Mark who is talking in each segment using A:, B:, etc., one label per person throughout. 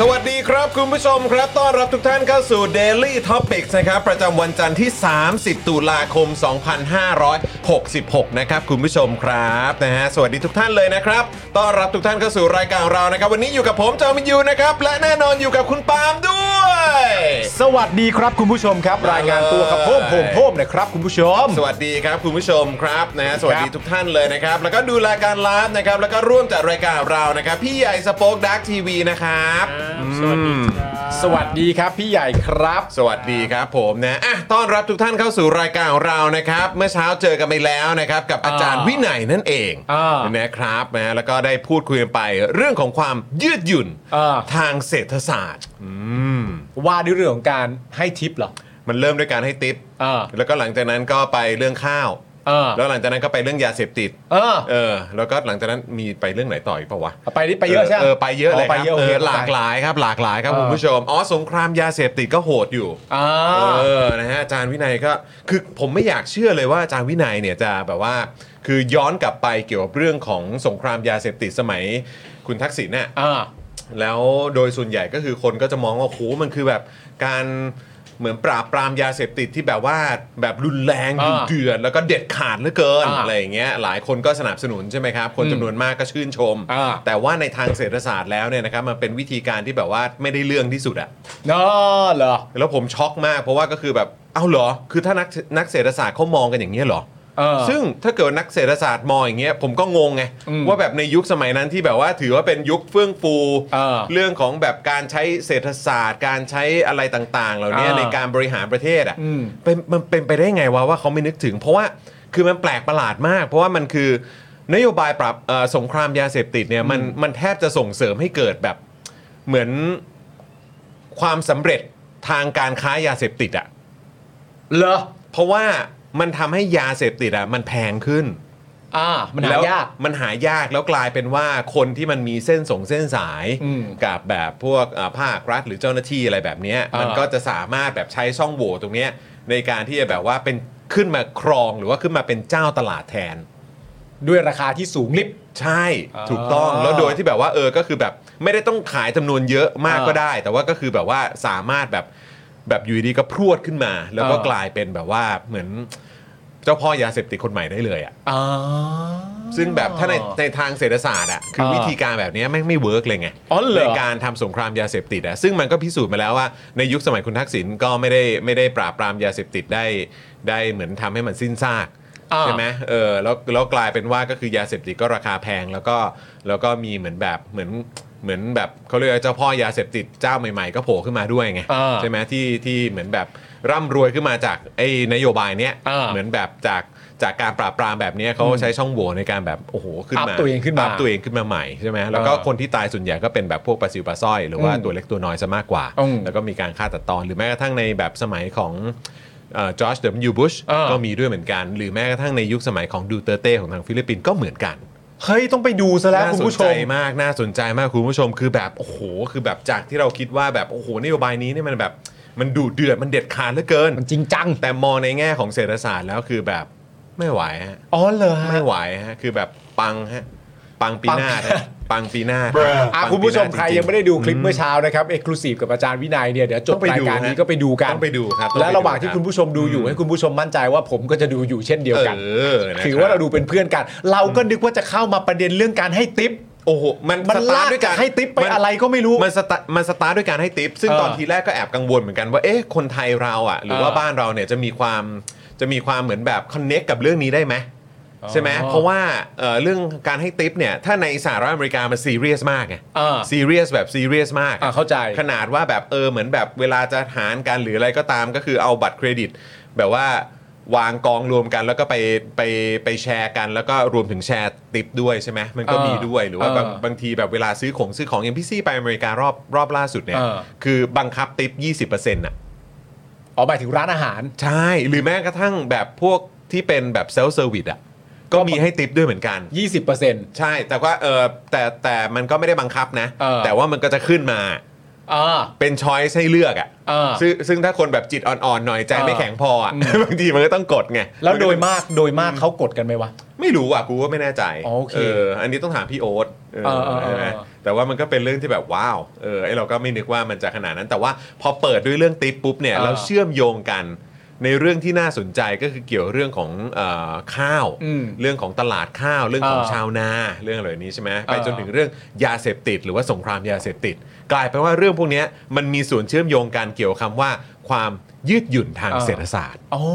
A: สวัสดีครับคุณผู้ชมครับ ต้อนรับทุกท่านเข้าสู่ Daily Topics นะครับ ประจำวันจันทร์ที่ 30 ตุลาคม 2566 นะครับ คุณผู้ชมครับนะฮะสวัสดีทุกท่านเลยนะครับ ต้อนรับทุกท่านเข้าสู่รายการของเรานะครับ วันนี้อยู่กับผมจอมินยูนะครับ และแน่นอนอยู่กับคุณปาล์มด้วย
B: สวัสดีครับคุณผู้ชมครับ รายงานตัวครับโพมโพมโพมนะครับคุณผู้ชม
A: สวัสดีครับคุณผู้ชมครับนะฮะสวัสดีทุกท่านเลยนะครับ แล้วก็ดูรายการไลฟ์นะครับ แล้วก็ร่วมจัดรายการเรานะครับ พี่ใหญ่สป็อคดักทีวีนะครับ
B: สวัสดีครับพี่ใหญ่ครับ
A: สวัสดีครับผมนะอ่ะต้อนรับทุกท่านเข้าสู่รายการของเรานะครับ เมื่อเช้าเจอกันไปแล้วนะครับ กับอาจารย์วินัยนั่นเอง
B: อ่า
A: นะครับนะแล้วก็ได้พูดคุยกันไปเรื่องของความยืดหยุ่น
B: อ่า
A: ทางเศรษฐศาสตร์
B: ว่าด้วยเรื่องของการให้ทิปเหรอ
A: มันเริ่มด้วยการให้ติป
B: อ่า
A: แล้วก็หลังจากนั้นก็ไปเรื่องข้าว
B: อ่า
A: แล้วหลังจากนั้นก็ไปเรื่องยาเสพติด
B: เออ
A: เออ แล้วก็หลังจากนั้นมีไปเรื่องไหนต่ออีกปะวะ
B: ไปนี่ไปเยอะใช่ไหม
A: เออไปเยอะเลยค
B: ไป
A: รับ
B: เยอะโอ
A: เอ
B: เค
A: อหลาก
B: ไป
A: หลายครับหลากหลายครับ
B: เออ
A: คุณผู้ชมอ๋อสงครามยาเสพติดก็โหดอยู่
B: อ่า
A: เออ นะฮะอาจารย์วินัยก็ คือผมไม่อยากเชื่อเลยว่าอาจารย์วินัยเนี่ยจะแบบว่า คือย้อนกลับไปเกี่ยวกับเรื่องของสงครามยาเสพติดสมัยคุณทักษิณน่ะ
B: อ่า
A: แล้วโดยส่วนใหญ่ก็คือคนก็จะมองว่าโอ้โหมันคือแบบการเหมือนปราบปรามยาเสพติดที่แบบว่าแบบรุนแรง
B: อ่า
A: ดุเดือดแล้วก็เด็ดขาดเหลือเกิน
B: อ่า
A: อะไรอย่างเงี้ยหลายคนก็สนับสนุนใช่ไหมครับ คนจำนวนมากก็ชื่นชม
B: อ่า
A: แต่ว่าในทางเศรษฐศาสตร์แล้วเนี่ยนะครับมันเป็นวิธีการที่แบบว่าไม่ได้เรื่องที่สุดอะ
B: เนอะเหรอ
A: แล้วผมช็อกมากเพราะว่าก็คือแบบ เอ้าเหรอ คือถ้านักนักเศรษฐศาสตร์เขามองกันอย่างนี้ยเหรอ
B: เออ
A: ซึ่งถ้าเกิดนักเศรษฐศาสตร์มองอย่างเงี้ยผมก็งงไง
B: อืม
A: ว่าแบบในยุคสมัยนั้นที่แบบว่าถือว่าเป็นยุคเฟื่องฟู
B: เออ
A: เรื่องของแบบการใช้เศรษฐศาสตร์ การใช้อะไรต่างๆ เหล่านี้
B: เออ
A: ในการบริหารประเทศอ่ะ
B: อืม
A: เป็นมันเป็นไปได้ไงวะว่าเขาไม่นึกถึง เพราะว่าคือมันแปลกประหลาดมาก เพราะว่ามันคือนโยบายปรับเอ่อสงครามยาเสพติดเนี่ยมันมันแทบจะส่งเสริมให้เกิดแบบเหมือน ความสำเร็จทางการค้ายาเสพติดอะ
B: เหรอ
A: เพราะว่ามันทำให้ยาเสพติดอะมันแพงขึ้น
B: อ่า มันหา
A: แล้ว
B: ยาก
A: มันหายากแล้วกลายเป็นว่าคนที่มันมีเส้นสงเส้นสาย
B: อืม
A: กับแบบพวกอ่าภาครัฐหรือเจ้าหน้าที่อะไรแบบเนี้ย
B: อ่ามั
A: มันก็จะสามารถแบบใช้ช่องโหว่ตรงเนี้ยในการที่จะแบบว่าเป็นขึ้นมาครองหรือว่าขึ้นมาเป็นเจ้าตลาดแทน
B: ด้วยราคาที่สูงลิบ
A: ใช่
B: อ่า
A: ถูกต้องแล้วโดยที่แบบว่าเออก็คือแบบไม่ได้ต้องขายจำนวนเยอะมาก
B: อ่า
A: ก็ได้ แต่ว่าก็คือแบบว่าสามารถแบบแบบอยู่ดีๆก็พรวดขึ้นมา แล้วก็
B: อ่าก
A: กลายเป็นแบบว่าเหมือนเจ้าพ่อยาเสพติดคนใหม่ได้เลยอะ่ะ
B: อ่า
A: ซึ่งแบบถ้าในในทางเศรษฐศาสตร์อ่ะคืออา วิธีการแบบเนี้ยแม่งไม่เวิร์กเลยไง
B: อ๋อเหรอ
A: ในการทำสงครามยาเสพติดอ่ะซึ่งมันก็พิสูจน์มาแล้วว่าในยุคสมัยคุณทักษิณก็ไม่ได้ไม่ได้ปราบปรามยาเสพติดได้ได้เหมือนทำให้มันสิ้นซาก
B: อ่า
A: ใช่ไหมเออแล้วแล้วกลายเป็นว่าก็คือยาเสพติดก็ราคาแพงแล้วก็แล้วก็มีเหมือนแบบเหมือนเหมือนแบบเขาเรียกว่าเจ้าพ่อยาเสพติดเจ้าใหม่ๆ ก็โผล่ขึ้นมาด้วยไง
B: อ่า
A: ใช่ไหมที่ที่เหมือนแบบร่ำรวยขึ้นมาจากไอ้นโยบายเนี้ย
B: อ่า
A: เหมือนแบบจากจากการปราบปรามแบบเนี้ยเขาใช้ช่องโหว่ในการแบบโอ้โหขึ้นมา
B: อัพตัวเองขึ้นมา
A: พตัวเองขึ้นมาใหม่ใช่ไหมแล้วก็
B: อ่า
A: คนที่ตายส่วนใหญ่ก็เป็นแบบพวกปลาซิวปลาสร้อยหรือว่า
B: อืม
A: ตัวเล็กตัวน้อยซะมากกว่า
B: อืม
A: แล้วก็มีการฆ่าตัดตอนหรือแม้กระทั่งในแบบสมัยของจอร์จเดมยูบุช
B: อ่า
A: ก็ มีด้วยเหมือนกัน หรือแม้กระทั่งในยุคสมัยของดูเตอร์เต้ของทางฟิลิปปินส์ก็เหมือนกัน
C: เฮ้ยต้องไปดูซะแล้ว
B: น่า
C: คุณ
B: สน
C: ผู้ช
B: ใจ
C: ม
B: มากน่าสนใจมากคุณผู้ชมคือแบบโอ้โหคือแบบจากที่เราคิดว่าแบบโอ้โหนโยบายนี้เนี่ยมันแบบมันดุเดือดมันเด็ดขาดเหลือเกิน
C: มันจริงจัง
B: แต่มองในแง่ของเศรษฐศาสตร์แล้วคือแบบไม่ไหวฮะ
C: อ๋อเหรอฮะ
B: ไม่ไหวฮะคือแบบปังฮะปังปีหน้าฮะปังปีหน้า
C: อ่ะ
B: ปัปีหน้า
C: คุณผู้ชมใคร
B: จๆ
C: ยังไม่ได้ดูคลิปเมื่อเช้านะครับเอกลูซีฟกับอาจารย์วินัยเนี่ยเดี๋ยวจบ
B: ต้องไป
C: ราย
B: ดู
C: การ
B: ฮะ
C: นี้ก็ไปดูกัน
B: ต้องไปดูครับต้องไปดู
C: และระหว่างที่
B: ครับ
C: คุณผู้ชมดูอยู่ให้คุณผู้ชมมั่นใจว่าผมก็จะดูอยู่เช่นเดียวกัน
B: เอนะ
C: ถือว่า
B: ค
C: เรา
B: บ
C: ดูเป็นเพื่อนกัน เราก็นึกว่าจะเข้ามาประเด็นเรื่องการให้ติป
B: โอ้โหมัน
C: มัน
B: สตาร์ท
C: ลาก
B: ด้วยการ
C: ให้ติ๊บไป
B: มัน
C: อะไรก็ไม่รู้
B: มันสตาร์ทมันสตาร์ทด้วยการให้ติ๊บซึ่ง
C: เออ
B: ตอนทีแรกก็แอบกังวลเหมือนกันว่าเอ๊ะคนไทยเราอ่ะหรือว่า
C: เออ
B: บ้านเราเนี่ยจะมีความจะมีความเหมือนแบบคอนเน็กกับเรื่องนี้ได้ไหม
C: อ๋อ
B: ใช่ไหมเพราะว่าเอ่อเรื่องการให้ติ๊บเนี่ยถ้าในสหรัฐอเมริกามันซีเรียสมากไง
C: เออ
B: ซีเรียสแบบซีเรียสมาก
C: อ่ะเข้าใจ
B: ขนาดว่าแบบเออเหมือนแบบเวลาจะหารกันหรืออะไรก็ตามก็คือเอาบัตรเครดิต แบบว่าวางกองรวมกันแล้วก็ไปไปไปแชร์กัน แล้วก็รวมถึงแชร์ติปด้วยใช่ไหมมันก็
C: เออ
B: มีด้วยหรือ
C: เออบ
B: ว่าางบางทีแบบเวลาซื้อของซื้อของอย่างพี่ซี่ไปอเมริการอบรอบล่าสุดเนี่ย
C: เออ
B: คือบังคับติป 20%อ่ะ
C: อ๋อหมายถึงร้านอาหาร
B: ใช่ หรือแม้กระทั่งแบบพวกที่เป็นแบบเซลฟ์เซอร์วิสอ่ะก็มีให้ติปด้วยเหมือนกัน
C: 20%เปอร์เซ็นต์
B: ใช่แต่ว่าเออแต่แต่มันก็ไม่ได้บังคับนะ
C: เออ
B: แต่ว่ามันก็จะขึ้นมา
C: อ่า
B: เป็นช้อยให้เลือกอ่ะ
C: เออ
B: ซึ่งซึ่งถ้าคนแบบจิตอ่อนๆหน่อยใจ
C: เออ
B: ไม่แข็งพออ่ะ
C: อื
B: บางทีมันก็ต้องกดไง
C: แล้วโดย
B: นก็
C: มากโดยมากเขากดกันไหมวะ
B: ไม่รู้อ่ะกูก็ไม่แน่ใจ
C: อ๋อโอเค
B: ออันนี้ต้องถามพี่โอ๊ตเออ
C: เออเออ
B: ใช่ไหม
C: เออ
B: แต่ว่ามันก็เป็นเรื่องที่แบบว้าวเออไอเราก็ไม่นึกว่ามันจะขนาดนั้น แต่ว่าพอเปิดด้วยเรื่องติปปุ๊บเนี่ยเราเชื่อมโยงกัน ในเรื่องที่น่าสนใจก็คือเกี่ยวเรื่องของเออข้าว
C: อืม
B: เรื่องของตลาดข้าว เรื่องของ
C: เออ
B: ชาวนาเรื่องอะไรแบบนี้ใช่ไหมไป
C: เออ
B: จนถึง เรื่องยาเสพติดหรือว่าสงครามยาเสพติด กลายเป็นว่าเรื่องพวกเนี้ยมันมีส่วนเชื่อมโยงการเกี่ยวคำว่าความยืดหยุ่นทาง
C: อ่า
B: เศรษฐศาสตร์
C: โอ้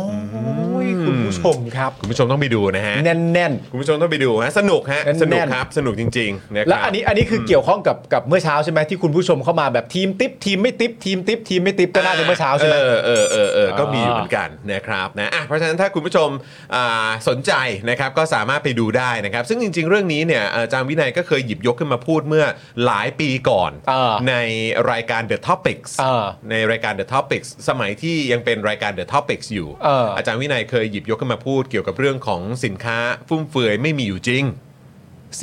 C: ยคุณผู้ชมครับ
B: คุณผู้ชมต้องไปดูนะฮะ
C: แน่น
B: คุณผู้ชมต้องไปดูฮะสนุกฮะ
C: แน่นๆ
B: สนุกครับสนุกจริงๆนะ
C: ๆ
B: ค
C: และ
B: รับ
C: อันนี้อันนี้คือเกี่ยวข้องกับกับเมื่อเช้าใช่ไหมที่คุณผู้ชมเข้ามาแบบทีมติปทีมไม่ติปทีมติปทีมไม่ติปก็น่าจะเมื่อเช้าใช่ไหม
B: เออเออเออเออก็
C: อ่ามี
B: มีอยู่เหมือนกันนะครับนะอ่ะเพราะฉะนั้นถ้าคุณผู้ชมอ่าสนใจนะครับก็สามารถไปดูได้นะครับ ซึ่งจริง ๆ เรื่องนี้เนี่ยอาจารย์วินัยก็เคยหยิบยกขึ้นมาพูดเมื่อหลายปีก่อน
C: อ่า
B: ในรายการ The Topics
C: อ่า
B: ในรายการ The Topics สมัยที่ยังเป็นรายการ The Topics อยู่
C: เอออ
B: อาจารย์วินัยเคยหยิบยกขึ้นมาพูดเกี่ยวกับเรื่องของสินค้าฟุ่มเฟือยไม่มีอยู่จริง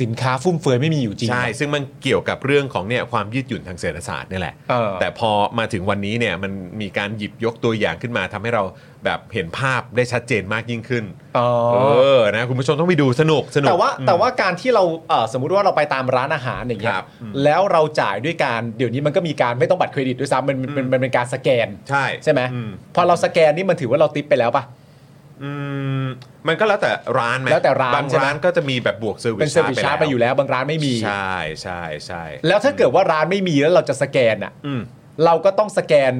C: สินค้าฟุ่มเฟือยไม่มีอยู่จริง
B: ใช่ ซึ่งมันเกี่ยวกับเรื่องของเนี่ยความยืดหยุ่นทางเศรษฐศาสตร์เนี่ยแหละ
C: เออ
B: แต่พอมาถึงวันนี้เนี่ยมันมีการหยิบยกตัวอย่างขึ้นมาทำให้เราแบบเห็นภาพได้ชัดเจนมากยิ่งขึ้น
C: อ๋อ
B: เออนะคุณผู้ชมต้องไปดูสนุกสนุก
C: แต่ว่าแต่ว่าการที่เราเอ่อสมมติว่าเราไปตามร้านอาหารอย่างเงี้ย
B: ครับอืม
C: แล้วเราจ่ายด้วยการเดี๋ยวนี้มันก็มีการไม่ต้องบัตรเครดิตด้วยซ้ำมันมันมันมันเป็นการสแกน
B: ใช่
C: ใช่ไหม
B: อืม
C: พอเราสแกนนี่มันถือว่าเราติปไปแล้วปะ
B: อืมมันก็แล้วแต่ร้านไหม
C: แล้วแต่ร้าน
B: บาง
C: ใช่ไหม
B: ร้านก็จะมีแบบบวกเซอร์วิส
C: เป็นเซอร์วิสชาร์จไปอยู่แล้ว บางร้านไม่มี
B: ใช่ใช่ใช่
C: แล้วถ้าเกิดว่าร้านไม่มีแล้วเราจะสแกนอ่ะ
B: อืม
C: เราก็ต้องสแกน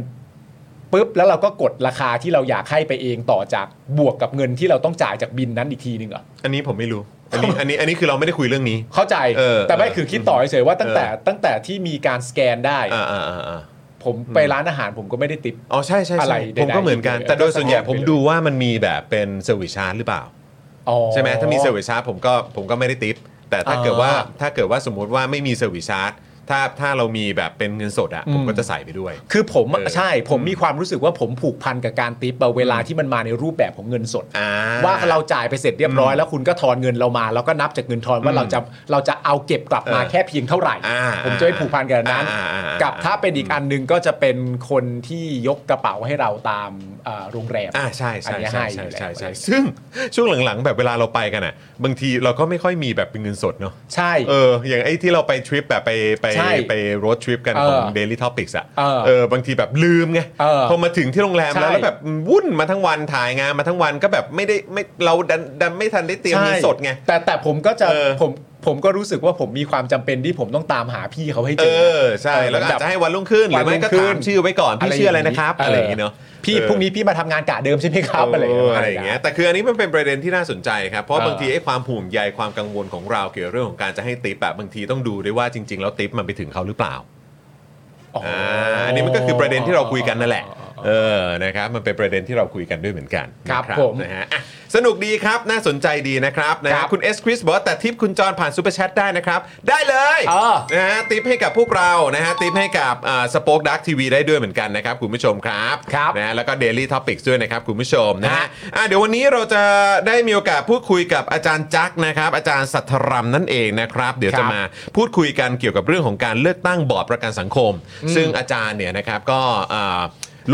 C: ปุ๊บแล้วเราก็กดราคาที่เราอยากให้ไปเองต่อจากบวกกับเงินที่เราต้องจ่ายจากบินนั้นอีกทีนึงเหรอ
B: อันนี้ผมไม่รู้ อั นนี้ อันนี้ อันนี้คือเราไม่ได้คุยเรื่องนี้
C: เข้าใจ
B: เออ
C: แต่ไม่
B: เออ
C: คือคิดต่อเฉยๆว่าตั้งแต่
B: เออ
C: ตั้งแต่ที่มีการสแกนได้
B: อ่าอ่าอ่าอ่า
C: ผมไปร้านอาหารผมก็ไม่ได้ติป
B: อ๋อ ใช่ใช่
C: อะไร
B: ใช่
C: ใดๆ
B: ผมก็เหมือนกัน
C: ที่
B: แต่โดยส่วนใหญ่
C: ก็สะท้อนไป
B: ผมดูว่ามันมีแบบเป็นเซอร์วิสชาร์จหรือเปล่า
C: อ๋อ
B: ใช่ไหมถ้ามีเซอร์วิสชาร์จผมก็ผมก็ไม่ได้ติปแต่ถ้าเกิดว่า
C: อ่า
B: ถ้าเกิดว่าสมมติว่าไม่มีเซอร์วิสชาร์จถ้าถ้าเรามีแบบเป็นเงินสดอ่ะ
C: อืม
B: ผมก็จะใส่ไปด้วย
C: คือผมอะ
B: เออ
C: ใช่ ผมมีความรู้สึกว่าผมผูกพันกับการติปอะเวลาที่มันมาในรูปแบบของเงินสด
B: อ่า
C: ว่าเราจ่ายไปเสร็จเรียบร้อยแล้วคุณก็ทอนเงินเรามา แล้วก็นับจากเงินทอนว่าเราจะเราจะเอาเก็บกลับมา
B: เออ
C: แค่เพียงเท่าไหร่
B: อ่า
C: ผมจะไม่ผูกพันกับอันนั้น
B: อ่าอ่าอ่ากั
C: กับถ้าเป็นอีกอันหนึงก็จะเป็นคนที่ยกกระเป๋าให้เราตามเอ่อโรงแรม
B: อ่าใช่
C: อัน
B: ใช่
C: เนี้ย
B: ใช่
C: ห้
B: ใช่
C: อยู่แล้ว
B: ใช่ใช่ซึ่งช่วงหลังๆ แบบเวลาเราไปกันอ่ะ บางทีเราก็ไม่ค่อยมีแบบเป็นเงินสดเนาะ
C: ใช่
B: เอออย่างไอ้ที่เราไปทริปแบบไปไป
C: ใช่
B: ไปโรดทริปกัน
C: เออ
B: ของ Daily Topics อะ
C: เออบ
B: างทีแบบลืมไง
C: เออ
B: พอมาถึงที่โรงแรมแล้ว
C: ใช่
B: แล้วแบบวุ่นมาทั้งวันถ่ายงานมาทั้งวันก็แบบไม่ได้ไม่เราดันดันไม่ทันได้เตรียม
C: ใช่
B: เงินสดไง
C: แต่แต่ผมก็จะ
B: เออ
C: ผมผมก็รู้สึกว่าผมมีความจำเป็นที่ผมต้องตามหาพี่เขาให้
B: เอ
C: เจอ
B: อใช่แล้วก็อาจจะให้วันรุ่งขึ้นห
C: วั
B: รือ
C: น
B: ไม่
C: รุ่ง
B: ก็
C: ขึ้
B: ถาม
C: น
B: ชื่อไว้ก่อนพี่ชื่ออะไรนะครับอะไรอย่างเงี้ยเนาะ
C: พี่
B: เออ
C: พรุ่งนี้พี่มาทำงานกะเดิมใช่ไหมครับอะไร
B: เอออะไรอย่
C: อา
B: ย่าง งเงี้
C: เงี้ย
B: ยแต่คืออันนี้มันเป็นประเด็นที่น่าสนใจครับ เพ
C: เออบ
B: ราะางทีไอ้ความห่วงใยความกังวลของเราเกี่ยวกับเรื่องของการจะให้ติปแบบบางทีต้องดูด้วยว่าจริง ๆ แล้วติปมันไปถึงเขาหรือเปล่า
C: อ๋ออ่
B: าอันนี้มันก็คือประเด็นที่เราคุยกันนั่นแหละเออนะครับมันเป็นประเด็นที่เราคุยกันด้วยเหมือนกัน
C: ครับ
B: นะ
C: ผม
B: นะฮะอ่ะส สนุกดีครับ น่าสนใจดีนะครับนะ
C: ค
B: ฮะ
C: รับ
B: คุณเอสคริสบอกว่าแต่ทิปคุณจรผ่านซูเปอร์แชทได้นะครับ ได้เลย
C: เออ
B: นะฮะทิปให้กับพวกเรานะฮะทิปให้กับสป็อคดักทีวีได้ด้วยเหมือนกันนะครับ คุณผู้ชมครับ
C: ครับ
B: นะฮะแล้วก็ Daily Topics ด้วยนะครับ คุณผู้ชมนะฮะ
C: ฮะ
B: อ่ะเดี๋ยววันนี้เราจะได้มีโอกาสพูดคุยกับอาจารย์จักรนะครับ อาจารย์สัทธรัมนั่นเองนะครับ เดี๋ยวจะมาพูดคุยกันเกี่ยวกับเรื่องของการเลือกตั้งบอร์ดประกันสังคม ซึ่งอาจารย์เนี่ยนะครับก็อ่า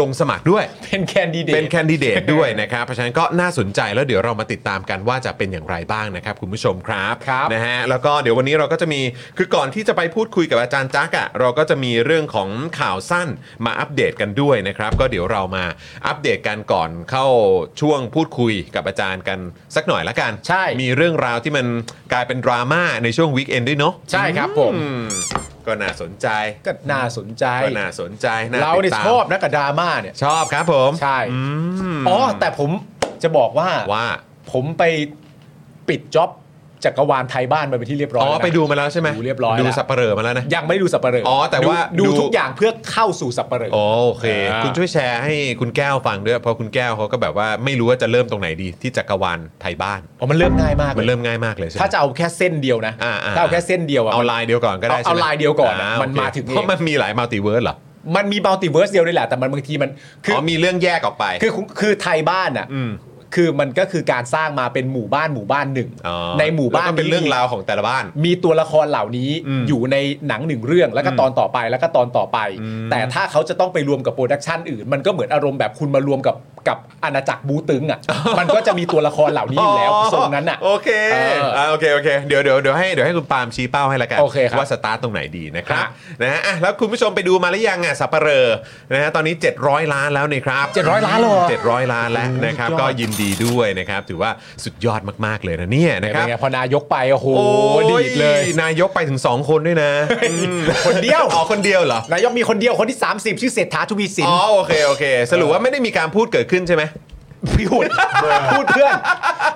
B: ลงสมัครด้วย
C: เป็นแคนดิเดต
B: เป็นแคนดิเดตด้วยนะครับ เพราะฉะนั้นก็น่าสนใจแล้วเดี๋ยวเรามาติดตามกันว่าจะเป็นอย่างไรบ้างนะครับคุณผู้ชมครับ
C: ครับ
B: นะฮะแล้วก็เดี๋ยววันนี้เราก็จะมีคือก่อนที่จะไปพูดคุยกับอาจารย์จักอะเราก็จะมีเรื่องของข่าวสั้นมาอัปเดตกันด้วยนะครับ ก็เดี๋ยวเรามาอัปเดตกันก่อนเข้าช่วงพูดคุยกับอาจารย์กันสักหน่อยละกัน
C: ใช่
B: มีเรื่องราวที่มันกลายเป็นดราม่าในช่วงวีคเอนด้วยเนาะ
C: ใช่ครับผม
B: อืมก็น่าสนใจ
C: ก็น่าสนใจ
B: ก็น่าสนใจน่
C: เรา
B: ติ
C: เนี่ย
B: ดตาม
C: ชอบนะกับดราม่าเนี่ย
B: ชอบครับผม
C: ใช่
B: อืม
C: อ๋อแต่ผมจะบอกว่า
B: ว่า
C: ผมไปปิดจ็อบจักรวาลไทยบ้านมาเป็นที่เรียบร้อย
B: อ๋อ
C: แล้วนะ
B: ไปดูมาแล้วใช่ไหม
C: ดูเรียบร้อย
B: ดู
C: แล้ว
B: สับเปลอมาแล้วนะ
C: ยังไม่ได้ดูสับปะเหรอ
B: อ๋อแต่ว่า
C: ดู
B: ดู
C: ทุกอย่างเพื่อเข้าสู่สับปะเหรออ
B: อ๋อโอเค
C: อ่า
B: คุณช่วยแชร์ให้คุณแก้วฟังด้วย เพราะคุณแก้วเขาก็แบบว่าไม่รู้ว่าจะเริ่มตรงไหนดีที่จักรวาลไทยบ้าน
C: อ๋อมันเริ่มง่ายมากลย
B: มันเริ่มง่ายมากเลยใช่ไหม
C: ถ้าจะเอาแค่เส้นเดียวนะ
B: อ่าๆ
C: ถ้าเอาแค่เส้นเดียวอะ
B: เอาลายเดียวก่อนก็ได้ใช่
C: เอา
B: ไหม
C: เอาลายเดียวก่อนอะ
B: า
C: มัน
B: โเค
C: มาถึงเอง
B: เพราะมันมีหลายมัลติเวิร์สเหรอ
C: มันมี m ัลติเวิร์สเดียวนี่แหละ แต่มันบางทีมันคื
B: อ๋อมีเรื่องแยกออกไป
C: คือคือคือไทยบ้านอ่ะ
B: อืม
C: คือมันก็คือการสร้างมาเป็นหมู่บ้านหมู่บ้านหนึ่ง
B: อ๋อ
C: ในหมู่บ้าน
B: แล้วก็เป็น
C: นี้
B: เรื่องราวของแต่ละบ้าน
C: มีตัวละครเหล่านี้
B: อืม
C: อยู่ในหนังหนึ่งเรื่องแล้วก็ตอนต่อไปแล้วก็ตอนต่อไป
B: อืม
C: แต่ถ้าเขาจะต้องไปรวมกับโปรดักชันอื่น มันก็เหมือนอารมณ์แบบคุณมารวมกับกับอาณาจักรบูตึงอ่ะ มันก็จะมีตัวละครเหล่านี้อยู่แล้วทรงนั้นอ่ะ
B: โอเค
C: เอออ่
B: าโอเคโอเคเดี๋ยวเดี๋ยวเดี๋ยวให้เดี๋ยวให้คุณปาล์มชี้เป้าให้ละกัน
C: โอเคครับ
B: ว่าสตาร์ทตรงไหนดีนะครับ
C: ฮะ
B: นะฮะอ่ะแล้วคุณผู้ชมไปดูมาหรือยังอ่ะสับปะเหรอนะฮะตอนนี้ 700 ล้านแล้วนี่ครับ
C: 700ล้านแล้วเหรอ
B: 700 ล้านแล้วนะครับ
C: สุดยอด
B: ก็ยินดีด้วยนะครับ ถือว่าสุดยอดมาก ๆ เลยนะเนี่ย
C: เป็
B: นะ
C: น
B: ครับ
C: ไงพอนายกไปโอ้โหดีดเลย
B: นายกไปถึง 2 คนด้วยนะอืม
C: คนเดียว
B: อ๋อคนเดียวเหรอน
C: ายกมีคนเดียวคนที่ 30 ชื่อเศรษฐาทวีสิน
B: อ๋อโอเคโอเค สรุปว่าไม่ได้มีการพูดเกิดขึ้นใช่ไหม
C: พี่หุ่นพูดเพื่อน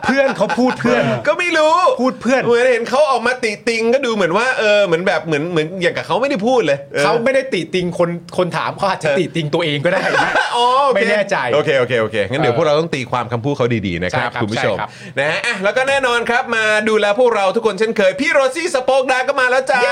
C: เพื่อนเขาพูดเพื่อน
B: ก็ไม่รู้
C: พูดเพื่อน
B: เหมือนเห็นเขาออกมาติติงก็ดูเหมือนว่าเออเหมือนแบบเหมือนเหมือนอย่างกับเขาไม่ได้พูดเลยออ
C: เขาไม่ได้ติติงคนคนถามเขาอาจจะติติงตัวเองก็ได้
B: อ๋อโอเค
C: ไม่แน่ใจ
B: โอเคโอเคโอเคงั้นเดี๋ยว
C: เอ
B: พ
C: อ
B: วกเราต้องตีความคำพูดเขาดีๆนะครับ
C: ใช่ครับ
B: คุณผู้ชม
C: ใช่ครับ
B: นะฮะอ่ะแล้วก็แน่นอนครับมาดูแลพวกเราทุกคนเช่นเคย พี่โรซี่สโปกดาร์กก็มาแล้วจ้า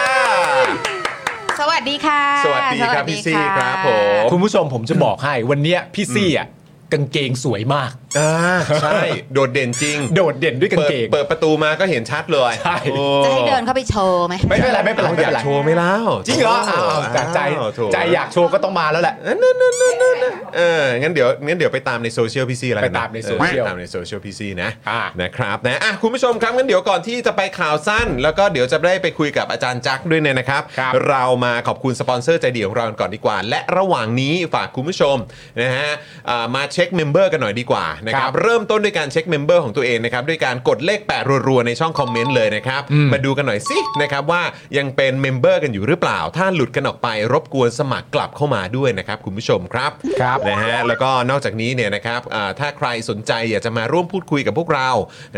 D: สวัสดีค่ะ
B: สวัสดีครับพี่ซี่ครับผม
C: คุณผู้ชมผมจะบอกให้วันเนี้ยพี่ซี่อ่ะกางเกงสวยมาก
B: อ่าใช่ โดดเด่นจริง
C: โดดเด่นด้วยกาง
B: เปิด
C: เกง
B: เปิดประตูมาก็เห็นชัดเลย
C: ใช่
B: โอ้
E: จะให้เดินเข้าไปโชว์ไหม
C: ไม่เป็นไรไม่เป็นไร
B: เอา
C: ไม่
B: อยาก
C: เป็นไร
B: โชว์ไหม่แล้ว
C: จริงเหรออ้าวจากใจ
B: อ้าวโถ
C: ใจอยากโชว์ก็ต้องมาแล้วแหละ
B: เอองั้นเดี๋ยวงั้นเดี๋ยวไปตามในโซเชียลพี่ซี่อะไร
C: ไปตามในโซเชียล
B: ตามในโซเชียลพี่ซี่นะ
C: อ่า
B: นะครับนะอ่ะคุณผู้ชมครับงั้นเดี๋ยวก่อนที่จะไปข่าวสั้น แล้วก็เดี๋ยวจะได้ไปคุยกับอาจารย์จักรด้วยเนี่ยนะครับ
C: ครับ
B: เรามาขอบคุณสปอนเซอร์ใจดีของเรากันก่อนดีกว่า และระหว่างนี้ฝากคุณผู้ชมนะฮะอ่ามาเช็คเมมเบอร์กันหน่อยดีกว่านะครับ
C: ครับ
B: เริ่มต้นด้วยการเช็คเมมเบอร์ของตัวเองนะครับด้วยการกดเลข 8 รัวๆ ในช่องคอมเมนต์เลยนะครับ
C: อืม
B: มาดูกันหน่อยสินะครับว่ายังเป็นเมมเบอร์กันอยู่หรือเปล่า ถ้าหลุดกันออกไปรบกวนสมัครกลับเข้ามาด้วยนะครับคุณผู้ชมครับ
C: ครับ
B: นะฮะแล้วก็นอกจากนี้เนี่ยนะครับอ่าถ้าใครสนใจอยากจะมาร่วมพูดคุยกับพวกเรา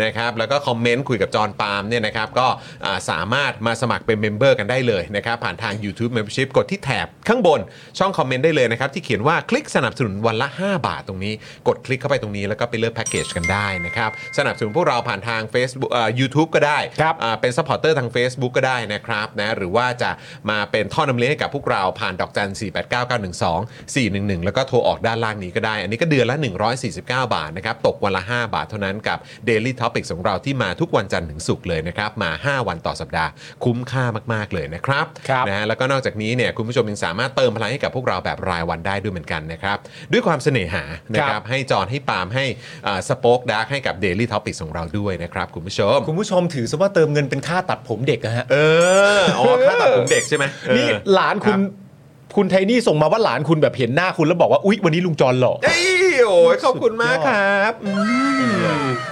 B: นะครับแล้วก็คอมเมนต์คุยกับจอห์นปาล์มเนี่ยนะครับก็อ่าสามารถมาสมัครเป็นเมมเบอร์กันได้เลยนะครับผ่านทาง YouTube Membership กดที่แถบข้างบนช่องคอมเมนต์ได้เลยนะครับที่เขียนว่าคลิกสนับสนุนวันละ 5 บาทตรงนี้ กดคลิกเข้าไปตรงนี้แล้วก็ไปเลือกแพ็กเกจกันได้นะครับสนับสนุนพวกเราผ่านทาง Facebook อ่า YouTube ก็ได้
C: ครับ
B: อ่าเป็นซัพพอร์เตอร์ทาง Facebook ก็ได้นะครับนะหรือว่าจะมาเป็นท่อนำเลี้ยงให้กับพวกเราผ่านดอกจัน 4 8 9 9 1 2 4 1 1 แล้วก็โทรออกด้านล่างนี้ก็ได้ อันนี้ก็เดือนละ 149 บาทนะครับ ตกวันละ 5 บาทเท่านั้นกับ Daily Topic ของเราที่มาทุกวันจันทร์ถึงศุกร์เลยนะครับ มา 5 วันต่อสัปดาห์คุ้มค่ามาก ๆ เลยนะครับ
C: ครับ
B: นะฮะแล้วก็นอกจากนี้เนี่ยคุณผู้ชมยังสามารถเติมพลังให้กับพวกเราแบบรายวันได้ด้วยเหมือนกันนะครับด้วยความเสน่หานะค
C: ครั
B: รับบ ให้จอนให้ปาล์มให้สป็อกดาร์กให้กับ Daily Topic ของเราด้วยนะครับคุณผู้ชม
C: คุณผู้ชมถือซะว่าเติมเงินเป็นค่าตัดผมเด็กนะฮะ
B: เออ อ๋อค่าตัดผมเด็กใช่ไหมเออ
C: นี่หลานคุณคุณไทนี่ส่งมาว่าหลานคุณแบบเห็นหน้าคุณแล้วบอกว่าอุ๊ยวันนี้ลุงจรหล่อ
B: เอ้ยโอ้ยขอบคุณมากครับอืม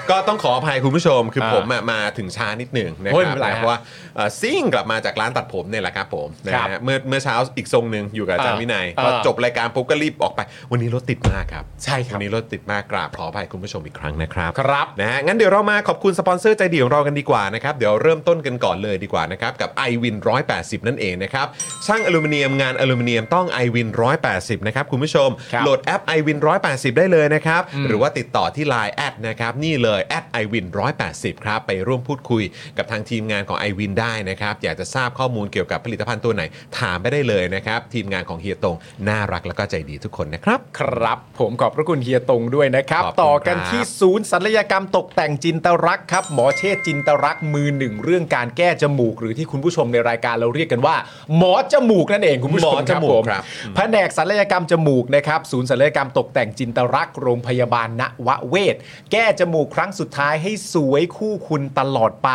B: ก็ต้องขออภัยคุณผู้ชม คือ
C: อ่า
B: ผมอะมาถึงช้านิดหนึ่งนะค
C: โอ้ย
B: รับ
C: ไม่เป็นไร
B: นะเพราะว่าเอ่อซิ่งกลับมาจากร้านตัดผมเนี่ยแหละครับผมนะ
C: ครั
B: ฮะ
C: บ
B: เมื่อเมื่อเช้าอีกทรงหนึ่งอยู่กับอาจารย์
C: อ่า
B: วินัย
C: อ่า
B: พอจบรายการปุ๊บก็รีบออกไป วันนี้รถติดมากครับ
C: ใช่ครับ
B: วันนี้รถติดมากกราบขออภัยคุณผู้ชมอีกครั้งนะครับ
C: ครับ
B: นะฮะงั้นเดี๋ยวเรามาขอบคุณสปอนเซอร์ใจดีของเรากันดีกว่านะครับ เดี๋ยวเริ่มต้นกันก่อนเลยดีกว่านะครับ กับ i w วิน180 นั่นเองนะครับ ช่างอลูมิเนียมงานอลูมิเนียมต้อง i w วิน180 นะครับ คุณผู้ชม
C: ครับ
B: โหลดแอป i w วิน180 180 ได้เลยนะครับ หรือว่าติดต่อที่ Line แอดนะครับ นี่เลย i w i n 180ครับ ไปร่วมพูดคุยกับทางทีมงานของ i w i n ได้นะครับ อยากจะทราบข้อมูลเกี่ยวกับผลิตภัณฑ์ตัวไหน ถามไปได้เลยนะครับ ทีมงานของเฮียตงน่ารักแล้วก็ใจดีทุกคนนะครับ
C: ครับผมขอบพระคุณเฮียตงด้วยนะครับ
B: ขอบคุณ
C: ต่อกัน
B: ครับ
C: ที่ศูนย์ศัลยกรรมตกแต่งจินตรักษณ์ครับ หมอเชษจินตรักษณ์มือหนึ่งเรื่องการแก้จมูก หรือที่คุณผู้ชมในรายการเราเรียกกันว่า หมอจมูกนั่นเองคุณผู้ชม
B: หมอจมูก
C: ค
B: ครั
C: รับบ ผมแผนกศัลยกรรมจมูกนะครับศูนย์ศัลยกรรมตกแต่งจินตรักษณ์โรงพยาบาลณวเวศแก้จมูกครั้งสุดท้ายให้สวยคู่คุณตลอดไป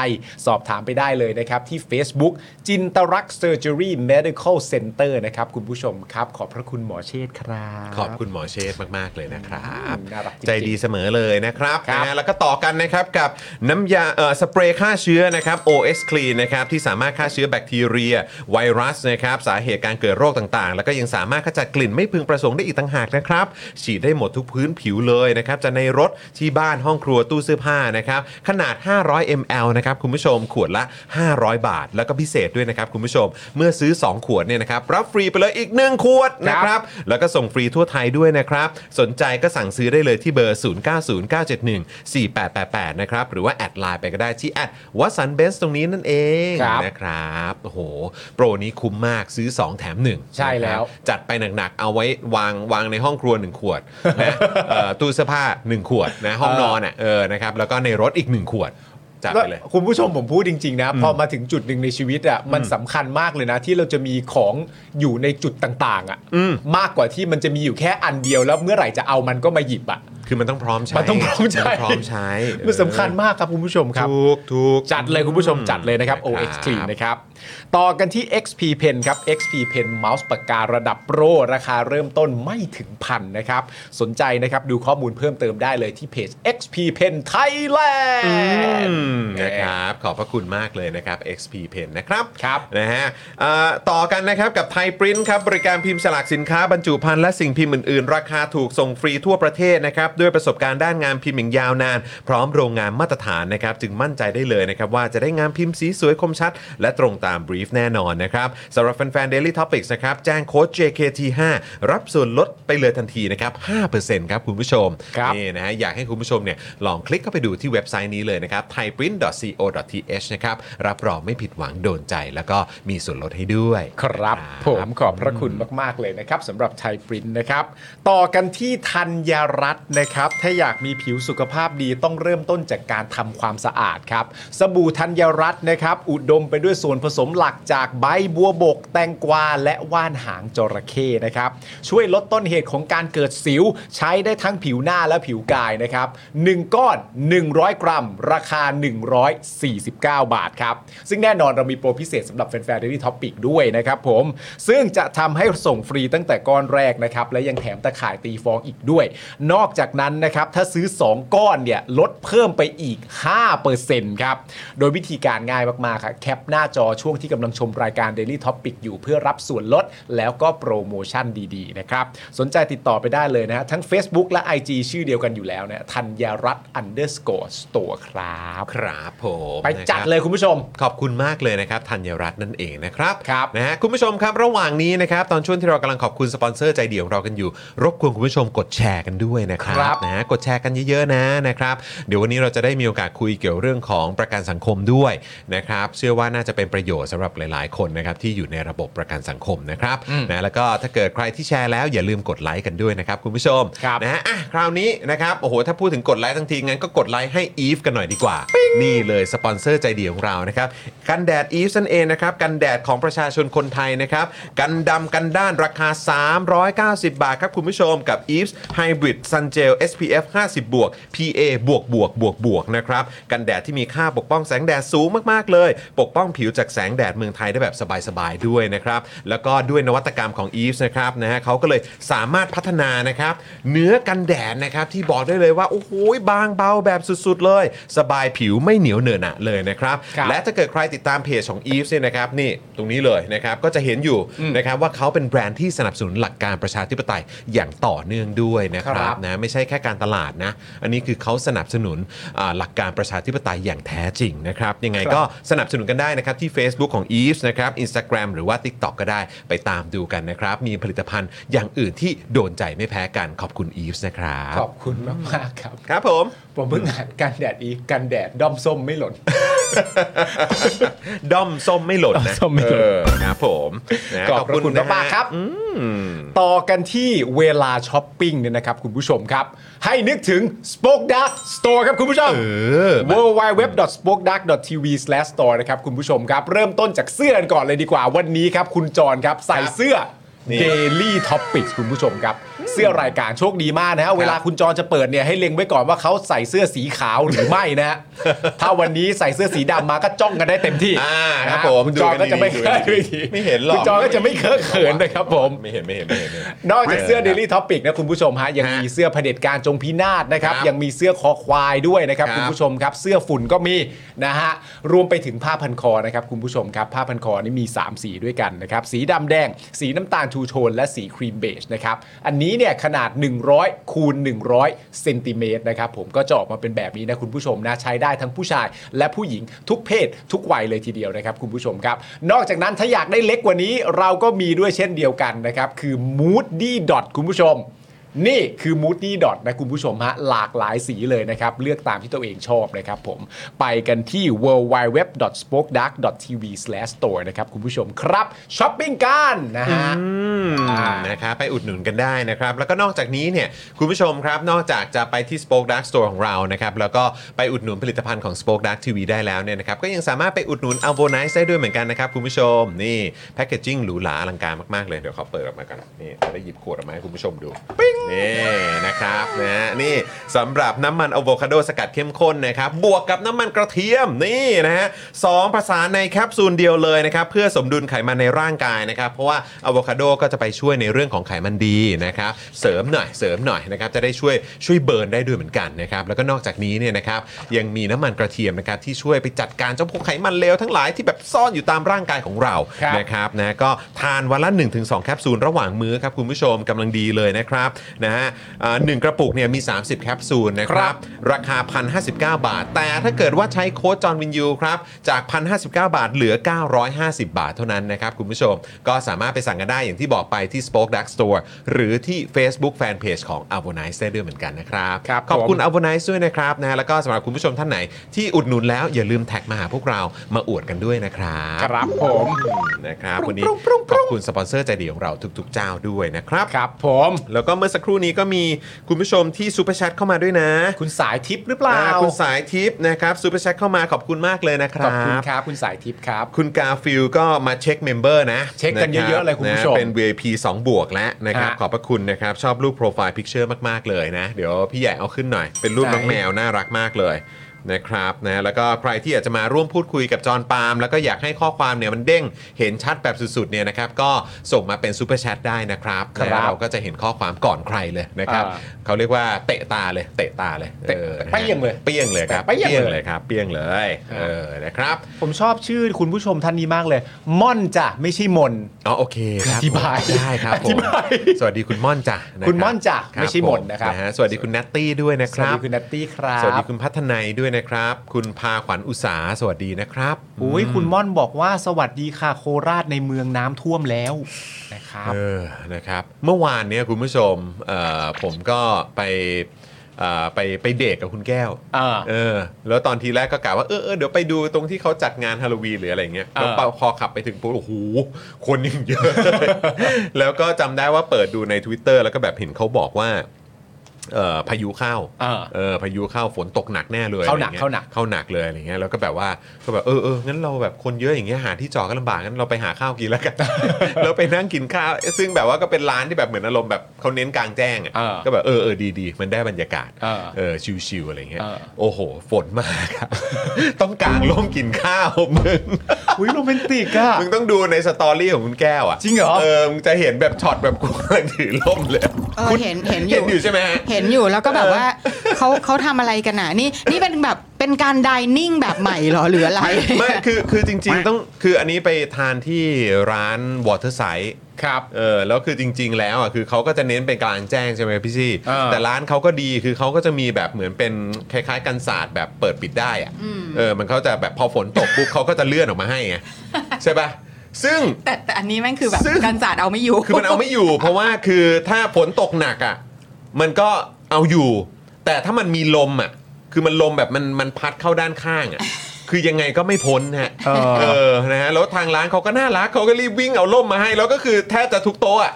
C: สอบถามไปได้เลยนะครับที่ Facebook จินตรักเซอร์เจอรี่เมดิคอลเซ็นเตอร์นะครับคุณผู้ชมครับ ขอบพระคุณหมอเชษครับ
B: ขอบคุณหมอเชษฐ์มาก ๆ เลยนะครับ
C: น่ารักจริงๆ
B: ใจดีเสมอเลยนะครับ
C: ครับ
B: นะฮะแล้วก็ต่อกันนะครับกับน้ำยาเอ่อสเปรย์ฆ่าเชื้อนะครับ OS Clean นะครับที่สามารถฆ่าเชื้อแบคทีเรีย ไวรัสนะครับสาเหตุการเกิดโรคต่างๆ แล้วก็ยังสามารถขจัดกลิ่นไม่พึงประสงค์ได้อีกต่างหากนะครับ ฉีดได้หมดทุกพื้นผิวเลยนะครับ จะในรถที่บ้านห้องครัวตู้เสื้อผ้านะครับขนาด 500 ml นะครับคุณผู้ชมขวดละ 500 บาท แล้วก็พิเศษด้วยนะครับคุณผู้ชมเมื่อซื้อ 2 ขวดเนี่ยนะครับรับฟรีไปเลยอีกหนึ่งขวดนะค
C: ครั
B: รับ บ ครับแล้วก็ส่งฟรีทั่วไทยด้วยนะครับ สนใจก็สั่งซื้อได้เลยที่เบอร์ 0909714888 นะครับ หรือว่าแอดไลน์ไปก็ได้ที่แอดวัสันเบสตรงนี้นั่นเอง
C: ครับ
B: นะครับ โอ้โห โปรนี้คุ้มมากซื้อ 2 แถม 1
C: ใช่แล้ว
B: จัดไปหนัก ๆ เอาไว้วางวางในห้องครัว 1 ขวดนะเอ่อตู้เสื้อผ้า 1 ขวดนะห้องนอนอ่ะเออนะครับแล้วก็ในรถอีก 1 ขวด จัดไปเลย
C: แล้วคุณผู้ชมผมพูดจริง ๆ นะ พอมาถึงจุดหนึ่งในชีวิตอ่ะมันสำคัญมากเลยนะ ที่เราจะมีของอยู่ในจุดต่างๆ อ่ะมากกว่าที่มันจะมีอยู่แค่อันเดียวแล้วเมื่อไหร่จะเอามันก็มาหยิบอ่ะ
B: คือมันต้องพร้อมใช้
C: มันต้องพร้อมใช้
B: นพร้อมใช้
C: มันสำคัญมากครับคุณผู้ชมครับ
B: ถูกถูก
C: จัดเลยคุณผู้ชมจัดเลยนะครับ
B: ครับ
C: OX Clean นะครับ ต่อกันที่ XP Pen ครับ XP Pen เมาส์ปากการะดับโปร ราคาเริ่มต้นไม่ถึงพันนะครับ สนใจนะครับดูข้อมูลเพิ่มเติมได้เลยที่เพจ XP Pen Thailand
B: อืมนะครับ ขอบพระคุณมากเลยนะครับ XP Pen นะครับ
C: ครับ
B: นะฮะเอ่อต่อกันนะครับกับไทยปริ้นครับ บริการพิมพ์ฉลากสินค้าบรรจุภัณฑ์และสิ่งพิมพ์อื่น ๆ ราคาถูกส่งฟรีทั่วประเทศนะครับ ด้วยประสบการณ์ด้านงานพิมพ์อย่างยาวนาน พร้อมโรงงานมาตรฐานนะครับ จึงมั่นใจได้เลยนะครับ ว่าจะได้งานพิมพ์สีสวยคมชัด และตรงตามบรีฟแน่นอนนะครับสำหรับแฟนๆ Daily Topics นะครับแจ้งโค้ด JKT5 รับส่วนลดไปเลยทันทีนะครับ5%ครับคุณผู้ชม
C: ครับ
B: นี่ นี่นะฮะอยากให้คุณผู้ชมเนี่ยลองคลิกเข้าไปดูที่เว็บไซต์นี้เลยนะครับ thaiprint.co.th นะครับ รับรองไม่ผิดหวังโดนใจ แล้วก็มีส่วนลดให้ด้วย
C: ครับ
B: นะ
C: ผมขอบพระคุณมาก ๆ เลยนะครับสำหรับไทยปรินนะครับ ต่อกันที่ธัญรัตน์นะครับ ถ้าอยากมีผิวสุขภาพดีต้องเริ่มต้นจากการทำความสะอาดครับ สบู่ธัญรัตน์นะครับ อุดมไปด้วยส่วนผสมหลักจากใบบัวบก แตงกวา และว่านหางจระเข้นะครับ ช่วยลดต้นเหตุของการเกิดสิว ใช้ได้ทั้งผิวหน้าและผิวกายนะครับ 1 ก้อน 100 กรัม ราคา 149 บาทครับ ซึ่งแน่นอนเรามีโปรพิเศษสำหรับแฟนๆ Daily Topic ด้วยนะครับผม ซึ่งจะทำให้ส่งฟรีตั้งแต่ก้อนแรกนะครับ และยังแถมตะข่ายตีฟองอีกด้วย นอกจากนั้นนะครับ ถ้าซื้อ 2 ก้อนเนี่ยลดเพิ่มไปอีก 5%ครับ โดยวิธีการง่ายมากๆครับแคปหน้าจอช่วงที่กำลังชมรายการ Daily Topic อยู่เพื่อรับส่วนลดแล้วก็โปรโมชั่นดีๆนะครับ สนใจติดต่อไปได้เลยนะฮะทั้ง Facebook และ IG ชื่อเดียวกันอยู่แล้วนะธัญรัตน์ underscore store ครับ
B: ครับผม
C: ไปจัด
B: นะครับ
C: เลยคุณผู้ชม
B: ขอบคุณมากเลยนะครับธัญรัตน์นั่นเองนะครับ
C: ครับ
B: นะฮะคุณผู้ชมครับระหว่างนี้นะครับตอนช่วงที่เรากำลังขอบคุณสปอนเซอร์ใจเดียวของเรากันอยู่ รบกวนคุณผู้ชมกดแชร์กันด้วยนะครั
C: ครับ
B: นะฮะกดแชร์กันเยอะๆนะนะครับเดี๋ยววันนี้เราจะได้มีโอกาสคุยเกี่ยวเรื่องของประกันสังคมด้วยนะครับเชื่อว่าน่าจะเป็นประโยชน์สำหรับหลายๆ คนนะครับที่อยู่ในระบบประกันสังคมนะครับ
C: อืม
B: นะแล้วก็ถ้าเกิดใครที่แชร์แล้วอย่าลืมกดไลค์กันด้วยนะครับคุณผู้ชม
C: ครับ
B: นะฮะอ่ะคราวนี้นะครับโอ้โหถ้าพูดถึงกดไลค์ทั้งทีงั้นก็กดไลค์ให้อีฟกันหน่อยดีกว่า นี่เลยสปอนเซอร์ใจดีของเรานะครับ กันแดดอีฟนั่นเองนะครับ กันแดดของประชาชนคนไทยนะครับ กันดำกันด้านราคา 390 บาทครับคุณผู้ชมกับ e v e s Hybrid Sun Gel SPF 50บวก PA บวกบวกบวกบวกนะครับ กันแดดที่มีค่าปกป้องแสงแดดสูงมากๆเลย ปกป้องผิวจากแสงแดดเมืองไทยได้แบบสบายๆด้วยนะครับ แล้วก็ด้วยนวัตกรรมของ e v e s นะครับนะฮะเขาก็เลยสามารถพัฒนานะครับเนื้อกันแดดนะครับที่บอกได้เลยว่าโอ้โหบางเบาแบบสุดๆเลย สบายผิวไม่เหนียวเหนอะหนะเลยนะครับ
C: ครับ
B: และถ้าเกิดใครติดตามเพจของ e v e s เนี่ยนะครับนี่ตรงนี้เลยนะครับก็จะเห็นอยู่นะครับว่าเขาเป็นแบรนด์ที่สนับสนุนหลักการประชาธิปไตยอย่างต่อเนื่องด้วยนะค
C: ครั
B: รับบ นะไม่ใช่แค่การตลาดนะอันนี้คือเขาสนับสนุนอ่าหลักการประชาธิปไตยอย่างแท้จริงนะครับยังไงก็สนับสนุนกันได้นะครับที่ Facebook Facebook ของ e v e s นะครับ Instagram หรือว่า TikTok ก็ได้ไปตามดูกันนะครับ มีผลิตภัณฑ์อย่างอื่นที่โดนใจไม่แพ้กันขอบคุณ e v e s นะครับ
C: ขอบคุณมากมากๆครับ
B: ครับผม
C: ผมเพิ่งอ่านกันแดดอีกกันแดดด้อมส้มไม่หล่น
B: ด้อมส้มไม่หล่นนะ
C: ด้อมส้มไม่หล่น
B: เออครับผมนะ
C: ขอบพระคุณ
B: นะฮะ
C: มากๆครับ ต่อกันที่เวลาช้อปปิ้งเนี่ยนะครับคุณผู้ชมครับ ให้นึกถึง Spoke Dark Store ครับคุณผู้ชม
B: เออ
C: w w w s p o k e d a r k t v s t o r e นะครับคุณผู้ชมครับ เริ่มต้นจากเสื้อกันก่อนเลยดีกว่า วันนี้ครับ คุณจรครับ ใส่เสื้อ
B: นี่
C: Daily Topics คุณผู้ชมครับ เสื้อรายการโชคดีมากนะฮะเวลาคุณจรจะเปิดเนี่ยให้เล็งไว้ก่อนว่าเขาใส่เสื้อสีขาวหรือไม่ นะฮะ ถ้าวันนี้ใส่เสื้อสีดำมาก็จ้องกันได้เต็มที่
B: อ่า
C: นะครับ
B: ผม
C: คุณ
B: ดู
C: จร
B: กัน
C: ก็จะไม่
B: ดีๆ
C: เคย
B: ดูกันดีๆไม่เห็นหรอก
C: คุณจรก็จะไม่เคอะเขินนะครับผม
B: ไม่เห็นไม่เห็นไม่เห็นไม่เห็น
C: นอกจากเสื้อ Daily Topic นะคุณผู้ชมฮะยัง
B: ฮะ
C: มีเสื้อเผด็จการจงพินาศนะครับ
B: ครับ
C: ยังมีเสื้อคอควายด้วยนะครับ
B: ครับ
C: คุณผู้ชมครับ เสื้อฝุ่นก็มีนะฮะรวมไปถึงผ้าพันคอนะครับคุณผู้ชมครับผ้าพันคอนี่มี 3 สีด้วยกันนะครับสีดำแดง สีน้ำตาลชูโทนและสีครีมเบจนะครับอันนี้เนี่ยขนาด 100คูณ100เซนติเมตรนะครับผมก็จะออกมาเป็นแบบนี้นะคุณผู้ชมนะใช้ได้ทั้งผู้ชาย และผู้หญิงทุกเพศทุกวัยเลยทีเดียวนะครับคุณผู้ชมครับ นอกจากนั้นถ้าอยากได้เล็กกว่านี้เราก็มีด้วยเช่นเดียวกันนะครับคือ moody dot คุณผู้ชม นี่คือ Moody Dot นะคุณผู้ชมฮะหลากหลายสีเลยนะครับ เลือกตามที่ตัวเองชอบนะครับผม ไปกันที่ w w w s p o k e d a r k t v s t o r e นะครับคุณผู้ชมครับช้อปปิ้งกันนะฮะ
B: อืมนะครับไปอุดหนุนกันได้นะครับ แล้วก็นอกจากนี้เนี่ยคุณผู้ชมครับ นอกจากจะไปที่ Spoke Dark Store ของเรานะครับ แล้วก็ไปอุดหนุนผลิตภัณฑ์ของ Spoke Dark TV ได้แล้วเนี่ยนะครับ ก็ยังสามารถไปอุดหนุน a l v o n i c e ได้ด้วยเหมือนกันนะครับ คุณผู้ชม นี่แพคเกจจิ้งหรูหราอลังการมาก ๆ เลย เดี๋ยวเขาเปิดออกมากันนี่จะได้หยิบขวดออกมาให้คุณผู้ชมดู ปิ้งนี่นะครับนะฮะนี่สำหรับน้ำมันอะโวคาโดสกัดเข้มข้นนะครับ บวกกับน้ำมันกระเทียมนี่นะฮะสองประสานในแคปซูลเดียวเลยนะครับ เพื่อสมดุลไขมันในร่างกายนะครับ เพราะว่าอะโวคาโดก็จะไปช่วยในเรื่องของไขมันดีนะครับ เสริมหน่อยเสริมหน่อยนะครับจะได้ช่วยช่วยเบิร์นได้ด้วยเหมือนกันนะครับ แล้วก็นอกจากนี้เนี่ยนะครับยังมีน้ำมันกระเทียมนะครับที่ช่วยไปจัดการเจ้าพวกไขมันเลวทั้งหลายที่แบบซ่อนอยู่ตามร่างกายของเรา
C: ครับ
B: นะ นะครับนะก็ทานวันละ 1-2 แคปซูลระหว่างมื้อครับคุณผู้ชมกำลังดีเลยนะครับนะฮะอ่าหนึ่งกระปุกเนี่ยมี 30 แคปซูลนะค
C: ครั
B: รับ
C: บ
B: ราคา 1,059 บาท แต่ถ้าเกิดว่าใช้โค้ดจอห์นวินยูครับ จาก 1,059 บาทเหลือ 950 บาทเท่านั้นนะครับคุณผู้ชมก็สามารถไปสั่งกันได้อย่างที่บอกไปที่ Spoke Dark Store หรือที่ Facebook Fanpage ของ a v o n i c e ด้วยเหมือนกันนะครับ
C: ครับ
B: ขอบคุณ
C: ผม
B: a v o n i c e ด้วยนะครับนะแล้วก็สำหรับคุณผู้ชมท่านไหน ที่อุดหนุนแล้วอย่าลืมแท็กมาหาพวกเรามาอวดกันด้วยนะครับ
C: ครับผม
B: นะครับวันนี้
C: ปรุงปรุงป
B: ข
C: รุ
B: อบ
C: ง
B: คุณสปอนเซอร์ใจดีของเราทุกๆ เจ้าด้วยนะครับ
C: ครับผม
B: แล้วก็เมื่อสักครู่นี้ก็มีคุณผู้ชมที่ซูเปอร์แชทเข้ามาด้วยนะ
C: คุณสายทิพย์หรือเปล่า
B: อ่าคุณสายทิพย์นะครับซูเปอร์แชทเข้ามาขอบคุณมากเลยนะค
C: ข
B: รั
C: อบคุณ
B: บ
C: ครับคุณสายทิพย์ครับ
B: คุณกาฟิลก็มาเช็คเมมเบอร์นะ
C: เช็คกัน
B: รับ
C: เยอะๆเลยคุณผู้
B: นะ
C: ชม
B: เป็น VIP 2 บวกแล้วนะครับ
C: ฮะ
B: ขอบพระคุณนะครับ ชอบรูปโปรไฟล์พิกเ u อร์มากๆเลยนะ เดี๋ยวพี่ใหญ่เอาขึ้นหน่อย เป็นรูป
C: ใช่
B: น้องแมวน่ารักมากเลยนะครับนะแล้วก็ใครที่อยากจะมาร่วมพูดคุยกับจอห์นปาล์มแล้วก็อยากให้ข้อความเนี่ยมันเด้งเห็นชัดแบบสุดๆเนี่ยนะครับก็ส่งมาเป็นซูเปอร์แชทได้นะครับ
C: ครับ
B: นะเราก็จะเห็นข้อความก่อนใครเลยนะครับ
C: อ่า
B: เขาเรียกว่าเตะตาเลยเตะตาเลย
C: เตะ
B: ออนะฮะ
C: เปี้ยงเลย
B: เปี้ยงเลยครับ
C: เปี้ยงเลย
B: เลยครับเปี้ยงเลยเออนะครับ
C: ผมชอบชื่อคุณผู้ชมท่านนี้มากเลย ม่อนจ้ะไม่ใช่มน
B: อ๋อโอเคครับ
C: อธิบาย
B: ผมได้ครับผม
C: อธิบาย
B: สวัสดีคุณม่อนจ้ะนะรับ
C: คุณม่อนจ้ะ
B: ครับ
C: ไม่ใช่มนนะครับ
B: ผฮสวัสดีคุณนัตตี้ด้วยนะ
C: ส
B: ค
C: วัส
B: รับ
C: ดีคุณนัตตี้ครับ
B: สวัสดีคุณพัฒนัยด้วยนะครับ คุณพาขวัญอุตสาสวัสดีนะครับ
C: อุ้ยคุณม่อนบอกว่าสวัสดีค่ะโคราชในเมืองน้ำท่วมแล้วนะครับ
B: เออนะครับเมื่อวานเนี้ยคุณผู้ชมเอ่อผมก็ไปเอ่อไปไปเดทกับคุณแก้ว
C: อ่า
B: เออ แล้วตอนทีแรกก็กะว่าเออเออเดี๋ยวไปดูตรงที่เขาจัดงานฮาโลวีนหรืออะไรเงี้ย
C: อ่า
B: แล้วพอขับไปถึงปุ๊บโอ้โหคนยังเยอะ แล้วก็จำได้ว่าเปิดดูใน Twitter แล้วก็แบบเห็นเขาบอกว่าเอ่อพายุเข้า
C: เออ
B: เออพายุเข้าฝนตกหนักแน่เลย
C: เข้าหนัก
B: อะไรงี้ย
C: เข้าหนัก
B: เข้าหนักเลยอะไรเงี้ยแล้วก็แบบว่าก็แบบเออเอองั้นเราแบบคนเยอะอย่างเงี้ยหาที่จอดก็ลำบากงั้นเราไปหาข้าวกิน แล้วกัน แล้วไปนั่งกินข้าวซึ่งแบบว่าก็เป็นร้านที่แบบเหมือนอารมณ์แบบเขาเน้นกลางแจ้งอะ
C: เออ
B: ก็แบบเออเออดีดีมันได้บรรยากาศ
C: เออ
B: เออชิวๆอะไรเงี้ย
C: เออ
B: โอ้โห ฝนมากครับ ต้องกางร่มกินข้าวมึง
C: อุ้ยโรแมนติกอ่ะ
B: มึงต้องดูในสตอรี่ของคุณแก้วอ่ะ
C: จริงเหรอ
B: เออมึงจะเห็นแบบช็อตแบบกูกำลังถือร่มเลย
C: เ
E: ออ
B: คุณ
E: เห็นเห็นอ
B: เห็
E: ยู่
B: นอยู่ใช่ไหมฮะ
E: เห็นอยู่แล้วก็แบบว่าเขาเขาทำอะไรกันน่ะนี่นี่เป็นแบบเป็นการไดนิ่งแบบใหม่เหรอหรืออะไร
B: ไม่ คือคือจริงๆต้องคืออันนี้ไปทานที่ร้านวอเตอร์ไซด์
C: ครับ
B: เออแล้วคือจริง ๆ แล้วอ่ะคือเขาก็จะเน้นเป็นกลางแจ้งใช่ไหมพี่ซี่
C: เออ
B: แต่ร้านเขาก็ดีคือเขาก็จะมีแบบเหมือนเป็นคล้ายๆ กันศาสตร์แบบเปิดปิดได้อ่ะเออมันเขาจะแบบพอฝนตกปุ๊บเขาก็จะเลื่อนออกมาให้ไงใช่ปะซึ่ง
E: แต่แต่อันนี้แม่งคือแบบ
B: ซึ่ง
E: การจัดเอาไม่อยู่
B: คือมันเอาไม่ อยู่ เพราะว่าคือถ้าฝนตกหนักอ่ะมันก็เอาอยู่ แต่ถ้ามันมีลมอ่ะคือมันลมแบบมันมันพัดเข้าด้านข้างอ่ะคือยังไงก็ไม่พ้นฮะ
C: เอ
B: เอ
C: อ
B: อ นะฮะ แล้วทางร้านเขาก็น่ารักเขาก็รีบวิ่งเอาล่มมาให้ แล้วก็คือแทบจะทุกโต๊ะอะ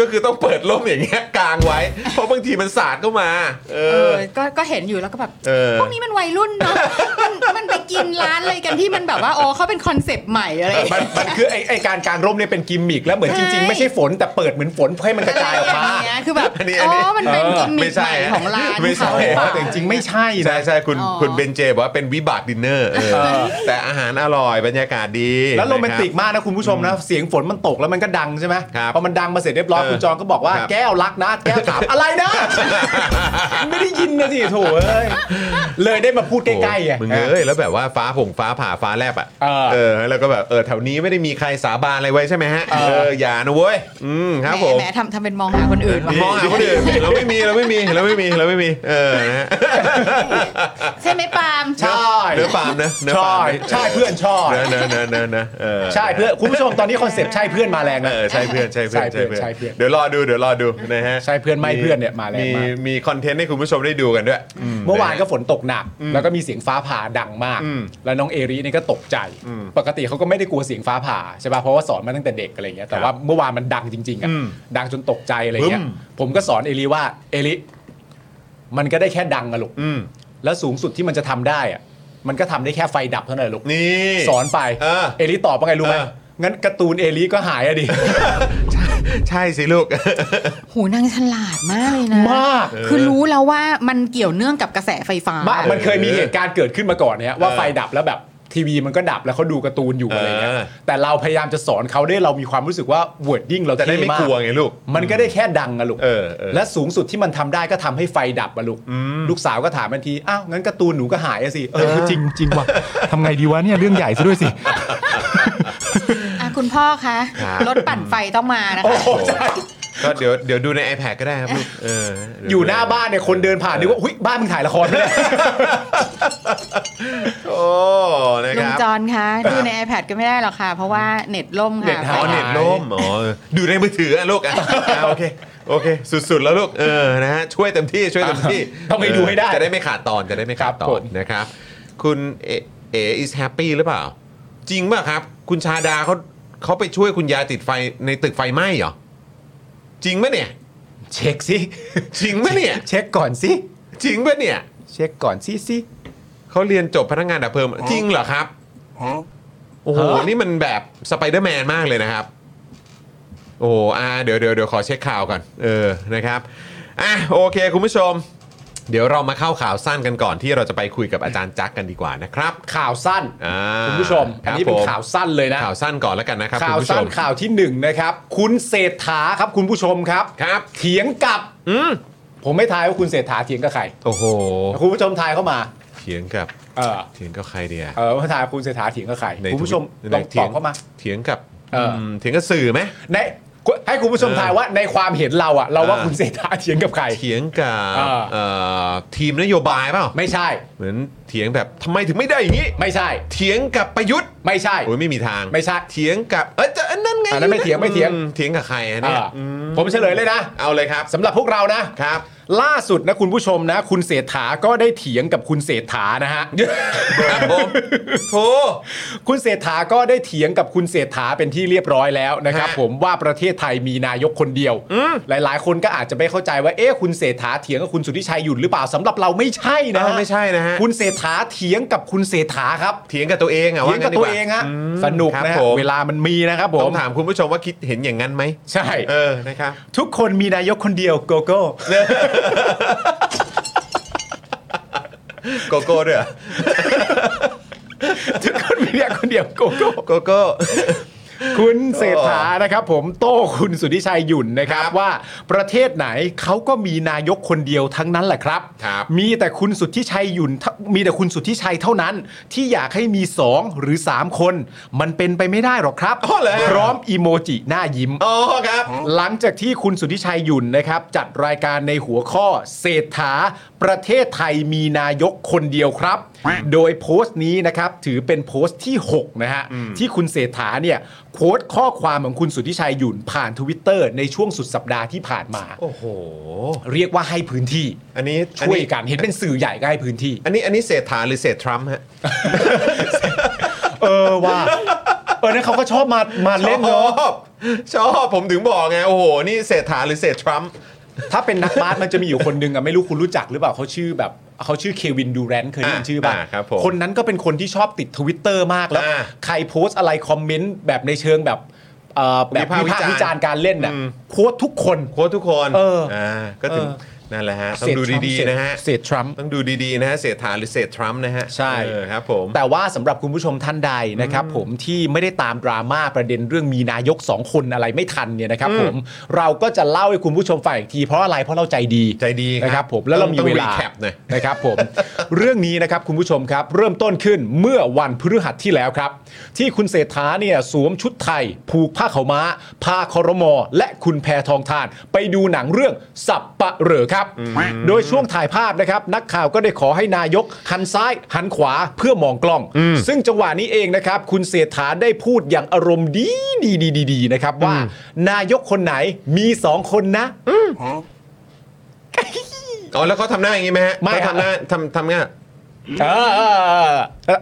B: ก็คือต้องเปิดล่มอย่างเงี้ยกลางไว้ เพราะบางทีมันสาดเข้ามา เอ
E: เอ
B: อ
E: อก็ก็เห็นอยู่แล้วก็แบบ
B: เออ
E: พวกนี้มันวัยรุ่นเนาะ มันมันไปกินร้านอะไรกันที่มันแบบว่าโอ้เขาเป็นคอนเซปต์ใหม่อะไรอย่าง
C: มั
E: เงี้
C: น
E: ย
C: มันคือไอ้ไอ้การกางร่มเนี่ยเป็นกิมมิคแล้วเหมือนจริง ๆ ไม่ใช่ฝนแต่เปิดเหมือนฝนเพื่อให้มันกระจายออกมา
E: ย่งเงี้ยคือแบบ
B: อันนี้อั
E: อ๋
B: นนี้
E: อมันเป็น
B: เออ
E: กิม
B: ไม่
E: มิค
B: ใช่
E: ใหม่ของร้าน
B: ไม่ใช่
E: เขาหรือเปล่า
C: แต่จริงๆไม่ใช่นะ
B: ใช่ใช่คุณ
E: อ๋อ
B: คุณเบนเจบอกว่าเป็นวิบากดินเนอร์เออ
C: เออ
B: แต่อาหารอร่อยบรรยากาศดี
C: แล้วโรแมนติก
B: ะค
C: มากนะคุณผู้ชมนะ เสียงฝนมันตกแล้วมันก็ดังใช่ไหม
B: ครับ
C: พอมันดังมาเสร็จเรียบร้อย
B: เออ
C: คุณจองก็บอกว่า
B: ครับ
C: แก้วรักนะ แก้วถาม อะไรนะ ไม่ได้ยินนะสิโถเอ้ยเลยได้มาพูด
B: บ
C: ใกล้ๆไง
B: โอ้มึงเอ้ยแล้วแบบว่าฟ้าผงฟ้าผ่าฟ้าแลบอ่ะ
C: เออ
B: แล้วก็แบบเออแถวนี้ไม่ได้มีใครสาบานอะไรไว้ใช่ไหมฮะเอออย่านะเว้ยอืมครับ
E: แห
B: ผม
E: มแหมทำทำเป็นมองหาคนอื่นว่ะ
B: มองหาคนอื่นเราไม่มีเราไม่มีเราไม่มีเราไม่มีเออนะฮะ
E: ใช่ไหมปาล์ม
C: ใช่
B: เนื้อปาล์มนะเนื้อ
C: ใช่
B: ปาล์ม
C: ใช่เพื่อนชอบ
B: เนื้อเนื้อเนื้อเนื้อเนื้อเออ
C: ใช่เพื่อนคุณผู้ชมตอนนี้คอนเซปต์ใช่เพื่อนมาแรง
B: เอ
C: นะ
B: อใช่เพื่อนใช่เพื่อน
C: ใช่เพื่อนใช่เพื่อน
B: เดี๋ยวรอดูเดี๋ยวรอดูนะฮะ
C: ใช่เพื่อนไม่เพื่อนเนี่ยมาแรง
B: มี
C: มาก
B: มีคอนเทนต์ให้คุณผู้ชมได้ดูกันด้วย
C: เมื่อวานก็
B: ะฮะ
C: ฝนตกหนัก แล้วก็มีเสียงฟ้าผ่าดังมาก
B: อืม
C: แล้วน้องเอรินี่ก็ตกใจ
B: อืม
C: ปกติเขาก็ไม่ได้กลัวเสียงฟ้าผ่าใช่ป่ะเพราะว่าสอนมาตั้งแต่เด็กอะไรเงี้ยแต่ว่าเมื่อวานมันดังจริงๆอ่ะ
B: อืม
C: ดังจนตกใจอะไรเงี้ย
B: บึ้ม
C: ผมก็สอนเอริว่าเอริมันก็ได้แค่ดังอะลูก
B: อืม
C: แล้วสูงสุดที่มันจะทำได้อะมันก็ทำได้แค่ไฟดับเท่านั้นอะลูก
B: นี่
C: สอนไป
B: เออ
C: เอริตอบว่าไงรู้ไหม
B: เออ
C: งั้นการ์ตูนเอริก็หายอะดิ
B: ใช่สิลูก
E: หูนางฉลาดมากเลยนะ
C: มาก
E: คือรู้แล้วว่ามันเกี่ยวเนื่องกับกระแสไฟฟ้า
C: มากมันเคยมีเหตุการณ์เกิดขึ้นมาก่อนเนี่ยว่า
B: เออ
C: ไฟดับแล้วแบบทีวีมันก็ดับแล้วเขาดูการ์ตูนอยู่
B: เอออ
C: อะไรเงี้ยแต่เราพยายามจะสอนเขาด้วยเรามีความรู้สึกว่า w o r d ด i n g เรา
B: จะได้ไม่
C: เท่าก
B: ลัวไงลูก
C: มันก็ได้แค่ดังอะลูก
B: เออเออ
C: และสูงสุดที่มันทำได้ก็ทำให้ไฟดับอะลูก ลูกสาวก็ถามทันทีอ้าวงั้นการ์ตูนหนูก็หายอะสิเออจริงจริงว่ะ ทำไงดีวะเนี่ยเรื่องใหญ่ซะด้วยสิ
E: อ่ะคุณพ่อคะ
B: ครับ
E: รถปั่นไฟต้องมานะ
C: โอ้
E: คะ
C: โหใช่
B: ก็เดี๋ยวเดี๋ยวดูใน iPad ก็ได้ครับลูกเออ
C: อ
B: อยู่
C: หน้าบ้านเนี่ยคนเดินผ่านนึกว่าหุ้ยบ้านมึงถ่ายละครเลย
B: โอ้นะ
E: ลุ
B: ค
E: ง
B: รับ
E: จอนคะดูใน iPad ก็ไม่ได้หรอกค่ะ เพราะว่าเน็ตล่ม
C: เน็ต
E: ค่ะ
C: หา
B: อ๋อ
C: ย
B: เน็ตล่มอ๋อดูในมือถืออะลูกอะอ่ะโอเคโอเค สุดๆแล้วลูกเออนะฮะช่วยเต็มที่ช่วยเต็มที่
C: ต้องไปดูให้ได้
B: จะได้ไม่ขาดตอนจะได้ไม่ขาดต
C: ครับผ
B: อน
C: ม
B: นะครับ คุณเอเอ is happy หรือเปล่า จริงป่ะครับ คุณชาดาเขาเขาไปช่วยคุณยายติดไฟในตึกไฟไหม้เหรอ จริงป่ะเนี่ย
C: เช็คสิ
B: จริงป่ะเนี่ย
C: เช็คก่อนสิ
B: จริงป่ะเนี่ย
C: เช็คก่อนสิสิ
B: เขาเรียนจบพนักงานดับเพลิงจริงเหรอครับโอ้โห
C: ฮะ
B: นี่มันแบบสไปเดอร์แมนมากเลยนะครับ โอ้โหอ่าเดี๋ยวเดี๋ยวเดี๋ยวขอเช็คข่าวก่อนเออนะครับอ่ะโอเคคุณผู้ชม เดี๋ยวเรามาเข้าข่าวสั้นกันก่อนที่เราจะไปคุยกับอาจารย์จักกันดีกว่านะครับ
C: ข่าวสั้น
B: อ่า
C: คุณผู้ชม อันนี้
B: ครับ
C: เป็น
B: ผม
C: ข่าวสั้นเลยนะ
B: ข่าวสั้นก่อนแล้วกันนะครับ
C: ข่า
B: คุ
C: ว
B: ณผู้ช
C: สั้น
B: ม
C: ข่าวที่หนึ่งนะครับ คุณเศรษฐาครับคุณผู้ชมครับ
B: ครับ
C: เถียงกับ
B: อืม
C: ผมไม่ทายว่าคุณเศรษฐาเถียงกับใคร
B: โอ้โห
C: คุณผู้ชมทายเข้ามา
B: เถียงกับ
C: เออ
B: เถียงกับใครเดีย
C: เออว่าทายคุณเศรษฐาเถียงกับใคร
B: ใน
C: คุณผู้ชม
B: ทวิต
C: ลอง
B: ถี
C: ต
B: ย
C: อบเข้ามา
B: เถียงกับ
C: เอออื
B: มเถียงกับสื่อไหม
C: ในให้คุณผู้ชม
B: เออ
C: ทายว่าในความเห็นเราอะเราว่า
B: เออ
C: คุณเศรษฐาเถียงกับใคร
B: เถียงกับ
C: เออ
B: เอ่อทีมนโยบายเปล่า
C: ไม่ใช่
B: เหมือนเถียงแบบทำไมถึงไม่ได้อย่างนี้
C: ไม่ใช่
B: เถียงกับประยุทธ์
C: ไม่ใช่
B: โอ้ยไม่มีทาง
C: ไม่ใช่
B: เถียงกับเออจะอันนั้นไง
C: อันนั้นไม่เถียงไม่เถียง
B: อืเถียงกับใครอัน
C: เอ
B: เนี้ย
C: ออ
B: ม
C: ผมเฉลยเลยนะ
B: เอาเลยครับ
C: สำหรับพวกเรานะ
B: ครับ
C: ล่าสุดนะคุณผู้ชมนะ คุณเศรษฐาก็ได้เถียงกับคุณเศรษฐานะฮะ
B: ครับ ผมโถ
C: คุณเศรษฐาก็ได้เถียงกับคุณเศรษฐาเป็นที่เรียบร้อยแล้วนะครับ
B: ฮะ
C: ผมว่าประเทศไทยมีนายกคนเดียว หลายๆ คนก็อาจจะไม่เข้าใจว่าเอ๊ะคุณเศรษฐาเถียงกับคุณสุทธิชัยหยุ่นหรือเปล่าสำหรับเราไม่ใช่นะ
B: เออไม่ใช่นะฮะ
C: คุณเศรษฐาเถียงกับคุณเศรษฐาครับ
B: เถียงกับตัวเองอะ
C: เถียงกั
B: า
C: บ
B: ดี
C: ตัว
B: ว่า
C: เองฮะ
B: ม
C: สนุก
B: ครับ
C: นะฮะ
B: ผม
C: เวลามันมีนะครับผ
B: ต้
C: ม
B: องถามคุณผู้ชมว่าคิดเห็นอย่างนั้นไหม
C: ใช่
B: เออ นะครับ
C: ทุกคนมีนายกคนเดียวโกโก้
B: โกโก้ด้วยเหรอ
C: ทุกคนมีนายกคนเดียวโกโก้
B: โกโก้
C: คุณเศรษฐานะครับ ผมโต้คุณสุทธิชัยหยุ่นนะครับว่าประเทศไหนเขาก็มีนายกคนเดียวทั้งนั้นแหละครับ
B: ครับ
C: มีแต่คุณสุทธิชัยหยุ่นเท่ามีแต่คุณสุทธิชัยเท่านั้น ที่อยากให้มี 2 หรือ 3 คน มันเป็นไปไม่ได้หรอกครับ
B: อ๋อเหรอ
C: พร้อมอีโมจิหน้ายิ้ม
B: อ๋อครับ
C: หลังจากที่คุณสุทธิชัยหยุ่นนะครับ จัดรายการในหัวข้อเศรษฐา ประเทศไทยมีนายกคนเดียวครับ โดยโพสต์นี้นะครับ ถือเป็นโพสต์ที่ 6 นะฮะ ที่คุณเศรษฐาเนี่ยโค้ดข้อความของคุณสุทธิชัยหยุ่นผ่านทวิตเตอร์ในช่วงสุดสัปดาห์ที่ผ่านมา
B: โอ้โห
C: เรียกว่าให้พื้นที่
B: อันนี้อั
C: ช่วยกันเห็นเป็นสื่อใหญ่ก็ให้พื้นที่
B: อันนี้อันนี้เศรษฐาหรือเศรษฐทรัมป์ฮะ
C: เออว่าเออเนี่ยเขาก็ชอบมามาเล่น
B: ช
C: เนาะ
B: อบ ชอบผมถึงบอกไง โอ้โห นี่เศรษฐาหรือเศรษฐทรัมป์
C: ถ้าเป็นนักบาสมันจะมีอยู่คนหนึงอะไม่รู้คุณรู้จักหรือเปล่าเขาชื่อแบบเขาชื่อเควินดูแรนต์เคยได้ยิน
B: อ่า
C: ชื่อป่ะ
B: อ่าครับผม
C: นนั้นก็เป็นคนที่ชอบติดทวิตเตอร์มากแล้ว
B: อ่า
C: ใครโพสต์อะไรคอมเมนต์แบบในเชิงแบบเอ่อแบบ
B: วิพากษ์
C: วิพากษ์
B: วิ
C: วิจา
B: จาร รณ์
C: ณ์การเล่นน่ะ
B: อืม
C: โค้ดทุกคน
B: โค้ชทุกคน
C: เอออ่
B: ก็ถึง
C: เออ
B: นั่นแหละฮะ ต้องดูดีๆนะฮะ
C: เศรษฐ์ทรัมป์
B: ต้องดูดีๆนะฮะ เศรษฐาหรือเศรษฐทรัมป์นะฮะ
C: ใช่
B: เออครับผม
C: แต่ว่าสำหรับคุณผู้ชมท่านใดนะครับผมที่ไม่ได้ตามดราม่าประเด็นเรื่องมีนายก 2 คนอะไรไม่ทันเนี่ยนะครับผมเราก็จะเล่าให้คุณผู้ชมฟังอีกทีเพราะอะไรเพราะเราใจดี
B: ใจดีครับ
C: นะครับผมแล้วเรามี
B: ต้อง
C: เวลา
B: recap หน่อย
C: นะครับผม เรื่องนี้นะครับคุณผู้ชมครับ เริ่มต้นขึ้นเมื่อวันพฤหัสที่แล้วครับ ที่คุณเศรษฐาเนี่ยสวมชุดไทย ผูกผ้าขาวม้า พาคอรมอ และคุณแพทองทาน ไปดูหนังเรื่องสับปะเหรอครับ โดยช่วงถ่ายภาพนะครับ นักข่าวก็ได้ขอให้นายก หันซ้าย หันขวาเพื่อมองกล้อง ซึ่งจังหวะนี้เองนะครับ คุณเศรษฐาได้พูดอย่างอารมณ์ดีดีดีดีดีนะครับว่า นายกคนไหนมีสองคนนะ
B: อ๋อ แล้วเขาทำหน้าอย่างงี้ไหมฮะ
C: ไม่
B: เขา
C: ครับ
B: ทำหน้าทำทำเงี้ย
C: เออเออเออเออ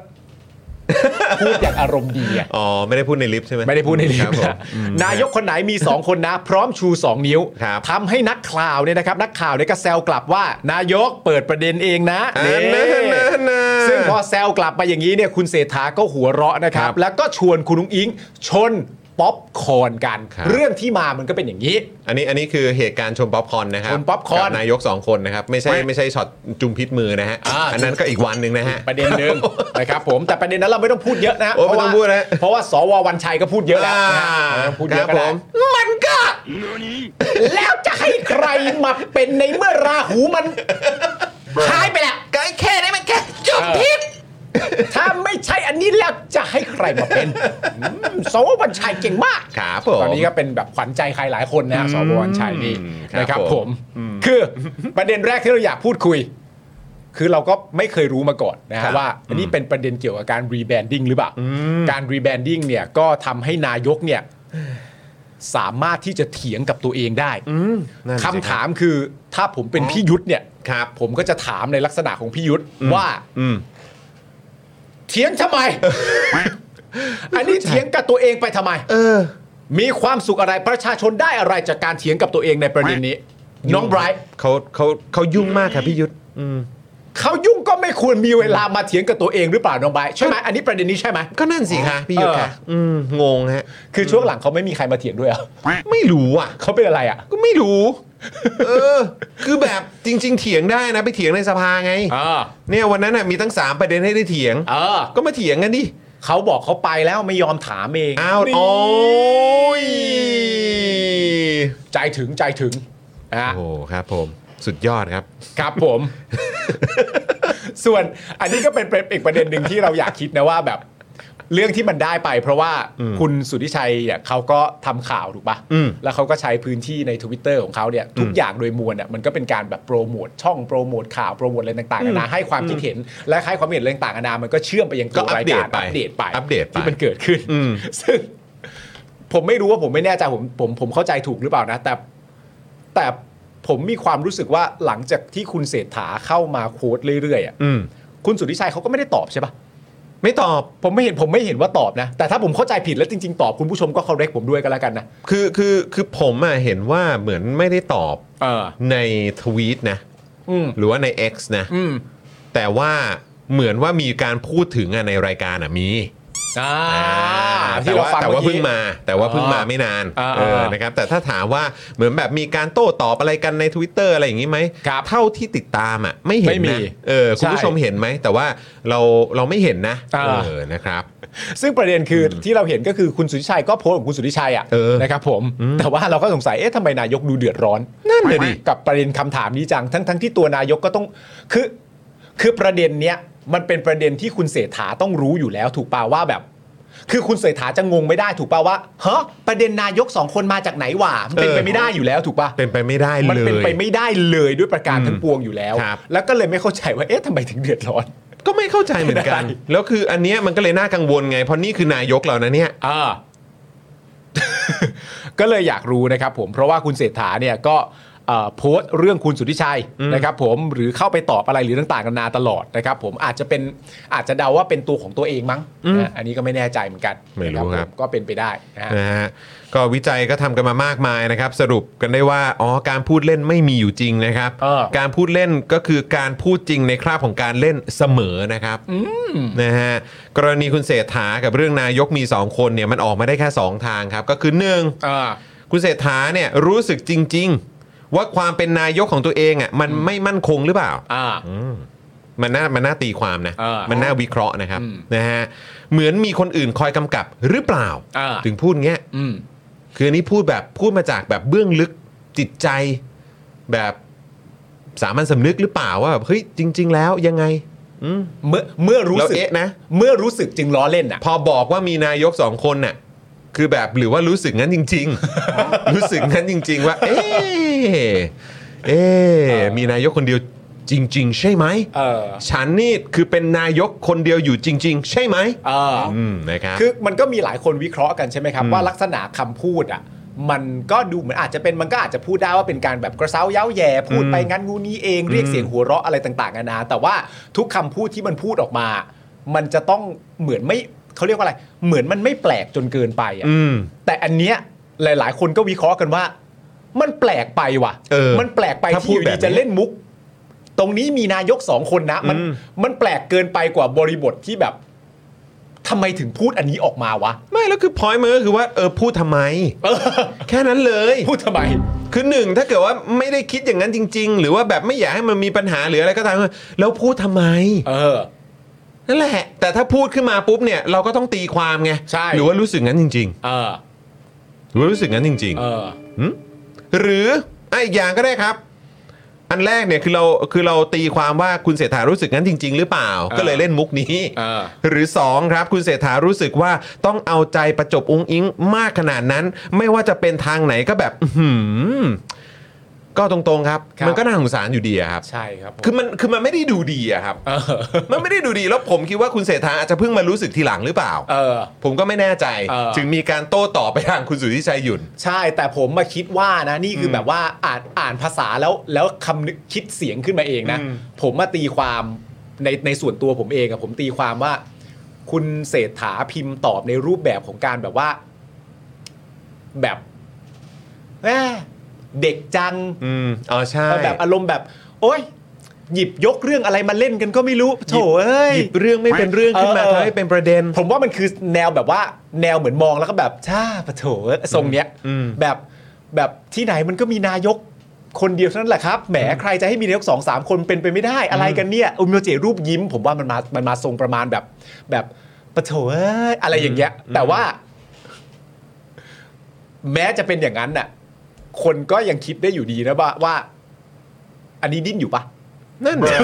C: พูดอย่างอารมณ์ดีอะ
B: อ๋อ ไม่ได้พูดในลิฟต์ใช่ไหม
C: ไม่ได้พูดในลิ
B: ค
C: ฟ
B: รับ
C: ต์
B: ผม
C: นะนายกคนไหนมี 2 คนนะ พร้อมชู 2 นิ้ว
B: ครับ
C: ทำให้นักข่าวเนี่ยนะครับ นักข่าวเนี่ยก็แซวกลับว่า นายกเปิดประเด็นเองนะ
B: อ่า
C: เน่
B: นะนะนะ
C: ซึ่งพอแซวกลับมาอย่างนี้เนี่ยคุณเศรษฐาก็หัวเราะนะครั
B: ค
C: บ
B: รับ
C: แล้วก็ชวนคุณลุงอิงชนป๊อปคอร์นกัน
B: ครับ
C: เรื่องที่มามันก็เป็นอย่างนี้
B: อันนี้อันนี้คือเหตุการณ์ชมป๊อปคอร์นนะครับ
C: ชมป๊อปคอร์น
B: กับนายกสองคนนะครับ ไม่ใช่ไม่ใช่ช็อตจุมพิษมือนะฮะ
C: อ่า
B: นนั้นก็อีกวันหนึ่งนะฮะ
C: ประเด็น หนึ่ง นะครับผมแต่ประเด็นนั้นเราไม่ต้องพูดเยอะนะ
B: โอ้ไม่ต้อง
C: เพราะว่า
B: พูดนะ
C: เพราะว่าสววันชัยก็พูดเยอะแล้วนะฮะ
B: อ่า
C: ไม่ต้องพูดเยอะ
B: ค
C: ก็
B: รับผ
C: ได้
B: ม
C: มันก็ แล้วจะให้ใครมาเป็นในเมื่อราหูมันหายไปแล้วก็แค่นี้มันแค่จบทิพถ้าไม่ใช่อันนี้แล้วจะให้ใครมาเป็นอืมสววันชัยเก่งมาก
B: ครับผม
C: ตอนนี้ก็เป็นแบบขวัญใจใครหลายคนนะฮะสววันชัยนี่
B: ครับ
C: นะครับ
B: ผ
C: ผม ม คือประเด็นแรกที่เราอยากพูดคุย คือเราก็ไม่เคยรู้มาก่อนนะ
B: ครั
C: ฮะ
B: บ
C: ว่า อันนี้เป็นประเด็นเกี่ยวกับการรีแบรนดิ้งหรือเปล่า การรีแบรนดิ้งเนี่ยก็ทำให้นายกเนี่ยสามารถที่จะเถียงกับตัวเองได้
B: นั่นสิครั
C: คำ
B: บ
C: ถามคือถ้าผมเป็นพี่ยุทธเนี่ย
B: ครับ
C: ผมก็จะถามในลักษณะของพี่ยุทธว่า
B: อืม
C: เถียง ทำไม อันนี้เถียงกับตัวเองไปทำไม
B: เออ
C: มีความสุขอะไรประชาชนได้อะไรจากการเถียงกับตัวเองในประเด็นนี้ น้องไบรท์
B: เขาเขาเขายุ่งมากครับพี่ยุทธ
C: เขายุ่งก็ไม่ควรมีเวลามาเถียงกับตัวเองหรือเปล่าน้องไบร์ทใช่ไหมอันนี้ประเด็นนี้ใช่ไหม
B: ก็นั่นสิคะพี่ยุทธค่ะ
C: เออ
B: อืมงงฮะ
C: คือช่วงหลังเขาไม่มีใครมาเถียงด้วยเหรอ่ะ
B: ไม่รู้อ่ะ
C: เขาเป็นอะไรอ่ะ
B: ก็ไม่รู้ เออ คือแบบจริง ๆ เถียงได้นะ ไปเถียงในสภาไง
C: เออ
B: เนี่ยวันนั้นน่ะมีตั้ง 3 ประเด็นให้ได้เถียง
C: เออ
B: ก็มาเถียงกันดิ
C: เขาบอกเขาไปแล้วไม่ยอมถามเอง
B: อ้าว
C: นี่
B: โอ้ย
C: ใจถึงใจถึงนะ
B: โอ้โหครับผม สุดยอดครับ
C: ครับผม ส่วนอันนี้ก็เป็นเป็นอีกประเด็นหนึ่งที่เราอยากคิดนะว่าแบบ เรื่องที่มันได้ไป เพราะว่าคุณสุทธิชัยเนี่ยเขาก็ทำข่าวถูกปะ
B: อืม
C: แล้วเขาก็ใช้พื้นที่ใน Twitter ของเขาเนี่ยทุกอย่างโดยมวลเนี่ยมันก็เป็นการแบบโปรโมทช่องโปรโมทข่าวโปรโมทอะไรต่างๆนานาให้ความคิดเห็น และให้ความเห็นอะไรต่างๆนานามันก็เชื่อมไปยังตัวรายการ
B: ก็อัป
C: อัป
B: เด
C: เด
B: ต
C: ต
B: ไป
C: ไป
B: อัปเดตไป
C: ที่มันเกิดขึ้น
B: อืม
C: ซึ่ง ผมไม่รู้ว่าผมไม่แน่ใจผมผมผมเข้าใจถูกหรือเปล่านะ แต่แต่ผมมีความรู้สึกว่าหลังจากที่คุณเศรษฐาเข้ามาโค้ดเรื่อยๆอะ
B: อืม
C: คุณสุทธิชัยเขาก็ไม่ได้ตอบใช่ปะ
B: ไม่ตอบ
C: ผมไม่เห็นผมไม่เห็นว่าตอบนะ แต่ถ้าผมเข้าใจผิดแล้วจริง ๆ ตอบคุณผู้ชมก็เคารพผมด้วยกันแล้วกันนะ
B: คือคือคือผมอ่ะเห็นว่าเหมือนไม่ได้ตอบ
C: เออ
B: ในทวีตนะ
C: อืม
B: หรือว่าใน X นะ
C: อืม
B: แต่ว่าเหมือนว่ามีการพูดถึงอะในรายการอะมี
C: อ่า
B: แต่
C: ที่เรา
B: ว่า
C: ฟัง
B: แต่ว่า
C: เมื่อ
B: เพิ่ง
C: กี้
B: มาแต่ว่าเพิ่งมา
C: อ๋อ
B: ไม่นาน
C: อ่า
B: เออนะครับ แต่ถ้าถามว่าเหมือนแบบมีการโต้ตอบอะไรกันใน Twitter อะไรอย่างนี้ไหม
C: ครับ
B: เท่าที่ติดตามอ่ะไม่เห็น
C: ไม่มี
B: นะเออคุณผู้ชมเห็นไหม แต่ว่าเราเราไม่เห็นนะ
C: อ่า
B: เออนะครับ
C: ซึ่งประเด็นคืออที่เราเห็นก็คือคุณสุทธิชัยก็โพสต์ของคุณสุทธิชัยอ่ะ
B: เออ
C: นะครับผมแต่ว่าเราก็สงสัยเอ๊ะทำไมนายกดูเดือดร้อน
B: นั่นน่ะดิ
C: กับประเด็นคำถามนี้จังทั้งทั้งที่ตัวนายกก็ต้องคือคือประเด็นเนี้ยมันเป็นประเด็นที่คุณเศรษฐาต้องรู้อยู่แล้ว ถูกป่าวว่าแบบ คือคุณเศรษฐาจะงงไม่ได้ถูกป่าวว่าเฮ้อประเด็นนายกสองคนมาจากไหนวะมันเป็นไปไม่ได้อยู่แล้วถูกป่ะ
B: เป็นไปไม่ได้เลย
C: มันเป็นไปไม่ได้เลยด้วยประการทั้งปวงอยู่แล้ว
B: ครับ
C: แล้วก็เลยไม่เข้าใจว่า เอ๊ะทำไมถึงเดือดร้อน
B: ก็ไม่เข้าใจเหมือนกัน
C: ไม่ได้
B: แล้วคืออันเนี้ยมันก็เลยน่ากังวลไง เพราะนี่คือนายกเรานะเนี่ย
C: อ่า ก็เลยอยากรู้นะครับผม เพราะว่าคุณเศรษฐาเนี่ยก็เอ่อโพสต์เรื่องคุณสุทธิชัยนะครับผม หรือเข้าไปตอบอะไรหรือต่างๆกันานาตลอดนะครับผม อาจจะเป็นอาจจะเดาว่าเป็นตัวของตัวเองมั้งนะอันนี้ก็ไม่แน่ใจเหมือนกัน
B: ไม่รู้
C: นะครับ ผมก็เป็นไปได้นะฮะ
B: นะฮะก็วิจัยก็ทำกันมามากมายนะครับ สรุปกันได้ว่าอ๋อการพูดเล่นไม่มีอยู่จริงนะครับ
C: เออ
B: การพูดเล่นก็คือการพูดจริงในคราบของการเล่นเสมอนะครับนะฮะกรณีคุณเศรษฐากับเรื่องนายกมี 2 คนเนี่ยมันออกมาได้แค่ 2 ทางครับ ก็คือหนึ่ง
C: อ่า
B: คุณเศรษฐาเนี่ยรู้สึกจริง ๆ ว่าความเป็นนายกของตัวเองอ่ะมันไม่มั่นคงหรือเปล่า
C: อ่า
B: มันน่ามันน่าตีความนะ
C: เออ
B: มันน่าวิเคราะห์นะครับ
C: อืม
B: นะฮะเหมือนมีคนอื่นคอยกำกับหรือเปล่า
C: เออ
B: ถึงพูดเงี้ย
C: อืม
B: คืออันนี้พูดแบบพูดมาจากแบบเบื้องลึกจิตใจแบบสามัญสำนึกหรือเปล่าว่าแบบเฮ้ยจริง ๆ แล้วยังไง อืม
C: เมื่อเมื่อรู้สึ
B: แล้
C: ก
B: วเอ๊ะนะ
C: เมื่อรู้สึกจึงล้อเล่นอ่ะ
B: พอบอกว่ามีนายกสองคนน่ะคือแบบหรือว่ารู้สึกงั้นจริง ๆ รู้สึกงั้นจริง ๆ ว่า เอ๊ะเอ๊ะมีนายกคนเดียวจริง ๆ ใช่ไหม
C: เออ
B: ฉันนี่คือเป็นนายกคนเดียวอยู่จริง ๆ ใช่ไหม
C: เออ
B: อืมนะครับ
C: คือมันก็มีหลายคนวิเคราะห์กันใช่ไหมครับ ว่าลักษณะคำพูดอ่ะมันก็ดูเหมือนอาจจะเป็นมันก็อาจจะพูดได้ว่าเป็นการแบบกระเซ้าเย้าแย่พูดไปงั้นงูนี้เองเรียกเสียงหัวเราะอะไรต่างๆนานาแต่ว่าทุกคำพูดที่มันพูดออกมา มันจะต้องเหมือนไม่เขาเรียกว่าอะไร เหมือนมันไม่แปลกจนเกินไปอ่ะ
B: อืม
C: แต่อันเนี้ยหลาย ๆ คนก็วิเคราะห์กันว่า มันแปลกไปว่ะ
B: เออ
C: มันแปลกไป
B: ถ้า
C: ที่อยู่
B: พูดแบบ
C: ดีจะเล่นมุก ตรงนี้มีนายกสองคนนะ มัน
B: อืม
C: มันแปลกเกินไปกว่าบริบทที่แบบทำไมถึงพูดอันนี้ออกมา วะ
B: ไม่แล้วคือพอยต์มันก็คือว่าเออพูดทำไม
C: เออ
B: แค่นั้นเลย
C: พูดทำไม
B: คือหนึ่งถ้าเกิดว่าไม่ได้คิดอย่างนั้นจริง ๆ หรือว่าแบบไม่อยากให้มันมีปัญหาหรืออะไรก็ตามแล้วพูดทำไม
C: เออ
B: นั่นแหละ แต่ถ้าพูดขึ้นมาปุ๊บเนี่ยเราก็ต้องตีความไง
C: ใช่
B: หรือว่ารู้สึกงั้นจริง
C: เออ
B: ๆหรือว่ารู้สึกงั้นจริง
C: เออ
B: ๆหึหรืออ่ะอีกอย่างก็ได้ครับ อันแรกเนี่ยคือเราคือเราตีความว่าคุณเศรษฐารู้สึกงั้นจริง ๆ หรือเปล่า
C: เออ
B: ก็เลยเล่นมุกนี้
C: เออ
B: หรือสองครับ คุณเศรษฐารู้สึกว่าต้องเอาใจประจบองค์อิงมากขนาดนั้น ไม่ว่าจะเป็นทางไหนก็แบบอื้อหือก็ตรงๆครับ
C: ครับ
B: มันก็น่าสงสารอยู่ดีอะครับ
C: ใช่ครับ
B: คือมันคือมันไม่ได้ดูดีอะ ครับ
C: เออ
B: มันไม่ได้ดูดีแล้วผมคิดว่าคุณเศรษฐาอาจจะเพิ่งมารู้สึกทีหลังหรือเปล่า
C: เออ
B: ผมก็ไม่แน่ใจ
C: เออ
B: ถึงมีการโต้ตอบไปทางคุณสุทธิชัยหยุ่น
C: ใช่แต่ผมมาคิดว่านะนี่คือแบบว่าอ่านอ่านภาษาแล้วแล้วคำนึกคิดเสียงขึ้นมาเองนะ ผมมาตีความในในส่วนตัวผมเองอะผมตีความว่า คุณเศรษฐาพิมพ์ตอบในรูปแบบของการแบบว่า แบบแหม่เด็กจัง
B: อืมอ๋อใช่
C: แบบอารมณ์แบบ โอ๊ย หยิบยกเรื่องอะไรมาเล่นกันก็ไม่รู้โถเอ้ย
B: หยิบเรื่องไม่เป็นเรื่องขึ้นมา
C: เออ
B: ทำให้เป็นประเด็น
C: ผมว่ามันคือแนวแบบว่าแนวเหมือนมองแล้วก็แบบช่าปะโถทรงเนี้ย
B: อืม
C: แบบแบบที่ไหนมันก็มีนายกคนเดียวเท่านั้นแหละครับแหมใครจะให้มีนายกสองสามคนเป็นไปไม่ได้อะไรกันเนี่ยอุมโนเจรูปยิ้ม ผมว่ามันมามันมาทรงประมาณแบบ แบบปะโถเอ้ยอะไรอย่างเงี้ย แต่ว่า แม้จะเป็นอย่างนั้นน่ะ คนก็ยังคิดได้อยู่ดีนะว่าว่า อันนี้ดิ้นอยู่ปะ
B: นั่นแหละ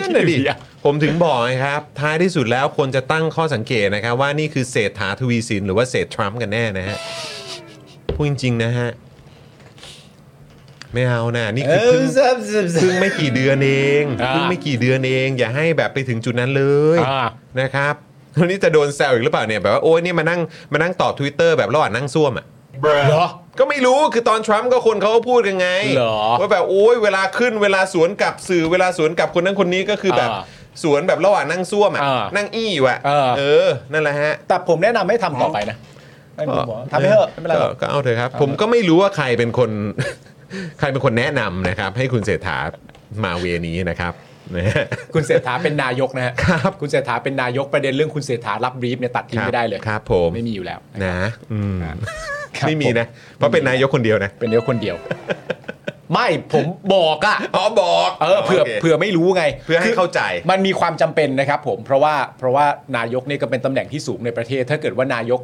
B: นั่นแหละดิ
C: คิดอยู่ดีอะ
B: ผมถึงบอกไงครับ ท้ายที่สุดแล้วคนจะตั้งข้อสังเกตนะครับ ว่านี่คือเศรษฐาทวีสินหรือว่าเศรษฐทรัมป์กันแน่นะฮะพูดจริงๆนะฮะไม่เอานะนี่คือเพิ่ง เพิ่งไม่กี่เดือนเอง
C: อ่า
B: เพิ่งไม่กี่เดือนเอง อย่าให้แบบไปถึงจุดนั้นเลย
C: อ่า
B: นะครับวันนี้จะโดนแซวอีกหรือเปล่าเนี่ย แบบว่าโอ้ยนี่มานั่งมานั่งตอบ Twitter แบบระหว่างนั่งซ่วมอ่ะ
C: เหรอ
B: ก็ไม่รู้คือตอนทรัมป์ก็คนเขาก็พูดกันไง
C: เหรอ
B: ว่าแบบโอ้ยเวลาขึ้นเวลาสวนกับสื่อเวลาสวนกับคนนั้นคนนี้ก็คือแบบ
C: อ่า
B: สวนแบบระหว่างนั่งซ่วมอ่ะ
C: อ่า
B: นั่งอี้อยู่อ่ะ
C: เออ
B: เออนั่นแหละฮะ
C: แต่ผมแนะนำให้ทำต่อไปนะไม่มีหมอทำให้เถอะไม่เป็นไรหรอก
B: ก็ก็เอาเถอะครับ ผมก็ไม่รู้ว่าใคร เป็นคน ใครเป็นคนแนะนำนะครับ ให้คุณเศรษฐามาเวนี้นะครับ นะฮะ
C: คุณเศรษฐาเป็นนายกนะฮะ
B: ครับ
C: คุณเศรษฐาเป็นนายกประเด็นเรื่องคุณเศรษฐารับบรีฟเนี่ยตัดทิ้งไม่ได้เลย
B: ครับผม
C: ไม่มีอยู่แล้ว
B: นะ อืม
C: ครับ
B: ไม่มีนะ เพราะเป็นนายกคนเดียวนะ
C: เป็นเดียวคน เดียว ไม่ผมบอกอะ
B: อ๋อบอก
C: เออเผื่อ
B: โค
C: เผื่อไม่รู้ไง
B: เพื่อให้
C: คือ
B: เข้าใจ
C: มันมีความจำเป็นนะครับผมเพราะว่าเพราะว่านายกเนี่ยก็เป็นตำแหน่งที่สูงในประเทศ ถ้าเกิดว่านายก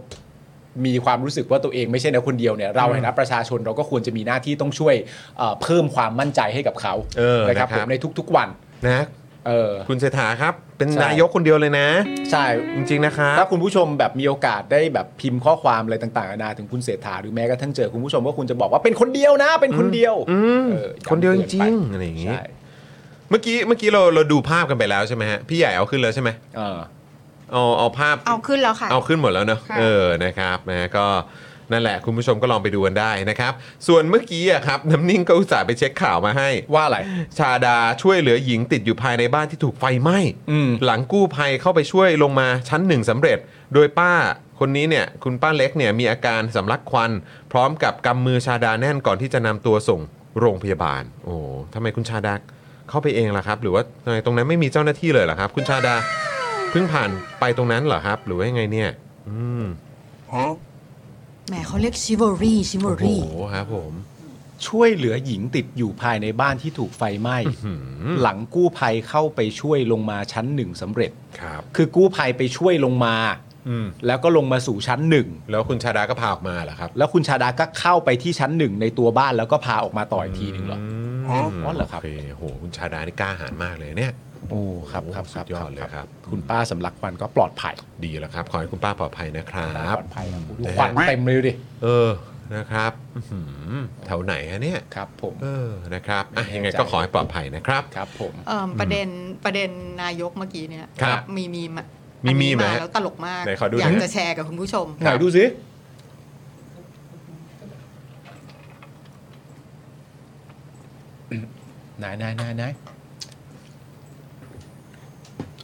C: มีความรู้สึกว่าตัวเองไม่ใช่นะคนเดียวเนี่ยเราในฐานะประชาชนเราก็ควรจะมีหน้าที่ต้องช่วยเอ่อเพิ่มความมั่นใจให้กับเขา
B: เออ
C: นะครับ
B: นะครับ
C: ผมในทุกๆวัน
B: นะ
C: เออ
B: คุณเศรษฐาครับ เป็น
C: ใช่
B: นายกคนเดียวเลยนะ
C: ใช่
B: จริงๆนะครับ
C: ถ้าคุณผู้ชมแบบมีโอกาสได้แบบพิมพ์ข้อความอะไรต่างๆนานาถึงคุณเศรษฐาหรือแม้กระทั่งเจอคุณผู้ชมว่าคุณจะบอกว่าเป็นคนเดียวนะ เป็นคนเดียว
B: อืม
C: ออ
B: คนเดียวจ
C: ำ
B: ริง
C: ตืน
B: ๆ
C: ป
B: อะไรอย่างงี้
C: ใช่
B: เมื่อกี้เมื่อกี้เราเราดูภาพกันไปแล้วใช่ไหมฮะพี่ใหญ่เอาขึ้นแล้วใช่ไหม
C: เออ
B: เอาเอาภาพ
E: เอาขึ้นแล้วค่ะ
B: เอาขึ้นหมดแล้วเนอะ
E: ค่ะ
B: เออนะครับนะก็นั่นแหละคุณผู้ชมก็ลองไปดูกันได้นะครับ ส่วนเมื่อกี้อะครับน้ำนิ่งก็อุตส่าห์ไปเช็คข่าวมาให้
C: ว่าอะไร
B: ชาดาช่วยเหลือหญิงติดอยู่ภายในบ้านที่ถูกไฟไหม้
C: อืม
B: หลังกู้ภัยเข้าไปช่วยลงมาชั้นหนึ่งสำเร็จ โดยป้าคนนี้เนี่ยคุณป้าเล็กเนี่ยมีอาการสำลักควัน พร้อมกับกำมือชาดาแน่นก่อนที่จะนำตัวส่งโรงพยาบาล โอ้ทำไมคุณชาดาเข้าไปเองล่ะครับ หรือว่าทำไมตรงนั้นไม่มีเจ้าหน้าที่เลยเหรอครับ คุณชาดาเพิ่งผ่านไปตรงนั้นเหรอครับ หรือว่ายังไงเนี่ยอืม
E: แหมเขาเรียกชิวอรี่ชิวอ
B: โอ้โห
E: รี่
B: ครับผม
C: ช่วยเหลือหญิงติดอยู่ภายในบ้านที่ถูกไฟไหม้
B: หืม
C: หลังกู้ภัยเข้าไปช่วยลงมาชั้นหนึ่งสำเร็จ
B: ครับ
C: คือกู้ภัยไปช่วยลงมา
B: อืม
C: แล้วก็ลงมาสู่ชั้นหนึ่ง
B: แล้วคุณชาดาก็พาออกมาเหรอครับ
C: แล้วคุณชาดาก็เข้าไปที่ชั้นหนึ่งในตัวบ้านแล้วก็พาออกมาต่ออีกทีหนึ่งเหรอ
B: ม
C: อ๋อเหรอครับ
B: โโโหคุณชาดานี่กล้าหาญมากเลยเนี่ย
C: โอ้ครับครับ
B: โอ้
C: ครับ
B: สุดยอดเลยครับ
C: คุณป้าสำลักควันก็ปลอดภัย
B: ดีแล้วครับ ขอให้คุณป้าปลอดภัยนะครั
C: ป
B: บ
C: ลอดภัยครับดู
B: นะฮะ
C: ควันเต็มเลยดิ
B: เออนะครับอื้อหือแถวไหนฮะเนี่ย
C: ครับ ผม
B: เออนะครับอ่ะ
C: ไม่แน่ใจ
B: ยังไงก็ขอให้ปลอดภัยนะครับ
C: ครับผม
E: เอิ่มประเด็นประเด็นนายกเมื่อกี้เนี่ย
B: ครับ
E: มีมีมะ
B: มี
E: อัน
B: มี
E: นี้
B: ไหม
E: มาแล้วตลกมาก
B: ไหนขอดู
E: อยาก
B: หน่อย
E: จะแชร์กับคุณผู้ชม
C: ไหนดูสิไหนไหนไหนไหน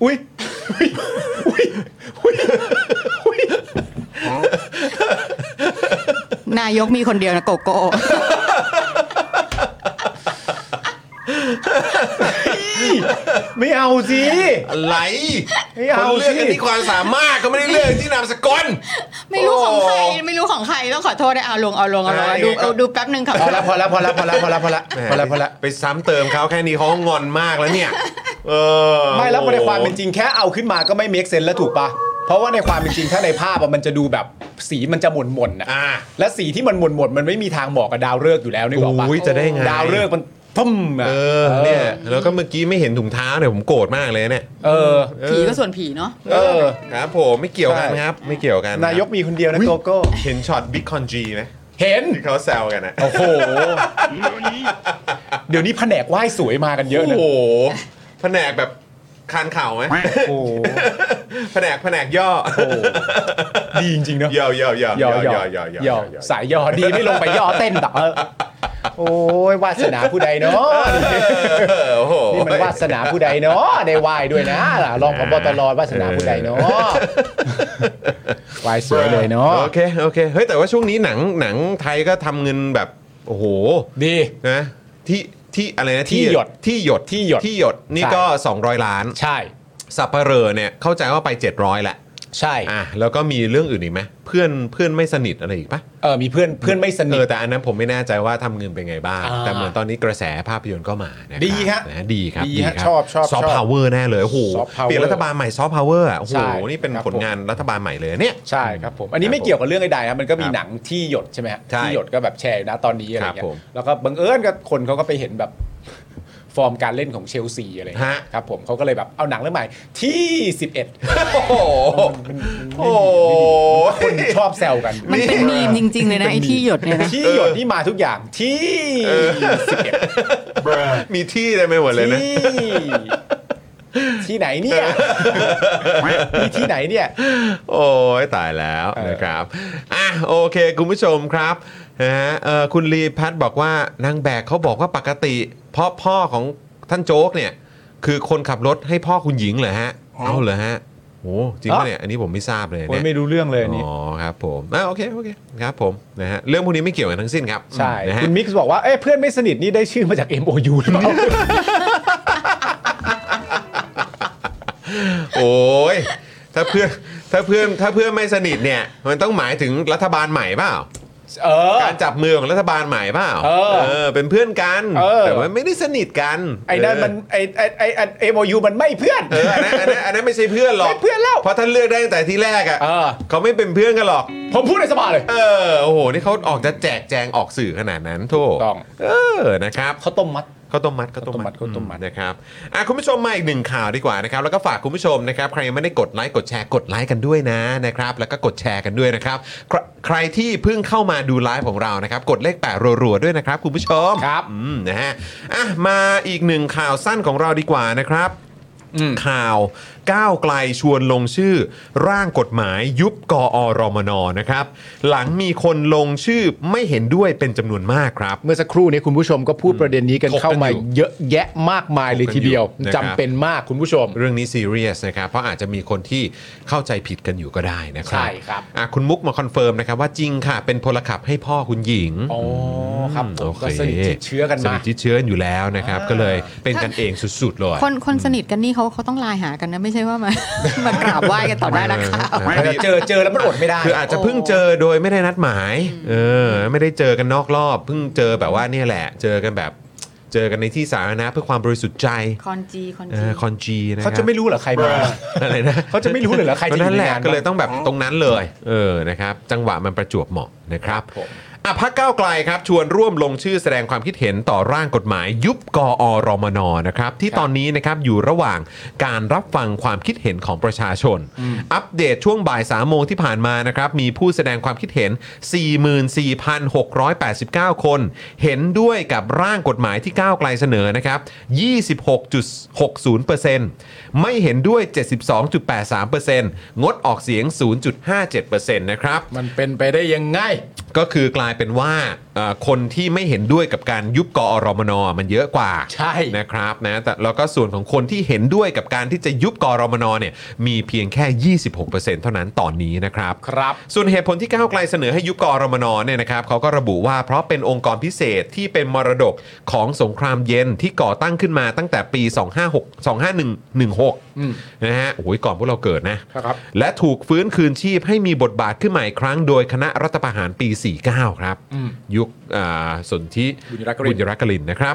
C: อุ้ยอุ้ยอุ้ยอุ้ย
E: นายกมีคนเดียวนะโกโก้
C: ไม่เอาสิ
B: อะไร
C: ไม่เอา
B: คนเลือกกัน
C: สิ
B: ที่ความสามารถก็ไม่ได้เลือกที่นามสกุล
E: ไม่รู้ของใคร
B: โอ้
E: ไม่รู้ของใครต้องขอโทษนะเอาลงเอาลงเอาลง
B: ได้
E: เอาดู
B: ไงก็
E: เอาดูแป๊บหนึ่งค่ะ
C: พอละพอละพอละพอละพอละพอละ
B: แหม
C: พอละพอละ
B: ไปซ้ำเติมเขาแค่นี้เขาก็งอนมากแล้วเนี่ย เออ
C: ไม่แล้วในความเป็นจริงแค่เอาขึ้นมาก็ไม่เมคเซนแล้วถูกปะเพราะว่าในความเป็นจริงถ้าในภาพอะมันจะดูแบบสีมันจะหม่นๆน่ะ
B: อ่ะ
C: และสีที่มันหมดหมดๆมันไม่มีทางเหมาะกับดาวฤกษ์อยู่แล้วนี่บอกปะ
B: โอ้ยจะได้ไง
C: ดาวฤกษ์มันทุ่มะ
B: เออเนี่ยแล้วก็เมื่อกี้ไม่เห็นถุงเท้าเนี่ยผมโกรธมากเลยเนี่ย
C: เออ
E: ผีก็ส่วนผีเนาะ
C: เออ
B: ครับผมไม่เกี่ยวกัน
C: ใช่
B: ครับ ไม่เกี่ยวกัน
C: นายกมีคนเดียวนะโกโก้
B: เห็นช็อตบิ๊กคอนจีไหม
C: เห็น
B: ที่เขาแซวกันนะ
C: โอ้โห เดี๋ยวนี้แผนกไหว้สวยมากันเยอะนะ
B: โอ้โห แผนกแบบคานเข่าไหม
C: โอ้โห
B: แผนกแผนกย่อ
C: โอ้โหดีจริงๆเนาะ
B: ย่อย่อย่อย่ ย่
C: อ
B: อย่ ย่
C: อ
B: อย่อย่อย่
C: อย่สายย่อดีไม่ลงไปย่อเต้นต่อเออโอ้ยวาสนาผู้ใดเนาะ
B: เออโอ้โห
C: นี่มันวาสนาผู้ใดเนาะได้ไหว้ด้วยนะล่ะรองพบตรวาสนาผู้ใดเนาะไหว้สวยเลยเนาะ
B: โอเคโอเคเฮ้ยแต่ว่าช่วงนี้หนังหนังไทยก็ทำเงินแบบโอ้โห
C: ดี
B: นะที่ที่อะไรนะ
C: ที่หยด
B: ที่หยด
C: ที่หยด
B: ที่หยดนี่
C: ใช่
B: ก็ 200 ล้าน
C: ใช่
B: สับเปลอเนี่ยเข้าใจว่าไป 700แหละ
C: ใช่
B: อ่ะแล้วก็มีเรื่องอื่นอีกไหมเพื่อนเพื่อนไม่สนิทอะไรอีกปะ
C: เออมีเพื่อนเพื่อนไม่สนิ
B: เอ
C: ท
B: อแต่อันนั้นผมไม่แน่ใจว่าทำเงินเป็นไงบ้าง
C: อ่า
B: แต่เหมือนตอนนี้กระแสภาพยนตร์ก็มานะ
C: ดีฮะ
B: นะดีครับ
C: ดีฮะชอบชอบ
B: ซอฟ
C: ชอ
B: ต์
C: บ
B: พาวเวอร์แน่เลยโอ้โห
C: soft power
B: เปลี่ยนรัฐบาลใหม่ซอฟต์พาวเวอร์โอ้โห
C: ใช่
B: นี่เป็น
C: ครับ
B: ผลงานรัฐบาลใหม่เลยเนี่ย
C: ใช่ครับผมอันนี้ไม่เกี่ยวกับเรื่องใดๆนะมันก็มี
B: ครับ
C: หนังที่หยดใช่ไหมฮะ
B: ใช่
C: ที่หยดก็แบบแชร์อยู่นะตอนนี้อะ
B: ค
C: ไร
B: รับ
C: เงี้
B: ผ
C: ย
B: ม
C: แล้วก็บังเอิญก็คนเขาก็ไปเห็นแบบ ฟอร์มการเล่นของเชลซีอะไรเงี้ย
B: ฮะ
C: ครับผมเขาก็เลยแบบเอาหนังเรื่องใหม่ที่ 11
B: โอ้โหโอ้โห
C: คนชอบแซวกัน
E: มันเป็นมีมจริง ๆ เลยนะไอ้ที่หยดเนี่ยนะ
C: ที่หยดนี่มาทุกอย่างที่11
B: มีที่ได้ไหมหมดเลยนะ
C: ที่ที่ไหนเนี่ยมีที่ไหนเนี่ย
B: โอ้ยตายแล้ว
C: เออ
B: นะครับ อ่ะโอเค คุณผู้ชมครับนะฮะเอ่อคุณลีพัทบอกว่านางแบกเขาบอกว่าปกติ เพราะพ่อของท่านโจ๊กเนี่ย คือคนขับรถให้พ่อคุณหญิงเหรอฮะ เอาเหรอฮะโอ้จริงปะเนี่ย อันนี้ผมไม่ทราบเลย
C: โอ้ย
B: เนี่ย
C: ไม่รู้เรื่องเลยอันนี้
B: อ๋อครับผมอ่ะโอเคโอเคครับผมนะฮะเรื่องพวกนี้ไม่เกี่ยวกันทั้งสิ้นครับ
C: ใช่
B: นะฮะ
C: คุณมิกซ์บอกว่า เอ้ยเพื่อนไม่สนิทนี่ได้ชื่อมาจาก MOU หรือเปล่า
B: โอ้ยถ้าเพื่อนถ้าเพื่อนถ้าเพื่อนไม่สนิทเนี่ย มันต้องหมายถึงรัฐบาลใหม่เปล่า
C: เออ
B: การจับมือของรัฐบาลใหม่เปล่า
C: เออ
B: เป็นเพื่อนกัน
C: เออ
B: แต่ว่าไม่ได้สนิทกัน
C: ไอ้นั่นมันไอ้ไอ้ไอ้ไอ้เอ็มยูมันไม่เพื่อน
B: เอออันนั้นอันนั้นอันนั้นไม่ใช่เพื่อนหรอก
C: ไม่เพื่อนแล้ว
B: เพราะท่านเลือกได้ตั้งแต่ที่แรกอ่ะ
C: เออ
B: เขาไม่เป็นเพื่อนกันหรอก
C: ผมพูดในสภาเลย
B: เออโอ้โหนี่เขาออกจะแจกแจงออกสื่อขนาดนั้นโธ่เออนะครับ
C: ข้าวต้มมัด
B: ข้าวต้มมัดข้าวต้มมัด
C: ข้าวต้มมัด
B: อืนะครับอ่ะคุณผู้ชมมาอีกหนึ่งข่าวดีกว่านะครับ แล้วก็ฝากคุณผู้ชมนะครับ ใครยังไม่ได้กดไลค์กดแชร์กดไลค์กันด้วยนะนะครับ แล้วก็กดแชร์กันด้วยนะครับใครใครที่เพิ่งเข้ามาดูไลฟ์ของเรานะครับ กดเลขแปดรัวๆด้วยนะครับ คุณผู้ชม
C: ครับ
B: อืมนะฮะอ่ะมาอีกหนึ่งข่าวสั้นของเราดีกว่านะครับ ข่าวก้าวไกลชวนลงชื่อ ร่างกฎหมายยุบกอรมนนะครับ หลังมีคนลงชื่อไม่เห็นด้วยเป็นจำนวนมากครับ
C: เมื่อสักครู่นี้คุณผู้ชมก็พูดประเด็นนี้กัน
B: ถกกัน
C: เข้ามา
B: อยู่
C: เยอะแยะมากมายเลยทีเดียว
B: ถกกันอยู่นะครับ
C: จำเป็นมากคุณผู้ชม
B: เรื่องนี้ซีเรียสนะครับ เพราะอาจจะมีคนที่เข้าใจผิดกันอยู่ก็ได้นะครับ
C: ใช่ครับ
B: อ่ะคุณมุกมาคอนเฟิร์มนะครับว่าจริงค่ะ เป็นพลขับให้พ่อคุณหญิง
C: อ๋อครับผม
B: โอเค
C: ก็สนิทชิดเชื้อกัน
B: ส
C: มา
B: นิทชิดเชื้อกันอยู่แล้วนะครับ ก็เลยเป็นกันเองสุดๆเลย
E: คนคนสนิทกันนี่เขาเขาต้องไลน์หากันนะ ไม่ใช่ว่า มา มากราบไหว้กันต่อหน้านักข่าว
C: ไม่เจอเจอแล้วมันอดไม่ได้
B: คืออาจจะเพิ่งเจอโดยไม่ได้นัดหมายเออไม่ได้เจอกันนอกรอบ เพิ่งเจอแบบว่าเนี่ยแหละ เจอกันแบบเจอกันในที่สาธารณะเพื่อความบริสุทธิ์ใจ
E: คอนจีคอน
B: เอ
E: จี
B: อคอนจีนะครับ
C: เขาจะไม่รู้เหรอใครมา
B: อะไรนะ
C: เขาจะไม่รู้เลยเหรอใครจะอยู่
B: นั่นแหละ
C: ในงานบ้าง
B: ก็เลยต้องแบบตรงนั้นเลย เออนะครับ จังหวะมันประจวบเหมาะนะครับ
C: ครับผม
B: อ่ะพักก้าวไกลครับ ชวนร่วมลงชื่อแสดงความคิดเห็นต่อร่างกฎหมาย ยุบกอรมนนะครับ ที่ตอนนี้นะครับอยู่ระหว่างการรับฟังความคิดเห็นของประชาชน อัปเดตช่วงบ่าย3ามโมงที่ผ่านมานะครับ มีผู้แสดงความคิดเห็น 44,689 คน เห็นด้วยกับร่างกฎหมายที่ก้าวไกลเสนอนะครับ 26.60%ไม่เห็นด้วย 72.83%งดออกเสียง 0.57%นะครับ
C: มันเป็นไปได้ยังไง
B: ก็คือกลายเป็นว่าเอ่อคนที่ไม่เห็นด้วยกับการยุบกอรมนมันเยอะกว่า
C: ใช่
B: นะครับนะแต่แล้วก็ส่วนของคนที่เห็นด้วยกับการที่จะยุบกอรมนเนี่ยมีเพียงแค่ 26%เท่านั้นตอนนี้นะครับ
C: ครับ
B: ส่วนเหตุผลที่ก้าวไกลเสนอให้ยุบกอรมนเนี่ยนะครับเขาก็ระบุว่าเพราะเป็นองค์กรพิเศษที่เป็นมรดกของสงครามเย็นที่ก่อตั้งขึ้นมาตั้งแต่ปี 256 25116 นะฮะโอ้ยก่อนพวกเราเกิดนะ
C: ครับ
B: และถูกฟื้นคืนชีพให้มีบทบาทขึ้นใหม่ครั้งโดยคณะรัฐประหารปี 49 ครับ ยุคอ่าสนธิ
C: บุญรักกลิน
B: บุญรักกลินนะครับ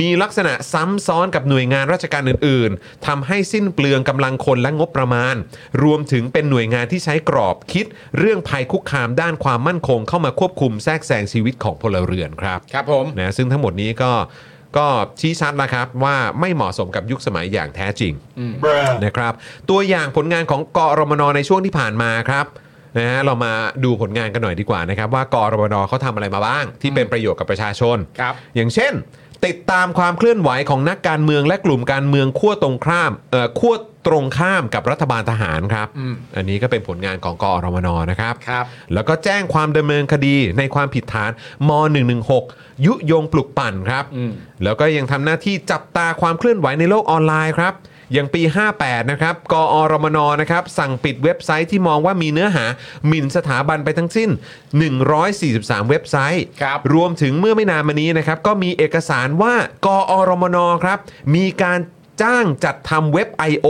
B: มีลักษณะซ้ำซ้อนกับหน่วยงานราชการอื่น ๆทำให้สิ้นเปลืองกำลังคนและงบประมาณ รวมถึงเป็นหน่วยงานที่ใช้กรอบคิด เรื่องภัยคุกคามด้านความมั่นคงเข้ามาควบคุมแทรกแซงชีวิตของพลเรือนครับ
C: ครับผม
B: นะซึ่งทั้งหมดนี้ก็ก็ชี้ชัดแล้วครับว่าไม่เหมาะสมกับยุคสมัยอย่างแท้จริงนะครับตัวอย่างผลงานของกอรมนในช่วงที่ผ่านมาครับนะฮะเรามาดูผลงานกันหน่อยดีกว่านะครับ ว่ากอรมนเขาทำอะไรมาบ้าง ที่เป็นประโยชน์กับประชาชน
C: ครับ
B: อย่างเช่น ติดตามความเคลื่อนไหวของนักการเมืองและกลุ่มการเมืองขั้วตรงข้ามเอ่อขั้วตรงข้ามกับรัฐบาลทหารครับ อันนี้ก็เป็นผลงานของกอรมนนะครับ
C: ครับ
B: แล้วก็แจ้งความดำเนินคดีในความผิดฐานม .116 ยุยงปลุกปั่นครับ แล้วก็ยังทำหน้าที่จับตาความเคลื่อนไหวในโลกออนไลน์ครับ อย่างปี 58 นะครับ กอรมนนะครับ สั่งปิดเว็บไซต์ที่มองว่ามีเนื้อหาหมิ่นสถาบันไปทั้งสิ้น 143 เว็บไซต์
C: ครับ
B: รวมถึงเมื่อไม่นานมานี้นะครับ ก็มีเอกสารว่ากอรมนครับ มีการจ้างจัดทำเว็บ I.O.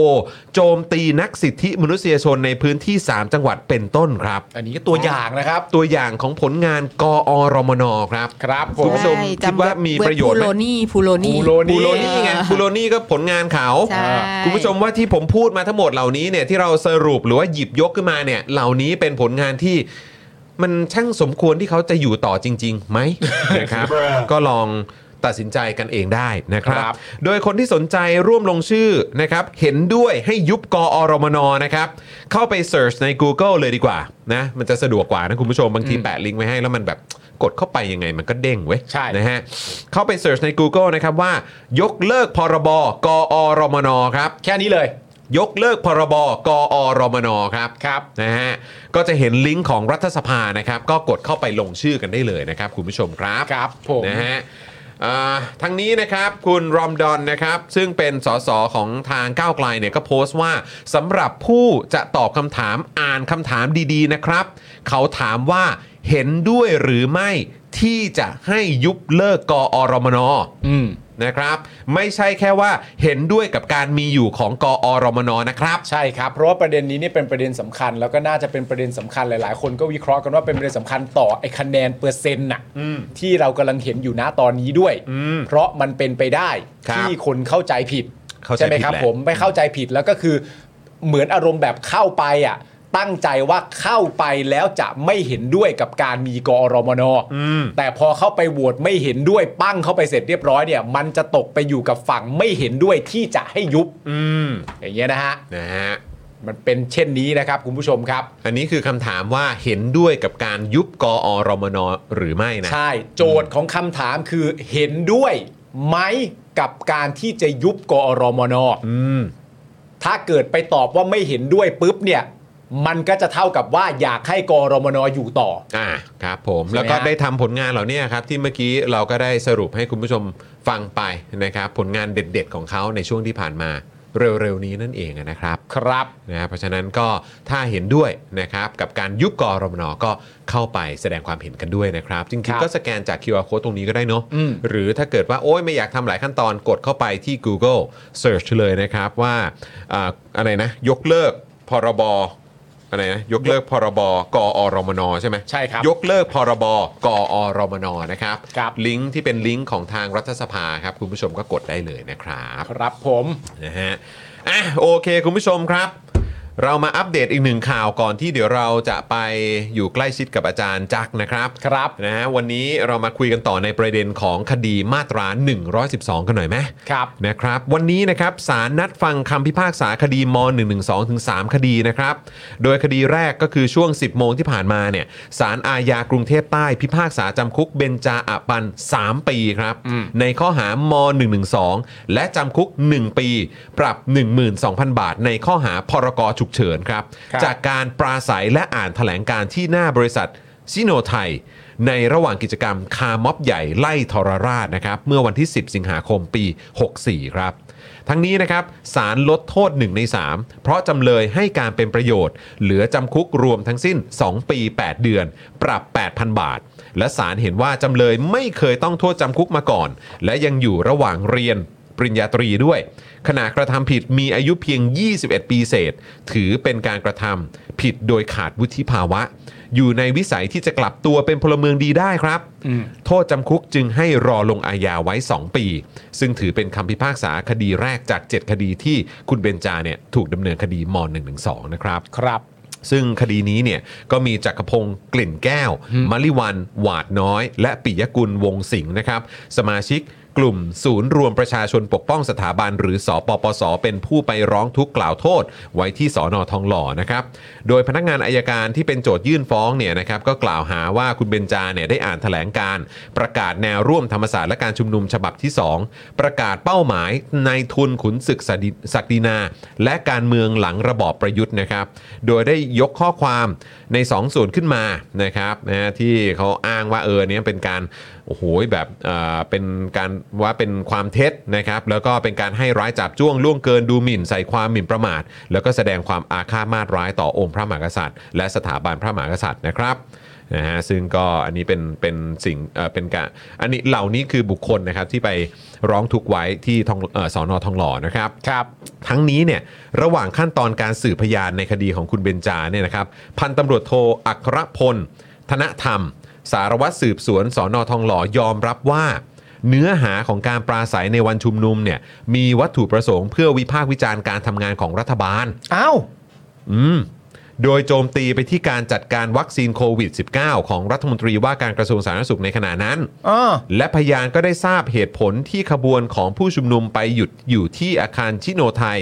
B: โจมตีนักสิทธิมนุษยชนในพื้นที่ 3 จังหวัดเป็นต้นครับ
C: อันนี้ก็ตัวอย่างนะครับ
B: ตัวอย่างของผลงานกอรมนครับ
C: ครับผ
B: คุ
C: ม
B: ณผู้ชม
E: ใช่
B: คิดว่ามีประโยช
E: พู
B: น์ไหม
E: โลนี่พูโลนี่
C: พูโล
B: บูโรนี่ไงบูโรนี่ก็ผลงานเขา
E: ใช่
B: คุณผู้ชมว่าที่ผมพูดมาทั้งหมดเหล่านี้เนี่ยที่เราสรุปหรือว่าหยิบยกขึ้นมาเนี่ย เหล่านี้เป็นผลงานที่มันช่างสมควรที่เขาจะอยู่ต่อจริงๆไหม นะครับ ก็ลองตัดสินใจกันเองได้นะครับ
C: ครับ
B: โดยคนที่สนใจร่วมลงชื่อนะครับ เห็นด้วยให้ยุบกอรมนนะครับ เข้าไปเ e ิร์ชใน Google เลยดีกว่านะมันจะสะดวกกว่านะคุณผู้ชมบางทีแปะลิงก์ไว้ให้แล้วมันแบบกดเข้าไปยังไงมันก็เด้งเว้ย
C: ใช่
B: นะฮะเข้าไปเ e ิร์ชใน Google นะครับว่ายกเลิกพรบกอรมนครับ
C: แค่นี้เลย
B: ยกเลิกพรบกอรมนครับ
C: ครับ
B: นะฮะก็จะเห็นลิงก์ของรัฐสภานะครับ ก็กดเข้าไปลงชื่อกันได้เลยนะครับ คุณผู้ชมครับ
C: ครับผม
B: นะฮะอ่าทั้งนี้นะครับคุณรอมดอนนะครับ ซึ่งเป็นสสของทางก้าวไกลเนี่ยก็โพสต์ว่าสำหรับผู้จะตอบคำถามอ่านคำถามดีๆนะครับ เขาถามว่าเห็นด้วยหรือไม่ที่จะให้ยุบเลิกกอรมน
C: อืม
B: นะครับ ไม่ใช่แค่ว่าเห็นด้วยกับการมีอยู่ของกอรมนนะครับ
C: ใช่ครับ เพราะว่าประเด็นนี้เนี่ยเป็นประเด็นสำคัญ แล้วก็น่าจะเป็นประเด็นสำคัญหลาย ๆ คนก็วิเคราะห์กันว่าเป็นประเด็นสำคัญต่อไอ้คะแนนเปอร์เซ็นต์น่ะที่เรากำลังเห็นอยู่นะตอนนี้ด้วย
B: อืม
C: เพราะมันเป็นไปได้
B: ครับ
C: ที่คนเข้าใจผิด
B: เข้าใจ
C: ใช่ไหมครับ
B: ผิดแหละ
C: ผมไม่เข้าใจผิดแล้วก็คือเหมือนอารมณ์แบบเข้าไปอ่ะตั้งใจว่าเข้าไปแล้วจะไม่เห็นด้วยกับการมีกอรมน
B: อืม
C: แต่พอเข้าไปโหวตไม่เห็นด้วยปั้งเข้าไปเสร็จเรียบร้อยเนี่ยมันจะตกไปอยู่กับฝั่งไม่เห็นด้วยที่จะให้ยุบ
B: อืม
C: อย่างเงี้ยนะฮะ
B: นะฮะ
C: มันเป็นเช่นนี้นะครับ คุณผู้ชมครับ
B: อันนี้คือคำถามว่าเห็นด้วยกับการยุบกอรมนหรือไม่นะ
C: ใช่โจทย์ของคำถามคือเห็นด้วยไหมกับการที่จะยุบกอรมน
B: อืม
C: ถ้าเกิดไปตอบว่าไม่เห็นด้วยปุ๊บเนี่ยมันก็จะเท่ากับว่าอยากให้กอรมนอยู่ต่อ
B: อ่าครับผม
C: ใช่ไหม
B: แล้วก็
C: ฮะ
B: ได้ทำผลงานเหล่านี้ครับ ที่เมื่อกี้เราก็ได้สรุปให้คุณผู้ชมฟังไปนะครับ ผลงานเด็ดๆของเขาในช่วงที่ผ่านมาเร็วๆนี้นั่นเองนะครับ
C: ครับ
B: นะเพราะฉะนั้นก็ถ้าเห็นด้วยนะครับ กับการยุบกอรมนก็เข้าไปแสดงความเห็นกันด้วยนะครับ จ
C: ค
B: ริ
C: รั
B: ง
C: บ
B: ๆก็สแกนจาก QR Code ตรงนี้ก็ได้เนอะ
C: อืม
B: หรือถ้าเกิดว่าโอ้ยไม่อยากทำหลายขั้นตอนกดเข้าไปที่ Google Search เลยนะครับว่าอ่าอะไรนะยกเลิกพรบอะไรนะยกเลิกพรบกอรมนใช่ไหม
C: ใช่ครับ
B: ยกเลิกพรบกอรมนนะครับ
C: ครับ
B: ลิงก์ที่เป็นลิงก์ของทางรัฐสภาครับ คุณผู้ชมก็กดได้เลยนะครับ
C: ครับผม
B: นะฮะอ่ะโอเค คุณผู้ชมครับ เรามาอัปเดตอีกหนึ่งข่าวก่อนที่เดี๋ยวเราจะไปอยู่ใกล้ชิดกับอาจารย์จักรนะครับ
C: ครับ
B: นะฮะวันนี้เรามาคุยกันต่อในประเด็นของคดีมาตรา 112 กันหน่อยไหม
C: ครับ
B: นะครับวันนี้นะครับศาลนัดฟังคำพิพากษาคดีม .112 ถึง3คดีนะครับโดยคดีแรกก็คือช่วง 10 โมงที่ผ่านมาเนี่ยศาลอาญากรุงเทพใต้พิพากษาจำคุกเบนจาอาปัน 3 ปีครับ ในข้อหาม112 และจำคุก 1 ปี ปรับ 12,000 บาท ในข้อหาพรกฉุกเฉินครับ
C: ครับ
B: จากการปราศัยและอ่านแถลงการณ์ที่หน้าบริษัทซิโนไทย ในระหว่างกิจกรรมคาร์ม็อบใหญ่ไล่ทรราชนะครับ เมื่อวันที่ 10 สิงหาคมปี 64 ครับ ทั้งนี้นะครับศาลลดโทษ 1 ใน 3 เพราะจำเลยให้การเป็นประโยชน์ เหลือจำคุกรวมทั้งสิ้น 2 ปี 8 เดือน ปรับ 8,000 บาท และศาลเห็นว่าจำเลยไม่เคยต้องโทษจำคุกมาก่อน และยังอยู่ระหว่างเรียน ปริญญาตรีด้วย ขณะกระทำผิดมีอายุเพียง 21 ปีเศษ ถือเป็นการกระทำผิดโดยขาดวุฒิภาวะ อยู่ในวิสัยที่จะกลับตัวเป็นพลเมืองดีได้ครับ โทษจำคุกจึงให้รอลงอาญาไว้ 2 ปี ซึ่งถือเป็นคำพิพากษาคดีแรกจาก 7 คดีที่คุณเบนจาเนี่ยถูกดำเนินคดีม .112 นะครับ
C: ครับ
B: ซึ่งคดีนี้เนี่ยก็มีจักรพงศ์กลิ่นแก้ว มลิวัน หวาดน้อย และปิยกุลวงสิงห์นะครับ สมาชิกกลุ่มศูนย์รวมประชาชนปกป้องสถาบัน หรือสอปปส เป็นผู้ไปร้องทุกข์กล่าวโทษ ไว้ที่สอนอทองหล่อนะครับ โดยพนักงานอายการที่เป็นโจทยื่นฟ้องเนี่ยนะครับก็กล่าวหาว่าคุณเบนจาเนี่ยได้อ่านแถลงการณ์ประกาศแนวร่วมธรรมศาสตร์และการชุมนุมฉบับที่ 2 ประกาศเป้าหมายในทุนขุนศึกศักดิศักดินา และการเมืองหลังระบอบประยุทธ์นะครับ โดยได้ยกข้อความใน 2 ส่วนขึ้นมานะครับนะที่เขาอ้างว่าเออเนี่ยเป็นการโอ้โหแบบเอ่อเป็นการว่าเป็นความเท็จนะครับ แล้วก็เป็นการให้ร้ายจับจ้วงล่วงเกินดูหมิ่นใส่ความหมิ่นประมาท แล้วก็แสดงความอาฆาตมาตร้ายต่อองค์พระมหากษัตริย์ และสถาบันพระมหากษัตริย์นะครับ นะฮะซึ่งก็อันนี้เป็นเป็นสิ่งเอ่อเป็นการอันนี้เหล่านี้คือบุคคลนะครับที่ไปร้องทุกข์ไว้ที่ทองเอ่อสอนอทองหล่อนะครับ
C: ครับ
B: ทั้งนี้เนี่ยระหว่างขั้นตอนการสืบพยานในคดีของคุณเบนจาเนี่ยนะครับพันตำรวจโทอัครพล ธนธรรม สารวัตรสืบสวนสอนอทองหล่อยอมรับว่า เนื้อหาของการปราศัยในวันชุมนุมเนี่ยมีวัตถุประสงค์เพื่อวิพากษ์วิจารณ์การทำงานของรัฐบาล
C: อ้าว
B: อืม โดยโจมตีไปที่การจัดการวัคซีนโควิด -19 ของรัฐมนตรีว่าการกระทรวงสาธารณสุขในขณะนั้น
C: อ้อ
B: และพยานก็ได้ทราบเหตุผลที่ขบวนของผู้ชุมนุมไปหยุดอยู่ที่อาคารชิโนไทย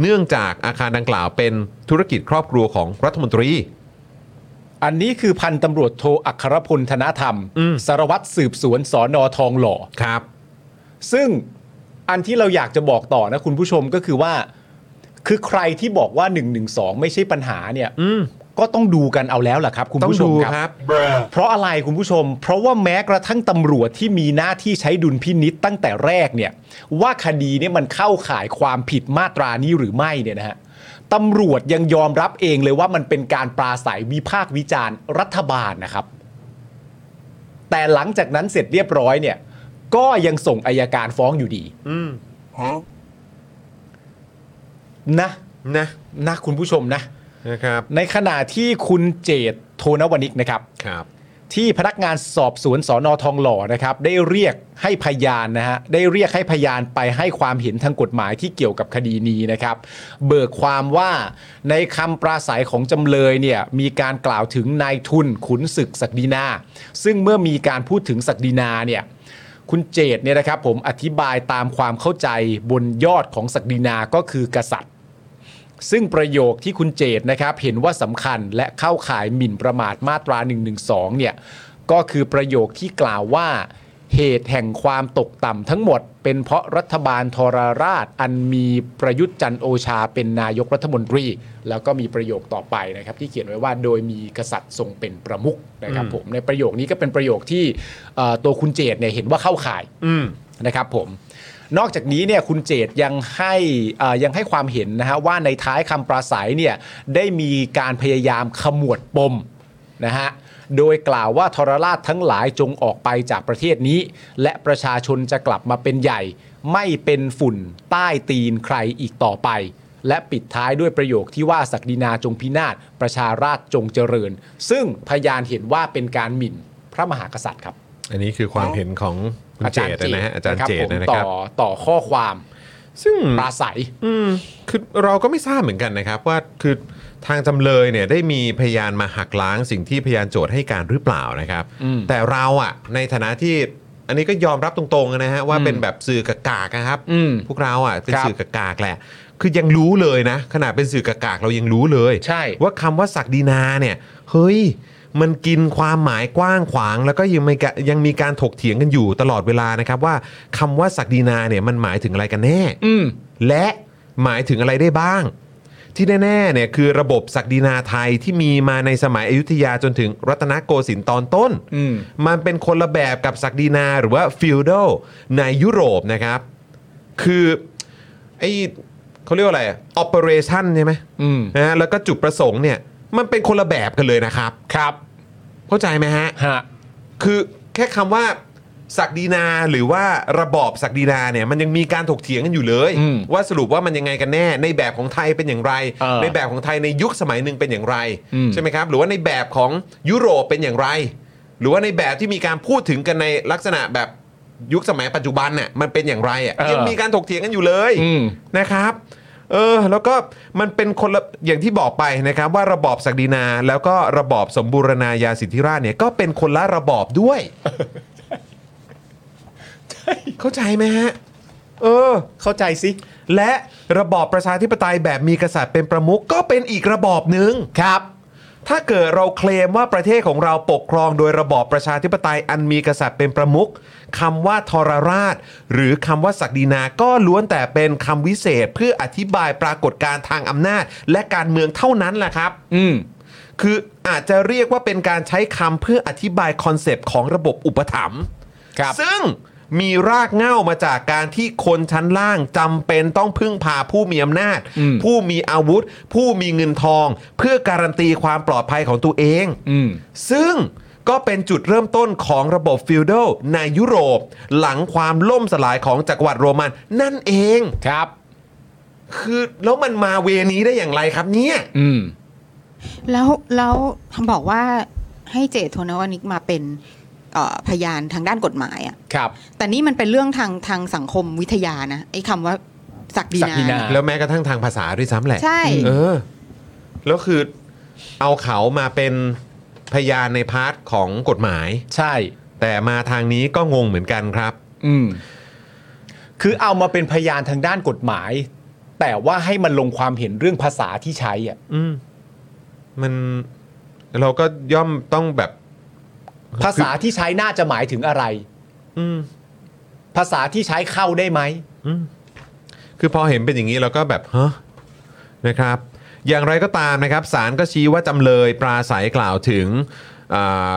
B: เนื่องจากอาคารดังกล่าวเป็นธุรกิจครอบครัวของรัฐมนตรี
C: อันนี้คือพันตำรวจโทอัครพลธนธรรม
B: อืม
C: สารวัตรสืบสวนสอนอทองหล่อ
B: ครับ
C: ซึ่งอันที่เราอยากจะบอกต่อนะคุณผู้ชมก็คือว่า คือใครที่บอกว่า 1นึไม่ใช่ปัญหาเนี่ย
B: อืม
C: ก็ต้องดูกันเอาแล้วล่ะครับ คุณ
B: ต้อง
C: ผู้ชม
B: ดู
C: ครับ
B: ครับ
C: เพราะอะไรคุณผู้ชม เพราะว่าแม้กระทั่งตำรวจที่มีหน้าที่ใช้ดุลพินิษตั้งแต่แรกเนี่ย ว่าคดีเนี่ยมันเข้าข่ายความผิดมาตรานี้หรือไม่เนี่ยนะฮะตำรวจยังยอมรับเองเลยว่ามันเป็นการปราศัยวิพากษ์วิจารณ์รัฐบาลนะครับ แต่หลังจากนั้นเสร็จเรียบร้อยเนี่ย ก็ยังส่งอายการฟ้องอยู่ดี
B: อืม
C: นะ
B: นะ
C: นะคุณผู้ชมนะ
B: นะครับ
C: ในขณะที่คุณเจตโทนวนิกนะครับ
B: ครับ
C: ที่พนักงานสอบสวนสอนอทองหล่อนะครับ ได้เรียกให้พยานนะฮะได้เรียกให้พยานไปให้ความเห็นทางกฎหมายที่เกี่ยวกับคดีนี้นะครับ เบิกความว่าในคำปราศัยของจำเลยเนี่ยมีการกล่าวถึงนายทุนขุนศึกศักดินา ซึ่งเมื่อมีการพูดถึงศักดินาเนี่ย คุณเจตเนี่ยนะครับผมอธิบายตามความเข้าใจบนยอดของศักดินาก็คือกษัตริย์ ซึ่งประโยคที่คุณเจตนะครับเห็นว่าสำคัญและเข้าข่ายหมิ่นประมาทมาตรา 112 เนี่ยก็คือประโยคที่กล่าวว่า เหตุแห่งความตกต่ำทั้งหมด เป็นเพราะรัฐบาลทรราชอันมีประยุทธ์จันทร์โอชาเป็นนายกรัฐมนตรี แล้วก็มีประโยคต่อไปนะครับ ที่เขียนไว้ว่าโดยมีกษัตริย์ทรงเป็นประมุขนะครับผมในประโยคนี้ก็เป็นประโยคที่เอ่อตัวคุณเจตเนี่ยเห็นว่าเข้าข่าย
B: อืม
C: นะครับผม นอกจากนี้เนี่ยคุณเจตยังให้เอ่อยังให้ความเห็นนะฮะว่าในท้ายคำปราศัยเนี่ยได้มีการพยายามขมวดปมนะฮะโดยกล่าวว่าทรราชทั้งหลายจงออกไปจากประเทศนี้ และประชาชนจะกลับมาเป็นใหญ่ ไม่เป็นฝุ่นใต้ตีนใครอีกต่อไป และปิดท้ายด้วยประโยคที่ว่าศักดินาจงพินาศประชาราชจงเจริญ ซึ่งพยานเห็นว่าเป็นการหมิ่นพระมหากษัตริย์ครับ
B: อันนี้คือความเห็นของคุณเจตนะฮะอาจารย์เจต
C: ผม
B: นะครับ
C: ต่อต่อข้อความ
B: ซึ่ง
C: ปราศัย
B: อืมคือเราก็ไม่ทราบเหมือนกันนะครับว่าคือทางจำเลยเนี่ยได้มีพยานมาหักล้างสิ่งที่พยานโจทย์ให้การหรือเปล่านะครับ
C: อืม
B: แต่เราอะในฐานะที่อันนี้ก็ยอมรับตรงๆนะฮะว่าเป็นแบบสื่อกากากนะครับ
C: อืม
B: พวกเราอะเป็น
C: ครับ
B: สื่อกากากแหละ คือยังรู้เลยนะ ขนาดเป็นสื่อกากากเรายังรู้เลย
C: ใช่
B: ว่าคำว่าศักดินาเนี่ยเฮ้ยมันกินความหมายกว้างขวาง แล้วก็ยังมีกะยังมีการถกเถียงกันอยู่ตลอดเวลานะครับ ว่าคำว่าศักดินาเนี่ยมันหมายถึงอะไรกันแน่
C: อืม
B: และหมายถึงอะไรได้บ้าง ที่แน่ๆเนี่ยคือระบบศักดินาไทยที่มีมาในสมัยอยุธยาจนถึงรัตนโกสินทร์ตอนต้น
C: อืม
B: มันเป็นคนละแบบกับศักดินาหรือว่าฟิวดลในยุโรปนะครับ คือไอเขาเรียกว่าอะไรอ p e r a t i o n ใช่ไหม
C: อืม
B: นะฮะแล้วก็จุดประสงค์เนี่ยมันเป็นคนละแบบกันเลยนะครับ
C: ครับ
B: เข้าใจไหมฮะ
C: ฮะ
B: คือแค่คำว่าศักดินาหรือว่าระบอบศักดินาเนี่ยมันยังมีการถกเถียงกันอยู่เลย
C: อืม
B: ว่าสรุปว่ามันยังไงกันแน่ ในแบบของไทยเป็นอย่างไร
C: เออ
B: ในแบบของไทยในยุคสมัยหนึ่งเป็นอย่างไร
C: อืม
B: ใช่ไหมครับ หรือว่าในแบบของยุโรปเป็นอย่างไร หรือว่าในแบบที่มีการพูดถึงกันในลักษณะแบบยุคสมัยปัจจุบันน่ะมันเป็นอย่างไรอ่ะยังมีการถกเถียงกันอยู่เลย
C: อืม
B: นะครับ เออ แล้วก็มันเป็นคนละอย่างที่บอกไปนะครับว่าระบอบศักดินา แล้วก็ระบอบสมบูรณาญาสิทธิราชเนี่ยก็เป็นคนละระบอบด้วย เข้าใจไหมฮะ เออ
C: เข้าใจสิ
B: และระบอบประชาธิปไตยแบบมีกษัตริย์เป็นประมุขก็เป็นอีกระบอบหนึ่งครับ ถ้าเกิดเราเคลมว่าประเทศของเราปกครองโดยระบอบประชาธิปไตยอันมีกษัตริย์เป็นประมุขคำว่าทรราช หรือคำว่าศักดินาก็ล้วนแต่เป็นคำวิเศษเพื่ออธิบายปรากฏการณ์ทางอำนาจ และการเมืองเท่านั้นแหละครับ
C: อืม
B: คืออาจจะเรียกว่าเป็นการใช้คำเพื่ออธิบายคอนเซปต์ของระบบอุปถัมภ์
C: ครับ
B: ซึ่งมีรากเหง้ามาจากการที่คนชั้นล่างจำเป็นต้องพึ่งพาผู้มีอำนาจ ผู้มีอาวุธ ผู้มีเงินทอง เพื่อการันตีความปลอดภัยของตัวเอง
C: อืม
B: ซึ่งก็เป็นจุดเริ่มต้นของระบบฟิวดลในยุโรป หลังความล่มสลายของจักรวรรดิโรมัน นั่นเอง
C: ครับ
B: คือแล้วมันมาเวนี้ได้อย่างไรครับเนี่ย
C: อืม
E: แล้วแล้วทำบอกว่าให้เจตโทนวนิกมาเป็นเอ่อพยานทางด้านกฎหมายอะ
C: ครับ
E: แต่นี่มันเป็นเรื่องทางทางสังคมวิทยานะไอ้คำว่าศักดิ
C: ศักดินา
E: นา
B: แล้วแม้กระทั่งทางภาษาด้วยซ้ำแหละ
E: ใช่
B: เออ แล้วคือเอาเขามาเป็นพยานในพาร์ทของกฎหมาย
C: ใช่
B: แต่มาทางนี้ก็งงเหมือนกันครับ
C: อืม คือเอามาเป็นพยานทางด้านกฎหมาย แต่ว่าให้มันลงความเห็นเรื่องภาษาที่ใช้อ่ะ
B: อืมมันเราก็ย่อมต้องแบบ
C: ภาษาที่ใช้น่าจะหมายถึงอะไร
B: อืม
C: ภาษาที่ใช้เข้าได้ไหม
B: อืมคือพอเห็นเป็นอย่างนี้เราก็แบบฮะนะครับ อย่างไรก็ตามนะครับศาลก็ชี้ว่าจำเลยปราศัยกล่าวถึงอ่า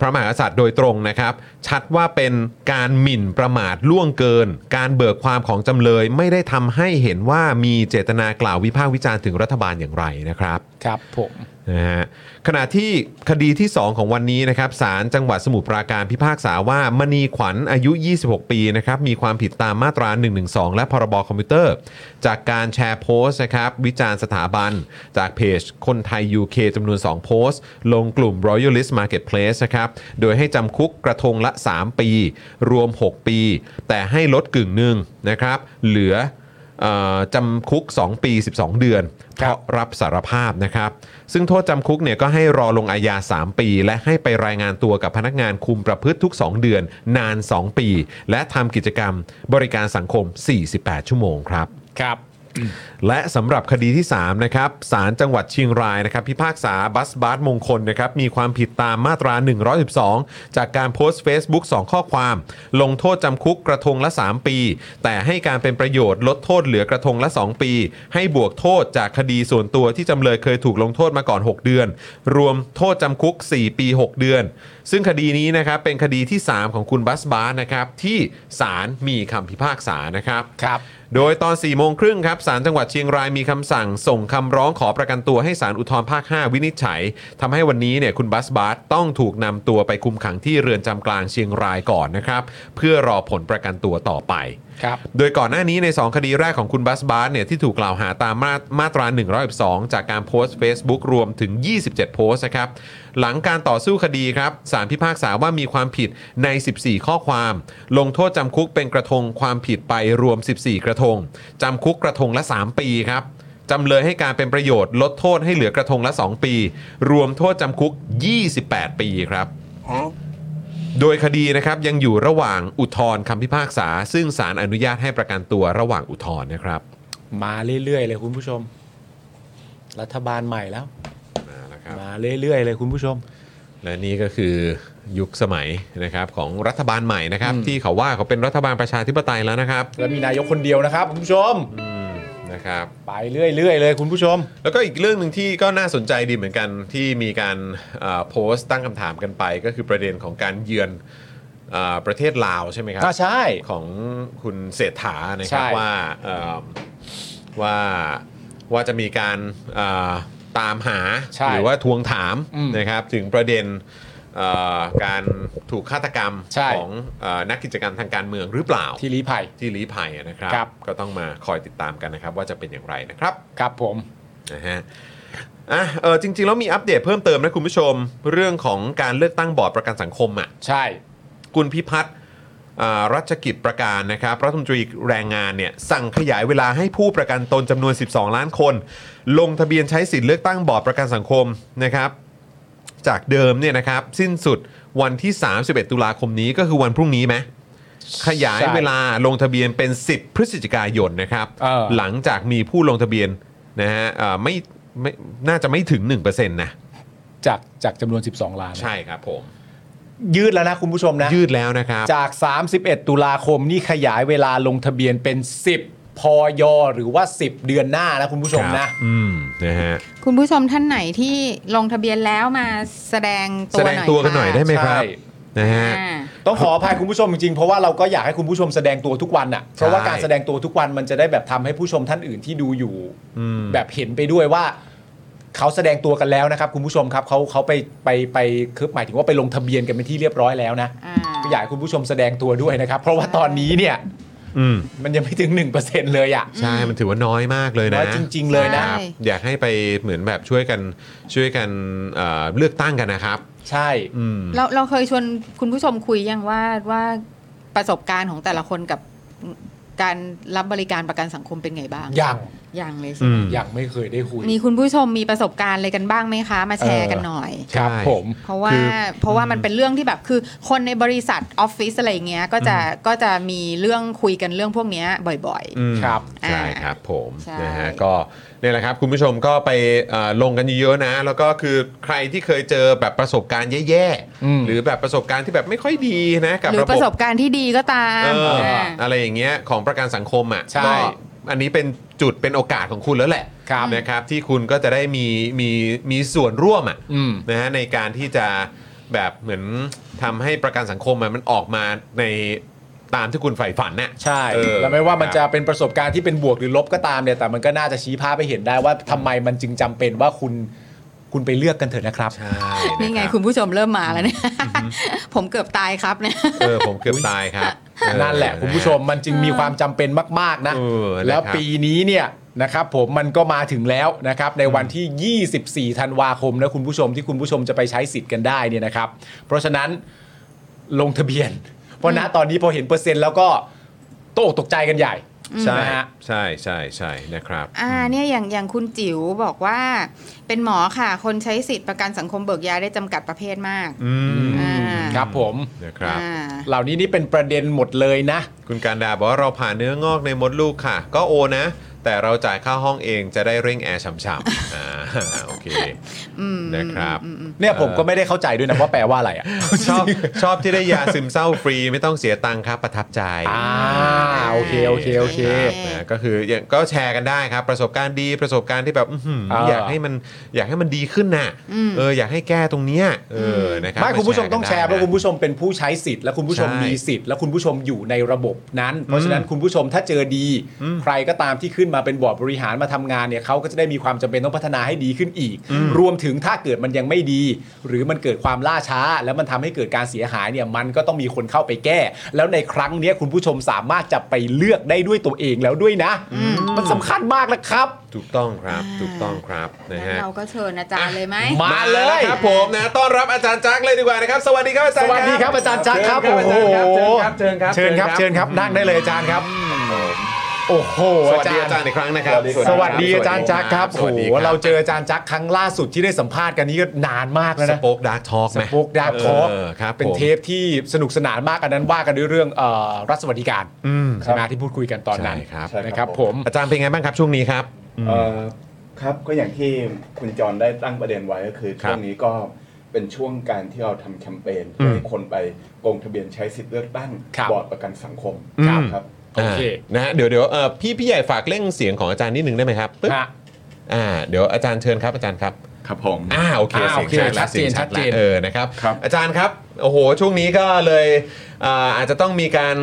B: พระมหากษัตริย์โดยตรงนะครับ ชัดว่าเป็นการหมิ่นประมาทล่วงเกิน การเบิกความของจำเลยไม่ได้ทำให้เห็นว่ามีเจตนากล่าววิพากษ์วิจารณ์ถึงรัฐบาลอย่างไรนะครับ
C: ครับ ผม
A: นะฮะขณะที่คดีที่ 2 ของวันนี้นะครับศาลจังหวัดสมุทรปราการพิพากษาว่ามณีขวัญอายุ 26 ปีนะครับมีความผิดตามมาตรา 112 และพรบคอมพิวเตอร์ จากการแชร์โพสต์นะครับวิจารณ์สถาบัน จากเพจคนไทย UK จำนวน 2 โพสต์ ลงกลุ่ม Royalist Marketplace นะครับโดยให้จำคุกกระทงละ 3 ปี รวม 6 ปี แต่ให้ลดกึ่งหนึ่งนะครับเหลือ เอ่อจำคุก 2 ปี 12 เดือนเพราะรับสารภาพนะครับ ซึ่งโทษจำคุกเนี่ยก็ให้รอลงอาญา 3 ปี และให้ไปรายงานตัวกับพนักงานคุมประพฤติทุก 2 เดือนนาน 2 ปี และทำกิจกรรมบริการสังคม 48 ชั่วโมงครับ
C: ครับ
A: และสำหรับคดีที่ 3 นะครับศาลจังหวัดเชียงรายนะครับ พิพากษาบัสบาสมงคลนะครับ มีความผิดตามมาตรา 112 จากการโพสต์ Facebook 2 ข้อความ ลงโทษจำคุกกระทงละ 3 ปี แต่ให้การเป็นประโยชน์ลดโทษเหลือกระทงละ 2 ปี ให้บวกโทษจากคดีส่วนตัวที่จำเลยเคยถูกลงโทษมาก่อน 6 เดือน รวมโทษจำคุก 4 ปี 6 เดือน ซึ่งคดีนี้นะครับเป็นคดีที่ 3 ของคุณบัสบาสนะครับที่ศาลมีคำพิพากษานะครับ
C: ครับ
A: โดยตอน4ี่โมงครึ่งครับศาลจังหวัดเชียงรายมีคำสั่ง ส่งคำร้องขอประกันตัวให้ศาลอุทธรภาค 5 วินิจฉัยทำให้วันนี้เนี่ยคุณบัสบาสต้องถูกนำตัวไปคุมขังที่เรือนจำกลางเชียงรายก่อนนะครับ เพื่อรอผลประกันตัวต่อไป
C: ครับ
A: โดยก่อนหน้านี้ใน 2 คดีแรกของคุณบัสบาสเนี่ยที่ถูกกล่าวหาตามมามาตรา 112 จากการโพสต์ Facebook รวมถึง 27 โพสต์นะครับ หลังการต่อสู้คดีครับสารพิพากษาว่ามีความผิดใน 14 ข้อความ ลงโทษจำคุกเป็นกระทงความผิดไปรวม 14 กระทงจำคุกกระทงละ 3 ปีครับ จำเลยให้การเป็นประโยชน์ลดโทษให้เหลือกระทงละ 2 ปี รวมโทษจำคุก 28 ปีครับ โดยคดีนะครับยังอยู่ระหว่างอุทธรณ์คำพิพากษา ซึ่งศาลอนุญาตให้ประกันตัวระหว่างอุทธรณ์นะครับ
C: มาเรื่อยๆเลยคุณผู้ชม รัฐบาลใหม่แล้ว
A: มาแล้วครับ
C: มาเรื่อยๆเลยคุณผู้ชม
A: และนี่ก็คือยุคสมัยนะครับของรัฐบาลใหม่นะครับ ที่เขาว่าเขาเป็นรัฐบาลประชาธิปไตยแล้วนะครับ
C: แล้วมีนายกคนเดียวนะครับคุณผู้ชม
A: อืมนะครับ
C: ไปเรื่อยๆเลยคุณผู้ชม
A: แล้วก็อีกเรื่องหนึ่งที่ก็น่าสนใจดีเหมือนกันที่มีการเอ่อโพสต์ตั้งคำถามกันไป ก็คือประเด็นของการเยือนเอ่อประเทศลาวใช่ไหมครั
C: อ่าใช่
A: ของคุณเศรษฐานะครับ
C: ใช่
A: ว่าเอ่อว่าว่าจะมีการเอ่อตามหา
C: ใช่
A: หรือว่าทวงถาม
C: อืม
A: นะครับถึงประเด็นเอ่อการถูกฆาตกรรม
C: ใช่
A: ของเออนักกิจกรรมทางการเมืองหรือเปล่า
C: ที่ลีภัย
A: ที่ลี้ภัยนะครับ
C: ครับ
A: ก็ต้องมาคอยติดตามกันนะครับ ว่าจะเป็นอย่างไรนะครับ
C: ครับผม
A: นะฮะ อ่ะ เออจริง ๆ แล้วมีอัปเดตเพิ่มเติมนะคุณผู้ชม เรื่องของการเลือกตั้งบอร์ดประกันสังคมอ่ะ
C: ใช่
A: คุณพิพัฒน์อ่ารัชกิจประการนะครับรัฐมนตรีแรงงานเนี่ยสั่งขยายเวลาให้ผู้ประกันตนจำนวน 12 ล้านคน ลงทะเบียนใช้สิทธิ์เลือกตั้งบอร์ดประกันสังคมนะครับ จากเดิมเนี่ยนะครับ สิ้นสุดวันที่ 31 ตุลาคมนี้ก็คือวันพรุ่งนี้ไหมขยาย
C: ใช่
A: เวลาลงทะเบียนเป็น 10 พฤศจิกายนนะครับ
C: เออ
A: หลังจากมีผู้ลงทะเบียนนะฮะเอ่อไม่ไม่น่าจะไม่ถึง 1%นะ
C: จากจากจำนวน 12 ล้าน
A: ใช่ครับผม
C: ยืดแล้วนะคุณผู้ชมนะ
A: ยืดแล้วนะครับ
C: จาก 31 ตุลาคมนี่ขยายเวลาลงทะเบียนเป็น 10 พย หรือว่า 10 เดือนหน้านะคุณผู้ชมนะ
A: ครับอืมนะฮะ
E: คุณผู้ชมท่านไหนที่ลงทะเบียนแล้วมาแสดงตัว
A: แสดงตัวกันหน่อยได้ไหมครับ
C: ใช่
A: นะฮะ
E: อ่า
C: ต้องขออภัยคุณผู้ชมจริงๆ เพราะว่าเราก็อยากให้คุณผู้ชมแสดงตัวทุกวันอ่ะ เพราะว่าการแสดงตัวทุกวันมันจะได้แบบทำให้ผู้ชมท่านอื่นที่ดูอยู่
A: อืม
C: แบบเห็นไปด้วยว่าเขาแสดงตัวกันแล้วนะครับ คุณผู้ชมครับเขาเขาไปไปไปคือหมายถึงว่าไปลงทะเบียนกันเป็นที่เรียบร้อยแล้วนะ
E: อ่า
C: ก็อยากให้คุณผู้ชมแสดงตัวด้วยนะครับ เพราะว่าตอนนี้เนี่ย
A: อืม
C: มันยังไม่ถึง 1%เลยอ่ะ
A: ใช่ มันถือว่าน้อยมากเลยนะ
C: น้อยจริงๆเลยนะ
A: ครับอยากให้ไปเหมือนแบบช่วยกันช่วยกันเอ่อเลือกตั้งกันนะครับ
C: ใช่
A: อืม
E: เราเราเคยชวนคุณผู้ชมคุยยังว่าว่าประสบการณ์ของแต่ละคนกับการรับบริการประกันสังคมเป็นไงบ้าง
C: ยัง
E: ยังเลยสิ
A: อืม
C: ยังไม่เคยได้คุย
E: มีคุณผู้ชมมีประสบการณ์อะไรกันบ้างไหมคะ มาแชร์
C: เออ
E: กันหน่อย
C: ครับ
A: ใช่
C: ผม
E: เพราะว่า
A: คือ
E: เพราะว่ามันเป็นเรื่องที่แบบคือคนในบริษัทออฟฟิศอะไรอย่างเงี้ยก็จะก็จะมีเรื่องคุยกันเรื่องพวกเนี้ยบ่อย
A: อืม
C: ครับ
A: ใช่
E: อ่า
A: ครับผม
E: ใช่
A: นะฮะก็เนี่ยแหละครับ คุณผู้ชมก็ไปเอ่อลงกันเยอะๆนะ แล้วก็คือใครที่เคยเจอแบบประสบการณ์แย่
C: อืม
A: ๆ หรือแบบประสบการณ์ที่แบบไม่ค่อยดีนะกับ
E: ๆ หรือ
A: ระบ
E: ประส
A: บ
E: บการณ์ที่ดีก็ตาม
A: เออ
E: อ่า
A: อะไรอย่างเงี้ยของประกันสังคมอ่ะ
C: ใช่
A: ก็อันนี้เป็นจุดเป็นโอกาสของคุณแล้วแหละ
C: ครับ
A: นะครับ ที่คุณก็จะได้มีมีมีส่วนร่วมอ่ะ
C: อืม
A: นะฮะในการที่จะแบบเหมือนทำให้ประกันสังคมอะมันออกมาในตามที่คุณใฝ่ฝันน่ะ
C: ใช่
A: เออ
C: แล้วไม่ว่ามันจะ
A: ครับ
C: เป็นประสบการณ์ที่เป็นบวกหรือลบก็ตามเนี่ยแต่มันก็น่าจะชี้ภาพไปเห็นได้ว่าทำไมมันจึงจำเป็นว่าคุณ คุณไปเลือกกันเถอะนะครับ
A: ใช่ะ
E: นี่ไง
A: รับ
E: คุณผู้ชมเริ่มมาแล้วเนี่ย ผมเกือบตายครับเนี่ย
A: เออผมเกือบตายครับเออ
C: นั่นแหละคุณผู้ชมมันจึงมีความจำเป็นมาก ๆ นะ
A: เออนะครับ
C: แล้วปีนี้เนี่ยนะครับผมมันก็มาถึงแล้วนะครับในวันที่ 24 ธันวาคมนะคุณผู้ชมที่คุณผู้ชมจะไปใช้สิทธิ์กันได้เนี่ยนะครับ เพราะฉะนั้นลงทะเบียน เพราะณตอนนี้พอเห็นเปอร์เซ็นต์แล้วก็ตกอกตกใจกันใหญ่
A: ใช่
C: นะฮะ
A: ใช่ใช่ใช่นะครับ
E: อ่าเนี่ยอย่างอย่างคุณจิ๋วบอกว่าเป็นหมอค่ะ คนใช้สิทธิ์ประกันสังคมเบิกยาได้จำกัดประเภทมาก
A: อืม
E: อ่า
C: ครับผม
A: นะครับ
E: อ่า
C: เหล่านี้นี่เป็นประเด็นหมดเลยนะ
A: คุณการดาบอกว่าเราผ่าเนื้องอกในมดลูกค่ะ ก็โอนะ แต่เราจ่ายค่าห้องเองจะได้เร่งแอร์ช่ำๆอ่าโอเค
E: อืม
A: นะครับ
E: อืมอืม
C: เนี่ยผมก็ไม่ได้เข้าใจด้วยนะว่าแปลว่าอะไรอ่ะ
A: ชอบชอบที่ได้ยาซึมเศร้าฟรีไม่ต้องเสียตังค์ครับประทับใจ
C: อ่าโอเคโอเคโอเค
A: รับนะก็คืออย่างก็แชร์กันได้ครับ ประสบการณ์ดีประสบการณ์ที่แบบอื้อหือ
C: เออ
A: อ
C: อ
A: ยากให้มันอยากให้มันดีขึ้นน่ะเอออยากให้แก้ตรงเนี้ยเอออนะครับ
C: ไม่คุณผู้ชมต้องแชร์เพ
A: กัน
C: ราะ
A: ได้นะ
C: คุณผู้ชมเป็นผู้ใช้สิทธิ์และคุณผู้ชม
A: ใช่
C: มีสิทธิ์และคุณผู้ชมอยู่ในระบบนั้น เพราะฉะนั้นคุณผู้ชมถ้าเจอดี ใครก็ตามที่ขึ้นมาเป็นบอร์ดบริหารมาทำงานเนี่ยเขาก็จะได้มีความจำเป็นต้องพัฒนาให้ดีขึ้นอีก รวมถึงถ้าเกิดมันยังไม่ดี หรือมันเกิดความล่าช้า แล้วมันทำให้เกิดการเสียหายเนี่ยมันก็ต้องมีคนเข้าไปแก้ แล้วในครั้งเนี้ยคุณผู้ชมสามารถจะไปเลือกได้ด้วยตัวเองแล้วด้วยนะ มันสำคัญมากนะครับ
A: ถูกต้องครับถูกต้องครับนะ
E: งั้น
A: ฮะ
E: เราก็เชิญอาจารย์เลยไหม
C: มา เลย
A: ครับผมนะต้อนรับอาจารย์จักรเลยดีกว่านะครับ สวัสดีครับอาจาร
C: ส
A: ย์
C: วัสดีครับอาจารย์จักรครับ
A: เชิ
C: โอ้
A: ญ
C: โห
A: ครับเชิญครับ
C: เชิญครับเชิญครับนั่งได้เลยอาจารย์ครับ โอ้โห
A: สวัสดีอาจารย์อีกครั้งนะครับ
C: สวัสดีอาจารย์จักรครับ
A: ส
C: โอ้
A: วัส
C: โห
A: ดีคบ
C: เราเจออาจารย์จักรครั้งล่าสุดที่ได้สัมภาษณ์กันนี่ก็นานมากแล้ว
A: ส
C: นะ
A: ป็อกดาร์ทอล์กไหม
C: โป๊กดาร์คอ
A: เอครับ
C: เป็น
A: ผม
C: เทปที่สนุกสนานมากอันนั้นว่ากันด้วยเรื่องเอ่อรัฐสวัสดิการ
A: อืม
C: ใช่ไหมที่พูดคุยกันตอนนั้น
A: ใช่ครับ
C: นะครับผม
A: อาจารย์เป็นไงบ้างครับช่วงนี้ครับ
F: เอ่อครับก็อย่างที่คุณจรได้ตั้งประเด็นไว้ก็คือ
A: ครับ
F: ช่วงนี้ก็เป็นช่วงการที่เราทำแคมเปญเพื่อให้คนไปลงทะเบียนใช้สิทธิ์เลือกตั้งบอร์ดประกันสังคม
A: อืม
F: ครับ
C: โอเค
A: านะฮะเดี๋ยวเดี๋ยวเอ่อพี่พี่ใหญ่ฝากเร่งเสียงของอาจารย์นิดนึงได้ไหมครับปึ๊บ
C: ฮะ
A: อ่าเดี๋ยวอาจารย์เชิญครับอาจารย์ครับ
F: ครับผม
A: อ่าโอเค
C: อ่า
A: เสียง
C: โอเค
A: ชัดแล้ว
C: ชัดเจน
A: เสียงชัด
C: ชัดเจน
A: แล้วเออนะครับ
F: ครับ
A: อาจารย์ครับโอ้โหช่วงนี้ก็เลยอ่าอาจจะต้องมีการ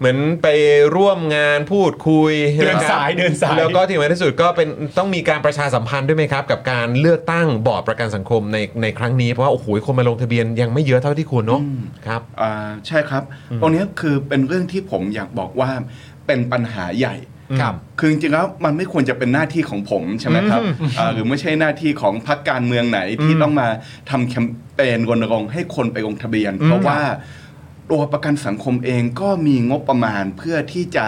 A: เหมือนไปร่วมงานพูดคุย
C: เดินะ
A: ครั
C: สา
A: บ
C: ยเดินสาย
A: แล้วก็ที่สำคัญที่สุดก็เป็นต้องมีการประชาสัมพันธ์ด้วยไหมครับ กับการเลือกตั้งบอร์ดประกันสังคมในในครั้งนี้เพราะว่าโอ้โหคนมาลงทะเบียนยังไม่เยอะเท่าที่ควรเนาะครับ
F: อ่าใช่ครับ ตรงนี้คือเป็นเรื่องที่ผมอยากบอกว่าเป็นปัญหาใหญ่
A: ครับ
F: คือจริงๆแล้วมันไม่ควรจะเป็นหน้าที่ของผมใช่ไหมครับอ่าหรือไม่ใช่หน้าที่ของพรรคการเมืองไหนที่ต้องมาทำแคมเปญรณรงค์ให้คนไปลงทะเบียน เพราะว่าตัวประกันสังคมเองก็มีงบประมาณเพื่อที่จะ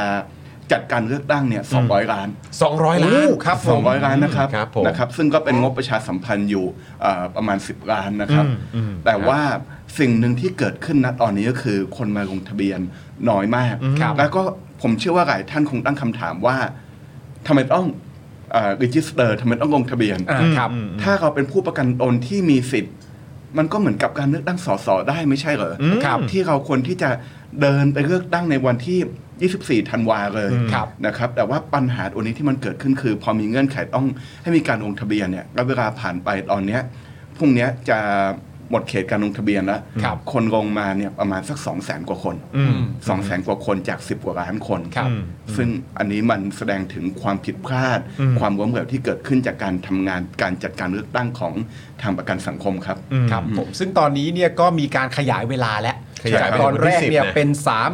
F: จัดการเลือกตั้งเนี่ย200 ล้าน
A: 200ล้าน
F: ครับสองร้อยล้านนะครับ
A: ครับผม
F: นะครับ ซึ่งก็เป็นงบประชาสัมพันธ์อยู่เอ่อประมาณ 10 ล้านนะครับ แต่ว่าสิ่งหนึ่งที่เกิดขึ้นณตอนนี้ก็คือคนมาลงทะเบียนน้อยมาก
C: ครับ
F: แล้วก็ผมเชื่อว่าหลายท่านคงตั้งคำถามว่าทำไมต้องรีจิสเตอร์ทำไมต้องลงทะเบียน
C: อ่าครับ
F: ถ้าเราเป็นผู้ประกันตนที่มีสิทธิ์ มันก็เหมือนกับการเลือกตั้งสสได้ไม่ใช่เหรออ
A: ม
C: ครับ
F: ที่เราควรที่จะเดินไปเลือกตั้งในวันที่ 24 ธันวาเลย
C: ครับ
F: นะครับแต่ว่าปัญหาตัวนี้ที่มันเกิดขึ้นคือ พอมีเงื่อนไขต้องให้มีการลงทะเบียนเนี่ยแล้วเวลาผ่านไปตอนเนี้ยพรุ่งเนี้ยจะหมดเขตการลงทะเบียนแล้ว
C: ครับ
F: คนลงมาเนี่ยประมาณสัก 2 0 0 0 0 0 กว่าคน
A: อืม
F: 2 0 0 0 0 0 กว่าคนจาก 10 กว่าล้านคน
C: ครับ
F: ซึ่งอันนี้มันแสดงถึงความผิดพลาด ความล้มเหลวที่เกิดขึ้นจากการทำงานการจัดการเลือกตั้งของทางประกันสังคมครับ
C: ครับผมซึ่งตอนนี้เนี่ยก็มีการขยายเวลาแล้ว
A: ขยายไป
C: ตอนแรกเนี่ย
A: วันที่10นะ
C: เป็น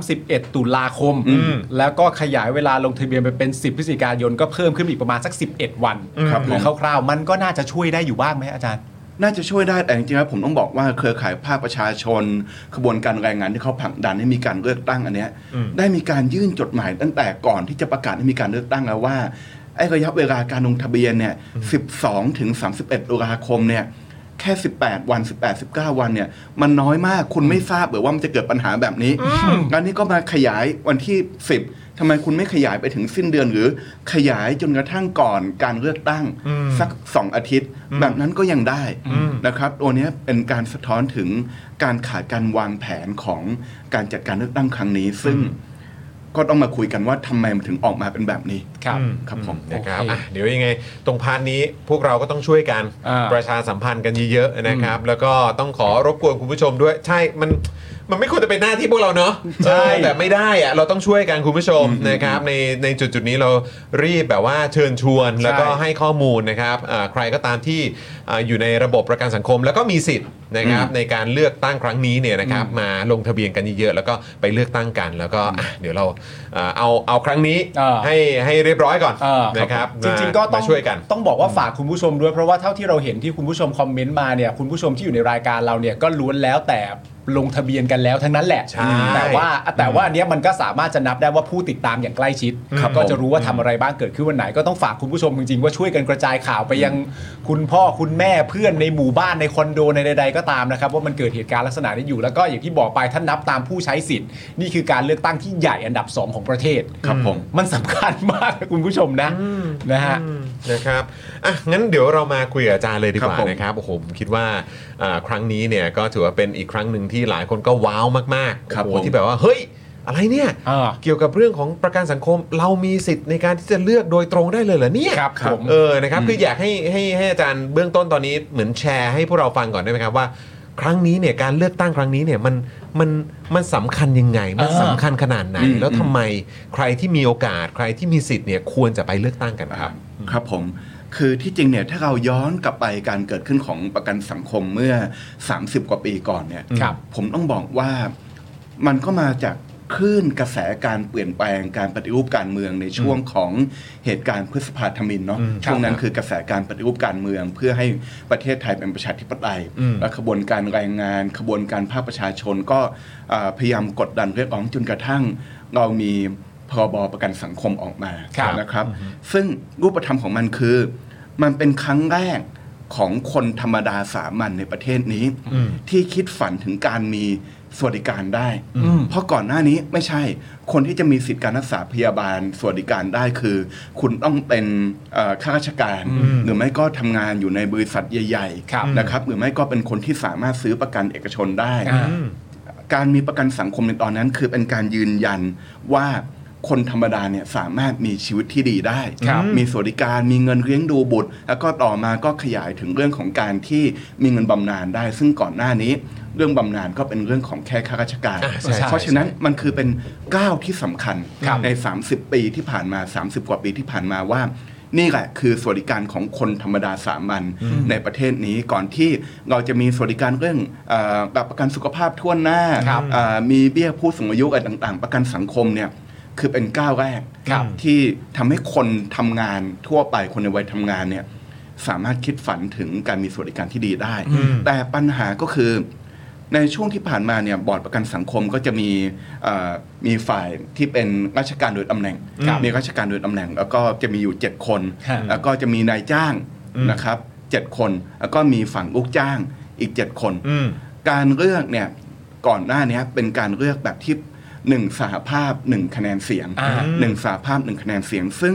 C: 31 ตุลาคม
A: อืม
C: แล้วก็ขยายเวลาลงทะเบียนไปเป็น 10พฤศจิกายนก็เพิ่มขึ้นอีกประมาณสัก 11 วัน
F: ครับ
C: หรือ
F: ผม
C: คร่าวๆ มันก็น่าจะช่วยได้อยู่บ้างไหมอาจารย์
F: น่าจะช่วยได้แต่จริงๆแล้วผมต้องบอกว่าเครือข่ายภาคประชาชนขบวนการแรงงานที่เขาผลักดันให้มีการเลือกตั้งอันเนี้ยได้มีการยื่นจดหมายตั้งแต่ก่อนที่จะประกาศให้มีการเลือกตั้งแล้วว่าไอ้ระยะเวลาการลงทะเบียนเนี่ย 12 ถึง 31 ตุลาคมเนี่ยแค่ 18 วัน 18 19 วันเนี่ยมันน้อยมากคุณไม่ทราบหรือว่ามันจะเกิดปัญหาแบบนี้อันนี้ก็มาขยายวันที่ 10ทำไมคุณไม่ขยายไปถึงสิ้นเดือนหรือขยายจนกระทั่งก่อนการเลือกตั้งสัก 2 อาทิตย์ แบบนั้นก็ยังได้ นะครับตัวเนี้ยเป็นการสะท้อนถึงการขาดการวางแผนของการจัดการเลือกตั้งครั้งนี้ ซึ่งก็ต้องมาคุยกันว่าทำไมมันถึงออกมาเป็นแบบนี้
C: ครับ
F: ครับผม
A: นะครับ
C: โอเค
A: อ่ะเดี๋ยวยังไง ตรงพาร์ทนี้พวกเราก็ต้องช่วยกัน
C: อ่า
A: ประชาสัมพันธ์กันเยอะๆนะครับ แล้วก็ต้องขอรบกวนคุณผู้ชมด้วย ใช่มัน มันไม่ควรจะเป็นหน้าที่พวกเราเนาะ
C: ใช่
A: เออแต่ไม่ได้อะเราต้องช่วยกันคุณผู้ชมนะครับในในจุดจุดๆนี้เรารีบแบบว่าเชิญชวนแล้วก็ให้ข้อมูลนะครับอ่าใครก็ตามที่อ่าอยู่ในระบบประกันสังคม แล้วก็มีสิทธิ์นะครับในการเลือกตั้งครั้งนี้เนี่ยนะครับมาลงทะเบียนกันเยอะๆแล้วก็ไปเลือกตั้งกัน แล้วก็อ่ะเดี๋ยวเราอ่าเอาเอาครั้งนี้
C: เออ
A: ให้ให้เรียบร้อยก่อน
C: อ่า
A: นะครับ
C: จริงๆก็ต้อ
A: มาง ช่วยกัน
C: ต้องบอกว่าฝากคุณผู้ชมด้วยเพราะว่าเท่าที่เราเห็นที่คุณผู้ชมคอมเมนต์มาเนี่ยคุณผู้ชมที่อยู่ในรายการเราเนี่ยก็ล้วนแล้วแต่ลงทะเบียนกันแล้วทั้งนั้นแหละ
A: ใช่
C: แต่ว่าแต่ว่าอันเนี้ยมันก็สามารถจะนับได้ว่าผู้ติดตามอย่างใกล้ชิด
A: ครับ
C: ก็
A: ผม
C: จะรู้ว่าทำอะไรบ้างเกิดขึ้นวันไหนก็ต้องฝากคุณผู้ชมจริงๆว่าช่วยกันกระจายข่าวไปยังคุณพ่อคุณแม่เพื่อนในหมู่บ้านในคอนโดในใดๆก็ตามนะครับว่ามันเกิดเหตุการณ์ลักษณะนี้อยู่แล้วก็อย่างที่บอกไปท่านนับตามผู้ใช้สิทธิ์นี่คือการเลือกตั้งที่ใหญ่อันดับสองของประเทศ
F: ครับผม
C: มันสำคัญมากนะคุณผู้ชมนะนะฮะ
A: นะครับอ่ะงั้นเดี๋ยวเรามาคุยกับอาจารย์เลยดีกว่า
F: ครับผม
A: นะครับโอ้โหผมคิดว่าอ่าครั้งนี้เนี่ยก็ถือว่าเป็นอีกครั้งหนึ่งที่หลายคนก็ว้าวมากๆ
F: ครับ
A: โอ้โห
F: ผม
A: ที่แบบว่าเฮ้ยอะไรเนี่ย
C: อ่า
A: เกี่ยวกับเรื่องของประกันสังคม เรามีสิทธิ์ในการที่จะเลือกโดยตรงได้เลยเหรอเนี่ย
C: ครับผม
A: เออนะครับคืออยากให้ให้ให้อาจารย์เบื้องต้นตอนนี้เหมือนแชร์ให้พวกเราฟังก่อนได้ไหมครับว่า ครั้งนี้เนี่ยการเลือกตั้งครั้งนี้เนี่ยมันมันมันสำคัญยังไงมันสำคัญขนาดไหน
F: อืม
A: แล้วทำไมใครที่มีโอกาส ใครที่มีสิทธิ์เนี่ยควรจะไปเลือกตั้งกันครับ
F: ครับผมคือที่จริงเนี่ยถ้าเราย้อนกลับไปการเกิดขึ้นของประกันสังคมเมื่อ 30 กว่าปีก่อนเนี่ย
C: ครับ
F: ผมต้องบอกว่ามันก็มาจากคลื่นกระแสการเปลี่ยนแปลงการปฏิรูปการเมืองในช่วงของเหตุการณ์พฤษภาธมินเนาะ
A: อืมครับ
F: ช่วงนั้นคือกระแสการปฏิรูปการเมือง เพื่อให้ประเทศไทยเป็นประชาธิปไตย
A: อืม
F: และขบวนการแรงงาน ขบวนการภาคประชาชนก็อ่าพยายามกดดันเรียกร้องจนกระทั่ง เรามีพรบประกันสังคมออกมา
C: ครับ
F: นะครับซึ่งรูปธรรมของมันคือ มันเป็นครั้งแรกของคนธรรมดาสามัญในประเทศนี้ ที่คิดฝันถึงการมีสวัสดิการได้ เพราะก่อนหน้านี้ไม่ใช่คนที่จะมีสิทธิการรักษาพยาบาลสวัสดิการได้คือ คุณต้องเป็นเอ่อข้าราชการ หรือไม่ก็ทำงานอยู่ในบริษัทใหญ่
C: ครับ
F: ๆนะครับหรือไม่ก็เป็นคนที่สามารถซื้อประกันเอกชนได้
C: อ่า
F: การมีประกันสังคมในตอนนั้น คือเป็นการยืนยันว่าคนธรรมดาเนี่ยสามารถมีชีวิตที่ดีได้
C: ครับ
F: มีสวัสดิการ มีเงินเลี้ยงดูบุตร แล้วก็ต่อมาก็ขยายถึงเรื่องของการที่มีเงินบำนาญได้ ซึ่งก่อนหน้านี้ เรื่องบำนาญก็เป็นเรื่องของแค่ข้าราชการ
A: อ่าใช่
F: เพราะฉะนั้นมันคือเป็นก้าวที่สำคัญ
C: ครับ
F: ใน 30 ปีที่ผ่านมา 30 กว่าปีที่ผ่านมาว่า นี่แหละคือสวัสดิการของคนธรรมดาสามัญในประเทศนี้ก่อนที่เราจะมีสวัสดิการเรื่องเอ่อแบบประกันสุขภาพทั่วหน้า
C: ครับ
F: เอ่อมีเบี้ยผู้สูงอายุอะไรต่าง ๆ ประกันสังคมเนี่ยคือเป็นก้าวแรก
C: ครับ
F: ที่ทำให้คนทำงานทั่วไปคนในวัยทำงานเนี่ยสามารถคิดฝันถึงการมีสวัสดิการที่ดีได้ แต่ปัญหาก็คือ ในช่วงที่ผ่านมาเนี่ยบอร์ดประกันสังคมก็จะมีเอ่อมีฝ่ายที่เป็นราชการโดยตำแหน่ง
C: ครับ
F: มีราชการโดยตำแหน่ง แล้วก็จะมีอยู่ 7 คน
C: ฮะ
F: แล้วก็จะมีนายจ้างนะครับเจ็ดคน แล้วก็มีฝั่งลูกจ้างอีก 7 คน
A: อืม
F: การเลือกเนี่ยก่อนหน้าเนี้ยเป็นการเลือกแบบที่หนึ่งสหภาพหนึ่งคะแนนเสียง
C: อ่า
F: หนึ่งสหภาพหนึ่งคะแนนเสียง ซึ่ง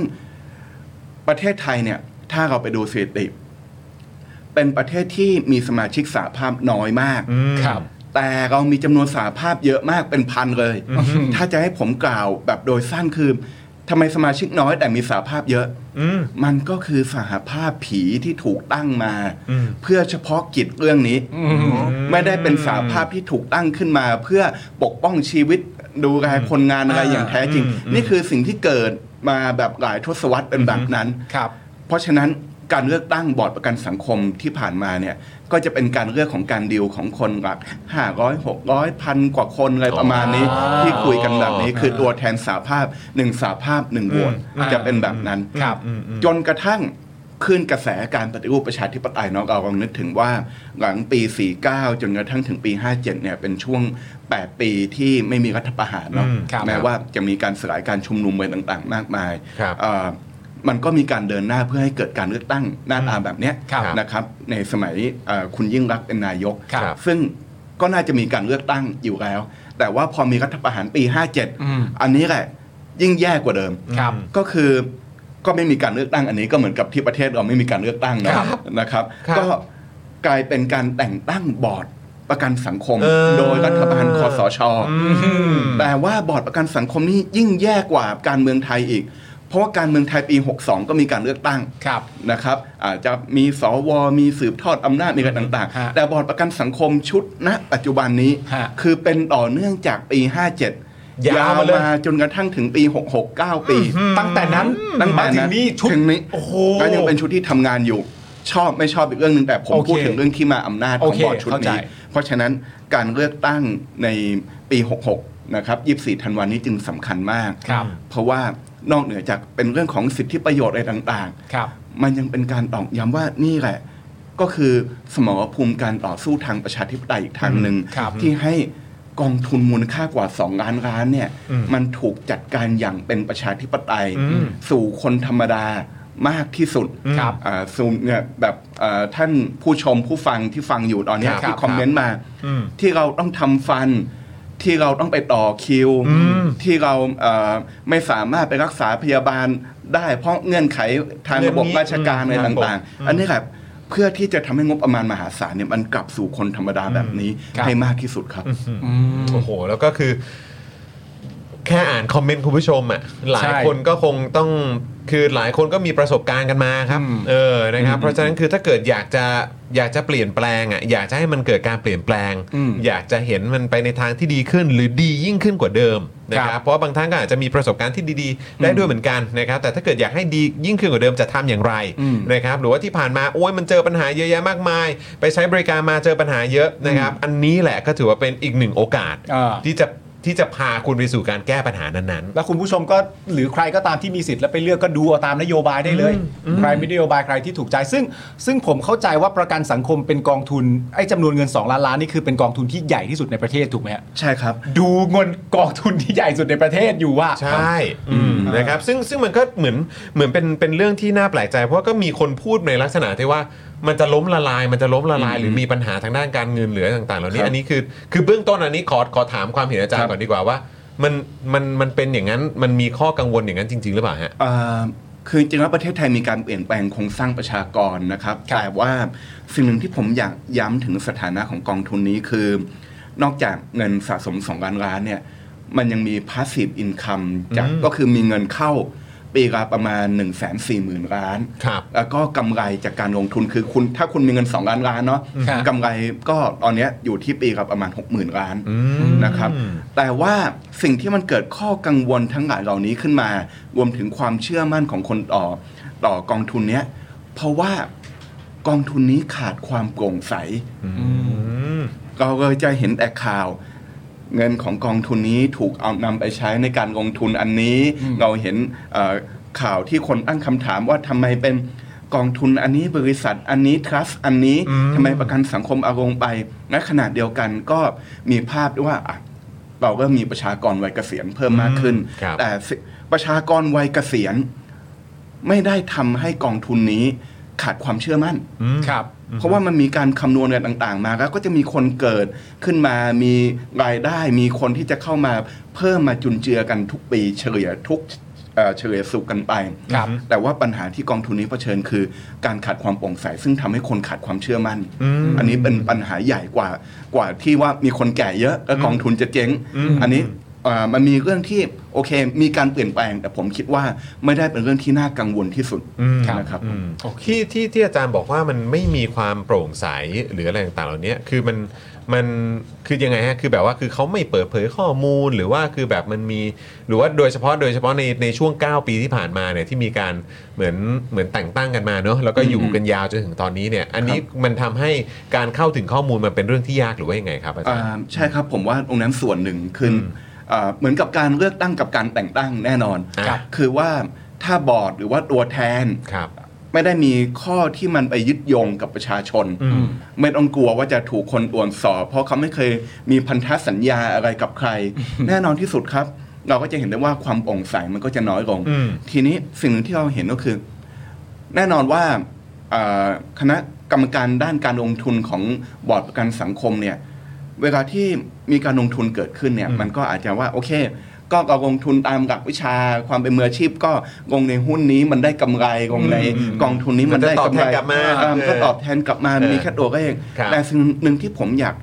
F: ประเทศไทยเนี่ยถ้าเราไปดูสถิติ เป็นประเทศที่มีสมาชิกสหภาพน้อยมาก
C: ครับ
F: แต่เรามีจำนวนสาภาพเยอะมากเป็นพันเลย ถ้าจะให้ผมกล่าวแบบโดยสั้นคือทำไมสมาชิกน้อยแต่มีสาภาพเยอะ มันก็คือสหภาพผีที่ถูกตั้งมา เพื่อเฉพาะกิจเรื่องนี้ ไม่ได้เป็นสาภาพที่ถูกตั้งขึ้นมา เพื่อปกป้องชีวิตดูแลคนงานอะไรอย่างแท้จริง นี่คือสิ่งที่เกิดมาแบบหลายทศวรรษเป็นแบบนั้น
C: ครับ
F: เพราะฉะนั้นการเลือกตั้งบอร์ดประกันสังคมที่ผ่านมาเนี่ยก็จะเป็นการเลือกของการดีลของคนหลัก500 600พันกว่าคนอะไรประมาณนี้
C: อ๋อ
F: ที่คุยกันแบบนี้คือตัวแทนสาภาพหนึ่งสาภาพหนึ่งโหวต
C: อืม
F: จะเป็นแบบนั้น
C: ครับ
F: จนกระทั่งคลื่นกระแสการปฏิรูปประชาธิปไตยเนาะเราลองนึกถึงว่าหลังปี 49 จนกระทั่งถึงปี 57เนี่ยเป็นช่วง 8 ปีที่ไม่มีรัฐประหารเนาะ
A: อืม
C: ครับ
F: แม้ว่าจะมีการสลายการชุมนุมอะไรต่างๆ มากมาย
A: ครับ
F: เอ่อมันก็มีการเดินหน้าเพื่อให้เกิดการเลือกตั้งหน้าตาแบบเนี้ย
C: ครับ
F: นะครับในสมัยเอ่อคุณยิ่งรักษณ์เป็นนายก
C: ครับ
F: ซึ่งก็น่าจะมีการเลือกตั้งอยู่แล้ว แต่ว่าพอมีรัฐประหารปี
C: อืม
F: 57 อันนี้แหละยิ่งแย่กว่าเดิม
C: ครับ
F: ก็คือก็ไม่มีการเลือกตั้งอันนี้ก็เหมือนกับที่ประเทศเราไม่มีการเลือกตั้งนะครับ นะครับ
A: ครับ
F: ก็กลายเป็นการแต่งตั้งบอร์ดประกันสังคม
A: เออ
F: โดยรัฐบาลคอสช
A: อืม
F: แต่ว่าบอร์ดประกันสังคมนี่ยิ่งแย่กว่าการเมืองไทยอีก เพราะว่าการเมืองไทยปี 62 ก็มีการเลือกตั้ง
C: ครับ
F: นะครับอาจจะมีสวมีสืบทอดอำนาจมีอะไรต่าง
C: ฮะ
F: ๆ แต่บอร์ดประกันสังคมชุดณปัจจุบันนี้
C: ฮะ
F: คือเป็นต่อเนื่องจากปี 57
C: ยาวมาเลย
F: จนกระทั่งถึงปี 6 6 9 ปี
C: ตั้งแต่นั้น
F: ตั้งแต่
C: มาถึงนี่ชุด
F: ถึงนี้
C: โอ้โห
F: ก็ยังเป็นชุดที่ทำงานอยู่ ชอบไม่ชอบอีกเรื่องหนึ่งแต่ผม
C: โอเค
F: พูดถึงเรื่องที่มาอำนาจข
C: โอ
F: อง
C: เค
F: บอร์ดชุด
C: เข้าใจ
F: นี้ เพราะฉะนั้นการเลือกตั้งในปี 66 นะครับ 24 ธันวานี้จึงสำคัญมาก
C: ครับ
F: เพราะว่านอกเหนือจากเป็นเรื่องของสิทธิประโยชน์อะไรต่าง
C: ครับ
F: ๆ มันยังเป็นการตอกย้ำว่านี่แหละ ก็คือสมรภูมิการต่อสู้ทางประชาธิปไตยอีกทางหนึ่ง
C: ครับ
F: ที่ให้กองทุนมูลค่ากว่า 2 ล้านล้านเนี่ยมันถูกจัดการอย่างเป็นประชาธิปไตย สู่คนธรรมดามากที่สุด
C: ครับ
F: อ่าสู่เนี่ยแบบอ่าท่านผู้ชมผู้ฟังที่ฟังอยู่ตอนเนี้ย
C: ครับ
F: ที่คอมเมนต์มา
B: อืม
F: ที่เราต้องทำฟัน ที่เราต้องไปต่อคิว ที่เราเอ่อไม่สามารถไปรักษาพยาบาลได้เพราะเงื่อนไขทางระบบ
B: เงื่อนนี้
F: ราชการอะไร
B: อืม
F: ต่างๆ อันนี้ครับเพื่อที่จะทำให้งบประมาณมหาศาลเนี่ยมันกลับสู่คนธรรมดาแบบนี้
C: ครับ
F: ให้มากที่สุดครับ
B: โอ้โห แล้วก็คือ แค่อ่านคอมเมนต์คุณผู้ชมอ่ะหลาย
C: ใช่
B: คนก็คงต้องคือหลายคนก็มีประสบการณ์กันมาครับ
C: อืม
B: เออนะครับ เพราะฉะนั้นคือถ้าเกิดอยากจะอยากจะเปลี่ยนแปลงอ่ะอยากจะให้มันเกิดการเปลี่ยนแปลง
F: อืม
B: อยากจะเห็นมันไปในทางที่ดีขึ้น หรือดียิ่งขึ้นกว่าเดิมนะครับเพราะว่าบางท่านก็อาจจะมีประสบการณ์ที่ดีๆ ได้ด้วยเหมือนกันนะครับแต่ถ้าเกิดอยากให้ดียิ่งขึ้นกว่าเดิมจะทำอย่างไรนะครับหรือว่าที่ผ่านมาโอ้ยมันเจอปัญหาเยอะแยะมากมาย ไปใช้บริการมาเจอปัญหาเยอะนะครับ อันนี้แหละก็ถือว่าเป็นอีกหนึ่งโอกาส
C: อ่า
B: ที่จะที่จะพาคุณไปสู่การแก้ปัญหานั้น
C: แล้วคุณผู้ชมก็หรือใครก็ตามที่มีสิทธิ์แล้วไปเลือกก็ดูเอาตามนโยบายได้เลย ใครไม่ได้นโยบายใครที่ถูกใจ ซึ่งซึ่งผมเข้าใจว่าประกันสังคมเป็นกองทุนไอ้จำนวนเงิน 2 ล้านล้านนี่คือเป็นกองทุนที่ใหญ่ที่สุดในประเทศถูกไหมฮะ
F: ใช่ครับ
C: ดูเงินกองทุนที่ใหญ่สุดในประเทศอยู่ว่า
B: ๆ ใช่อืมนะครับซึ่งซึ่งมันก็เหมือนเหมือนเป็นเป็นเรื่องที่น่าแปลกใจ เพราะก็มีคนพูดในลักษณะที่ว่ามันจะล้มละลาย มันจะล้มละลาย หรือมีปัญหาทางด้านการเงินหรืออะไรต่างๆเหล่านี้
F: ครับ
B: อันนี้คือคือเบื้องต้นอันนี้ขอขอถามความเห็นอาจาร
F: ครั
B: ย์
F: บ
B: ก่อนดีกว่าว่า มันมันมันเป็นอย่างนั้นมันมีข้อกังวลอย่างนั้นจริง ๆ หรือเปล่าฮะ
F: เอ่อคือจริงๆแล้วประเทศไทยมีการเปลี่ยนแปลงโครงสร้างประชากรนะครับ แต่ว่าสิ่งหนึ่งที่ผมอยากย้ำถึงสถานะของกองทุนนี้คือ นอกจากเงินสะสม2ล้านล้านเนี่ย มันยังมี passive income จากก็คือมีเงินเข้าปีละประมาณ 1 4 0 0 0 0 ล้าน
B: ครับ
F: แล้วก็กำไรจากการลงทุนคือคุณถ้าคุณมีเงิน 2 ล้านล้านเนาะ
C: ครับ
F: กำไรก็ตอนเนี้ยอยู่ที่ปีละประมาณ 60,000 ล้าน นะครับแต่ว่าสิ่งที่มันเกิดข้อกังวลทั้งหลายเหล่านี้ขึ้นมา รวมถึงความเชื่อมั่นของคนต่อต่อกองทุนเนี้ยเพราะว่ากองทุนนี้ขาดความโปร่งใส
B: อืม
F: เราก็จะเห็นแต่ข่าว เงินของกองทุนนี้ถูกเอานำไปใช้ในการลงทุนอันนี้ เราเห็นเอ่อข่าวที่คนตั้งคำถามว่าทำไมเป็นกองทุนอันนี้บริษัทอันนี้ทรัสอันนี้
B: อืม
F: ทำไมประกันสังคมเอาลงไปและขนาดเดียวกันก็มีภาพด้วยว่าอ่ะเราก็มีประชากรวัยเกษียณเพิ่มมากขึ้น
B: ครับ
F: แต่สิประชากรวัยเกษียณ ไม่ได้ทำให้กองทุนนี้ขาดความเชื่อมั่น
C: ครับ
F: เพราะว่ามันมีการคำนวณอะไรต่างๆ มาแล้วก็จะมีคนเกิดขึ้นมามีรายได้ มีคนที่จะเข้ามาเพิ่มมาจุนเจือกันทุกปี เฉลี่ยทุกเอ่อเฉลี่ยสุขกันไป
C: ครับ
F: แต่ว่าปัญหาที่กองทุนนี้เผชิญคือ การขาดความโปร่งใส ซึ่งทำให้คนขาดความเชื่อมั่น อันนี้เป็นปัญหาใหญ่กว่ากว่าที่ว่ามีคนแก่เยอะแล้วกองทุนจะเจ๊ง อันนี้เอ่อมันมีเรื่องที่โอเค มีการเปลี่ยนแปลง แต่ผมคิดว่าไม่ได้เป็นเรื่องที่น่ากังวลที่สุดนะครับ
B: อืมที่ที่ที่อาจารย์บอกว่ามันไม่มีความโปร่งใสหรืออะไรต่างๆเหล่านี้คือมันมันคือยังไงฮะคือแบบว่าคือเขาไม่เปิดเผยข้อมูลหรือว่าคือแบบมันมีหรือว่าโดยเฉพาะโดยเฉพาะในในช่วง 9 ปีที่ผ่านมาเนี่ยที่มีการเหมือนเหมือนแต่งตั้งกันมาเนอะแล้วก็อยู่กันยาวจนถึงตอนนี้เนี่ย อันนี้มันทำให้การเข้าถึงข้อมูลมันเป็นเรื่องที่ยากหรือว่ายังไงครับอาจารย์
F: อ่าใช่ครับผมว่าตรงนั้นส่วนหนึ่งคืออ่าเหมือนกับการเลือกตั้งกับการแต่งตั้งแน่นอน
B: ครับ
F: คือว่าถ้าบอร์ดหรือว่าตัวแทน
B: ครับ
F: ไม่ได้มีข้อที่มันไปยึดโยงกับประชาชน
B: อืม
F: ไม่ต้องกลัวว่าจะถูกคนตรวจสอบ เพราะเขาไม่เคยมีพันธสัญญาอะไรกับใคร แน่นอนที่สุดครับ เราก็จะเห็นได้ว่าความโปร่งใสมันก็จะน้อยลง
B: อืม
F: ทีนี้สิ่งหนึ่งที่เราเห็นก็คือ แน่นอนว่าเอ่อคณะกรรมการด้านการลงทุนของบอร์ดประกันสังคมเนี่ยเวลาที่มีการลงทุนเกิดขึ้นเนี่ยมันก็อาจจะว่าโอเค ก็เราลงทุนตามหลักวิชาความเป็นมืออาชีพ ก็ลงในหุ้นนี้มันได้กำไรลงในกองทุนนี้มันได้กำไร
B: มันจะตอบแทนกลับมา
F: เออมันก็ตอบแทนกลับมา
B: เออ
F: มีแค่ตัวก็เอง
B: ครับ
F: แต่สิ่งหนึ่งที่ผมอยาก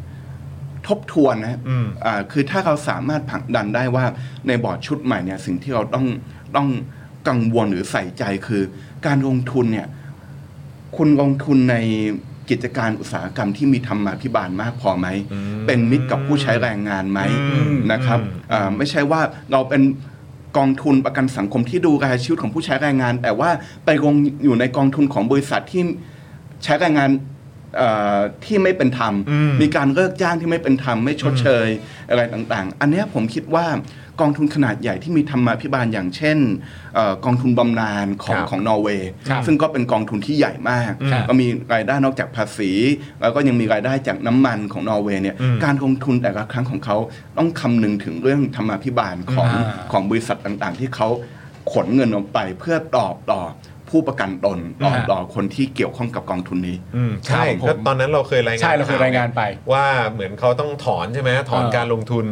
F: ทบทวนนะครับ
B: อืม
F: อ่าคือถ้าเราสามารถผลักดันได้ว่าในบอร์ดชุดใหม่เนี่ยสิ่งที่เราต้องต้อง กังวลหรือใส่ใจคือ การลงทุนเนี่ย คุณลงทุนในกิจการอุตสาหกรรมที่มีธรรมาภิบาลมากพอไหม เป็นมิตรกับผู้ใช้แรงงานไหม
B: อืม
F: นะครับ
B: อืม
F: อ่าไม่ใช่ว่าเราเป็นกองทุนประกันสังคมที่ดูแลชีวิตของผู้ใช้แรงงาน แต่ว่าไปลงอยู่ในกองทุนของบริษัทที่ใช้แรงงานเอ่อที่ไม่เป็นธรรม
B: อืม
F: มีการเลิกจ้างที่ไม่เป็นธรรมไม่ชดเชยอะไรต่างๆ อันเนี้ยผมคิดว่ากองทุนขนาดใหญ่ที่มีธรรมาภิบาลอย่างเช่นเอ่อกองทุนบำนาญของ
C: ครับ
F: ของนอร์เวย์
C: ครับ
F: ซึ่งก็เป็นกองทุนที่ใหญ่มาก
C: ครับ
F: ก็มีรายได้นอกจากภาษี แล้วก็ยังมีรายได้จากน้ำมันของนอร์เวย์เนี่ย
B: อืม
F: การลงทุนแต่ละครั้งของเขาต้องคำนึงถึงเรื่องธรรมาภิบาลของ
C: อ่า
F: ของบริษัทต่างๆ ที่เขาขนเงินออกไปเพื่อตอบต่อผู้ประกันตนตอบต่อคนที่เกี่ยวข้องกับกองทุนนี้
B: อืมใช่
C: ครับผม
B: ก็ตอนนั้นเราเคยรายงาน
C: ใช่เราเคยรายงานไป
B: ว่าเหมือนเขาต้องถอนใช่ไหมถอน
C: เออ
B: การลงทุน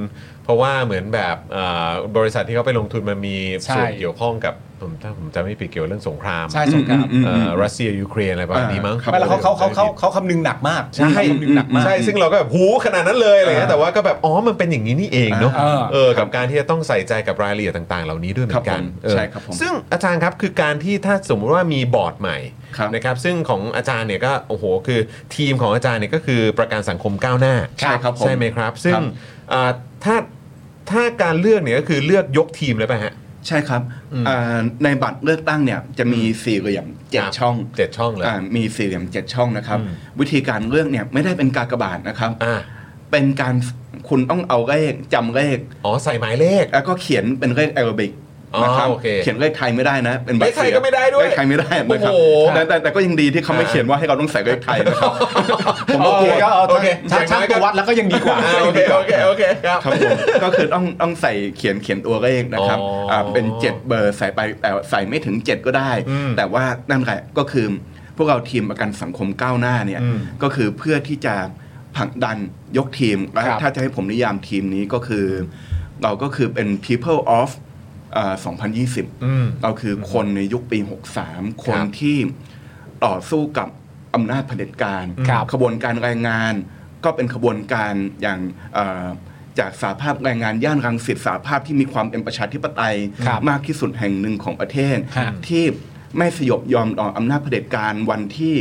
B: เพราะว่าเหมือนแบบเอ่อบริษัทที่เขาไปลงทุนมันมี
C: ใช่
B: ส่วนเกี่ยวข้องกับผมถ้าผมจำไม่ผิดเกี่ยวเรื่องสงคราม
C: ใช่สงคราม
F: อืม
B: เอ่อรัสเซียยูเครนอะไรประมาณนี้มั้ง
F: ครับ
C: ไม่แล้วเขาเขาเขาเขาเขาคำนึงหนักมาก
B: ใช่
C: เขาคำนึงหนักมาก
B: ใช่ซึ่งเราก็แบบหูขนาดนั้นเลยอะไรเงี้ย
C: เออ
B: แต่ว่าก็แบบอ๋อมันเป็นอย่างนี้นี่เองเนาะ
C: เออ
B: เออกับการที่จะต้องใส่ใจกับรายละเอียดต่างๆ เหล่านี้ด้วยเหมือนกัน
F: ครับผม
B: เออ
F: ใช่ครับผม
B: ซึ่งอาจารย์ครับคือการที่ถ้าสมมุติว่ามีบอร์ดใหม่
F: ครับ
B: นะครับซึ่งของอาจารย์เนี่ยก็โอ้โหคือทีมของอาจารย์เนี่ยก็คือประกันสังคมก้าวหน้า
F: ใช่ครับผม
B: ใช่ไหมครับ ซึ่ง
F: ครับ
B: อ่าถ้าถ้าการเลือกเนี่ยก็คือเลือกยกทีมเลยป่ะฮะ
F: ใช่ครับ
B: อืม
F: อ่าในบัตรเลือกตั้งเนี่ยจะมีสี่เหลี่ยมเจ็ด
B: ครับ
F: ช่อง
B: เจ็ดช่องเลย
F: ามีสี่เหลี่ยมเจ็ดช่องนะครับ
B: อืม
F: วิธีการเลือกเนี่ยไม่ได้เป็นกากบาทนะครับ
B: อ่า
F: เป็นการคุณต้องเอาเลขจำเลข
B: อ๋อใส่หมายเลข
F: แล้วก็เขียนเป็นเลขแอโรบิกนะครับ
B: อ๋อโอเค
F: เขียนเลขไทยไม่ได้นะเป็นบัตร
B: เลขไทย
F: สี
B: ก็ไม่ได้ด้วย
F: เลขไทยไม่ได้นะครับ
B: โอ้โห
F: แตแต่แต่ก็ยังดีที่เขาไม่เขียนว่าให้เราต้องใส่เลขไทยนะครับ ผม
C: โอ
F: ว่า
C: เคก็เอา
B: โอเค
C: ช่างช่างตัววัดแล้วก็ยังดีกว่า
B: อ่าโอเคโอเคโอเคครับ
F: ครับผมก็คือต้องต้องใส่เขียนเขียนตัวเลขนะครับ
B: อ๋ออ่
F: ่าเป็นเจ็ดเบอร์ใส่ไปแต่ใส่ไม่ถึงเจ็ดก็ได้
B: อืม
F: แต่ว่านั่นแหละก็คือพวกเราทีมประกันสังคมก้าวหน้าเนี่ย
B: อืม
F: ก็คือเพื่อที่จะผลักดันยกทีมและ
C: ครับ
F: ถ้าจะให้ผมนิยามทีมนี้ก็คือ เราก็คือเป็น people of อ่า2020
B: อืม
F: เราคือคนในยุคปี 63 คน
B: ครับ
F: ที่ต่อสู้กับอำนาจเผด็จการ
C: ครับ
F: ขบวนการแรงงาน ก็เป็นขบวนการอย่างเอ่อจากสาภาพแรงงานย่านรังสิตสาภาพที่มีความเป็นประชาธิปไตย
C: ครับ
F: มากที่สุดแห่งหนึ่งของประเทศ
C: ฮะ
F: ที่ไม่สยบยอมต่ออำนาจเผด็จการวันที่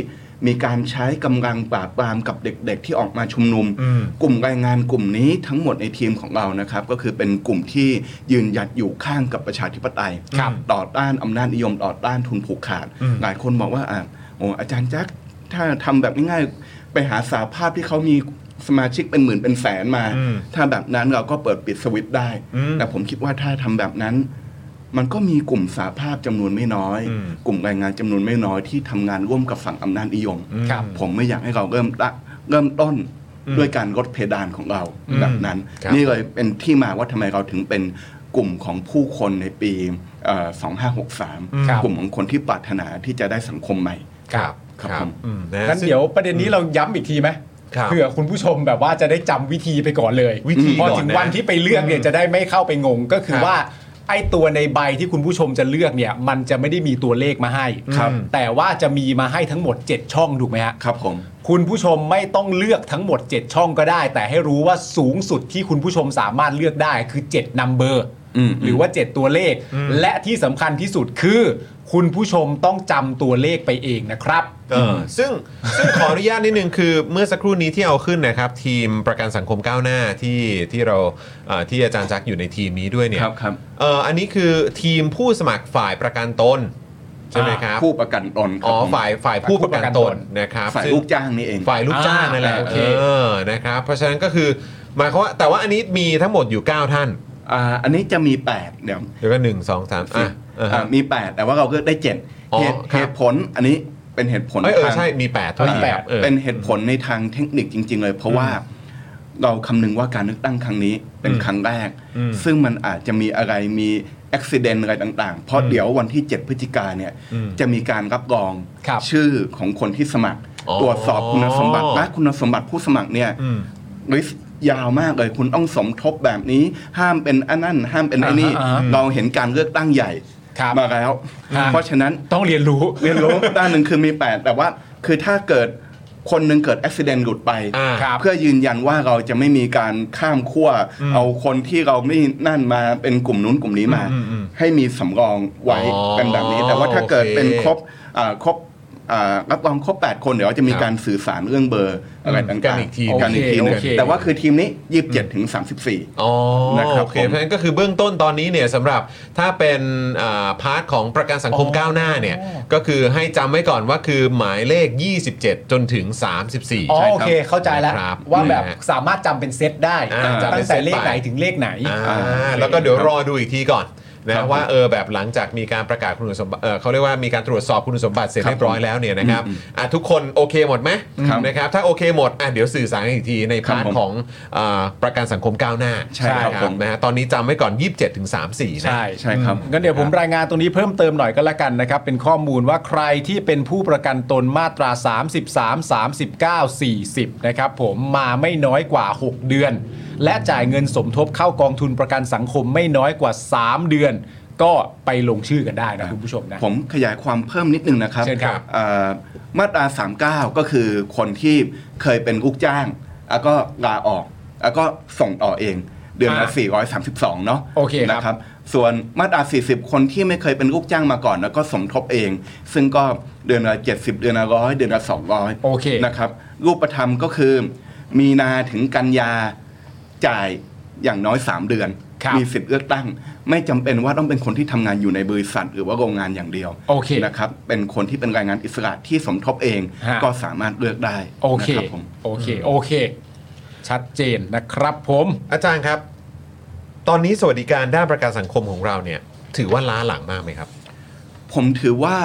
F: มีการใช้กำลังปราบปรามกับเด็กๆ ที่ออกมาชุมนุม
B: อืม
F: กลุ่มแรงงานกลุ่มนี้ทั้งหมดในทีมของเรานะครับ ก็คือเป็นกลุ่มที่ยืนหยัดอยู่ข้างกับประชาธิปไตย
C: ครับ
F: ต่อต้านอำนาจนิยมต่อต้านทุนผูกขาด
B: อืม
F: หลายคนบอกว่าอ่ะโอ้อาจารย์แจ็คถ้าทำแบบง่ายๆ ไปหาสาภาพที่เขามีสมาชิกเป็นหมื่นเป็นแสนมา
B: อืม
F: ถ้าแบบนั้นเราก็เปิดปิดสวิตช์ได้
B: อืม
F: แต่ผมคิดว่าถ้าทำแบบนั้น มันก็มีกลุ่มสาภาพจำนวนไม่น้อย
B: อืม
F: กลุ่มแรงงานจำนวนไม่น้อยที่ทำงานร่วมกับฝั่งอำนาจนิยม
C: ครับ
F: ผมไม่อยากให้เราเริ่มละเริ่มต้นด้วยการลดเพดานของเรา
B: อืม
F: แบบนั้น
B: ครับ
F: นี่เลยเป็นที่มาว่าทำไมเราถึงเป็นกลุ่มของผู้คนในปีเอ่อ
C: ครับ
F: 2563 กลุ่มของคนที่ปรารถนาที่จะได้สังคมใหม่
B: ครับ
F: ครับผม
B: อืมนะ
C: งั้น
B: ซึ่ง
C: เดี๋ยวประเด็นนี้เราย้ำอีกทีไหม
B: ครับ
C: เผื่อคุณผู้ชมแบบว่าจะได้จำวิธีไปก่อนเลย
B: วิธี
C: พ
B: ก่
C: อ
B: อนนะ
C: ถึงวันที่ไปเลือกเนี่ย
B: อืม
C: จะได้ไม่เข้าไปงงก็คื
B: ค
C: อ
B: รับ
C: ว่าไอ้ตัวในใบที่คุณผู้ชมจะเลือกเนี่ยมันจะไม่ได้มีตัวเลขมาให้
B: ครับ
C: แต่ว่าจะมีมาให้ทั้งหมด 7 ช่องถูกไหมฮะ
F: ครับผม
C: คุณผู้ชมไม่ต้องเลือกทั้งหมด 7 ช่องก็ได้ แต่ให้รู้ว่าสูงสุดที่คุณผู้ชมสามารถเลือกได้คือ7นัมเบอร์
F: อืม
C: หรือว่า 7 ตัวเลข
B: อืม
C: และที่สำคัญที่สุดคือ คุณผู้ชมต้องจำตัวเลขไปเองนะครับ
B: เออซึ่งซึ่งขออนุญาตนิดนึงคือเมื่อสักครู่นี้ที่เอาขึ้นนะครับ ทีมประกันสังคมก้าวหน้าที่ที่เราเอ่อที่อาจารย์จักรอยู่ในทีมนี้ด้วยเนี่ย
F: ครับครับ
B: เอออันนี้คือทีมผู้สมัครฝ่ายประกันตนใช่ไหมครับ
F: ผู้ประกันตนค
B: อ๋
F: รับ
B: อ
F: ผม
B: ฝ่ายฝ่ายผู้ประกันตนนะครับ
F: ฝ่าย
B: ซึ่ง
F: ลูกจ้างนี่เอง
B: ฝ่ายลูกจ้างนั่นแหละ
C: อ่าโอเค
B: เออนะครับเพราะฉะนั้นก็คือหมายความว่าแต่ว่าอันนี้มีทั้งหมดอยู่ 9 ท่าน
F: อ่าอันนี้จะมี 8 เดี๋ยว
B: เดี๋ยวก็หนึ่งสองสาม
F: สิ
B: อ่ะอ่าฮะ
F: อ่ามี 8 แต่ว่าเราก็ได้7เหตุ
B: อ๋อครับ
F: เหตุผลอันนี้เป็นเหตุผล
B: เอ้ยเออ
F: ทาง
B: ใช่มี8ปดเท่า
F: มี
B: ที่
F: แป
B: แป
F: ด
B: ดเออ
F: เป็นเหตุผลในทางเทคนิคจริง ๆ เลย เพราะว่าเราคำนึงว่าการเลือกตั้งครั้งนี้เป็น
B: อืม
F: ครั้งแรก
B: อืม
F: ซึ่งมันอาจจะมีอะไรมีอุบิเหตุอะไรต่าง ๆ เพราะเดี๋ยววันที่ 7 พฤศจิกาเนี่ย
B: อืม
F: จะมีการรับรอง
C: ครับ
F: ชื่อของคนที่สมัคร
B: อ๋อ
F: ตรวจสอบคุณสมบัติและคุณสมบัติผู้สมัครเนี่ย
B: อืม
F: ลิสต์ยาวมากเลยคุณต้องสมทบแบบนี้ ห้ามเป็นอันนั่นห้ามเป็นไอ้นี่
C: อ่าฮะอ่าฮะ
F: เราเห็นการเลือกตั้งใหญ่
C: ครับ
F: มาแล้ว
C: อ่า
F: เพราะฉะนั้น
C: ต้องเรียนรู้
F: เรียนรู้ ด้านหนึ่งคือมี 8 แต่ว่าคือถ้าเกิด คนหนึ่งเกิดอุบิเหตุหลุดไป
A: อ่า
C: ครับ
F: เพื่อยืนยันว่าเราจะไม่มีการข้ามขั้วเอาคนที่เราไม่นั่นมาเป็นกลุ่มนู้นกลุ่มนี้มา
A: อืมอืม
F: ให้มีสำรองไว้
A: อ๋อ
F: กันแบบนี้ แต่ว่าถ้าเกิด
A: โอเค
F: เป็นครบอ่าครบอ่ารับรองครบ 8 คนเดี๋ยวเราจะมี
A: ครับ
F: การสื่อสารเรื่องเบอร์อะไร
A: อืม
F: ต่างๆ
A: กันอีกที
F: กันอีกทีหนึง
C: โอเค
F: แต่ว่าคือทีมนี้ 27 ถึง 34
A: อ๋อ
F: นะครับ
A: โอเค
F: ผม
A: เพราะฉะนั้นก็คือเบื้องต้นตอนนี้เนี่ยสำหรับถ้าเป็นอ่าพาร์ทของประกันสังคมก้าวหน้าเนี่ยก็คือให้จำไว้ก่อนว่าคือหมายเลข 27 จนถึง 34
C: อ๋อ
F: ใช่ครับ
C: โอเคเข้าใจแล้ว
A: ครับ
C: ว่าแบบ
A: นะฮะ
C: สามารถจำเป็นเซตได้
A: อ่าจำเป็
C: ตั้
A: น
C: ง
A: เซ
C: แต่
A: ตไป
C: เลขไหนถึงเลขไหน
A: อ่า
F: อ่า
A: แล้วก็เดี๋ยว
F: ครับ
A: รอดูอีกทีก่อน
F: ครั
A: นะ
F: บ
A: ว่าเออแบบหลังจากมีการประกาศคุณสมบัติเออเขาเรียกว่ามีการตรวจสอบคุณสมบัติเสร็จ
F: ครับ
A: เรียบร้อยแล้วเนี่ยนะครับอ่ะทุกคนโอเคหมดไหม
F: ครับ
A: นะครับถ้าโอเคหมดอ่ะเดี๋ยวสื่อสารกันอีกทีในพาร์ท
F: ครับผม
A: ของอ่าประกันสังคมก้าวหน้า
F: ใช่ครับผม
A: นะฮะตอนนี้จำไว้ก่อน 27ถึง34นะ
C: ใช่
F: ใช่ครับ
C: อืมงั้นเดี๋ยวผมรายงานตรงนี้เพิ่มเติมหน่อยก็แล้วกันนะครับ เป็นข้อมูลว่าใครที่เป็นผู้ประกันตนมาตรา 33 39 40 นะครับผมมาไม่น้อยกว่า 6 เดือน และจ่ายเงินสมทบเข้ากองทุนประกันสังคมไม่น้อยกว่า 3 เดือน ก็ไปลงชื่อกันได้นะคุณผู้ชมนะ
F: ผมขยายความเพิ่มนิดนึงนะครับ
C: เชิญครับ
F: เอ่อมาตรา 39 ก็คือคนที่เคยเป็นลูกจ้าง แล้วก็ลาออก แล้วก็ส่งต่อเอง เดือนละ
C: อ่า
F: 432 เนาะ
C: โอเคครับ
F: นะครับ ส่วนมาตรา 40 คนที่ไม่เคยเป็นลูกจ้างมาก่อน แล้วก็สมทบเอง ซึ่งก็เดือนละ 70 เดือนละร้อยเดือนละ 200
C: โอเค
F: นะครับ รูปธรรมก็คือ มีนาถึงกันยาจ่ายอย่างน้อย 3 เดือน
C: ครับ
F: มีสิทธิ์เลือกตั้ง ไม่จำเป็นว่าต้องเป็นคนที่ทำงานอยู่ในบริษัท หรือว่าโรงงานอย่างเดียว
C: โอเค
F: นะครับเป็นคนที่เป็นแรายงานอิสระที่สมทบเอง
C: ฮะ
F: ก็สามารถเลือกได้
C: โอเค
F: นะครับผม
C: โอเค โอเค ชัดเจนนะครับผม
A: อาจารย์ครับ ตอนนี้สวัสดิการด้านประกันสังคมของเราเนี่ย ถือว่าล้าหลังมากไหมครับ
F: ผมถือว่า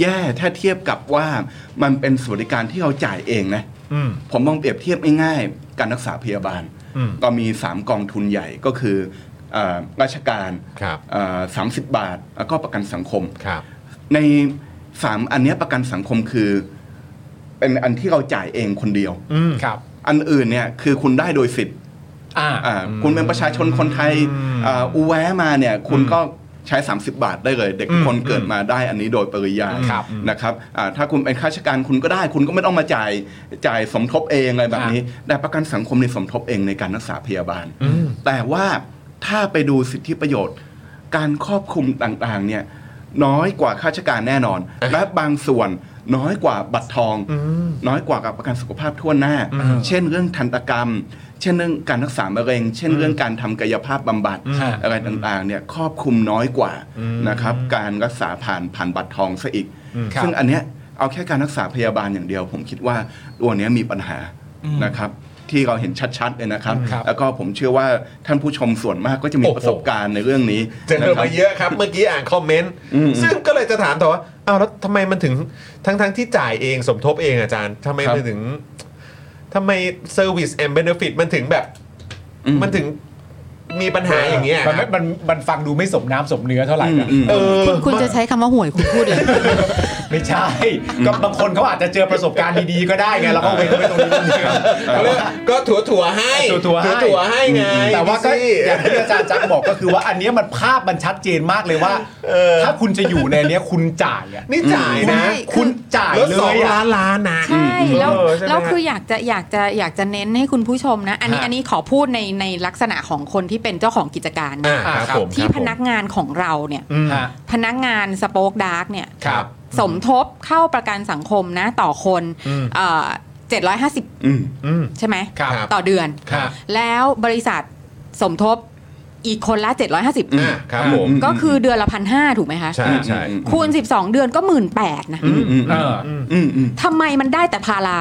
F: แย่ถ้าเทียบกับว่ามันเป็นสวัสดิการที่เราจ่ายเองนะ
A: อืม
F: ผมมองเปรียบเทียบง่ายๆ การรักษาพยาบาล
A: อืม
F: ก็มี 3 กองทุนใหญ่ก็คือเอ่อราชการ
A: ครับ
F: เอ่อ30 บาท แล้วก็ประกันสังคม
A: ครับ
F: ในสามอันเนี้ยประกันสังคมคือ เป็นอันที่เราจ่ายเองคนเดียว
A: อืม
C: ครับ
F: อันอื่นเนี่ยคือคุณได้โดยสิทธิ์
C: อ่า
F: อ่าคุณเป็นประชาชนคนไทย
A: อืม
F: อ่าอูแวะมาเนี่ยคุณก็ใช้ 30 บาทได้เลย เด็กทุกคน
A: อืม
F: เกิดมาได้อันนี้โดยปริยาย
C: ครับ
F: นะครับอ่าถ้าคุณเป็นข้าราชการคุณก็ได้ คุณก็ไม่ต้องมาจ่ายจ่ายสมทบเองอะไรแบบนี้ แต่ประกันสังคมในสมทบเองในการรักษาพยาบาล
A: อืม
F: แต่ว่าถ้าไปดูสิทธิประโยชน์ การครอบคลุมต่างๆเนี่ยน้อยกว่าข้าราชการแน่นอน และบางส่วนน้อยกว่าบัตรทอง น้อยกว่ากับประกันสุขภาพทั่วหน้า เช่นเรื่องทันตกรรม เช่นเรื่องการรักษามะเร็ง เช่นเรื่องการทำกายภาพบำบัด
C: อืม
F: อะไรต่างๆเนี่ยครอบคลุมน้อยกว่านะครับการรักษาผ่านผ่านบัตรทองซะอีก
C: ครับ
F: ซึ่งอันเนี้ยเอาแค่การรักษาพยาบาลอย่างเดียว ผมคิดว่าตัวเนี้ยมีปัญหานะครับที่เราเห็นชัดๆเลยนะครับ
C: ครับ
F: แล้วก็ผมเชื่อว่าท่านผู้ชมส่วนมากก็จะมี
A: โอ้โห
F: ประสบการณ์ในเรื่องนี้
A: เจอ
F: นะครับ
A: มาเยอะครับ เมื่อกี้อ่านคอมเมนต์
F: อืม
A: ซึ่งก็เลยจะถามต่อว่าอ้าวแล้วทำไมมันถึงทั้งทั้งที่จ่ายเองสมทบเองอาจารย์ทำไม
F: ครับ
A: มันถึงทำไมเซอร์วิสแอมเบนฟิตมันถึงแบบ
F: อืม
A: มันถึงมีปัญหาอย่างเงี้ย
C: มัน
A: ค
C: ไม่
A: รับ
C: มันมันฟังดูไม่สมน้ำสมเนื้อเท่าไหร่
F: อืม
C: นะ
F: อืม
A: เออ
E: คุณคุณจะใช้คำว่าห่วยคุณพูดเลย
C: ไม่ใช่ ก็บางคนเขาอาจจะเจอประสบการณ์ดีๆก็ได้ไงเราก็เว้นไว้ตรงนี้ตรงนี้
A: เขาเรียกว่าก็ถั่วถั่วๆให้
C: ถั่วๆให้
A: ถั่วๆให้ไง
C: แต่ว่าก็
A: พี่ซี่
C: อย่างที่อาจารย์จักรบอกก็คือว่าอันเนี้ยมันภาพมันชัดเจนมากเลยว่าถ้าคุณจะอยู่ในเนี้ยคุณจ่ายอ่ะ
A: นี่จ่ายนะ
E: ใช่
C: คุณจ่าย
A: แล้ว
C: เล
A: สอง
C: ย
A: ล้า
C: อ่ะ
A: นล้านนะ
E: ใช่แล้ว
A: เออใช่ไหม
E: แล้วคืออยากจะอยากจะอยากจะเน้นให้คุณผู้ชมนะ อันนี้
A: ฮะ
E: อันนี้ขอพูดในในลักษณะของคนที่เป็นเจ้าของกิจการ
A: อ่าค
E: นะ
A: รับ
C: ครับ
A: ผม
E: ที่
A: ครับ
E: พนักงานของเราเนี่ย
A: ผม
C: ฮะ
E: พนักงานสโปกดาร์กเนี่ย
A: ครับ
E: สมทบเข้าประกันสังคมนะ ต่อคน
A: อืม
E: เอ่อ750
F: อืม
A: อืม
E: ใช่ไหม
A: ครับ
E: ต่อเดือน
A: ครับ
E: แล้วบริษัทสมทบอีกคนละ
A: อ่า
E: 750
A: ครับผม
E: ก็คือเดือนละพันห้าถูกไหมคะ
A: ใช่ใช่
E: คูณ 12 เดือนก็หมื่นแปดนะ
F: อืมอืม
C: เออ
F: อืมอืม
E: ทำไมมันได้แต่พารา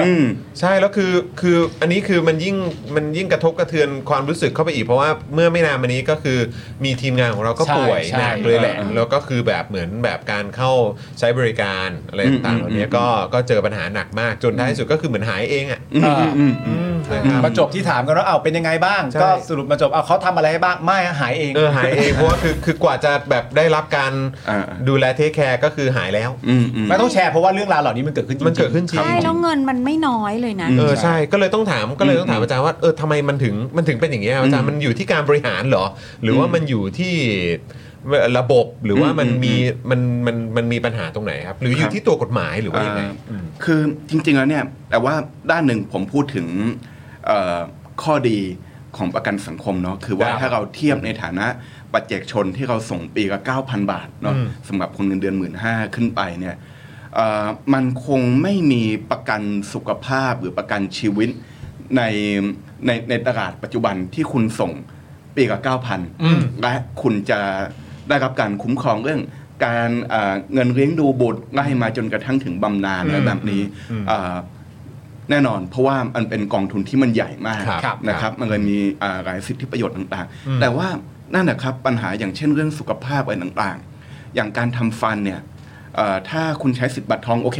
F: อืม
A: ใช่แล้วคือคืออันนี้คือมันยิ่งมันยิ่งกระทบกระเทือนความรู้สึกเข้าไปอีกเพราะว่าเมื่อไม่นานมานี้ก็คือมีทีมงานของเราก็
C: ใช่
A: ป่วย
C: ใช่
A: หนักเลยแหละ
F: เออ
A: แล้วก็คือแบบเหมือนแบบการเข้าใช้บริการอะไรต่างๆ
F: อืม
A: เหล่านี้ก็ก็เจอปัญหาหนักมากจนท้ายสุดก็คือเหมือนหายเองอ่ะ
F: อืมอืมอืมอืม
A: นะครับ
C: มาจบที่ถามกันว่าเอาเป็นยังไงบ้าง
A: ใช่
C: ก็สรุปมาจบเอาเขาทำอะไรให้บ้างไม่หายเอง
A: เออหายเองเพราะว่าคือคือกว่าจะแบบได้รับการ
F: อ่า
A: ดูแลเทคแคร์ก็คือหายแล้ว
F: อืมอืม
C: ไม่ต้องแชร์เพราะว่าเรื่องราวเหล่านี้มันเกิดขึ้นจริงๆ
A: มันเกิดขึ้นจริง
E: ใช่แล้วเงินมันไม่น้อยเลยนะ
F: อืม
A: เออใช่ก็เลยต้องถามก็เลยต้องถาม
F: อืม
A: อาจารย์ว่าเออทำไมมันถึงมันถึงเป็นอย่างนี้ยอาจารย์มันอยู่ที่การบริหารเหรอ หรือว่ามันอยู่ที่
B: ระบบหรือว่ามัน
F: อืม
B: มีมันมันมันมีปัญหาตรงไหนครับ หรืออยู่ที่ตัวกฎหมายหรือว่ายังไงอืม
F: คือจริงๆแล้วเนี่ยแต่ว่าด้านหนึ่งผมพูดถึงเอ่อข้อดีของประกันสังคมเนาะคือว่า
B: ครับ
F: ถ้าเราเทียบในฐานะปัจเจกชนที่เราส่งปีละ9,000 บาทเนาะ
B: อืม
F: สำหรับคนเงินเดือนหมื่นห้าขึ้นไปเนี่ยเอ่อมันคงไม่มีประกันสุขภาพหรือประกันชีวิตในในในตลาดปัจจุบันที่คุณส่งปีละ
B: อืม
F: 9,000 และคุณจะได้รับการคุ้มครองเรื่องการเอ่อเงินเลี้ยงดูบุตรไล่มาจนกระทั่งถึงบำนาญ อะไรแบบนี้
B: อืม
F: เอ่อแน่นอน เพราะว่ามันเป็นกองทุนที่มันใหญ่มาก
B: ครับครับ
F: นะครับ มันเลยมีอ่าหลายสิทธิประโยชน์ต่าง
B: อืม
F: ๆ แต่ว่านั่นนะครับปัญหาอย่างเช่นเรื่องสุขภาพอะไรต่างๆ อย่างการทำฟันเนี่ยเอ่อถ้าคุณใช้สิทธิ์บัตรทองโอเค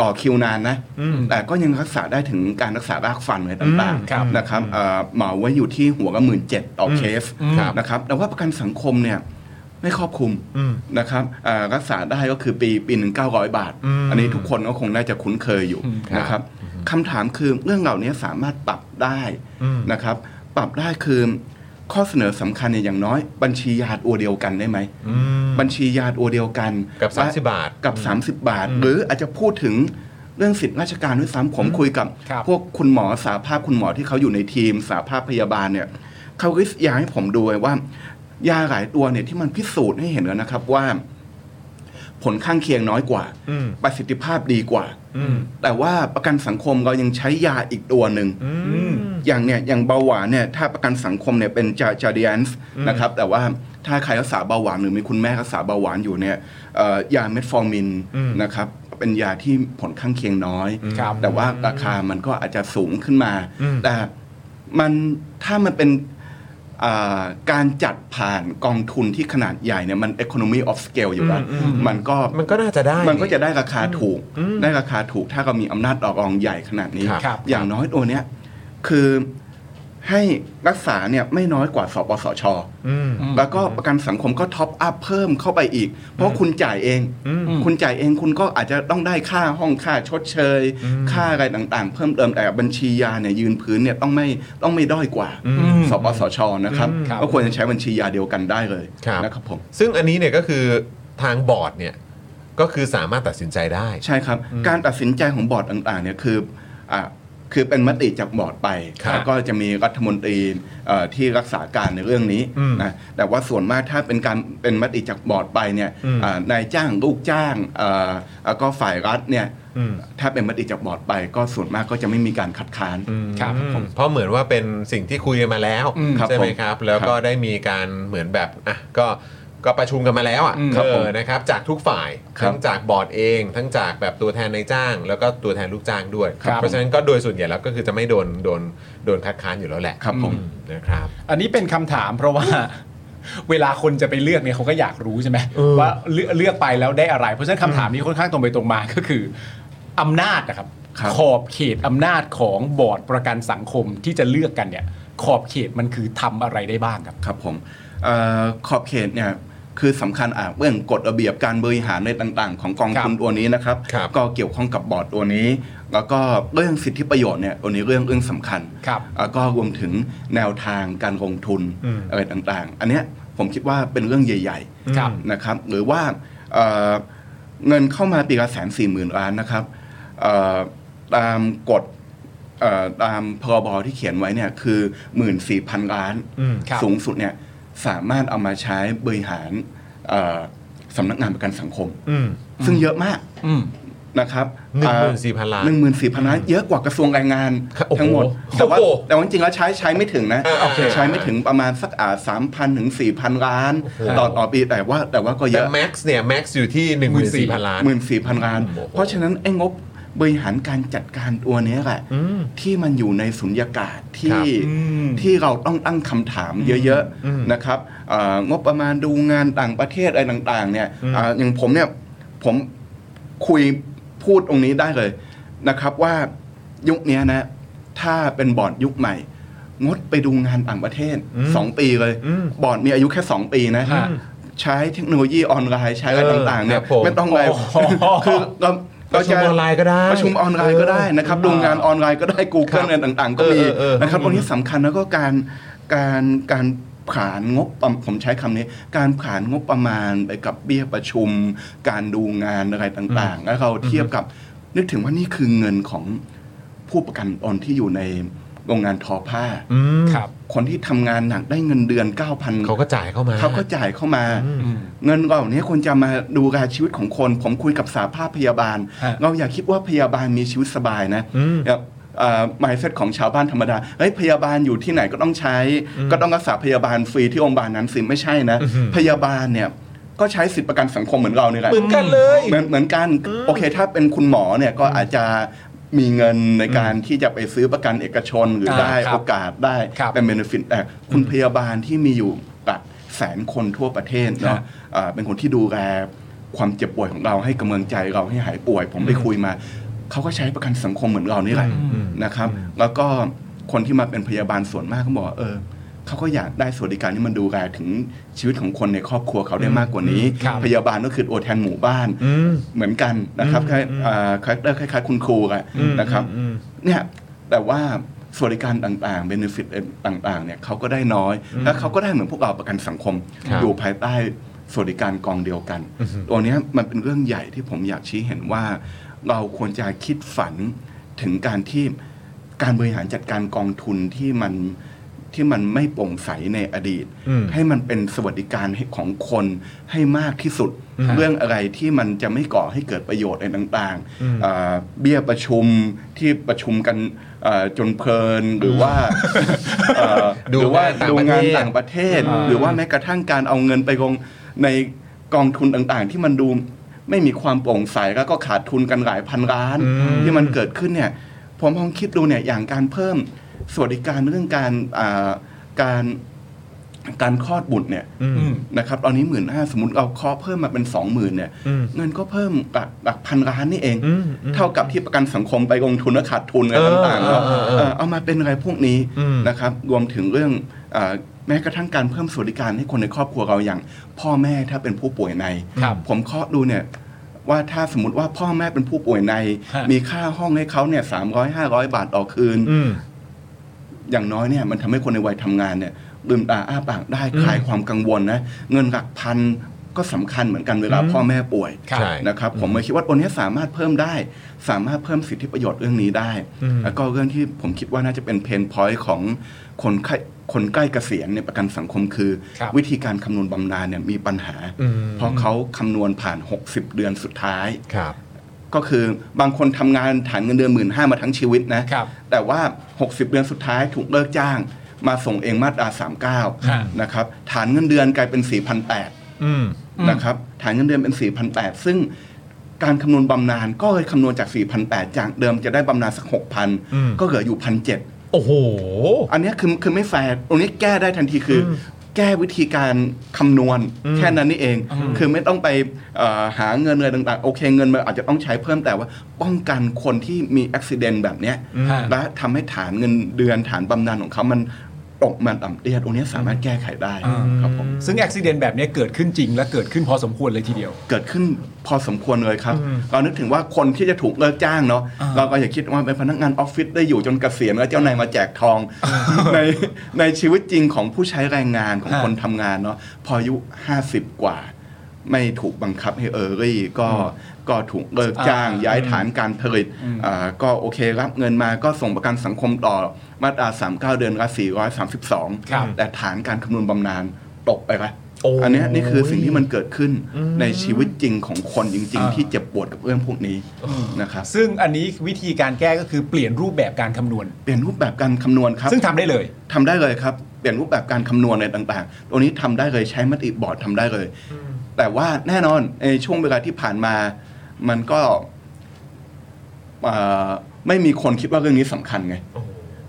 F: ต่อคิวนานนะ
B: อืม
F: แต่ก็ยังรักษาได้ถึงการรักษารากฟันอะไรต่าง
B: อืมครับ
F: ๆนะครับเอ่อเหมาไว้อยู่ที่หัวละหมื่นเจ็ดต่ออ
B: ม
F: เคส
B: ครับ
F: นะครับแต่ว่าประกันสังคมเนี่ยไม่ครอบคลุม
B: อืม
F: นะครับอ่ารักษาได้ก็คือปีปีหนึ่งเก้าร้อยบาท
B: อืม
F: อันนี้ทุกคนก็คงน่าจะคุ้นเคยอยู่
B: ครับ
F: นะครับคำถามคือเรื่องเหล่านี้สามารถปรับได้
B: อืม
F: นะครับ ปรับได้คือข้อเสนอสำคัญเนี่ยอย่างน้อย บัญชียาตัวเดียวกันได้ไหม
B: อืม
F: บัญชียาตัวเดียวกัน
B: กับ30บาท
F: กับ 30 บาท หรืออาจจะพูดถึงเรื่องสิทธิราชการด้วยซ้ำผมคุยกับ
C: ครับ
F: พวกคุณหมอสาภาพคุณหมอที่เขาอยู่ในทีม สาภาพพยาบาลเนี่ยเขาก็อยากให้ผมดูว่ายาหลายตัวเนี่ยที่มันพิสูจน์ให้เห็นแล้วนะครับว่า ผลข้างเคียงน้อยกว่า
B: อืม
F: ประสิทธิภาพดีกว่า
B: อืม
F: แต่ว่าประกันสังคมเรายังใช้ยาอีกตัวหนึ่ง
B: อืม
F: อย่างเนี่ยอย่างเบาหวานเนี่ยถ้าประกันสังคมเนี่ยเป็นจาจาเดียนส์นะครับแต่ว่าถ้าใครรักษาเบาหวานหรือมีคุณแม่รักษาเบาหวานอยู่เนี่ยเอ่อยาเมทฟอร์มิน
B: อืม
F: นะครับเป็นยาที่ผลข้างเคียงน้อย
C: ครับ
F: แต่ว่าราคามันก็อาจจะสูงขึ้นมา
B: อืม
F: แต่มันถ้ามันเป็นอ่าการจัดผ่านกองทุนที่ขนาดใหญ่เนี่ยมัน economy of scale อยู่แล้วมันก็
B: มันก็น่าจะได้
F: มันก็จะได้ราคาถูก
B: อืม
F: ได้ราคาถูกถ้าเรามีอำนาจต่อรองใหญ่ขนาดนี้
B: ครับ
F: อย่างน้อยตัวเนี้ยคือให้รักษาเนี่ยไม่น้อยกว่าสปสช
B: อืม
F: แล้วก็ประกันสังคมก็ท็อปอัพเพิ่มเข้าไปอีก เพราะคุณจ่ายเอง
B: อืม
F: คุณจ่ายเองคุณก็อาจจะต้องได้ค่าห้องค่าชดเชย
B: อืม
F: ค่าอะไรต่างๆ เพิ่มเติมแต่บัญชียาเนี่ยยืนพื้นเนี่ยต้องไม่ต้องไม่ด้อยกว่า
B: อืม
F: สปสชนะครับ
B: อืมครับ
F: ก็ควรจะใช้บัญชียาเดียวกันได้เลย
B: ครับ
F: นะครับผม
B: ซึ่งอันนี้เนี่ยก็คือทางบอร์ดเนี่ยก็คือสามารถตัดสินใจได้
F: ใช่ครับ การตัดสินใจของบอร์ดต่างๆเนี่ยคืออ่ะคือเป็นมติจากบอร์ดไป
B: ครับ
F: แล้วก็จะมีรัฐมนตรีเอ่อที่รักษาการในเรื่องนี้
B: อืม
F: นะแต่ว่าส่วนมากถ้าเป็นการเป็นมติจากบอร์ดไปเนี่ย
B: อืม
F: อ่านายจ้างลูกจ้างเอ่อแล้วก็ฝ่ายรัฐเนี่ย
B: อืม
F: ถ้าเป็นมติจากบอร์ดไปก็ส่วนมากก็จะไม่มีการคัดค้าน
C: ครับ
B: อืม
C: ผม
B: เพราะเหมือนว่าเป็นสิ่งที่คุยกันมาแล้ว
F: อืมครับ
B: ใช่ไหม
F: ผม
B: ครับ แล้วก็
F: ครับ
B: ได้มีการเหมือนแบบอ่ะก็ก็ประชุมกันมาแล้วอ่ะ
F: อืมครับ
B: เอ
F: ผม
B: อนะครับ จากทุกฝ่าย
F: ครับ
B: ทั้งจากบอร์ดเอง ทั้งจากแบบตัวแทนนายจ้าง แล้วก็ตัวแทนลูกจ้างด้วย
F: ครับ
B: เพราะฉะนั้นก็โดยส่วนใหญ่แล้วก็คือจะไม่โดนโดนโดนคัดค้านอยู่แล้วแหละ
F: ครับผม
B: อืนะครับ
C: อันนี้เป็นคำถามเพราะ ว่า เวลาคนจะไปเลือกเนี่ยเขาก็อยากรู้ใช่ไหม
B: เออ
C: ว่าเลือกเลือกไปแล้วได้อะไร เพราะฉะนั้นคำถามนี้ค่อนข้างตรงไปตรงมาก็คืออำนาจนะครับ
F: ครับ
C: ขอบเขตอำนาจของบอร์ดประกันสังคมที่จะเลือกกันเนี่ย ขอบเขตมันคือทำอะไรได้บ้างครับ
F: ครับผมเอ่อขอบเขตเนี่ยคือสำคัญอ่ะเรื่องกฎระเบียบการบริหารในต่าง ๆ ของกอง
C: ค
F: ทุน
C: รับ
F: ตัวนี้นะครับ
B: ครับ
F: ก็เกี่ยวข้องกับบอร์ดตัวนี้ แล้วก็เรื่องสิทธิประโยชน์เนี่ยตัวนี้เรื่องเรื่องสำคัญ
C: ครับ
F: แล้วก็รวมถึงแนวทางการลงทุน
B: อืม
F: อะไรต่างๆ อันเนี้ยผมคิดว่าเป็นเรื่องใหญ่
C: ครับ
F: ๆนะครับหรือว่าเอ่อเงินเข้ามาปีละแสนสี่หมื่นล้านนะครับเอ่อตามกฎเอ่อตามพรบที่เขียนไว้เนี่ยคือหมื่นสี่พันล้าน
B: อืม
C: ครับ
F: สูงสุดเนี่ยสามารถเอามาใช้บริหารเอ่อสำนักงานประกันสังคม
B: อืม
F: ซึ่งเยอะมาก
C: อืม
F: นะครับ
B: 14,000ล้าน
F: หนึ่งหมื่นสี่พันล้านเยอะกว่ากระทรวงแรงงาน
B: ครับโอ้โห
F: ทั้งหมด แต่ว่า
B: โอ้โห
F: แต่ว่าจริงๆแล้วใช้ใช้ไม่ถึงนะ
B: อ่าโอเค
F: ใช้ไม่ถึงประมาณสักอ่าสามพันถึงสี่พันล้าน
B: โอ้โห
F: ต่อต่อปีแต่ว่าแต่ว่าก็เย
B: แต่
F: อะ
B: แม็กซ์เนี่ยแม็กซ์อยู่ที่1 4 0 0 0ล้าน
F: หมื่นสี่พันล้าน
B: โอ้โห
F: เพราะฉะนั้นไอ้งบบริหารการจัดการตัวเนี้ยแหละ
B: อืม
F: ที่มันอยู่ในสุญญากาศ
B: ครั
F: ที่
B: บ
F: ที่เราต้องตั้งคำถามเยอะ
B: อืม
F: ๆนะครับเอ่องบประมาณดูงานต่างประเทศอะไรต่างๆเนี่ย
B: อืม
F: เอ่ออย่างผมเนี่ยผมคุยพูดตรงนี้ได้เลยนะครับว่ายุคเนี้ยนะถ้าเป็นบอร์ดยุคใหม่ งดไปดูงานต่างประเทศ
B: อืม
F: สองปีเลย
B: อืม
F: บอร์ดมีอายุแค่สองปีนะ
C: ฮะ
F: ใช้เทคโนโลยีออนไลน์ใช้อะไร
B: เออ
F: ต่างๆเนี่ย
B: ครับผม
F: ไม่ต้องอะไร
C: โอ้โห
F: คือเรา
B: ป
F: เรา
B: ระชุม
F: จะ
B: ออนไลน์ก็ได้
F: ประชุมออนไลน์ก็ได้นะครับ
B: เออ
F: ดูงาน ออนไลน์ก็ได้
B: ครั
F: Google
B: บ
F: อะไรต่างๆ ก็มี
B: เออเออเออ
F: นะครับตรงนี้สำคัญแล้วก็การการการ ผ่านงบประมาณผมใช้คำนี้ การผ่านงบประมาณไปกับเบี้ยประชุม การดูงานอะไรต่างๆ แล้วเราเทียบกับนึกถึงว่านี่คือเงินของผู้ประกันตนที่อยู่ในโรงงานทอผ้า
B: อืม
C: ครับ
F: คนที่ทำงานหนักได้เงินเดือน 9,000
B: เขาก็จ่ายเข้ามา
F: เขาก็จ่ายเข้ามา เงินเหล่านี้ควรจะมาดูแลชีวิตของคน ผมคุยกับสาภาพพยาบาล
C: ฮะ
F: เราอย่าคิดว่าพยาบาลมีชีวิตสบายนะ
B: อืม
F: แบบมายเซตของชาวบ้านธรรมดาเฮ้ยพยาบาลอยู่ที่ไหนก็ต้องใช้ ก็ต้องรักษาพยาบาลฟรีที่โรงพยาบาลนั้นสิไม่ใช่นะ
B: อื้อหือ
F: พยาบาลเนี่ยก็ใช้สิทธิประกันสังคมเหมือนเราเนี่ยแหละ
B: เหมือนกันเลย
F: เหมือนเหมือนกันโอเคถ้าเป็นคุณหมอเนี่ยก็อาจจะมีเงินในการที่จะไปซื้อประกันเอกชนหรืออา ได้
C: ครับ
F: โอกาสได้
C: ครับ
F: เป็นเบนฟิตแต่คุณพยาบาลที่มีอยู่แบบแสนคนทั่วประเทศเนาะ
C: ฮะ
F: อ่าเป็นคนที่ดูแลความเจ็บป่วยของเราให้กำลังใจเราให้หายป่วย ผมไปคุยมา เขาก็ใช้ประกันสังคมเหมือนเรานี่แหละ
B: อืม
F: นะครับ แล้วก็คนที่มาเป็นพยาบาลส่วนมากเขาบอกว่าเออเขาก็อยากได้สวัสดิการที่มันดูแลถึงชีวิตของคนในครอบครัวเขาได้มากกว่านี้
C: ครับ
F: พยาบาลก็คือตัวแทนหมู่บ้าน
B: อืม
F: เหมือนกันนะครับ
B: อืม
F: คล้าย
B: อืม
F: อ่าคาแรคเตอร์คล้ายๆ คุณครูอะ
B: อืม
F: นะครับ
B: อืม
F: เนี่ยแต่ว่าสวัสดิการต่างๆเบนฟิตต่างๆเนี่ยเขาก็ได้น้อย และเขาก็ได้เหมือนพวกเราประกันสังคม
B: ครับ
F: อยู่ภายใต้สวัสดิการกองเดียวกัน
B: อือฮึ
F: ตัวเนี้ยมันเป็นเรื่องใหญ่ที่ผมอยากชี้เห็นว่า เราควรจะคิดฝันถึงการที่การบริหารจัดการกองทุนที่มันที่มันไม่โปร่งใสในอดีต
B: อืม
F: ให้มันเป็นสวัสดิการให้ของคนให้มากที่สุด
B: อืม
F: เรื่องอะไรที่มันจะไม่ก่อให้เกิดประโยชน์อะไรต่าง
B: อืม
F: ๆอ่าเบี้ยประชุมที่ประชุมกันเอ่อจนเพลินหรือว่าเอ่อ
B: ดู
F: หรืว่า
B: ต่าง
F: ดู
B: ประเทศ
F: งานต่างประเทศ
C: อ่า
F: หรือว่าแม้กระทั่งการเอาเงินไปลงในกองทุนต่างๆ ที่มันดูไม่มีความโปร่งใสแล้วก็ขาดทุนกันหลายพันล้าน ที่มันเกิดขึ้นเนี่ยผมลองคิดดูเนี่ยอย่างการเพิ่มสวัสดิการเรื่องการอ่าการการคลอดบุตรเนี่ย
B: อืม
C: อืม
F: นะครับตอนนี้หมื่นห้าสมมติเราเคาะเพิ่มมาเป็นสองหมื่นเนี่ย
B: อืม
F: เงินก็เพิ่มหลักหลักพันล้านนี่เอง
B: อืมอืม
F: เท่ากับที่ประกันสังคมไปลงทุนและขาดทุนอะไร
B: เออ
F: ต่างๆเนอะ
B: เออเออ
F: เออเอามาเป็นอะไรพวกนี้
B: อืม
F: นะครับ รวมถึงเรื่องอ่าแม้กระทั่งการเพิ่มสวัสดิการให้คนในครอบครัวเราอย่าง พ่อแม่ถ้าเป็นผู้ป่วยใน
C: ครับ
F: ผมเคาะดูเนี่ยว่าถ้าสมมติว่าพ่อแม่เป็นผู้ป่วยใน
C: ฮะ
F: มีค่าห้องให้เขาเนี่ยสามร้อยห้าร้อยบาทต่อคืน
B: อืม
F: อย่างน้อยเนี่ยมันทำให้คนในวัยทำงานเนี่ยลืมตาอ้าปากได้คลายความกังวลนะเงินหลักพันก็สำคัญเหมือนกันเวลา
B: อืม
F: พ่อแม่ป่วย
C: ครับ
B: ใช่
F: นะครับผมเลยคิดว่าตัวเนี้ยสามารถเพิ่มได้ สามารถเพิ่มสิทธิประโยชน์เรื่องนี้ได้
B: อืม
F: แล้วก็เรื่องที่ผมคิดว่าน่าจะเป็นเพนพอยต์ของคนใกล้คนใกล้เกษียณในประกันสังคมคือ
C: ครับ
F: วิธีการคำนวณบำนาญเนี่ยมีปัญหา
B: อืม
F: เพราะเขาคำนวณผ่าน 60 เดือนสุดท้าย
B: ครับ
F: ก็คือบางคนทำงานฐานเงินเดือนหมื่นห้ามาทั้งชีวิตนะ
C: ครับ
F: แต่ว่า 60 เดือนสุดท้ายถูกเลิกจ้าง มาส่งเองมาตรา
C: ฮะ
F: 39นะครับฐานเงินเดือนกลายเป็น 4,800
B: อืม
C: อืม
F: นะครับฐานเงินเดือนเป็น 4,800 ซึ่งการคำนวณบำนาญก็เลยคำนวณจาก 4,800 จากเดิมจะได้บำนาญสัก
B: อืม
F: 6,000 ก็เหลืออยู่ 1,700
B: โอ้โห
F: อันเนี้ยคือคือไม่แฟร์ตรงนี้แก้ได้ทันทีคืออแก้วิธีการคำนวณแค่นั้นนี่เอง คือไม่ต้องไปเอ่อหาเงินเลยต่างๆ โอเคเงินมันอาจจะต้องใช้เพิ่มแต่ว่าป้องกันคนที่มีอุบิเหตุแบบเนี้ย
B: อืม
C: ฮะ
F: และทำให้ฐานเงินเดือนฐานบำนาญของเขามันตกมันต่ำเตี้ยตรงเนี้ยสามารถแก้ไขได้
C: อ่า
F: ครับผม
C: ซึ่งอุบิเหตุแบบเนี้ยเกิดขึ้นจริงและเกิดขึ้นพอสมควรเลยทีเดียว
F: เกิดขึ้นพอสมควรเลยครับ เรานึกถึงว่าคนที่จะถูกเลิกจ้างเนาะ
C: อ่า
F: เราก็อย่าคิดว่าเป็นพนักงานออฟฟิศได้อยู่จนเกษียณแล้วเจ้านายมาแจกทอง ในในชีวิตจริงของผู้ใช้แรงงานของคนทำงานเนาะพออายุ 50 กว่า ไม่ถูกบังคับให้เออรี่ก็ก็ถูกเลิกจ้าง ย้ายฐานการผลิตอ่าก็โอเครับเงินมาก็ส่งประกันสังคมต่อมาตรา39 เดือนละ
C: ครับ
F: 432 แต่ฐานการคำนวณบำนาญตกไปละ
B: โอ้ย
F: อันเนี้ยนี่คือสิ่งที่มันเกิดขึ้นในชีวิตจริงของคนจริง
C: อ่า
F: ๆ ที่เจ็บปวดกับเรื่องพวกนี้นะครับ
C: ซึ่งอันนี้วิธีการแก้ก็คือเปลี่ยนรูปแบบการคำนวณ
F: เปลี่ยนรูปแบบการคำนวณครับ
C: ซึ่งทำได้เลย
F: ทำได้เลยครับเปลี่ยนรูปแบบการคำนวณอะไรต่างๆ ตัวนี้ทำได้เลยใช้มติบอร์ดทำได้เลย แต่ว่าแน่นอนในช่วงเวลาที่ผ่านมา มันก็เอ่อไม่มีคนคิดว่าเรื่องนี้สำคัญไง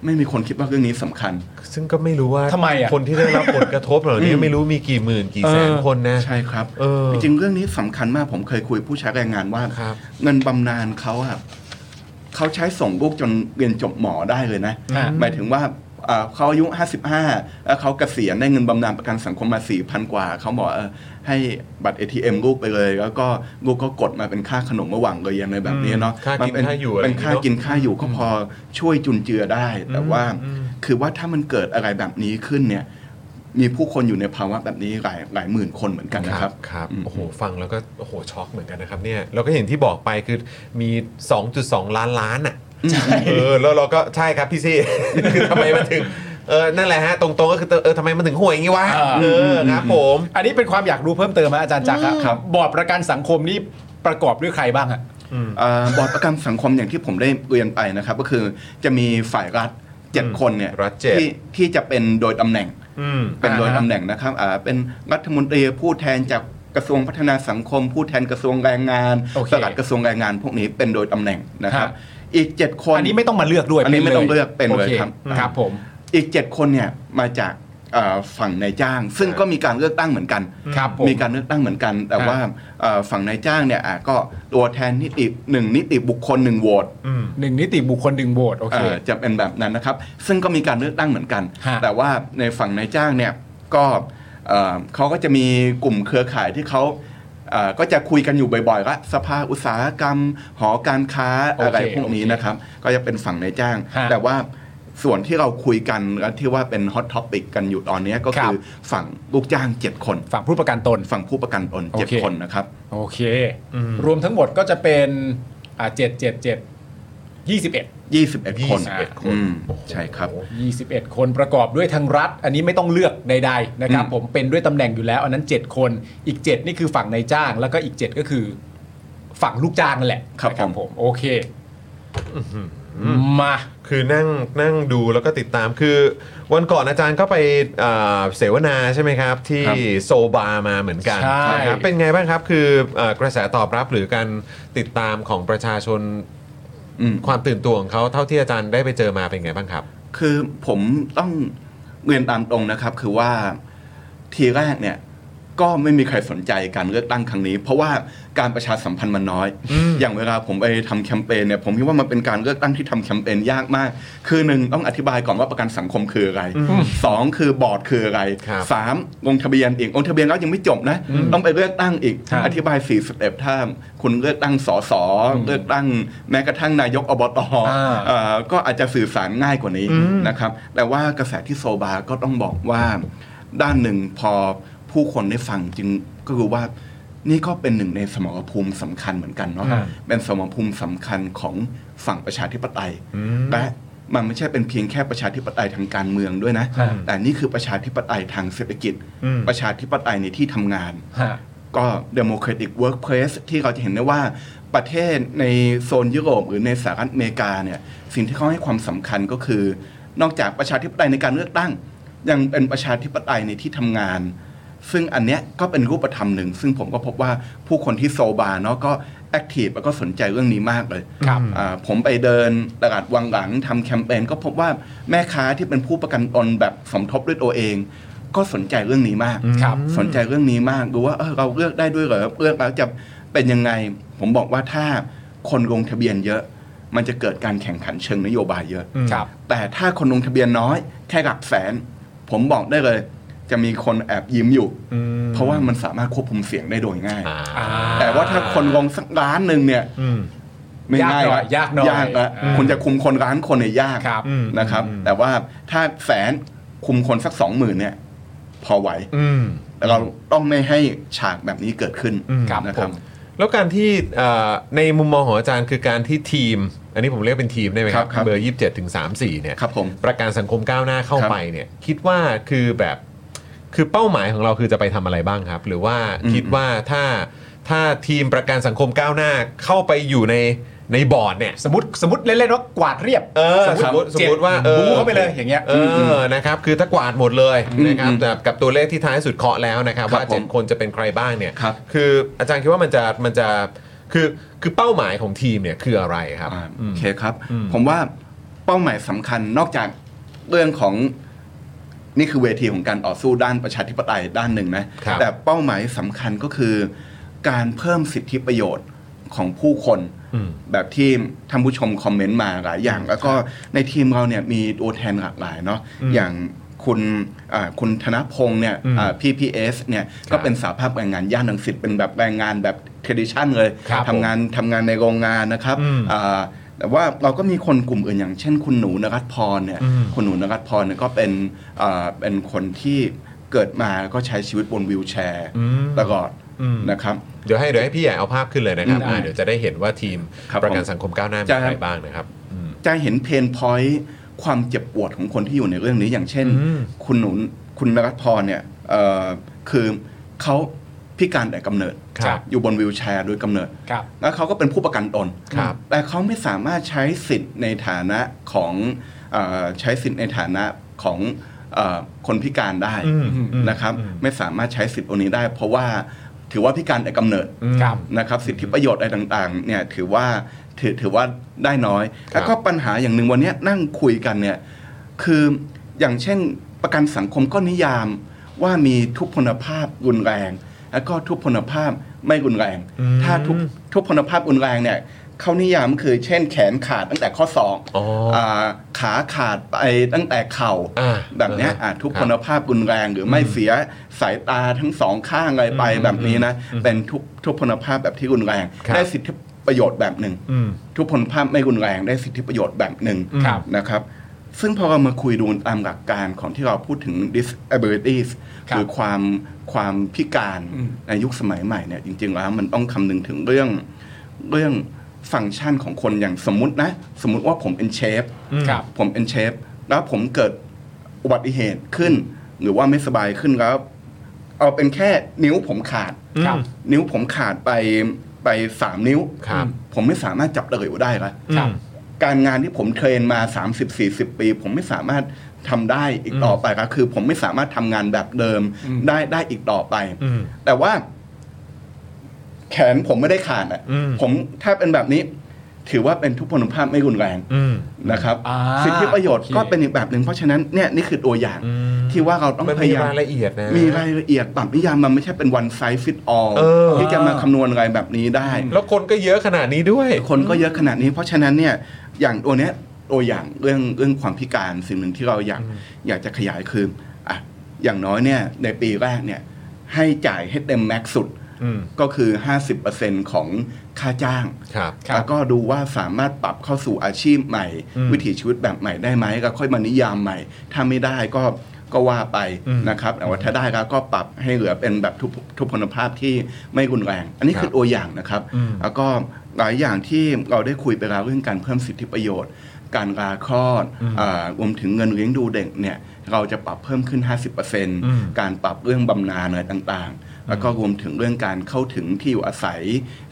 F: ไม่มีคนคิดว่าเรื่องนี้สำคัญ
B: ซึ่งก็ไม่รู้ว่า
C: ทำไมอ่ะ
B: คนที่ได้รับผลกระทบเหล่านี้
F: อืม
B: ไม่รู้มีกี่หมื่นกี่แสน
C: เออ
B: คนนะ
F: ใช่ครับ
B: เออ
F: จริงๆเรื่องนี้สำคัญมากผมเคยคุยผู้ใช้แรงงานว่า
B: ครับ
F: เงินบำนาญเขาอะเขาใช้ส่งลูกจนเรียนจบหมอได้เลยนะ
C: อ่า
F: หมายถึงว่าเอ่อเขาอายุ 55 แล้วเขาเกษียณได้เงินบำนาญประกันสังคมมา 4,000 กว่า เขาบอกเออให้บัตร ATM ลูกไปเลย แล้วก็ลูกก็กดมาเป็นค่าขนมระหว่างเลยนอะไรแบบนี้เนาะ
B: อืมค่ากิน
F: มัเป็น
B: ค่าอยู่อะไร
F: เป็นค่า
B: อย่างงี้เนอะ
F: กินค่าอยู่ก็พอช่วยจุนเจือได้ แต่ว่า
B: อืม
F: คือว่าถ้ามันเกิดอะไรแบบนี้ขึ้นเนี่ย มีผู้คนอยู่ในภาวะแบบนี้หลายหลายหมื่นคนเหมือนกันนะครับ
B: ครับ
F: อืม
B: โอ้โหฟังแล้วก็โอ้โหช็อกเหมือนกันนะครับเนี่ยแล้วก็อย่างที่บอกไปคือมี 2.2 ล้านล้านอ่ะเออแล้วเราก็ใช่ครับพี่ซี่ คือทำไมมันถึงเออนั่นแหละฮะตรงๆก็คือเออทำไมมันถึงห่วยอย่างงี้วะ
C: อ่า
B: เออครับผม
C: อันนี้เป็นความอยากรู้เพิ่มเติมฮะอาจารย์จักรครับ
F: ครับ
C: บอร์ดประกันสังคมนี่ประกอบด้วยใครบ้างฮะ
F: เอ่อบอร์ดประกันสังคมอย่างที่ผมได้เรียนไปนะครับ ก็คือจะมีฝ่ายรัฐเจ็ดคนเนี่ย
B: รัฐเจ็ด
F: ที่ที่จะเป็นโดยตำแหน่ง
B: อืม
F: เป็นโดย
C: อ่าฮะ
F: ตำแหน่งนะครับอ่าเป็นรัฐมนตรีผู้แทนจากกระทรวงพัฒนาสังคม ผู้แทนกระทรวงแรงงาน
C: โอเค
F: สลัดกระทรวงแรงงาน พวกนี้เป็นโดยตำแหน่งนะครับ
C: ฮะ
F: อีกเจ็ดคน
C: อันนี้ไม่ต้องมาเลือกด้วย
F: อันนี้ไม่
C: ป็
F: ต้องเลือกเป็นเลย
C: โค
F: ครับ
C: ครับผม
F: อีกเจ็ดคนเนี่ยมาจากเอ่อฝั่งนายจ้าง ซึ่ง
B: ครับ
F: ก็มีการเลือกตั้งเหมือนกัน
C: ครับผม
F: มีการเลือกตั้งเหมือนกัน แต่
C: ฮะ
F: ว่าเอ่อฝั่งนายจ้างเนี่ยอ่ะก็ตัวแทนนิติหนึ่งนิติบุคคลหนึ่งโหวต
C: หนึ่งนิติบุคคลหนึ่งโบสโอเค
F: เอ่อจะเป็นแบบนั้นนะครับ ซึ่งก็มีการเลือกตั้งเหมือนกัน
C: ฮะ
F: แต่ว่าในฝั่งนายจ้างเนี่ยก็เอ่อเขาก็จะมีกลุ่มเครือข่ายที่เขาเอ่อก็จะคุยกันอยู่บ่อยๆละสภาอุตสาหกรรม หอการค้า
C: โอเค
F: อะไรพวกนี้นะครับ ก็จะเป็นฝั่งนายจ้าง
C: ฮะ
F: แต่ว่าส่วนที่เราคุยกันและที่ว่าเป็นฮอตท็อปิกกันอยู่ตอนเนี้ยก็
C: ครับ
F: คือฝั่งลูกจ้าง 7 คน
C: ฝั่งผู้ประกันตน
F: ฝั่งผู้ประกันตน
C: โอเค
F: 7คนนะครับ
C: โอเค
B: อืม
C: รวมทั้งหมดก็จะเป็นอ่าเจ็ดเจ็ดเจ็ดยี่สิบเอ็ด
F: 21 คน
B: 21คน
F: อืมใช่ครับ
C: 21 คนประกอบด้วยทางรัฐ อันนี้ไม่ต้องเลือกใดๆนะครับ
F: อืม
C: ผมเป็นด้วยตำแหน่งอยู่แล้ว อันนั้น 7 คนอีก 7 นี่คือฝั่งนายจ้าง แล้วก็อีก 7 ก็คือฝั่งลูกจ้างนั่นแหละนะผมโอเคมา
B: คือนั่งนั่งดูแล้วก็ติดตามคือวันก่อนอาจารย์ก็ไปเอ่อเสวนาใช่ไหมครับ ที่
F: ครับ
B: โซบามาเหมือนกัน
C: ใช่
B: นะครับเป็นไงบ้างครับคือเอ่อกระแสตอบรับหรือการติดตามของประชาชน
F: อืม
B: ความตื่นตัวของเขาเท่าที่อาจารย์ได้ไปเจอมาเป็นไงบ้างครับ
F: คือผมต้องเรียนตามตรงนะครับ คือว่าทีแรกเนี่ยก็ไม่มีใครสนใจการเลือกตั้งครั้งนี้ เพราะว่าการประชาสัมพันธ์มันน้อย อย่างเวลาผมไปทำแคมเปญเนี่ยผมคิดว่ามันเป็นการเลือกตั้งที่ทำแคมเปญยากมาก คือหนึ่งต้องอธิบายก่อนว่าประกันสังคมคืออะไรสองคือบอร์ดคืออะไร
B: ครับ
F: สามลงทะเบียนอีกลงทะเบียนแล้วยังไม่จบนะต้องไปเลือกตั้งอีก
C: ครับ
F: อธิบายสี่สเต็ปถ้าคุณเลือกตั้งสสเลือกตั้งแม้กระทั่งนายกอบต
C: อ่า
F: เอ่อก็อาจจะสื่อสารง่ายกว่านี้นะครับ แต่ว่ากระแสที่โซบาก็ต้องบอกว่า ด้านหนึ่งพอผู้คนได้ฟังจึงก็คือว่านี่ก็เป็นหนึ่งในสมรภูมิสำคัญเหมือนกันเนาะ
C: อ่า
F: เป็นสมรภูมิสำคัญของฝั่งประชาธิปไตยและมันไม่ใช่เป็นเพียงแค่ประชาธิปไตยทางการเมืองด้วยนะ แต่นี่คือประชาธิปไตยทางเศรษฐกิจ ประชาธิปไตยในที่ทำงาน
C: ฮะ
F: ก็ democratic workplace ที่เราจะเห็นได้ว่าประเทศในโซนยุโรปหรือในสหรัฐอเมริกาเนี่ยสิ่งที่เขาให้ความสำคัญก็คือ นอกจากประชาธิปไตยในการเลือกตั้ง ยังเป็นประชาธิปไตยในที่ทำงาน ซึ่งอันเนี้ยก็เป็นรูปธรรมหนึ่ง ซึ่งผมก็พบว่าผู้คนที่โซบาเนาะก็แอคทีฟแล้วก็สนใจเรื่องนี้มากเลย
C: ครับ
F: อ่าผมไปเดินตลาดวังหลังทำแคมเปญก็พบว่าแม่ค้าที่เป็นผู้ประกันตนแบบสมทบด้วยตัวเอง ก็สนใจเรื่องนี้มาก
C: ครับ
F: สนใจเรื่องนี้มากดูว่าเออเราเลือกได้ด้วยเหรอเลือกแล้วจะเป็นยังไง ผมบอกว่าถ้าคนลงทะเบียนเยอะ มันจะเกิดการแข่งขันเชิงนโยบายเยอะ
C: ครับ
F: แต่ถ้าคนลงทะเบียนน้อยแค่หลักแสน ผมบอกได้เลย จะมีคนแอบยิ้มอยู่ เพราะว่ามันสามารถควบคุมเสียงได้โดยง่าย
B: อ่า
C: อ่า
F: แต่ว่าถ้าคนลงสักล้านหนึ่งเนี่ยไม่ง่าย
C: ยากหน่อย
F: ละ
C: ยากหน่อย
F: ยากละ
C: อืม
F: คุณจะคุมคนล้านคนเนี่ยยาก
C: ครับ
F: นะครับ
B: อืม
F: แต่ว่าถ้าแสนคุมคนสักสองหมื่นเนี่ย พอไหว
B: อืม
F: เราต้องไม่ให้ฉากแบบนี้เกิดขึ้น
B: อืม
C: ครับ
F: นะ
C: ผ
F: ครับ
C: ม
B: แล้วการที่เอ่อในมุมมองของอาจารย์คือการที่ทีม อันนี้ผมเรียกเป็นทีมได้ไหมครับ
F: ครับครับ
B: เบอร์ 27ถึง34เนี่ย
F: ครับผม
B: ประกันสังคมก้าวหน้าเข้า
F: ครับ
B: ไปเนี่ยคิดว่าคือแบบคือเป้าหมายของเราคือจะไปทำอะไรบ้างครับ หรือว่า
F: อืม
B: คิดว่าถ้าถ้าทีมประกันสังคมก้าวหน้าเข้าไปอยู่ในในบอร์ดเนี่ย
C: สมมติสมมติเล่นๆว่ากวาดเรียบ
B: เออ
C: สม
B: สม
C: ม
B: ม
C: ติ
B: ติสมมติว่า
C: เจ็ด
B: เออ
C: บู๊เข้าไปเลยอย่างเงี้ย
B: เออนะครับคือถ้ากวาดหมดเลยนะครับ
F: อืม
B: แต่กับตัวเลขที่ท้ายสุดเคาะแล้วนะครับ
F: ครับ
B: ว่าเจ็ด
F: ผม
B: คนจะเป็นใครบ้างเนี่ย
F: ครับ
B: คืออาจารย์คิดว่ามันจะมันจะคือคือเป้าหมายของทีมเนี่ยคืออะไรครับ
F: าโอเคครับ ผมว่าเป้าหมายสำคัญนอกจากเรื่องของนี่คือเวทีของการต่อสู้ด้านประชาธิปไตยด้านหนึ่งนะ
B: ครับ
F: แต่เป้าหมายสำคัญก็คือการเพิ่มสิทธิประโยชน์ของผู้คน แบบที่ท่านผู้ชมคอมเมนต์มาหลายอย่าง แล้วก็ในทีมเราเนี่ยมีตัวแทนหลากหลายเนาะอย่างคุณอ่าคุณธนพงศ์เนี่ยอ่า PPS เนี่ยก็เป็นสาภาพแรงงานย่านลังสิตเป็นแบบแรงงานแบบเทดิชันเลย
B: ครับ
F: ทำงานทำงานในโรงงานนะครับ
B: อืม
F: อ่าแต่ว่าเราก็มีคนกลุ่มอื่นอย่างเช่น คุณหนูนรัตน์พรเนี่ยคุณหนูนรัตน์พรเนี่ยก็เป็นอ่าเป็นคนที่ เกิดมาก็ใช้ชีวิตบนวิวแชร์
B: อืม
F: ตลอด
B: อืม
F: นะครับ
B: เดี๋ยวให้เดี๋ยวให้พี่ใหญ่เอาภาพขึ้นเลยนะครับ
F: อืม
B: อ่าเดี๋ยวจะได้เห็นว่าทีม
F: ครับ
B: ประกัน
F: ผม
B: สังคมก้าวหน้ามี
F: ใช่
B: ใค
F: ครั
B: ร
F: บ
B: บ้างนะครับอืม
F: จะเห็นเพนพอยต์ความเจ็บปวดของคนที่อยู่ในเรื่องนี้อย่างเช่น
B: อืม
F: คุณหนุนคุณนรัตพรเนี่ยเอ่อคือเขาพิการแต่กำเนิด
B: ครับ
F: อยู่บนวิวแชร์โดยกำเนิด
C: ครับ
F: แล้วเขาก็เป็นผู้ประกันตน
B: ครับ
F: แต่เขาไม่สามารถใช้สิทธิ์ในฐานะของเออใช้สิทธิ์ในฐานะของเออคนพิการได้
B: อืมอืม
F: นะครับ
B: อืม
F: ไม่สามารถใช้สิทธิ์ตรงนี้ได้ เพราะว่าถือว่าพิการแต่กำเนิด
B: อืม
C: ครับ
F: นะครับ สิทธิประโยชน์อะไรต่างๆเนี่ยถือว่าถือถือว่าได้น้อย แล้วก็ปัญหาอย่างหนึ่งวันเนี้ยนั่งคุยกันเนี่ยคืออย่างเช่นประกันสังคมก็นิยามว่ามีทุพพลภาพรุนแรง แล้วก็ทุพพลภาพไม่รุนแรง
B: อืม
F: ถ้าทุพทุพพลภาพรุนแรงเนี่ยเขานิยามคือเช่นแขนขาดตั้งแต่ข้อศอก
B: อ๋ออ่
F: าขาขาดไปตั้งแต่เข่า
B: อ่า
F: แบบเนี้ย
B: อ่า
F: อ่ะทุพพลภาพรุนแรงหรือไม่เสียสายตาทั้งสองข้างอะไรไป
B: อืม
F: แบบนี้นะ
B: อืม
F: เป็นทุพทุพพลภาพแบบที่รุนแรง
B: ครับ
F: ได้สิทธิประโยชน์แบบหนึ่ง
B: อืม
F: ทุพพลภาพไม่รุนแรงได้สิทธิประโยชน์แบบหนึ่ง
B: ครับ
F: นะครับ ซึ่งพอเรามาคุยดูตามหลักการของที่เราพูดถึง disabilities
C: ครับ
F: หรือความความพิการ
C: อืม
F: ในยุคสมัยใหม่เนี่ยจริงๆแล้วมันต้องคำนึงถึงเรื่องเรื่องฟังก์ชันของคนอย่างสมมตินะ สมมติว่าผมเป็นเชฟ
B: อืม
C: ครับ
F: ผมเป็นเชฟแล้วผมเกิดอุบัติเหตุขึ้น หรือว่าไม่สบายขึ้นแล้วเอาเป็นแค่นิ้วผมขาด
B: อืม
C: ครับ
F: นิ้วผมขาดไปไปสามนิ้ว
B: ครับ
F: ผมไม่สามารถจับตะหลิวได้ละ
B: อืม
F: การงานที่ผมเทรนมา 30 40 ปี ผมไม่สามารถทำได้อีกต่อไปละคือ ผมไม่สามารถทำงานแบบเดิม
C: อืม
F: ได้ได้อีกต่อไป
B: อืม
F: แต่ว่า แขนผมไม่ได้ขาดอ่ะ
B: อืม
F: ผมถ้าเป็นแบบนี้ ถือว่าเป็นทุพพลภาพไม่รุนแรง
B: อืม
F: นะครับ
C: อ่า
F: สิทธิประโยชน์
C: โอเค
F: ก็เป็นอีกแบบหนึ่งเพราะฉะนั้นเนี่ยนี่คือตัวอย่าง
B: อืม
F: ที่ว่าเราต้อง
B: มัน
F: พ
B: มี
F: ยายาม
B: รายละเอียดนะ
F: มีรายละเอียดปรับนิยามมันไม่ใช่เป็น one size fit all
B: เออ
F: ที่จะมาคำนวณอะไรแบบนี้ได้
B: แล้วคนก็เยอะขนาดนี้ด้วย
F: คนก็เยอะขนาดนี้ เพราะฉะนั้นเนี่ยอย่างตัวเนี้ยตัวอย่างเรื่องเรื่องความพิการสิ่งหนึ่งที่เราอยากอยากจะขยายคืออ่ะอย่างน้อยเนี่ยในปีแรกเนี่ยให้จ่ายให้เต็มแม็กซ์สุด
B: อืม
F: ก็คือ 50%ของค่าจ้าง
B: ครับ
F: แล้วก็ดูว่าสามารถปรับเข้าสู่อาชีพใหม่
B: อืม
F: วิถีชีวิตแบบใหม่ได้ไหมก็ค่อยมานิยามใหม่ ถ้าไม่ได้ก็ก็ว่าไป
B: อืม
F: นะครับแต่ว่าถ้าได้ก็ก็ปรับให้เหลือเป็นแบบทุกทุพพลภาพที่ไม่รุนแรง อันนี้
B: ครับ
F: คือตัวอย่างนะครับ
B: อืม
F: แล้วก็หลายอย่างที่เราได้คุยไปแล้วเรื่องการเพิ่มสิทธิประโยชน์ การลาคลอด
B: อืม
F: อ่ารวมถึงเงินเลี้ยงดูเด็กเนี่ยเราจะปรับเพิ่มขึ้น
B: ม
F: 50%การปรับเรื่องบำนาญอะไรต่างๆ แล้วก็รวมถึงเรื่องการเข้าถึงที่อยู่อาศัย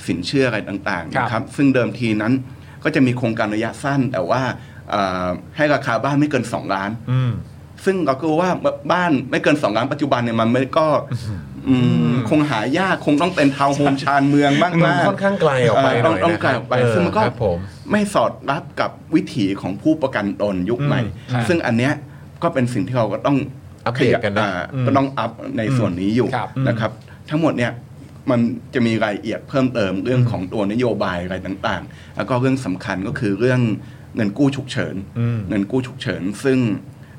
F: สินเชื่ออะไรต่างๆ
C: ครับ
F: นะครับซึ่งเดิมทีนั้นก็จะมีโครงการระยะสั้น แต่ว่าเอ่อให้ราคาบ้านไม่เกิน 2 ล้าน
B: อืม
F: ซึ่งเราก็รู้ว่าบ้านไม่เกิน 2 ล้านปัจจุบันเนี่ยมันไม่ก็อืมคงหายากคงต้องเป็นทาวน์โฮมชานเมืองบ้าง
B: มันค่อนข้างไกลออกไปห
F: ต้
B: น่
F: อง
B: อย
F: ต้อง
B: นะ
F: ไกลออกไป
B: เ
F: ซึ่งมันก็
B: ครับผม
F: ไม่สอดรับกับวิถีของผู้ประกันตนยุคใหม่
B: อื
C: มครับ
F: ซึ่งอันเนี้ยก็เป็นสิ่งที่เราก็ต้อง
B: อัปเดตกันนะ
F: อ่า
B: อืม
F: ก็ต้องอัพในส่วนนี้อยู่
C: ครับ
F: นะครับทั้งหมดเนี่ยมันจะมีรายละเอียดเพิ่มเติมเรื่องของตัวนโยบายอะไรต่างๆ แล้วก็เรื่องสำคัญก็คือเรื่องเงินกู้ฉุกเฉิน
B: อืม
F: เงินกู้ฉุกเฉิน ซึ่ง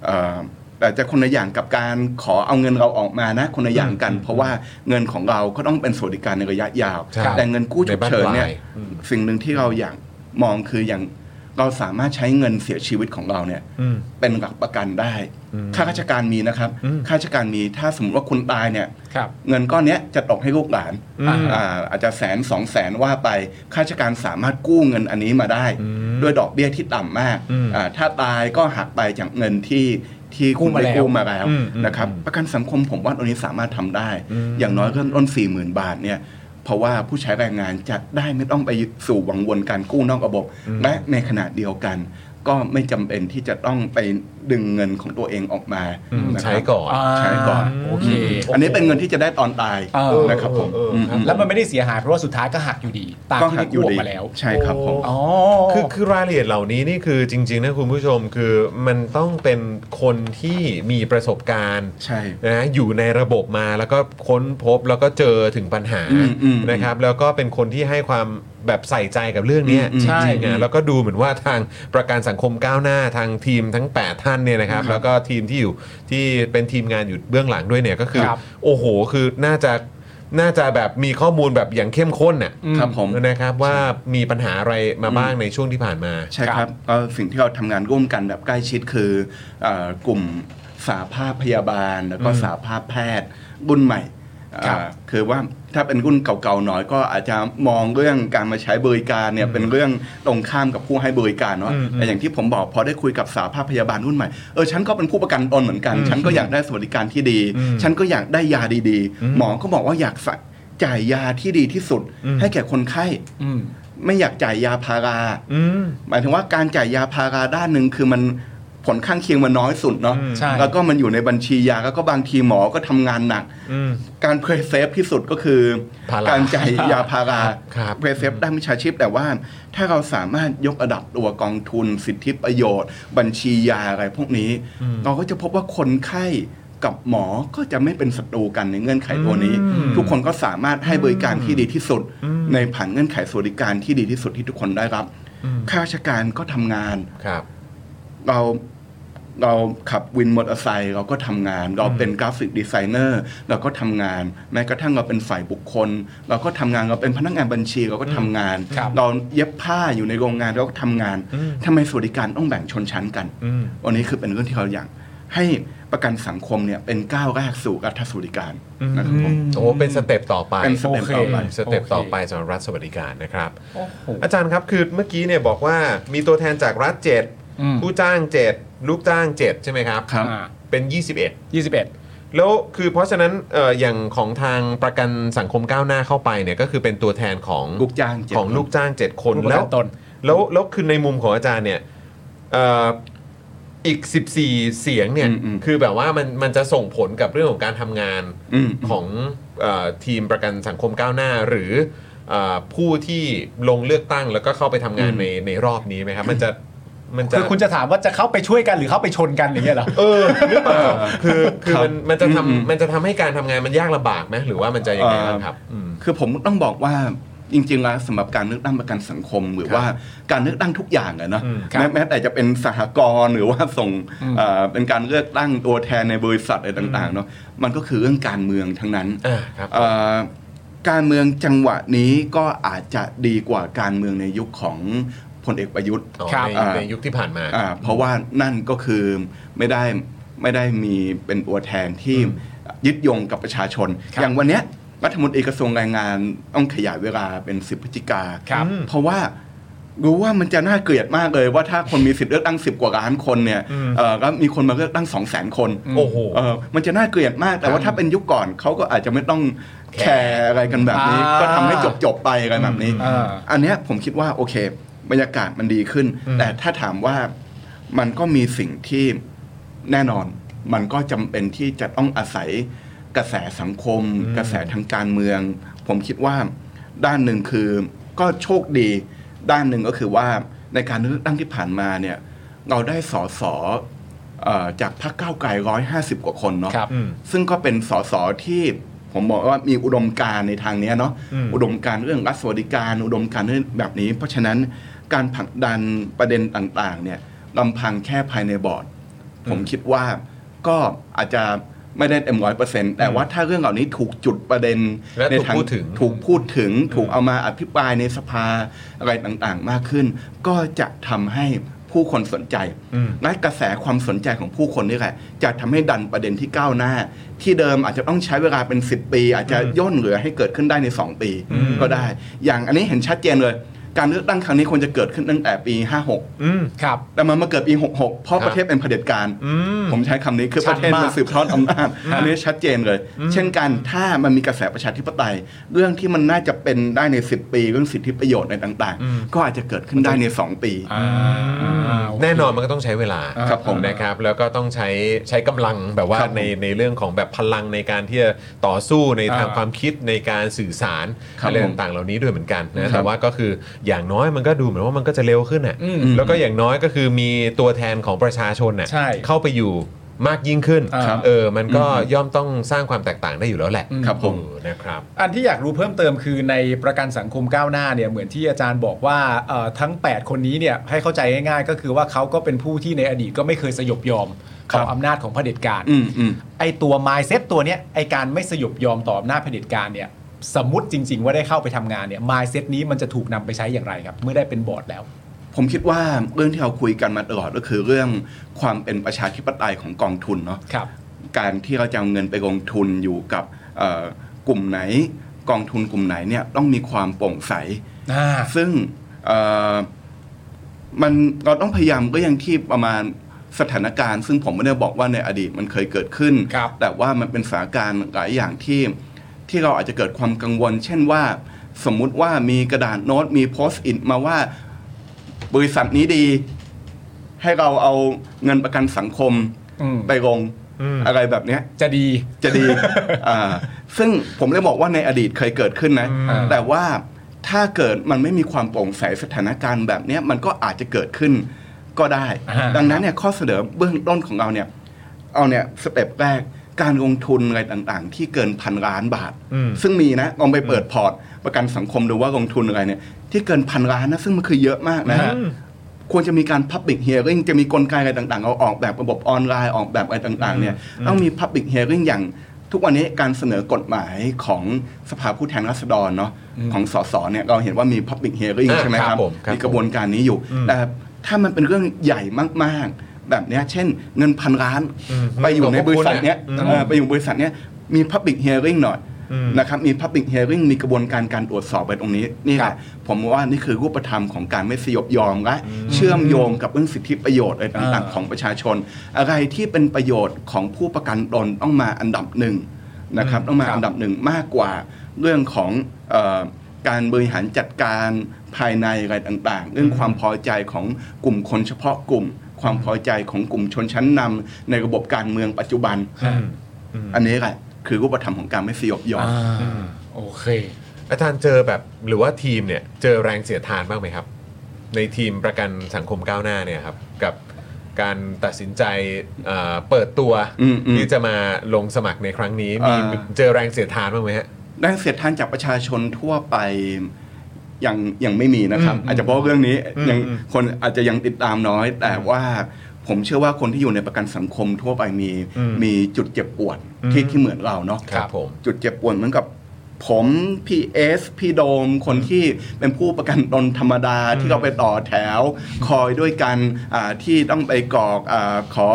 F: เอ่อแต่จะคนละอย่างกับการขอเอาเงินเราออกมานะคนละอย่างกัน เพราะว่าเงินของเราก็ต้องเป็นสวัสดิการในระยะยาว
B: ใช่
F: แต่เงินกู้ฉุกเฉินเนี่ย
B: ในบ้านปลายอืม
F: สิ่งหนึ่งที่เราอยากมองคืออย่างเราสามารถใช้เงินเสียชีวิตของเราเนี่ย เป็นหลักประกันได้
B: อืม
F: ค่าราชการมีนะครับ
B: อืม
F: ค่าราชการมี ถ้าสมมติว่าคุณตายเนี่ย
C: ครับ
F: เงินก้อนเนี้ยจะตกให้ลูกหลาน
B: อืม
F: อ่าอาจจะแสนสองแสนว่าไป ข้าราชการสามารถกู้เงินอันนี้มาได้
B: อืม
F: ด้วยดอกเบี้ยที่ต่ำมาก
B: อืม
F: อ่าถ้าตายก็หักไปจากเงินที่ที่คุณ
C: กู้มา
F: ได้
C: แล้ว
F: กู้มาแล้ว
B: อืมอืม
F: นะครับ ประกันสังคมผมว่าตรงนี้สามารถทำได้
B: อืม
F: อย่างน้อยก็ต้นสี่หมื่นบาทเนี่ย เพราะว่าผู้ใช้แรงงานจะได้ไม่ต้องไปสู่วังวนการกู้นอกระบบ และในขณะเดียวกัน ก็ไม่จำเป็นที่จะต้องไปดึงเงินของตัวเองออกมา
B: อืม
F: นะครับ
B: ใช้ก่อน
C: า
F: ใช้ก่อน
C: โอเค
F: อันนี้เป็นเงินที่จะได้ตอนตาย
C: เออ
F: นะครับผม
B: เออเออ
F: อืมอืม
C: แล้วมันไม่ได้เสียหายเพราะว่าสุดท้ายก็หักอยู่ดี ตาม
F: ก็
C: ที่
F: หั
C: ได้
F: กอ
C: กู้
F: ยู่
C: ออ
F: ดี
C: กมาแล้ว
F: ใช่ครับผม
C: อ๋อ
B: คือคือรายละเอียดเหล่านี้นี่คือจริง ๆ นะคุณผู้ชมคือมันต้องเป็นคนที่มีประสบการณ์
F: ใช่
B: นะอยู่ในระบบมาแล้วก็ค้นพบแล้วก็เจอถึงปัญหา
F: อืมอืม
B: นะครับแล้วก็เป็นคนที่ให้ความแบบใส่ใจกับเรื่องเนี้ย
F: อืม
B: จ
C: ใช่
B: ริงๆ
C: อื
B: อ่ะ
C: ม
B: แล้วก็ดูเหมือนว่าทางประกันสังคมก้าวหน้าทางทีมทั้ง 8 ท่านเนี่ยนะครับแล้วก็ทีมที่อยู่ที่เป็นทีมงานอยู่เบื้องหลังด้วยเนี่ยก็คือ
C: ครับ
B: โอ้โหคือน่าจะน่าจะแบบมีข้อมูลแบบอย่างเข้มข้นน่ะ
F: ครับผม
B: นะครับว่ามีปัญหาอะไรมาบ้างในช่วงที่ผ่านมา
F: ใช่ครับก็สิ่งที่เราทำงานร่วมกันแบบใกล้ชิดคือเอ่อกลุ่ม สาภาพพยาบาล แล้วก็สาภาพแพทย์รุ่นใหม่
C: ครับ
F: อ่าคือว่าถ้าเป็นรุ่นเก่าๆหน่อยก็อาจจะมองเรื่องการมาใช้บริการเนี่ยเป็นเรื่องตรงข้ามกับผู้ให้บริการเนาะแต่อย่างที่ผมบอกพอได้คุยกับสาภาพพยาบาลรุ่นใหม่เออฉันก็เป็นผู้ประกันตนเหมือนกัน ฉันก็อยากได้สวัสดิการที่ดี ฉันก็อยากได้ยาดีๆ หมอก็บอกว่าอยากสะจ่ายยาที่ดีที่สุด ให้แก่คนไข้
C: อืม
F: ไม่อยากจ่ายยาพารา
B: อืม
F: หมายถึงว่าการจ่ายยาพาราด้านหนึ่งคือมันผลข้างเคียงมันน้อยสุดเนาะ
B: อืม
C: ใช่
F: แล้วก็มันอยู่ในบัญชียาแล้วก็บางทีหมอก็ทำงานหนัก
B: อืม
F: การเพรสเซฟที่สุดก็คือ
B: พารา
F: การจ่ายยาพารา
B: ครับ
F: เพรสเซฟด้านวิชาชีพแต่ว่า ถ้าเราสามารถยกระดับตัวกองทุน สิทธิประโยชน์ บัญชียาอะไรพวกนี้ เราก็จะพบว่าคนไข้กับหมอก็จะไม่เป็นศัตรูกันในเงื่อนไขตัวนี้
B: อืม
F: ทุกคนก็สามารถให้บริการที่ดีที่สุด ในผ่านเงื่อนไขสวัสดิการที่ดีที่สุดที่ทุกคนได้รับข้าราชการก็ทำงาน
B: ครับ
F: เราเราขับวินมอเตอร์ไซค์เราก็ทำงาน เราเป็นกราฟิกดีไซเนอร์เราก็ทำงาน แม้กระทั่งเราเป็นฝ่ายบุคคล เราก็ทำงานเราเป็นพนักงานบัญชีเราก็ทำงาน
C: ครับ
F: เราเย็บผ้าอยู่ในโรงงานเราก็ทำงานทำไมสวัสดิการต้องแบ่งชนชั้นกัน
B: อืม
F: อันนี้คือเป็นเรื่องที่เราอยากให้ประกันสังคมเนี่ยเป็นก้าวแรกสู่รัฐสวัสดิการนะครับผม
B: โอ้เป็นสเต็ปต่อไป
F: เป็นสเต็ปต่อไป
B: สเต็ปต่อไปสำหรับรัฐสวัสดิการนะครับ อาจารย์ครับคือเมื่อกี้เนี่ยบอกว่ามีตัวแทนจากรัฐ
C: อืม
B: 7 ผู้จ้าง 7 ลูกจ้าง 7 ใช่ไหมครับ
F: ครับ
C: อ่า
B: เป็น
C: ยี่สิบเอ็ด
B: 21 แล้วคือเพราะฉะนั้นเอ่ออย่างของทางประกันสังคมก้าวหน้าเข้าไปเนี่ยก็คือเป็นตัวแทนของ
F: ลูกจ้างเจ็ด
B: ของ
F: คน
B: ลูกจ้าง 7 คน
C: ผู้ประ
B: แล้
C: กั
B: วน
C: ตน
B: แล้วแล้วคือในมุมของอาจารย์เนี่ยเอ่ออีก 14 เสียงเนี่ย
F: อืมอืม
B: คือแบบว่ามันมันจะส่งผลกับเรื่องของการทำงาน
F: อืม
B: ของเออทีมประกันสังคมก้าวหน้าหรือเออผู้ที่ลงเลือกตั้งแล้วก็เข้าไปทำงาน
F: อืม
B: ในในรอบนี้ไหมครับ มันจะมันจะ
C: คือคุณจะถามว่าจะเข้าไปช่วยกันหรือเข้าไปชนกันอย่างเงี้ยเหรอ
B: เออหรือเปล่าคือคือมันมันจะ
F: อืมอืม
B: ทำมันจะทำให้การทำงานมันยากลำบากไหมหรือว่ามันจะยังไงบ้างครับอืม
F: คือผมต้องบอกว่าจริงๆแล้วสำหรับการเลือกตั้งประกันสังคม หรื
B: ค
F: อ
B: รับ
F: ว่าการเลือกตั้งทุกอย่างอะเนาะ
B: อืม
C: ครับ
F: แม้แม้แต่จะเป็นสหกรณ์หรือว่าส่งเอ่อเป็นการเลือกตั้งตัวแทนในบริษัทอะไรต่างๆเนาะมันก็คือเรื่องการเมืองทั้งนั้น
B: อ่าครับ
F: เอ่อการเมืองจังหวะนี้ก็อาจจะดีกว่าการเมืองในยุคของพลเอกประยุทธ์
B: อ๋อ
C: ครับ
B: ใน
F: อ่า
B: ในยุคที่ผ่านมา
F: อ่าเพราะว่านั่นก็คือไม่ได้ไม่ได้มีเป็นตัวแทนที่ยึดโยงกับประชาชน
C: ครับ
F: อย่างวันเนี้ยรัฐมนตรีกระทรวงแรงงานต้องขยายเวลาเป็น 10พฤศจิกา
C: ครับ
F: เพราะว่ารู้ว่ามันจะน่าเกลียดมากเลยว่าถ้าคนมีสิทธิ์เลือกตั้ง 10 กว่าล้านคนเนี่ย
B: อืม
F: เอ่อแล้วมีคนมาเลือกตั้ง 2 0 0 0 0 0 คน
B: โอ้โห
F: เออมันจะน่าเกลียดมากแต่ว่าถ้าเป็นยุคก่อนเขาก็อาจจะไม่ต้องแคร์อะไรกันแบบนี้
C: อ่า
F: ก็ทำให้จบจบๆไปอะไรแบบนี้
C: อ่า
F: อันเนี้ยผมคิดว่าโอเค บรรยากาศมันดีขึ้น แต่ถ้าถามว่ามันก็มีสิ่งที่แน่นอน มันก็จำเป็นที่จะต้องอาศัยกระแสสังคม กระแสทางการเมือง ผมคิดว่าด้านหนึ่งคือก็โชคดี ด้านหนึ่งก็คือว่าในการเลือกตั้งที่ผ่านมาเนี่ย เราได้สอสอเอ่อจากพรรคก้าวไกลร้อยห้าสิบกว่าคนเนาะ
C: ครับ
F: ซึ่งก็เป็นสสที่ผมบอกว่ามีอุดมการณ์ในทางเนี้ยเนาะอุดมการณ์เรื่องรัฐสวัสดิการ อุดมการณ์เรื่องแบบนี้ เพราะฉะนั้นการผลักดันประเด็นต่างๆเนี่ยลำพังแค่ภายในบอร์ด ผมคิดว่าก็อาจจะไม่ได้เต็มร้อยเปอร์เซ็นต์แต่ว่าถ้าเรื่องเหล่านี้ถูกจุดประเด็น
B: และ
F: ใน
B: ถูกพูดถึง
F: ถูกพูดถึง ถูกเอามาอภิปรายในสภาอะไรต่างๆ มากขึ้น ก็จะทำให้ผู้คนสนใจ และกระแสความสนใจของผู้คนนี่แหละ จะทำให้ดันประเด็นที่ก้าวหน้า ที่เดิมอาจจะต้องใช้เวลาเป็น 10 ปี อาจจะย่นเหลือให้เกิดขึ้นได้ใน 2 ปีก็ได้ อย่างอันนี้เห็นชัดเจนเลย การเลือกตั้งครั้งนี้ควรจะเกิดขึ้นตั้งแต่ปี 56
B: อืม
C: ครับ
F: แต่มันมาเกิดปี 66 เพ
B: ค
F: ราะ
B: รับ
F: ประเทศเป็นเผด็จการ
B: อืม
F: ผมใช้คำนี้คือ
C: ชั
F: ป
C: ด
F: ระเทศ
C: มาก
F: มันสืบทอดอำนาจอันนี้ชัดเจนเลย เช่นกันถ้ามันมีกระแสประชาธิปไตย เรื่องที่มันน่าจะเป็นได้ใน 10 ปีเรื่องสิทธิประโยชน์ในต่างๆ ก็อาจจะเกิดขึ้นได้ใน 2 ปี
C: อ่าโอเค
B: แน่นอนมันก็ต้องใช้เวลา
F: ครับผม
B: นะครับแล้วก็ต้องใช้ใช้กำลังแบบว่า
F: ครับผม
B: ในในเรื่องของแบบพลังในการที่จะต่อสู้ในทาง
C: อ่า
B: ความคิดในการสื่อสาร
F: ครับ
B: อะไร
F: ผม
B: ต่างๆเหล่านี้ด้วยเหมือนกัน
F: ครั
B: นะ
F: บ
B: แต่ว่าก็คืออย่างน้อยมันก็ดูเหมือนว่ามันก็จะเร็วขึ้นอ่ะ
C: อืม
B: แล้วก็อย่างน้อยก็คือมีตัวแทนของประชาชนน่ะ
C: ใช่
B: เข้าไปอยู่มากยิ่งขึ้น
C: ครับ
B: เออมันก็ย่อมต้องสร้างความแตกต่างได้อยู่แล้วแหละ
F: ครับผม
B: เออนะครับ
C: อันที่อยากรู้เพิ่มเติมคือในประกันสังคมก้าวหน้าเนี่ยเหมือนที่อาจารย์บอกว่าเอ่อทั้ง 8 คนนี้เนี่ยให้เข้าใจง่ายๆ ก็คือว่าเขาก็เป็นผู้ที่ในอดีตก็ไม่เคยสยบยอม
F: ครั
C: ต่อบ อำนาจของเผด็จการ
F: อืมอืม
C: ไอตัวไมเซ็ตตัวเนี้ยไอการไม่สยบยอมต่ออำนาจเผด็จการเนี่ยสมมติจริง ๆ ว่าได้เข้าไปทำงานเนี่ยไมเซ็ตนี้มันจะถูกนำไปใช้อย่างไรครับ เมื่อได้เป็นบอร์ดแล้ว
F: ผมคิดว่าเรื่องที่เราคุยกันมาตลอดก็คือเรื่องความเป็นประชาธิปไตยของกองทุนเนาะ
C: ครับ
F: การที่เราจะเอาเงินไปลงทุนอยู่กับเอ่อกลุ่มไหน กองทุนกลุ่มไหนเนี่ยต้องมีความโปร่งใส
C: อ่า
F: ซึ่งเอ่อมันเราต้องพยายามก็ยังที่ประมาณสถานการณ์ ซึ่งผมไม่ได้บอกว่าในอดีตมันเคยเกิดขึ้น
C: ครับ
F: แต่ว่ามันเป็นสถานการณ์หลายอย่างที่ ที่เราอาจจะเกิดความกังวล เช่นว่าสมมุติว่ามีกระดาษโน้ตมีโพสต์อินมาว่าบริษัทนี้ดี ให้เราเอาเงินประกันสังคม
C: อืม
F: ไปลงอะไรแบบเนี้ย
C: จะดี
F: จะดี อ่า ซึ่งผมเลยบอกว่าในอดีตเคยเกิดขึ้นนะ
C: อืม
F: แต่ว่าถ้าเกิดมันไม่มีความโปร่งใสสถานการณ์แบบเนี้ยมันก็อาจจะเกิดขึ้นก็ได้ ดังนั้นเนี่ยข้อเสนอเบื้องต้นของเราเนี่ย เอาเนี่ยสเต็ปแรกการลงทุนอะไรต่างๆ ที่เกินพันล้านบาท ซึ่งมีนะลองไปเปิดพอร์ต ประกันสังคมดูว่าลงทุนอะไรเนี่ยที่เกินพันล้านนะซึ่งมันคือเยอะมากนะ ควรจะมีการ Public Hearing จะมีกลไกอะไรต่างๆ เอาออกแบบระบบออนไลน์ออกแบบอะไรต่างๆเนี่ยต้องมี Public Hearing อย่างทุกวันนี้การเสนอกฎหมายของสภาผู้แทนราษฎรเนาะของสสเนี่ยเราเห็นว่ามี Public Hearing
B: อ่า
F: ใช่ไหม
B: ครับ
F: ครับ
B: ผมครับ
F: มีกระบวนการนี้อยู่ แต่ถ้ามันเป็นเรื่องใหญ่มากๆ แบบเนี้ยเช่นเงินพันล้าน
B: อืม
F: ไปอยู่ในบริษัทเนี้ย
B: อืม
F: เออไปอยู่บริษัทเนี้ยมี Public Hearing หน่อย นะครับมี Public Hearing มีกระบวนการการตรวจสอบไปตรงนี้นี่แหละผมว่านี่คือรูปธรรมของการไม่สยบยอมและเชื่อมโยงกับเรื่องสิทธิประโยชน์อะไรต่าง
C: อ่า
F: ๆของประชาชน อะไรที่เป็นประโยชน์ของผู้ประกันตนต้องมาอันดับหนึ่งนะครับต้องมาอันดับหนึ่งมากกว่าเรื่องของเอ่อการบริหารจัดการภายในอะไรต่างๆ เรื่องความพอใจของกลุ่มคนเฉพาะกลุ่ม ความพอใจของกลุ่มชนชั้นนำในระบบการเมืองปัจจุบัน อันนี้แหละคือรูปธรรมของการไม่สยบยอม
C: อ่าโอเค
B: อาจารย์เจอแบบหรือว่าทีมเนี่ยเจอแรงเสียดทานบ้างไหมครับ ในทีมประกันสังคมก้าวหน้าเนี่ยครับกับการตัดสินใจเอ่อเปิดตัว
F: อืมอืม
B: ที่จะมาลงสมัครในครั้งนี้มี
F: อ่า
B: เจอแรงเสียดทานบ้างไหมฮะ
F: แรงเสียดทานจากประชาชนทั่วไปยังยังไม่มีนะครับ อาจจะเพราะเรื่องนี้ยัง
B: อืม
F: คนอาจจะยังติดตามน้อย แต่ว่าผมเชื่อว่าคนที่อยู่ในประกันสังคมทั่วไปมีมีจุดเจ็บปวดที่ที่เหมือนเราเนาะ
B: ครับผม
F: จุดเจ็บปวดเหมือนกับผมพี่เอสพี่โดม คนที่เป็นผู้ประกันตนธรรมดาที่เราไปต่อแถว คอยด้วยกันอ่าที่ต้องไปกรอกอาขอ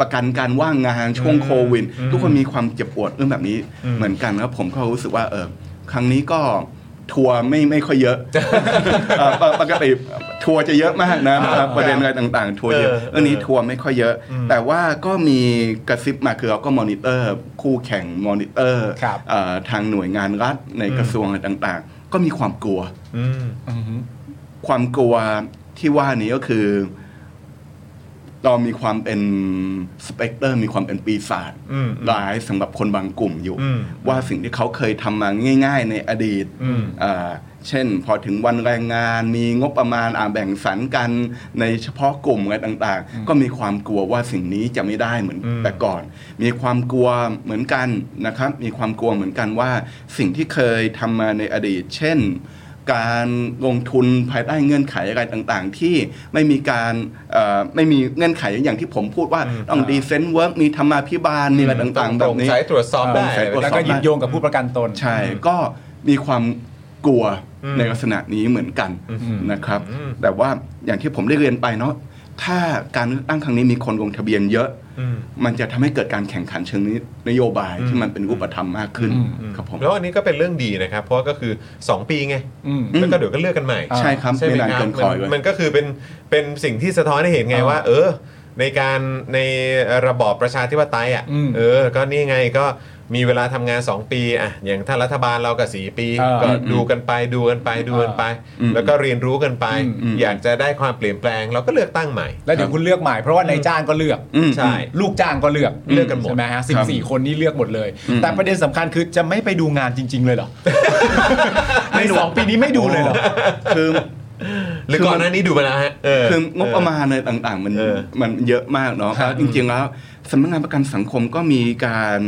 F: ประกันการว่างงานช่วงโควิด ทุกคนมีความเจ็บปวดเรื่องแบบนี้เหมือนกันแล้วผมก็รู้สึกว่าเออครั้งนี้ก็ทัวร์ไม่ไม่ค่อยเย อะ เอ่อปกปกติทัวร์จะเยอะมากนะประเด็นอะไรต่างๆ ทัวร์เยอะ
B: เออ
F: เรื่องนี้ทัวร์ไม่ค่อยเยอะ แต่ว่าก็มีกระซิบมาคือเราก็มอนิเตอร์ คู่แข่งมอนิเตอร์
C: ครับ
F: เอ่อทางหน่วยงานรัฐในกระทรวงอะไรต่างๆ ก็มีความกลัว
B: อืม
C: อืม
F: ความกลัวที่ว่านี้ก็คือ เรามีความเป็นสเปกเตอร์มีความเป็นปีศาจ
B: อืมอืม
F: ร้ายสำหรับคนบางกลุ่มอยู่
B: อืม
F: ว่าสิ่งที่เขาเคยทำมาง่าย ๆ ในอดีต
B: อืม
F: อ่าเช่น พอถึงวันแรงงานมีงบประมาณอ่าแบ่งสรรกันในเฉพาะกลุ่มอะไรต่าง ๆ ก็มีความกลัวว่าสิ่งนี้จะไม่ได้เหมือนแต่ก่อน มีความกลัวเหมือนกันนะครับ มีความกลัวเหมือนกันว่า สิ่งที่เคยทำมาในอดีต เช่น การลงทุนภายใต้เงื่อนไขอะไรต่างๆ ที่ไม่มีการเอ่อไม่มีเงื่อนไขอย่างที่ผมพูดว่าต้องดีเซนต์เวิร์กมีธรรมาภิบาลมีอะไรต่างๆ แบ
B: โป
F: บ
B: ร่ง
F: นี้
B: ใสตรวจสอบได้
F: โปร่งใสตรวจสอบ
C: แล้วก็หยิบโยงกับผู้ประกันตน
F: ใช่ก็มีความกลัวในลักษณะนี้เหมือนกันนะครับ แต่ว่าอย่างที่ผมได้เรียนไปเนาะถ้าการเลือกตั้งครั้งนี้มีคนลงทะเบียนเยอะ มันจะทำให้เกิดการแข่งขันเชิงนโยบายที่มันเป็นรูปธรรมมากขึ้นครับผม
B: แล้วอันนี้ก็เป็นเรื่องดีนะครับ เพราะว่าก็คือ 2 ปีไง
C: อืม
B: แล้วก็เดี๋ยวก็เลือกกันใหม่
F: ใช่ครับ
B: ไหม
F: ไม่นาน
B: ครั
F: เกิ
B: บ
F: นคอยเลย
B: มันมันก็คือเป็นเป็นสิ่งที่สะท้อนให้เห็นไงว่า เออ ในการในระบอบประชาธิปไตยอ่ะ
C: อืม
B: เออ ก็นี่ไงก็มีเวลาทำงาน 2 ปีอ่ะอย่างถ้ารัฐบาลเราก็สี่ปี
C: เออ
B: ก็ดูกันไปดูกันไปดูกันไป
F: อืม
B: แล้วก็เรียนรู้กันไป
C: อืมอืม
B: อยากจะได้ความเปลี่ยนแปลง เราก็เลือกตั้งใหม่
C: แล้วเดี๋ยวคุณเลือกใหม่เพราะว่านายจ้างก็เลือก
F: อืม
B: ใช่
C: ลูกจ้างก็เลือก
B: เลือกกันหมด
C: ใช่ไหมฮะสิบสี่คนนี่เลือกหมดเลย
F: อืม
C: แต่ประเด็นสำคัญคือจะไม่ไปดูงานจริง ๆ เลยเหรอ ในสองปีนี้ไม่ดูเลยเหรอ
F: คือ
B: หรือก่อนหน้านี้ดูมาแล้วฮะเ
F: คืองบประมาณอะไรต่างๆ มัน
B: เออ
F: มันเยอะมากเนาะแล้วจริงๆแล้วสำนักงานประกันสังคมก็มีการ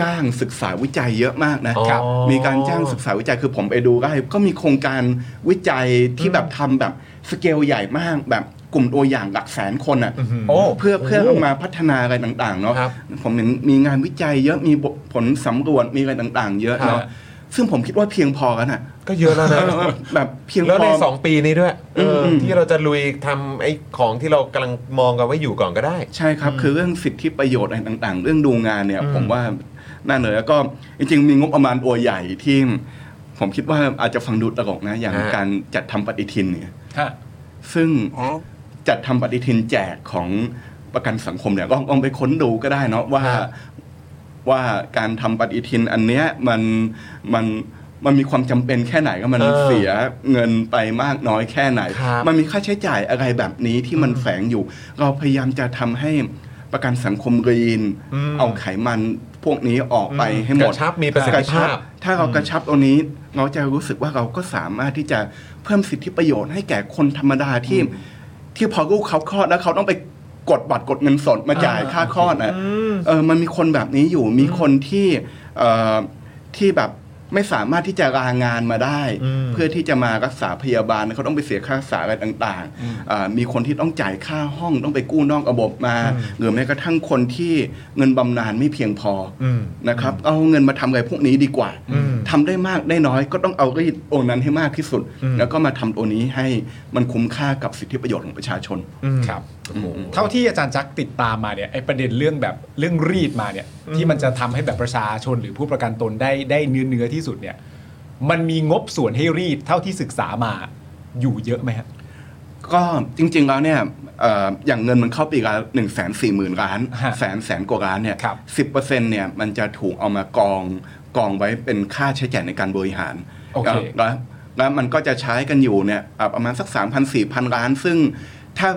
F: จ้างศึกษาวิจัยเยอะมากนะ
B: อ๋อ
F: ครับมีการจ้างศึกษาวิจัยคือผมไปดูก็ก็มีโครงการวิจัยที่แบบทำแบบสเกลใหญ่มากแบบกลุ่มตัวอย่างหลักแสนคนอ่ะ
C: โอ้
F: เพื่อเพื่อเอามาพัฒนาอะไรต่างๆเนาะ
B: ครับ
F: ผมเห็นมีงานวิจัยเยอะมีผลสำรวจมีอะไรต่างๆ เยอะเนาะ
B: ฮะ
F: ซึ่งผมคิดว่าเพียงพอแล้วน่ะ
B: ก็เยอะแล้วนะ
F: แบบเพียง
B: แล้ว
F: พ
B: ใน
F: อ
B: 2 ปีนี้ด้วยเอออ
F: ม
B: ที่เราจะลุยทำไอ้ของที่เรากำลังมองกันไว้อยู่ก่อนก็ได้
F: ใช่ครับ คือเรื่องสิทธิประโยชน์อะไรต่างๆ เรื่องดูงานเนี่ย ผมว่าน่าเลยแล้วก็จริงๆ มีงบประมาณตัวใหญ่ที่ ผมคิดว่าอาจจะฟังดูตลกนะ อย่าง
B: ฮะ
F: การจัดทำปฏิทินเนี่ย ซึ่งจัดทำปฏิทินแจกของประกันสังคมเนี่ยก็ลองไปค้นดูก็ได้เนาะว่า
B: ฮะ
F: ว่าการทำปฏิทินอันเนี้ยมันมันมันมีความจำเป็นแค่ไหนก็มัน
B: เออ
F: เสียเงินไปมากน้อยแค่ไหน
B: ครับ
F: มันมีค่าใช้จ่ายอะไรแบบนี้ที่มันแฝงอยู่ เราพยายามจะทำให้ประกันสังคมกรีน
B: อืม
F: เอาไขมันพวกนี้ออกไป
B: อืม
F: ให้หมด
B: กระชับมีประสิทธิ
F: กชับ
B: ภาพ
F: ถ้าเรากระชับตรงนี้เราจะรู้สึกว่าเราก็สามารถที่จะเพิ่มสิทธิประโยชน์ให้แก่คนธรรมดาที่ ที่พอลูกเขาคลอดแล้วเขาต้องไปกดบัตรกดเงินสดมาจ่ายค่าคลอดอ่ะเออมันมีคนแบบนี้อยู่มีคนที่เอ่อที่แบบไม่สามารถที่จะลางานมาได้
B: อืม
F: เพื่อที่จะมารักษาพยาบาลเขาต้องไปเสียค่ารักษาอะไรต่างๆเอ่อมีคนที่ต้องจ่ายค่าห้องต้องไปกู้นอกระบบมา หรือแม้กระทั่งคนที่เงินบำนาญไม่เพียงพออ
B: อืม
F: นะครับ เอาเงินมาทำอะไรพวกนี้ดีกว่าทำได้มากได้น้อย ก็ต้องเอารีดองค์นั้นให้มากที่สุด แล้วก็มาทำตัวนี้ให้มันคุ้มค่ากับสิทธิประโยชน์ของประชาชน
C: ครับเท่าที่อาจารย์จักรติดตามมาเนี่ยไอประเด็นเรื่องแบบเรื่องรีดมาเนี่ยที่มันจะทำให้แบบประชาชนหรือผู้ประกันตนได้ได้เนื้อเนื้อที่สุดเนี่ยมันมีงบส่วนให้รีดเท่าที่ศึกษามาอยู่เยอะไหมฮะ
F: ก็จริงๆแล้วเนี่ยเอ่ออย่างเงินมันเข้าปีละหนึ่งแสนสี่หมื่นล้าน
C: ฮะ
F: แสนแสนกว่าล้านเนี่ย
C: ครับ
F: สิบเปอร์เซ็นต์เนี่ยมันจะถูกเอามากองกองไว้เป็นค่าใช้จ่ายในการบริหาร
C: โอเค
F: แล้วแล้วมันก็จะใช้กันอยู่เนี่ยอ่ะประมาณสัก3 0 0 0 4 0 0 ล้าน ซึ่งถ้า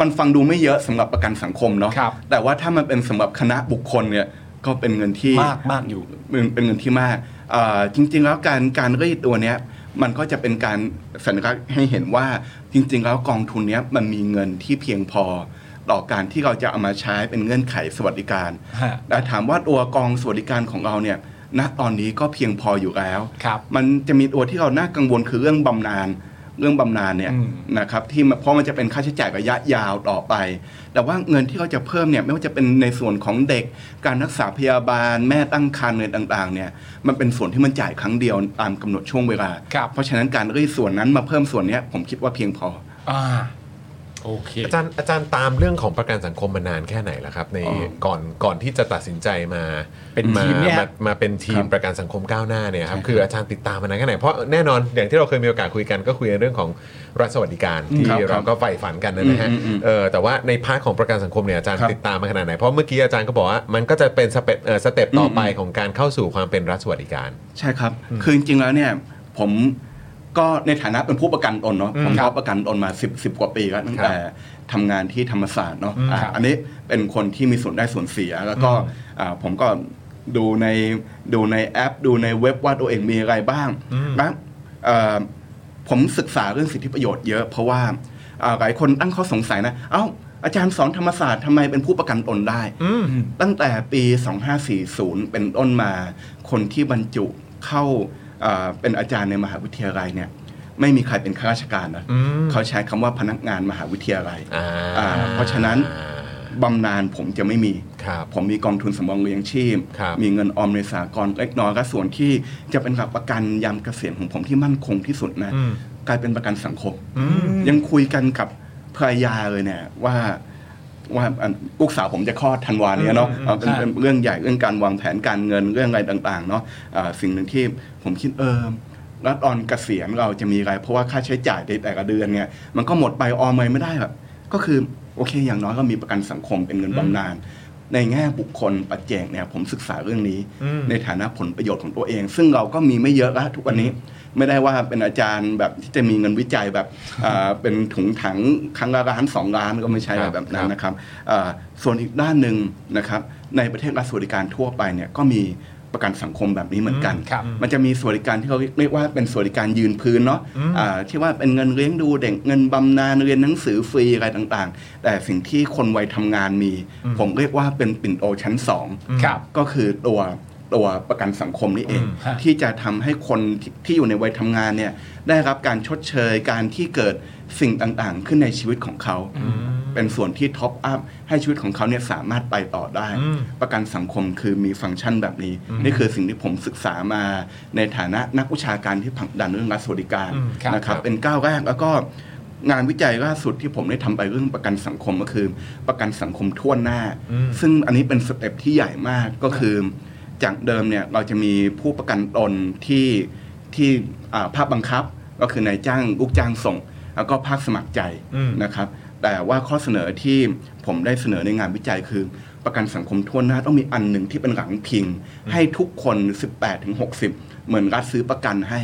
F: มันฟังดูไม่เยอะสำหรับประกันสังคมเนาะ
C: ครับ
F: แต่ว่าถ้ามันเป็นสำหรับคณะบุคคลเนี่ยก็เป็นเงินที่
C: มากมากอยู่
F: เป็นเป็นเงินที่มากเอ่อจริง ๆ แล้วการการรีดตัวเนี้ยมันก็จะเป็นการสัญลักษณ์ให้เห็นว่าจริง ๆ แล้วกองทุนเนี้ยมันมีเงินที่เพียงพอ ต่อการที่เราจะเอามาใช้เป็นเงื่อนไขสวัสดิการ
C: ฮะ
F: แต่ถามว่าตัวกองสวัสดิการของเราเนี่ยณตอนนี้ก็เพียงพออยู่แล้ว
C: ครับ
F: มันจะมีตัวที่เราน่ากังวลคือเรื่องบำนาญเรื่องบำนาญเนี่ย
C: อืม
F: นะครับที่มันเพราะมันจะเป็นค่าใช้จ่ายระยะยาวต่อไป แต่ว่าเงินที่เราจะเพิ่มเนี่ยไม่ว่าจะเป็นในส่วนของเด็กการรักษาพยาบาล แม่ตั้งครรภ์อะไรต่างๆเนี่ยมันเป็นส่วนที่มันจ่ายครั้งเดียวตามกำหนดช่วงเวลา
C: ครับ
F: เพราะฉะนั้นการรีดส่วนนั้นมาเพิ่มส่วนเนี้ยผมคิดว่าเพียงพอ
C: อ่าโอเค
B: อาจารย์อาจารย์ตามเรื่องของประกันสังคมมานานแค่ไหนแล้วครับ ใน
F: อ๋อ
B: ก่อนก่อนที่จะตัดสินใจมา
C: เป็น
B: มา
C: ทีมเนี่ย
B: มามาเป็นทีม
F: ครับ
B: ประกันสังคมก้าวหน้าเนี่ยครับ
F: ใช่ครับ
B: คืออาจารย์ติดตามมานานแค่ไหนเพราะแน่นอนอย่างที่เราเคยมีโอกาสคุยกันก็คุยกันเรื่องของรัฐสวัสดิการที่
F: ครับ
B: เราก็ใฝ่ฝันกันนะฮะ
F: อืมอืมอืม
B: เออแต่ว่าในพาร์ทของประกันสังคมเนี่ยอาจารย์
F: ครับ
B: ติดตามมาขนาดไหนเพราะเมื่อกี้อาจารย์ก็บอกว่ามันก็จะเป็นสเต็ปเอ่อสเต็ปต่ออ
F: ม
B: ไปของการเข้าสู่ความเป็นรัฐสวัสดิการ
F: ใช่ครับ คือจริงๆ แล้วเนี่ยผมก็ในฐานะเป็นผู้ประกันตนเนาะ ผม
C: ครั
F: ก็
C: บ
F: ประกันตนมา 10 10 กว่าปีแล้วตั้งแต่ทำงานที่ธรรมศาสตร์เนาะอ่า
C: ครับ
F: อันนี้เป็นคนที่มีส่วนได้ส่วนเสีย แล้วก็อ่าผมก็ดูในดูในแอป ดูในเว็บว่าตัวเองมีอะไรบ้างนะเอ่อผมศึกษาเรื่องสิทธิประโยชน์เยอะ เพราะว่าอ่าหลายคนตั้งข้อสงสัยนะ เอ้า อาจารย์สอนธรรมศาสตร์ทำไมเป็นผู้ประกันตนได้ ตั้งแต่ปี 2540 เป็นต้นมา คนที่บรรจุเข้าเอ่อเป็นอาจารย์ในมหาวิทยาลัยเนี่ย ไม่มีใครเป็นข้าราชการนะเขาใช้คำว่าพนักงานมหาวิทยาลัย
B: อ่า
F: อ่าเพราะฉะนั้น บำนาญผมจะไม่มี
B: ครับ
F: ผมมีกองทุนสำรองเลี้ยงชีพ
B: ครับ
F: มีเงินออมในสากลเล็กน้อยและส่วนที่จะเป็นหลักประกันยามเกษียณของผมที่มั่นคงที่สุดนะ
B: อืม
F: กลายเป็นประกันสังคม ยังคุยกันกับภรรยาเลยเนี่ยว่าว่าอันลูกสาวผมจะคลอดธันวาเนี้เนาะเอาเป็น
C: ครับ
F: เป็นเรื่องใหญ่เรื่องการวางแผนการเงินเรื่องอะไรต่างๆเนาะอ่าสิ่งหนึ่งที่ผมคิดเออแล้วตอนเกษียณเราจะมีอะไร เพราะว่าค่าใช้จ่ายในแต่ละเดือนเนี่ยมันก็หมดไปออมไปไม่ได้แบบก็คือโอเคอย่างน้อยก็มีประกันสังคมเป็นเงินบำนาญ ในแง่บุคคลปัจเจกเนี่ยผมศึกษาเรื่องนี้
B: อืม
F: ในฐานะผลประโยชน์ของตัวเอง ซึ่งเราก็มีไม่เยอะละทุกวันนี้ไม่ได้ว่าเป็นอาจารย์แบบที่จะมีเงินวิจัยแบบอ่าเป็นถุงถังครั้งละล้านสองล้านก็ไม่ใช่
B: ครับ
F: แบบนั้นนะครับอ่าส่วนอีกด้านหนึ่งนะครับในประเทศรัฐสวัสดิการทั่วไปเนี่ยก็มีประกันสังคมแบบนี้เหมือนกัน
C: อืมครับ
F: มันจะมีสวัสดิการที่เขาเรียกว่าเป็นสวัสดิการยืนพื้นเนาะอ่าที่ว่าเป็นเงินเลี้ยงดูเด็กเงินบำนาญเรียนหนังสือฟรีอะไรต่างๆ แต่สิ่งที่คนวัยทำงานมี ผมเรียกว่าเป็นปิ่นโอชั้นสอง
C: ครับ
F: ก็คือตัวตัวประกันสังคมนี่เอง
C: อืมฮะ
F: ที่จะทำให้คนที่ที่อยู่ในวัยทำงานเนี่ยได้รับการชดเชยการที่เกิดสิ่งต่างๆ ขึ้นในชีวิตของเขา เป็นส่วนที่ท็อปอัพให้ชีวิตของเขาเนี่ยสามารถไปต่อได้
C: อืม
F: ประกันสังคมคือมีฟังก์ชันแบบนี้ นี่คือสิ่งที่ผมศึกษามาในฐานะนักวิชาการที่ผลักดันเรื่องรัฐสวัสดิการ
C: อืมครับ
F: นะครับ
C: ครับ
F: เป็นก้าวแรกแล้วก็งานวิจัยล่าสุดที่ผมได้ทำไปเรื่องประกันสังคมก็คือ ประกันสังคมทั่วหน้า ซึ่งอันนี้เป็นสเต็ปที่ใหญ่มากก็คือ จากเดิมเนี่ยเราจะมีผู้ประกันตนที่ที่อ่าภาคบังคับก็คือนายจ้างลูกจ้างส่ง แล้วก็ภาคสมัครใจ
C: อืม
F: นะครับ แต่ว่าข้อเสนอที่ผมได้เสนอในงานวิจัยคือประกันสังคมทั่วหน้าต้องมีอันหนึ่งที่เป็นหลังพิง ให้ทุกคน 18-60 เหมือนรัฐซื้อประกันให้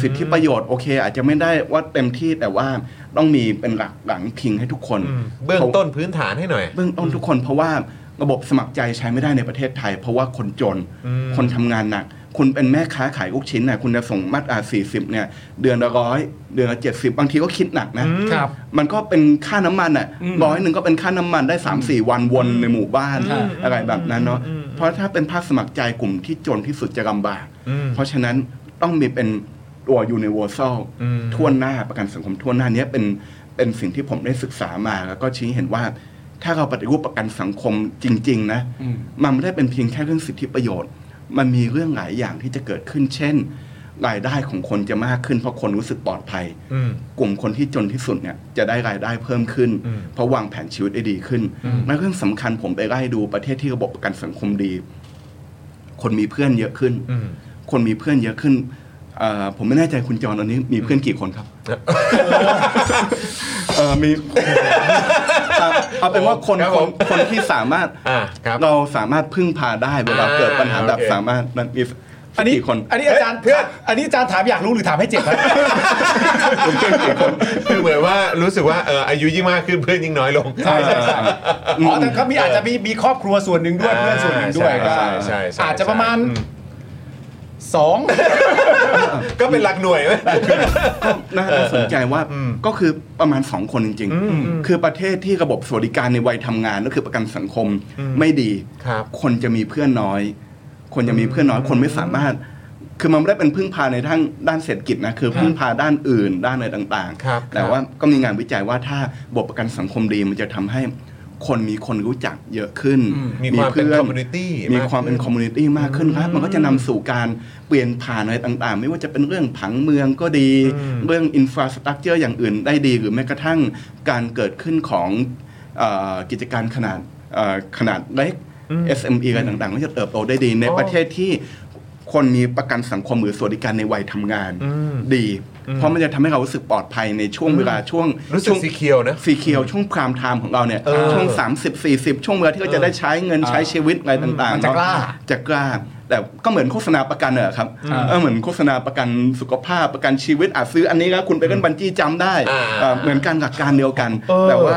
F: สิทธิประโยชน์โอเค อาจจะไม่ได้ว่าเต็มที่แต่ว่าต้องมีเป็นหลักหลังพิงให้ทุกคน
B: อืมเบื้องต้นพื้นฐานให้หน่อย
F: เบื้องต้นทุกคนเพราะว่าระบบสมัครใจใช้ไม่ได้ในประเทศไทย เพราะว่าคนจน คนทำงานหนัก คุณเป็นแม่ค้าขายลูกชิ้นนะคุณจะส่งมาตรา40เนี่ยเดือนละร้อยเดือนละ70 บางทีก็คิดหนักนะ
C: ครับ
F: มันก็เป็นค่าน้ำมันอ่ะร้อยหนึ่งก็เป็นค่าน้ำมันได้ 3 4 วันวนในหมู่บ้าน
C: อืม
F: อะไรแบบนั้นเนาะ
C: อืม
F: เพราะถ้าเป็นภาคสมัครใจกลุ่มที่จนที่สุดจะลำบาก
C: อืม
F: เพราะฉะนั้นต้องมีเป็นตัวยูนิเวอร์แซล
C: อืม
F: ทั่วหน้าประกันสังคมทั่วหน้าเนี้ยเป็นเป็นสิ่งที่ผมได้ศึกษามา แล้วก็ชี้เห็นว่า ถ้าเราปฏิรูปประกันสังคมจริง ๆ นะ มันไม่ได้เป็นเพียงแค่เรื่องสิทธิประโยชน์ มันมีเรื่องหลายอย่างที่จะเกิดขึ้น เช่น รายได้ของคนจะมากขึ้นเพราะคนรู้สึกปลอดภัย
C: อืม
F: กลุ่มคนที่จนที่สุดเนี่ยจะได้รายได้เพิ่มขึ้น
C: อืม
F: เพราะวางแผนชีวิตได้ดีขึ้น
C: อืม
F: และเรื่องสำคัญผมไปไล่ดูประเทศที่ระบบประกันสังคมดี คนมีเพื่อนเยอะขึ้น
C: อืม
F: คนมีเพื่อนเยอะขึ้นเอ่อผมไม่แน่ใจคุณจรตอนนี้มีเพื่อนกี่คนครับ เออมีเอาเอาเป็นว่าคน
B: ครับ
F: ค
B: ผ
F: น
B: ม
F: คนที่สามารถ
B: อ่าครับ
F: เราสามารถพึ่งพาได้เวลาเกิดปัญหา
B: อ่า
F: แบบ
B: โอเค
F: สามารถมันมี
C: อันนี้
F: กี่คน
C: อันนี้อาจารย์เพื่อนอันนี้อาจารย์ถามอยากรู้หรือถามให้เจ็บครับ
B: คือเหมือนว่ารู้สึกว่าเอออายุยิ่งมากขึ้นเพื่อนยิ่งน้อยลง
C: ใช่ใช่ใช่อ๋อแต่ก็มีอาจจะมีมีครอบครัวส่วนหนึ่งด้วย
B: อ่า
C: เพื่อนส่วนหนึ่งด้วย
B: ใช่ใช่ใช่ใช่
C: อาจจะประมาณ
B: อืม
C: สอง
B: ก็เป็นหลักหน่วยไหม
F: น่าน่าสนใจว่าก็คือประมาณ 2 คนจริง ๆ คือประเทศที่ระบบสวัสดิการในวัยทำงานก็คือประกันสังคมไม่ดี
B: ครับ
F: คนจะมีเพื่อนน้อย คนจะมีเพื่อนน้อยคนไม่สามารถ คือมันไม่ได้เป็นพึ่งพาในทางด้านเศรษฐกิจนะคือพึ่งพาด้านอื่น ด้านอะไรต่าง
B: ครับ
F: ๆ แต่ว่าก็มีงานวิจัยว่าถ้าระบบประกันสังคมดีมันจะทำให้คนมีคนรู้จักเยอะขึ้น
B: อืมมีความเป็น
F: พื่
B: community
F: มี
B: มาก
F: ความเป็น
B: ขึ้น
F: คอมมูนิตี้มากขึ้นครับ มันก็จะนำสู่การเปลี่ยนผ่านอะไรต่างๆ ไม่ว่าจะเป็นเรื่องผังเมืองก็ดี เรื่องอินฟราสตรักเจอร์อย่างอื่นได้ดี หรือแม้กระทั่งการเกิดขึ้นของเอ่อกิจการขนาดเอ่อขนาดเล็ก SME อะไรต่างๆ ก็จะเติบโตได้ดี ในประเทศที่คนมีประกันสังคมหรือสวัสดิการในวัยทำงานดี เพราะมันจะทำให้เรารู้สึกปลอดภัยในช่วงเวลาช่วง
B: รู้สึก
F: ช่วง
B: สีเขียวนะ
F: สีเขียวช่วงพรามไทม์ของเราเนี่ย
B: เออ
F: ช่วง 30 40 ช่วงเวลาที่เราจะได้ใช้เงินใช้ชีวิตอะไรต่างๆ
C: มันจะกล้า
F: เนอะจะกล้า แต่ก็เหมือนโฆษณาประกันเนอะครับเออเหมือนโฆษณาประกันสุขภาพประกันชีวิตอาจซื้ออันนี้แล้วคุณไปเล่นบันจี้จำได้
B: อ่า
F: เอ่อเหมือนกันหลักการเดียวกัน แต่ว่า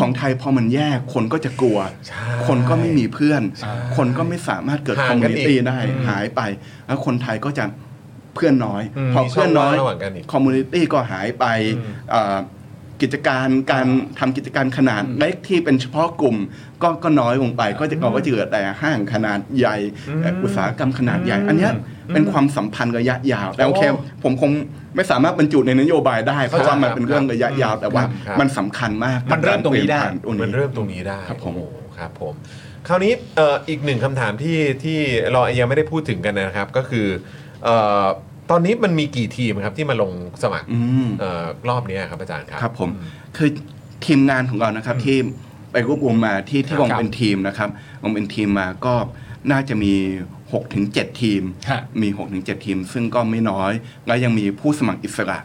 F: ของไทยพอมันแย่คนก็จะกลัว คนก็ไม่มีเพื่อน คนก็ไม่สามารถเกิดคอมมูนิตี้ได้หายไป แล้วคนไทยก็จะเพื่อนน้อย
B: อืม
F: พอเพื่อนน้อย
B: มีช่องว่างระหว่างกันอีก
F: คอมมูนิตี้ก็หายไปเอ่อกิจการการทำกิจการขนาดเล็กที่เป็นเฉพาะกลุ่ม ก็ก็น้อยลงไป ก็จะเราก็จะเหลือแต่ห้างขนาดใหญ่แต่อุตสาหกรรมขนาดใหญ่ อันเนี้ยเป็นความสัมพันธ์ระยะยาว แต่โอเค ผมคงไม่สามารถบรรจุในนโยบายได้ เพราะว่ามันเป็นเรื่องระยะยาว แต่ว่า
B: ครับ
F: มันสำคัญมาก
C: มันเริ่มตรงนี้ได้
F: ตรง
B: มัน
F: นี้
B: เริ่มตรงนี้ได้
F: ครับผม
B: โอ้โหครับผม คราวนี้เอ่ออีกหนึ่งคำถามที่ที่เรายังไม่ได้พูดถึงกันนะครับ ก็คือเอ่อตอนนี้มันมีกี่ทีมครับที่มาลงสมัคร
F: อืม
B: เอ่อรอบนี้ครับอาจารย์ครับ
F: ครับผมคือทีมงานของเรานะครับที่ไปรวบรวมมาที่ที่ลง
C: ครับ
F: เป็นทีมนะครับลงเป็นทีมมาก็น่าจะมี 6-7ถึง7ทีม
C: ฮะ
F: มี 6-7 ทีม ซึ่งก็ไม่น้อย และยังมีผู้สมัครอิสระ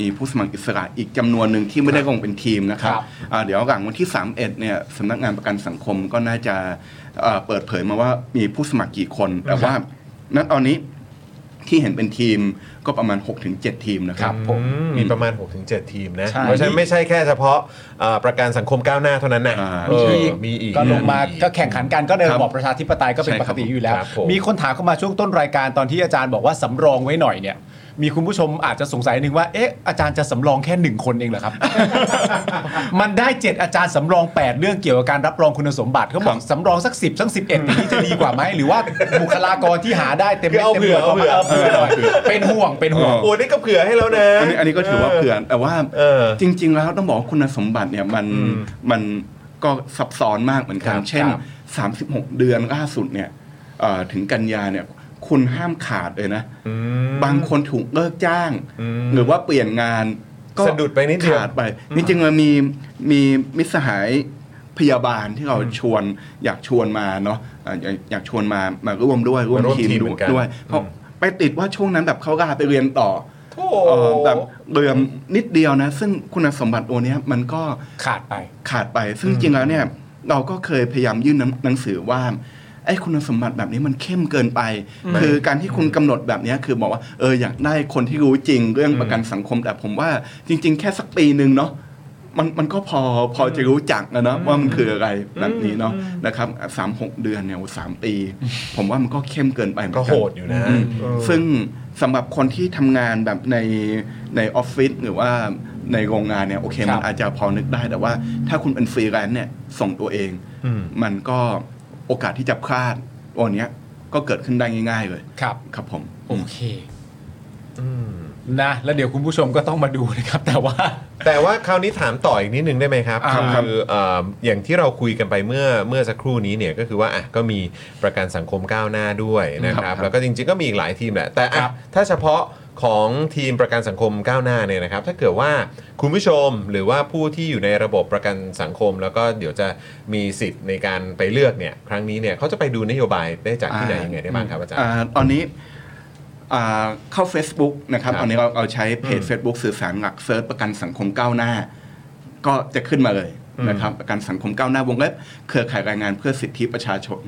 F: มีผู้สมัครอิสระอีกจำนวนหนึ่งที่ไม่ได้ลงเป็นทีมนะครับ
C: ครับ
F: อ่าเดี๋ยวหลังวันที่ 31เนี่ยสำนักงานประกันสังคมก็น่าจะเอ่อเปิดเผยมาว่ามีผู้สมัครกี่คน แต่ว่าณตอนนี้ที่เห็นเป็นทีมก็ประมาณ 6-7 ทีมนะค
C: ครั
F: รับ
C: บ
B: ผมมีประมาณ 6-7 ทีมนะ
C: ใช่
B: เพราะฉะนั้นไม่ใช่แค่เฉพาะเอ่อประกันสังคมก้าวหน้าเท่านั้นนะ
F: อ่า
B: เออ
C: มีอีก
B: มีอีก
C: ก็ลงมาก็แข่งขันกันก็ใน
F: ครั
C: ระ
F: บบ
C: อบประชาธิปไตยก็เป็น
F: ใช่
C: ป
F: ค
C: ก
F: รับ
C: ติอยู่แล้ว
B: ครับผม
C: มีคนถามเข้ามาช่วงต้นรายการตอนที่อาจารย์บอกว่าสำรองไว้หน่อยเนี่ย มีคุณผู้ชมอาจจะสงสัยหนึ่งว่า เอ๊ะ อาจารย์จะสำรองแค่หนึ่งคนเองเหรอครับ มันได้ 7 อาจารย์สำรอง 8 เรื่องเกี่ยวกับการรับรองคุณสมบัติเขาบอกสำรองสัก 10สัก11อย่างนี้จะดีกว่าไหมหรือว่าบุคลากรที่หาได้เต็มม็ด
A: เอา
C: เต็ม
A: เผื่อเอาเผื่อ
C: เผื่อหน่อยเป็นห่วงเป็นห่วง
A: โอ้นี่ก็เผื่อให้แล้วนะ
F: อันนี้อันนี้ก็ถือว่าเผื่อนแต่ว่า
A: เออ
F: จริง ๆ แล้วต้องบอกว่าคุณสมบัติเนี่ยมันมันก็ซับซ้อนมากเหมือนกัน
C: ครับ
F: เช่น
C: ครับ
F: 36 เดือนล่าสุดเนี่ยเอ่อถึงกันยาเนี่ยคุณห้ามขาดเลยนะ บางคนถูกเลิกจ้าง
A: อืม
F: หรือว่าเปลี่ยนงานก็
A: สะดุดไปนิดเดียว
F: ขาดไปจริงๆมันมีมีมิตรสหายพยาบาลที่เราชวนอยากชวนมาเนาะอ่ะอยากอยากชวนมามาร่วมด้วยร่วม
A: มาร่วม
F: ทีม
A: ทีม
F: ด้
A: เหมื
F: วย
A: อนกัน
F: ด้วยเพราะ
A: อืม
F: ไปติดว่าช่วงนั้นแบบเขาลาไปเรียนต่อ
A: โอ้โห
F: เอ่อแบบเดิมนิดเดียวนะ ซึ่งคุณสมบัติโอเนี้ยมันก็
C: ขาดไป
F: ขาดไป ซึ่งจริงแล้วเนี่ยเราก็เคยพยายามยื่นหนังหนังสือว่าไอ้คุณสมบัติแบบนี้มันเข้มเกินไป คือการที่คุณกำหนดแบบเนี้ยคือบอกว่าเอออยากได้คนที่รู้จริงเรื่องประกันสังคมแต่ผมว่าจริง ๆ แค่สักปีหนึ่งเนาะมันมันก็พอพอจะรู้จักนะเนอะว่ามันคืออะไรแบบนี้เนาะนะครับสามหกเดือนเนี่ยสามปี ผมว่ามันก็เข้มเกินไปเมือน
A: ก็
F: น
A: โหดอยู่นะ
F: อืม
A: เออ
F: ซึ่งสำหรับคนที่ทำงานแบบในในออฟฟิศหรือว่าในโรงงานเนี่ยโอเค
C: ครับ
F: มันอาจจะพอนึกได้แต่ว่า ถ้าคุณเป็นฟรีแลนซ์เนี่ยส่งตัวเอง
A: อืม
F: มันก็โอกาสที่จะพลาดตัวเนี้ยก็เกิดขึ้นได้ง่ายๆเลย
C: ครับ
F: ครับผม
C: โอเคนะ แล้วเดี๋ยวคุณผู้ชมก็ต้องมาดูนะครับ แต่ว่า
A: แต่ว่าคราวนี้ถามต่ออีกนิดนึงได้ไหมครับ
C: อ่า
A: คือ
C: ครับ
A: เอ่ออย่างที่เราคุยกันไปเมื่อเมื่อสักครู่นี้เนี่ยก็คือว่าอ่ะก็มีประกันสังคมก้าวหน้าด้วยนะค
F: ครั
A: รับบ แล้วก็จริงๆก็มีอีกหลายทีมแหละแต่อ่ะถ้าเฉพาะของทีมประกันสังคมก้าวหน้าเนี่ยนะครับ ถ้าเกิดว่าคุณผู้ชมหรือว่าผู้ที่อยู่ในระบบประกันสังคม แล้วก็เดี๋ยวจะมีสิทธิ์ในการไปเลือกเนี่ยครั้งนี้เนี่ยเขาจะไปดูนโยบายได้จากที่ไหนยังไงได้บ้างครับอาจารย์
F: ตอนนี้อ่าเข้า Facebook นะครับ
A: ครับ
F: ตอนนี้เราเอาใช้เพจ
A: อืม
F: Facebook สื่อสารหลักเซิร์ชประกันสังคมก้าวหน้า ก็จะขึ้นมาเลย
A: อืม
F: นะครับประกันสังคมก้าวหน้าวงเล็บเครือข่ายแรายงานเพื่อสิทธิประชาชน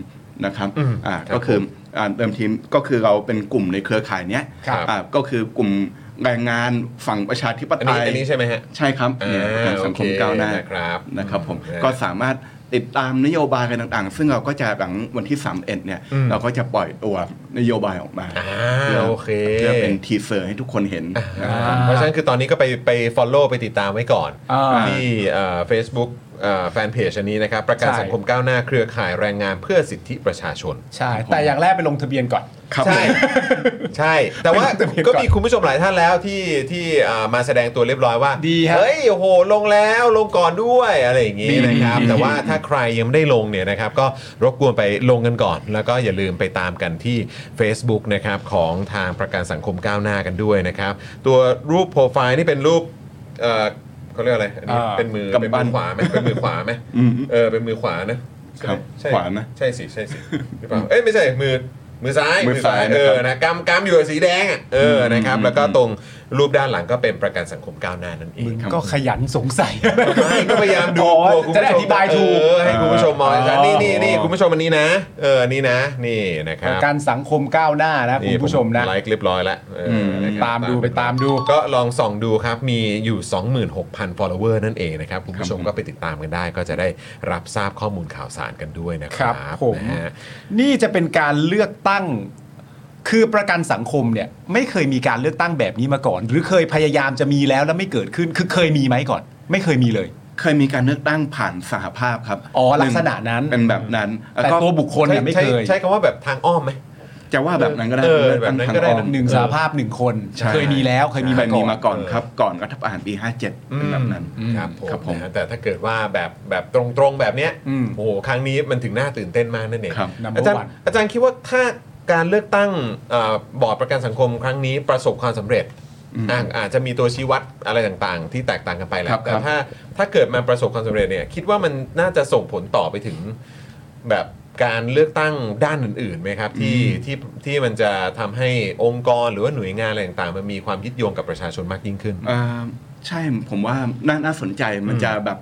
F: นะครับ
A: อืม
F: อ่า
A: ครับ
F: ก็คืออ่าเดิมทีก็คือเราเป็นกลุ่มในเครือข่ายเนี้ย
A: ครับ
F: อ่าก็คือกลุ่มแรงงานฝั่งประชาธิป
A: อัน
F: ไต
A: นี้
F: ย
A: อันนี้ใช่ไหมฮะ
F: ใช่ครับเนี่ยประกันสังคมก้าวหน้า
A: โอเคนะครับ
F: นะครับผม
A: อืม
F: ก็สามารถติดตามนโยบายอะไรต่างๆ ซึ่งเราก็จะหลังวันที่ 3 1เนี่ย
A: อืม
F: เราก็จะปล่อยตัวนโยบายออกมา
A: อ่า
F: เพื่อ
A: โอเค
F: เพื่อเป็นทีเซอร์ให้ทุกคนเห็นนะครับ
C: อ่า
A: เพราะฉะนั้นคือตอนนี้ก็ไปไป follow ไปติดตามไว้ก่อน
C: อ่า
A: ที่เฟซบุ๊กแฟนเพจอันนี้นะครับ ประกัน
C: ใช่
A: สังคมก้าวหน้าเครือข่ายแรงงานเพื่อสิทธิประชาชน
C: ใช่ แต่อย่างแรกไปลงทะเบียนก่อน
F: ครับ
A: ใช่ ใช่ แต่ว่า
C: เป็นเป็น
A: ก็
C: ก่อน
A: มีคุณผู้ชมหลายท่านแล้วที่ที่เอ่อมาแสดงตัวเรียบร้อยว่า
C: ดีครับ
A: เฮ้ยโอ้โหลงแล้วลงก่อนด้วยอะไรอย่างงี้
C: ดี
A: นะครับ
C: ดี
A: แต่ว่าถ้าใครยังไม่ได้ลงเนี่ยนะครับ ก็รบกวนไปลงกันก่อน แล้วก็อย่าลืมไปตามกันที่ Facebook นะครับของทางประกันสังคมก้าวหน้ากันด้วยนะครับ ตัวรูปโปรไฟล์นี่เป็นรูปเอ่อเขาเรียกอะไรอันนี้
C: อ่า
A: เป็นมือเป็น
F: กำปั้
A: มือน ขวาไหมเป็นมือขวาไหม
F: อืม
A: เออเป็นมือขวานะใช่ไหม
F: ครับ
A: ใช่
F: ขวานะ
A: ใช่สิใช่สิหรือเปล่าเอ้ยไม่ใช่มือมือซ้าย
F: มือซ้าย
A: เอ
F: นะค
A: อ
F: รับ
A: นะกำกำอยู่กับสีแดงอ่ะเอออ
F: ม
A: นะครับ
F: อืม
A: แล้วก็
F: อืม
A: ตรงรูปด้านหลังก็เป็นประกันสังคมก้าวหน้านั่นเอ
C: มึ
A: ง
C: ง
F: ครับ
C: ก็ขยันสงสัย
A: ไม่ก็พยายามดู
C: อ๋อก
A: ลัวคุณผู้ชม
C: จะได้อธิบายถูก
A: เออให้คุณผู้ชมมอง
C: อ๋อ
A: นี่นี่นี่คุณผู้ชมอันนี้นะ เอออันนี้นะ นี่นะค
C: ป
A: รับ
C: ระกันสังคมก้าวหน้านะคุณผู้ชมนะ
A: ไลค์เรียบร้อยแล้วเออ
F: ม
A: นะครับ
C: ตามดูไปตามดู
A: ก็ลองส่องดูครับ มีอยู่ 26,000 follower นั่นเองนะครับ คุณผู้ชม
F: ครับ
A: ก็
F: ผม
A: ไปติดตามกันได้ ก็จะได้รับทราบข้อมูลข่าวสารกันด้วยนะค
C: ครั
A: รับบ
C: ผม
A: นะฮะ
C: นี่จะเป็นการเลือกตั้ง คือประกันสังคมเนี่ย ไม่เคยมีการเลือกตั้งแบบนี้มาก่อน หรือเคยพยายามจะมีแล้วแล้วไม่เกิดขึ้น คือเคยมีไหมก่อน ไม่เคยมีเลย
F: เคยมีการเลือกตั้งผ่านสหภาพครับ
C: อ๋อลักษณะนั้น
F: เป็นแบบนั้น
C: แต่
F: ก็
C: ตัวบุคคลเนี่ยไม่
A: ใช่
C: เคย
A: ใช้คำว่าแบบทางอ้อมไหม
F: จะว่าแบบนั้นก็ได้
A: เออ
F: เลือกตั้
A: แบบ
F: ง
A: นั้น
F: ทาง
A: ก็ได้
F: อ้อม
A: นะ
C: หนึ่งสาภาพหนึ่งคน
F: ใช่
C: เคยมีแล้วเคยมี
F: เค
C: มาย ก่
F: มี
C: อน
F: มาก่อนครับ ก่อนรัฐประหารปี 57เป็นแบบนั้น
C: อืม
A: ครับผม
F: ครับผม
A: นะฮะแต่ถ้าเกิดว่าแบบแบบตรงๆแบบเนี้ย
C: อืม
A: โอ้โหครั้งนี้มันถึงน่าตื่นเต้นมากนั่นเอง
F: ครับ
C: Number
A: อาจารย์
C: one
A: อาจารย์คิดว่าถ้าการเลือกตั้งเอ่อบอร์ดประกันสังคมครั้งนี้ประสบความสำเร็จอ่ะอาจจะมีตัวชี้วัดอะไรต่างๆ ที่แตกต่างกันไปแหล้
F: ครั
A: ว
F: บ
A: แต่
F: ครับ
A: ถ้าถ้าเกิดมันประสบความสำเร็จเนี่ยคิดว่ามันน่าจะส่งผลต่อไปถึงแบบการเลือกตั้งด้านอื่นๆไหมครับที่ที่ที่มันจะทำให้องค์กรหรือว่าหน่วยงานอะไรต่างๆมันมีความยึดโยงกับประชาชนมากยิ่งขึ้น
F: อ่าใช่ผมว่านาน่าสนใจมันจะแบบ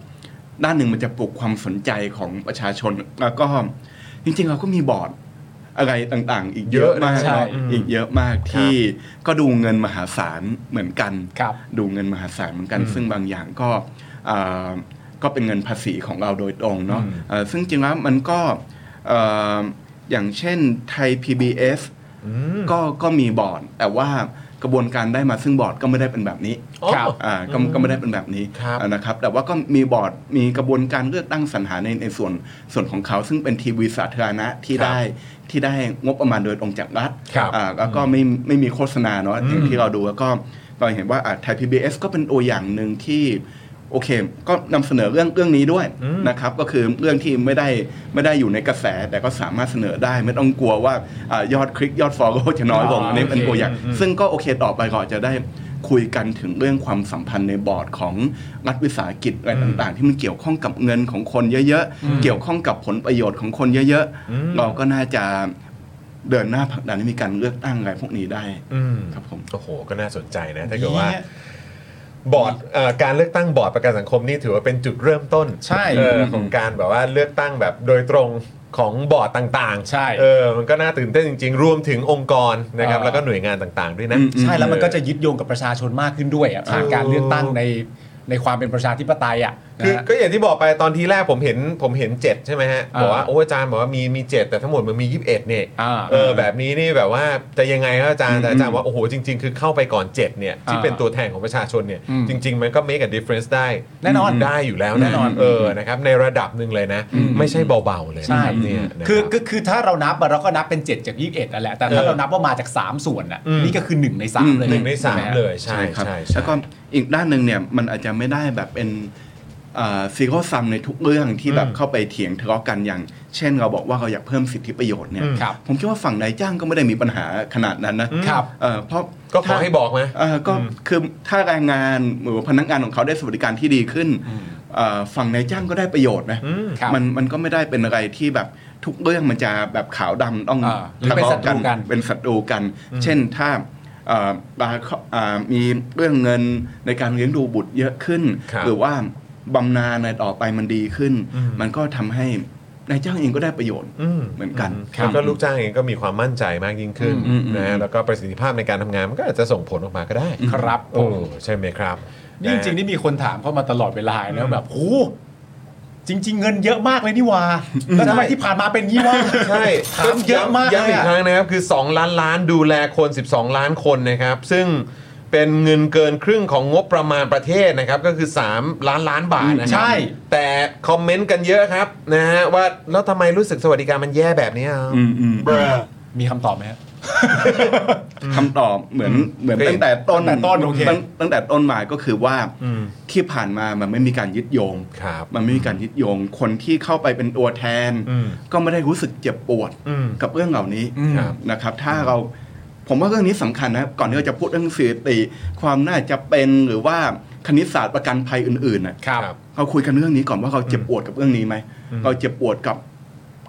F: ด้านหนึ่งมันจะปลุกความสนใจของประชาชน แล้วก็จริงๆเราก็มีบอร์ดอะไรต่างๆ อีกเยอะ
A: เยอะนะ
F: มาก
A: ใช่
F: เนอะ
A: อืม
F: อีกเยอะมากที่ก็ดูเงินมหาศาลเหมือนกัน
C: ครับ
F: ดูเงินมหาศาลเหมือนกัน
A: อืม
F: ซึ่งบางอย่างก็อ่าก็เป็นเงินภาษีของเราโดยตรงเนาะ
A: อืม
F: เอ่อซึ่งจริงแล้วมันก็เอ่ออย่างเช่นไทย PBS
A: อืม
F: ก็ก็มีบอร์ดแต่ว่า กระบวนการได้มาซึ่งบอร์ดก็ไม่ได้เป็นแบบนี้
C: ครับ
F: อ่าก็ก็ไม่ได้เป็นแบบนี้
A: ครับ
F: อ่านะครับ แต่ว่าก็มีบอร์ดมีกระบวนการเลือกตั้งสรรหาในในส่วนส่วนของเขา ซึ่งเป็นทีวีสาธารณะ
A: ค
F: ที่
A: รับ
F: ได้ที่ได้งบประมาณโดยตรงจากรัฐ
A: ครับ
F: อ่าแล้วก็ไม่ไม่มีโฆษณาเนาะอย่างที่เราดูแล้วก็เราเห็นว่าไทยพีบีเอสก็เป็นตัวอย่างหนึ่งที่โอเค ก็นำเสนอเรื่องเรื่องนี้ด้วย
A: อืม
F: นะครับ ก็คือเรื่องที่ไม่ได้ไม่ได้อยู่ในกระแส แต่ก็สามารถเสนอได้ไม่ต้องกลัวว่าอายอดคลิกยอดฟอลก็จะน้อยลงอันนี้เป็นตัวอย่าง ซึ่งก็โอเคต่อไปก็อาจจะได้คุยกันถึงเรื่องความสัมพันธ์ในบอร์ดของรัฐวิสาหกิจอะไรต่างๆ ที่มันเกี่ยวข้องกับเงินของคนเยอะๆ เกี่ยวข้องกับผลประโยชน์ของคนเยอะๆ เราก็น่าจะเดินหน้าผลักดันให้มีการเลือกตั้งอะไรพวกนี้ได้
A: อืม
F: ครับผม
A: โอ้โหก็น่าสนใจนะถ้าเกิดว่า บอร์ดเอ่อการเลือกตั้งบอร์ดประกันสังคมนี่ถือว่าเป็นจุดเริ่มต้น
C: ใช่
A: เออของการแบบว่าเลือกตั้งแบบโดยตรงของบอร์ดต่างๆ
C: ใช่
A: เออมันก็น่าตื่นเต้นจริง ๆ รวมถึงองค์กรนะครับ แล้วก็หน่วยงานต่างๆด้วยนะ
F: อืม
C: ใช่แล้วมันก็จะยึดโยงกับประชาชนมากขึ้นด้วยอ่ะผ่านการเลือกตั้งในในความเป็นประชาธิปไตยอ่ะนะ
A: คือ
C: ฮะ
A: ก็อย่างที่บอกไปตอนทีแรกผมเห็นผมเห็น 7 ใช่ไหมฮะ
C: อ่า
A: บอกว่าโอ้อาจารย์บอกว่ามีมีเจ็ดแต่ทั้งหมดมันมี 21เนี่ย
C: อ่า
A: เออแบบนี้นี่แบบว่าจะยังไงครับอาจารย์แต่อาจารย์ว่าโอ้โหจริง ๆ คือเข้าไปก่อน 7 เนี่ย ที่
C: อ่า
A: เป็นตัวแทนของประชาชนเนี่ย
C: อืม
A: จริง ๆ มันก็ make a difference ได้
C: แน่นอน
A: ได้อยู่แล้ว
C: แน่นอน
A: เออนะครับในระดับหนึ่งเลยนะ ไม่ใช่เบาๆเลย
C: ใช่
A: นะครับเนี่ยนะ
C: คือ
A: รับ
C: คือคือถ้าเรานับอะเราก็นับเป็น 7 จาก 21นั่นแหละ แต่ถ้า
A: เออ
C: เรานับว่ามาจาก 3 ส่วนอ่ะ
A: อืม
C: นี่ก็คือ 1 ใน 3 เลย
A: หนึ่งในสาม
C: ช่ไฮะ
A: เลยใช่
F: ครับ
A: ใช่
F: แล้วก็อีกด้านหนึ่งเนี่ยมันอาจจะไม่ได้แบบเป็นซีโร่ซัมในทุกเรื่องที่แบบเข้าไปเถียงทะเลาะกันอย่าง เช่นเราบอกว่าเราอยากเพิ่มสิทธิประโยชน์เนี่ย
C: ครับ
F: ผมคิดว่าฝั่งนายจ้างก็ไม่ได้มีปัญหาขนาดนั้นนะครับ เอ่อเพราะ
A: ก็ขอให้บอกมา
F: เอ่อก็คือถ้าแรงงานหรือพนักงานของเขาได้สวัสดิการที่ดีขึ้นเอ่อฝั่งนายจ้างก็ได้ประโยชน์นะ
A: อืม
C: ครับ
F: มันมันก็ไม่ได้เป็นอะไรที่แบบทุกเรื่องมันจะแบบขาวดำต้อง
C: อ่าหรือเป็นศัตรูกัน
F: เป็นศัตรูกัน เช่นถ้าเอ่อบางข้ออ่ามีเรื่องเงินในการเลี้ยงดูบุตรเยอะขึ้น
A: ครับ
F: หรือว่าบำนาญในต่อไปมันดีขึ้น
A: อืม
F: มันก็ทำให้นายจ้างเองก็ได้ประโยชน์
A: อืม
F: เหมือนกัน
A: ม
F: ครั
A: แล้
F: บ
A: วก็ลูกจ้างเองก็มีความมั่นใจมากยิ่งขึ้น
F: อืมอืม
A: นะ
F: อืม
A: แล้วก็ประสิทธิภาพในการทำงานมันก็อาจจะส่งผลออกมาก็ได้
C: ครับผ
A: โอ้
C: ม
A: ใช่ไหมครับ
C: นี่จริ
A: นะ
C: งๆนี่มีคนถามเข้ามาตลอดเวลานะแบบโอ้จริง ๆ เงินเยอะมากเลยนี่หวาแล้วทำไมที่ผ่านมาเป็นงี้วะ
A: ใช่
C: ถามเยอะมากเล
A: ย้ำ
C: ย
A: อีก
C: อะ
A: ครั้งนะครับ คือ 2 ล้านล้านดูแลคน 12 ล้านคนนะครับ ซึ่งเป็นเงินเกินครึ่งของงบประมาณประเทศนะครับ ก็คือ 3 ล้านล้านบาทนะครั
C: ใช่
A: แต่คอมเมนต์กันเยอะครับนะฮะว่าแล้วทำไมรู้สึกสวัสดิการมันแย่แบบนี้อ่ะ
F: อืมอืม
C: มีคำตอบไหม ฮะ
F: คำตอบเหมือนเหมือน
A: โอเค
F: ตั้งแต่ต้น
C: ตั้งแต่ต้นโอเค
F: ตั้งตั้งแต่ต้นมาก็คือว่า
A: อืม
F: ที่ผ่านมามันไม่มีการยึดโยง
A: ครับ
F: มันไม่มีการยึดโยง คนที่เข้าไปเป็นตัวแทน
A: อืม
F: ก็ไม่ได้รู้สึกเจ็บปวด
A: อืม
F: กับเรื่องเหล่านี้
A: ครับ
F: นะครับ ถ้าเราผมว่าเรื่องนี้สำคัญนะ ก่อนที่เราจะพูดเรื่องสถิติ ความน่าจะเป็นหรือว่าคณิตศาสตร์ประกันภัยอื่นๆนะครับ เราคุยกันเรื่องนี้ก่อนว่าเราเจ็บปวดกับเรื่องนี้ไหมเราเจ็บปวดกับ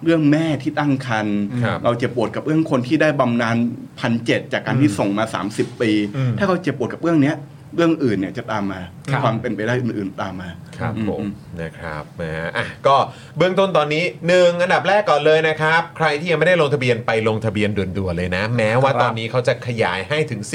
F: เรื่องแม่ที่ตั้งครรภ์
A: ครับ
F: เราเจ็บปวดกับเรื่องคนที่ได้บำนาญพันเจ็ดจากการที่ส่งมา 30 ปี ถ้าเราเจ็บปวดกับเรื่องเนี้ยเรื่องอื่นเนี่ยจะตามมา
C: ครับ
F: ความเป็นไปได้อื่นๆตามมา
A: ครับ
F: อืม
A: ผม
F: อืม
A: นะครับนะฮะอ่ะก็เบื้องต้นตอนนี้หนึ่งอันดับแรกก่อนเลยนะครับ ใครที่ยังไม่ได้ลงทะเบียนไปลงทะเบียนด่วนๆเลยนะ แม้ว่า
C: ครับ
A: ตอนนี้เขาจะขยายให้ถึง 10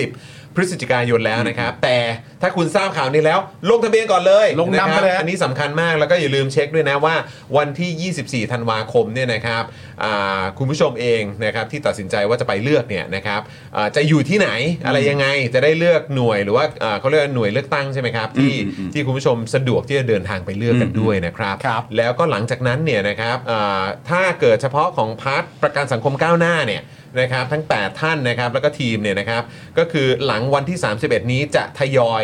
A: พฤศจิกายนแล้วนะครับ แต่ถ้าคุณทราบข่าวนี้แล้ว ลงทะเบียนก่อนเลย
C: ลงนำไป
A: นะครับ
C: เลยฮะ
A: อันนี้สำคัญมากแล้วก็อย่าลืมเช็คด้วยนะว่า วันที่ 24 ธันวาคมเนี่ยนะครับอ่าคุณผู้ชมเองนะครับที่ตัดสินใจว่าจะไปเลือกเนี่ยนะครับอ่าจะอยู่ที่ไหนอะไรยังไงจะได้เลือกหน่วยหรือว่าอ่าเขาเรียกว่าหน่วยเลือกตั้งใช่ไหมครับที่
F: อืมอืม
A: ที่คุณผู้ชมสะดวกที่จะเดินทางไปเลือกกันด้วยนะครับ
C: ครับ
A: แล้วก็หลังจากนั้นเนี่ยนะครับอ่าถ้าเกิดเฉพาะของพาร์ทประกันสังคมก้าวหน้าเนี่ยนะครับทั้ง 8 ท่านนะครับแล้วก็ทีมเนี่ยนะครับก็คือหลังวันที่ 31 นี้จะทยอย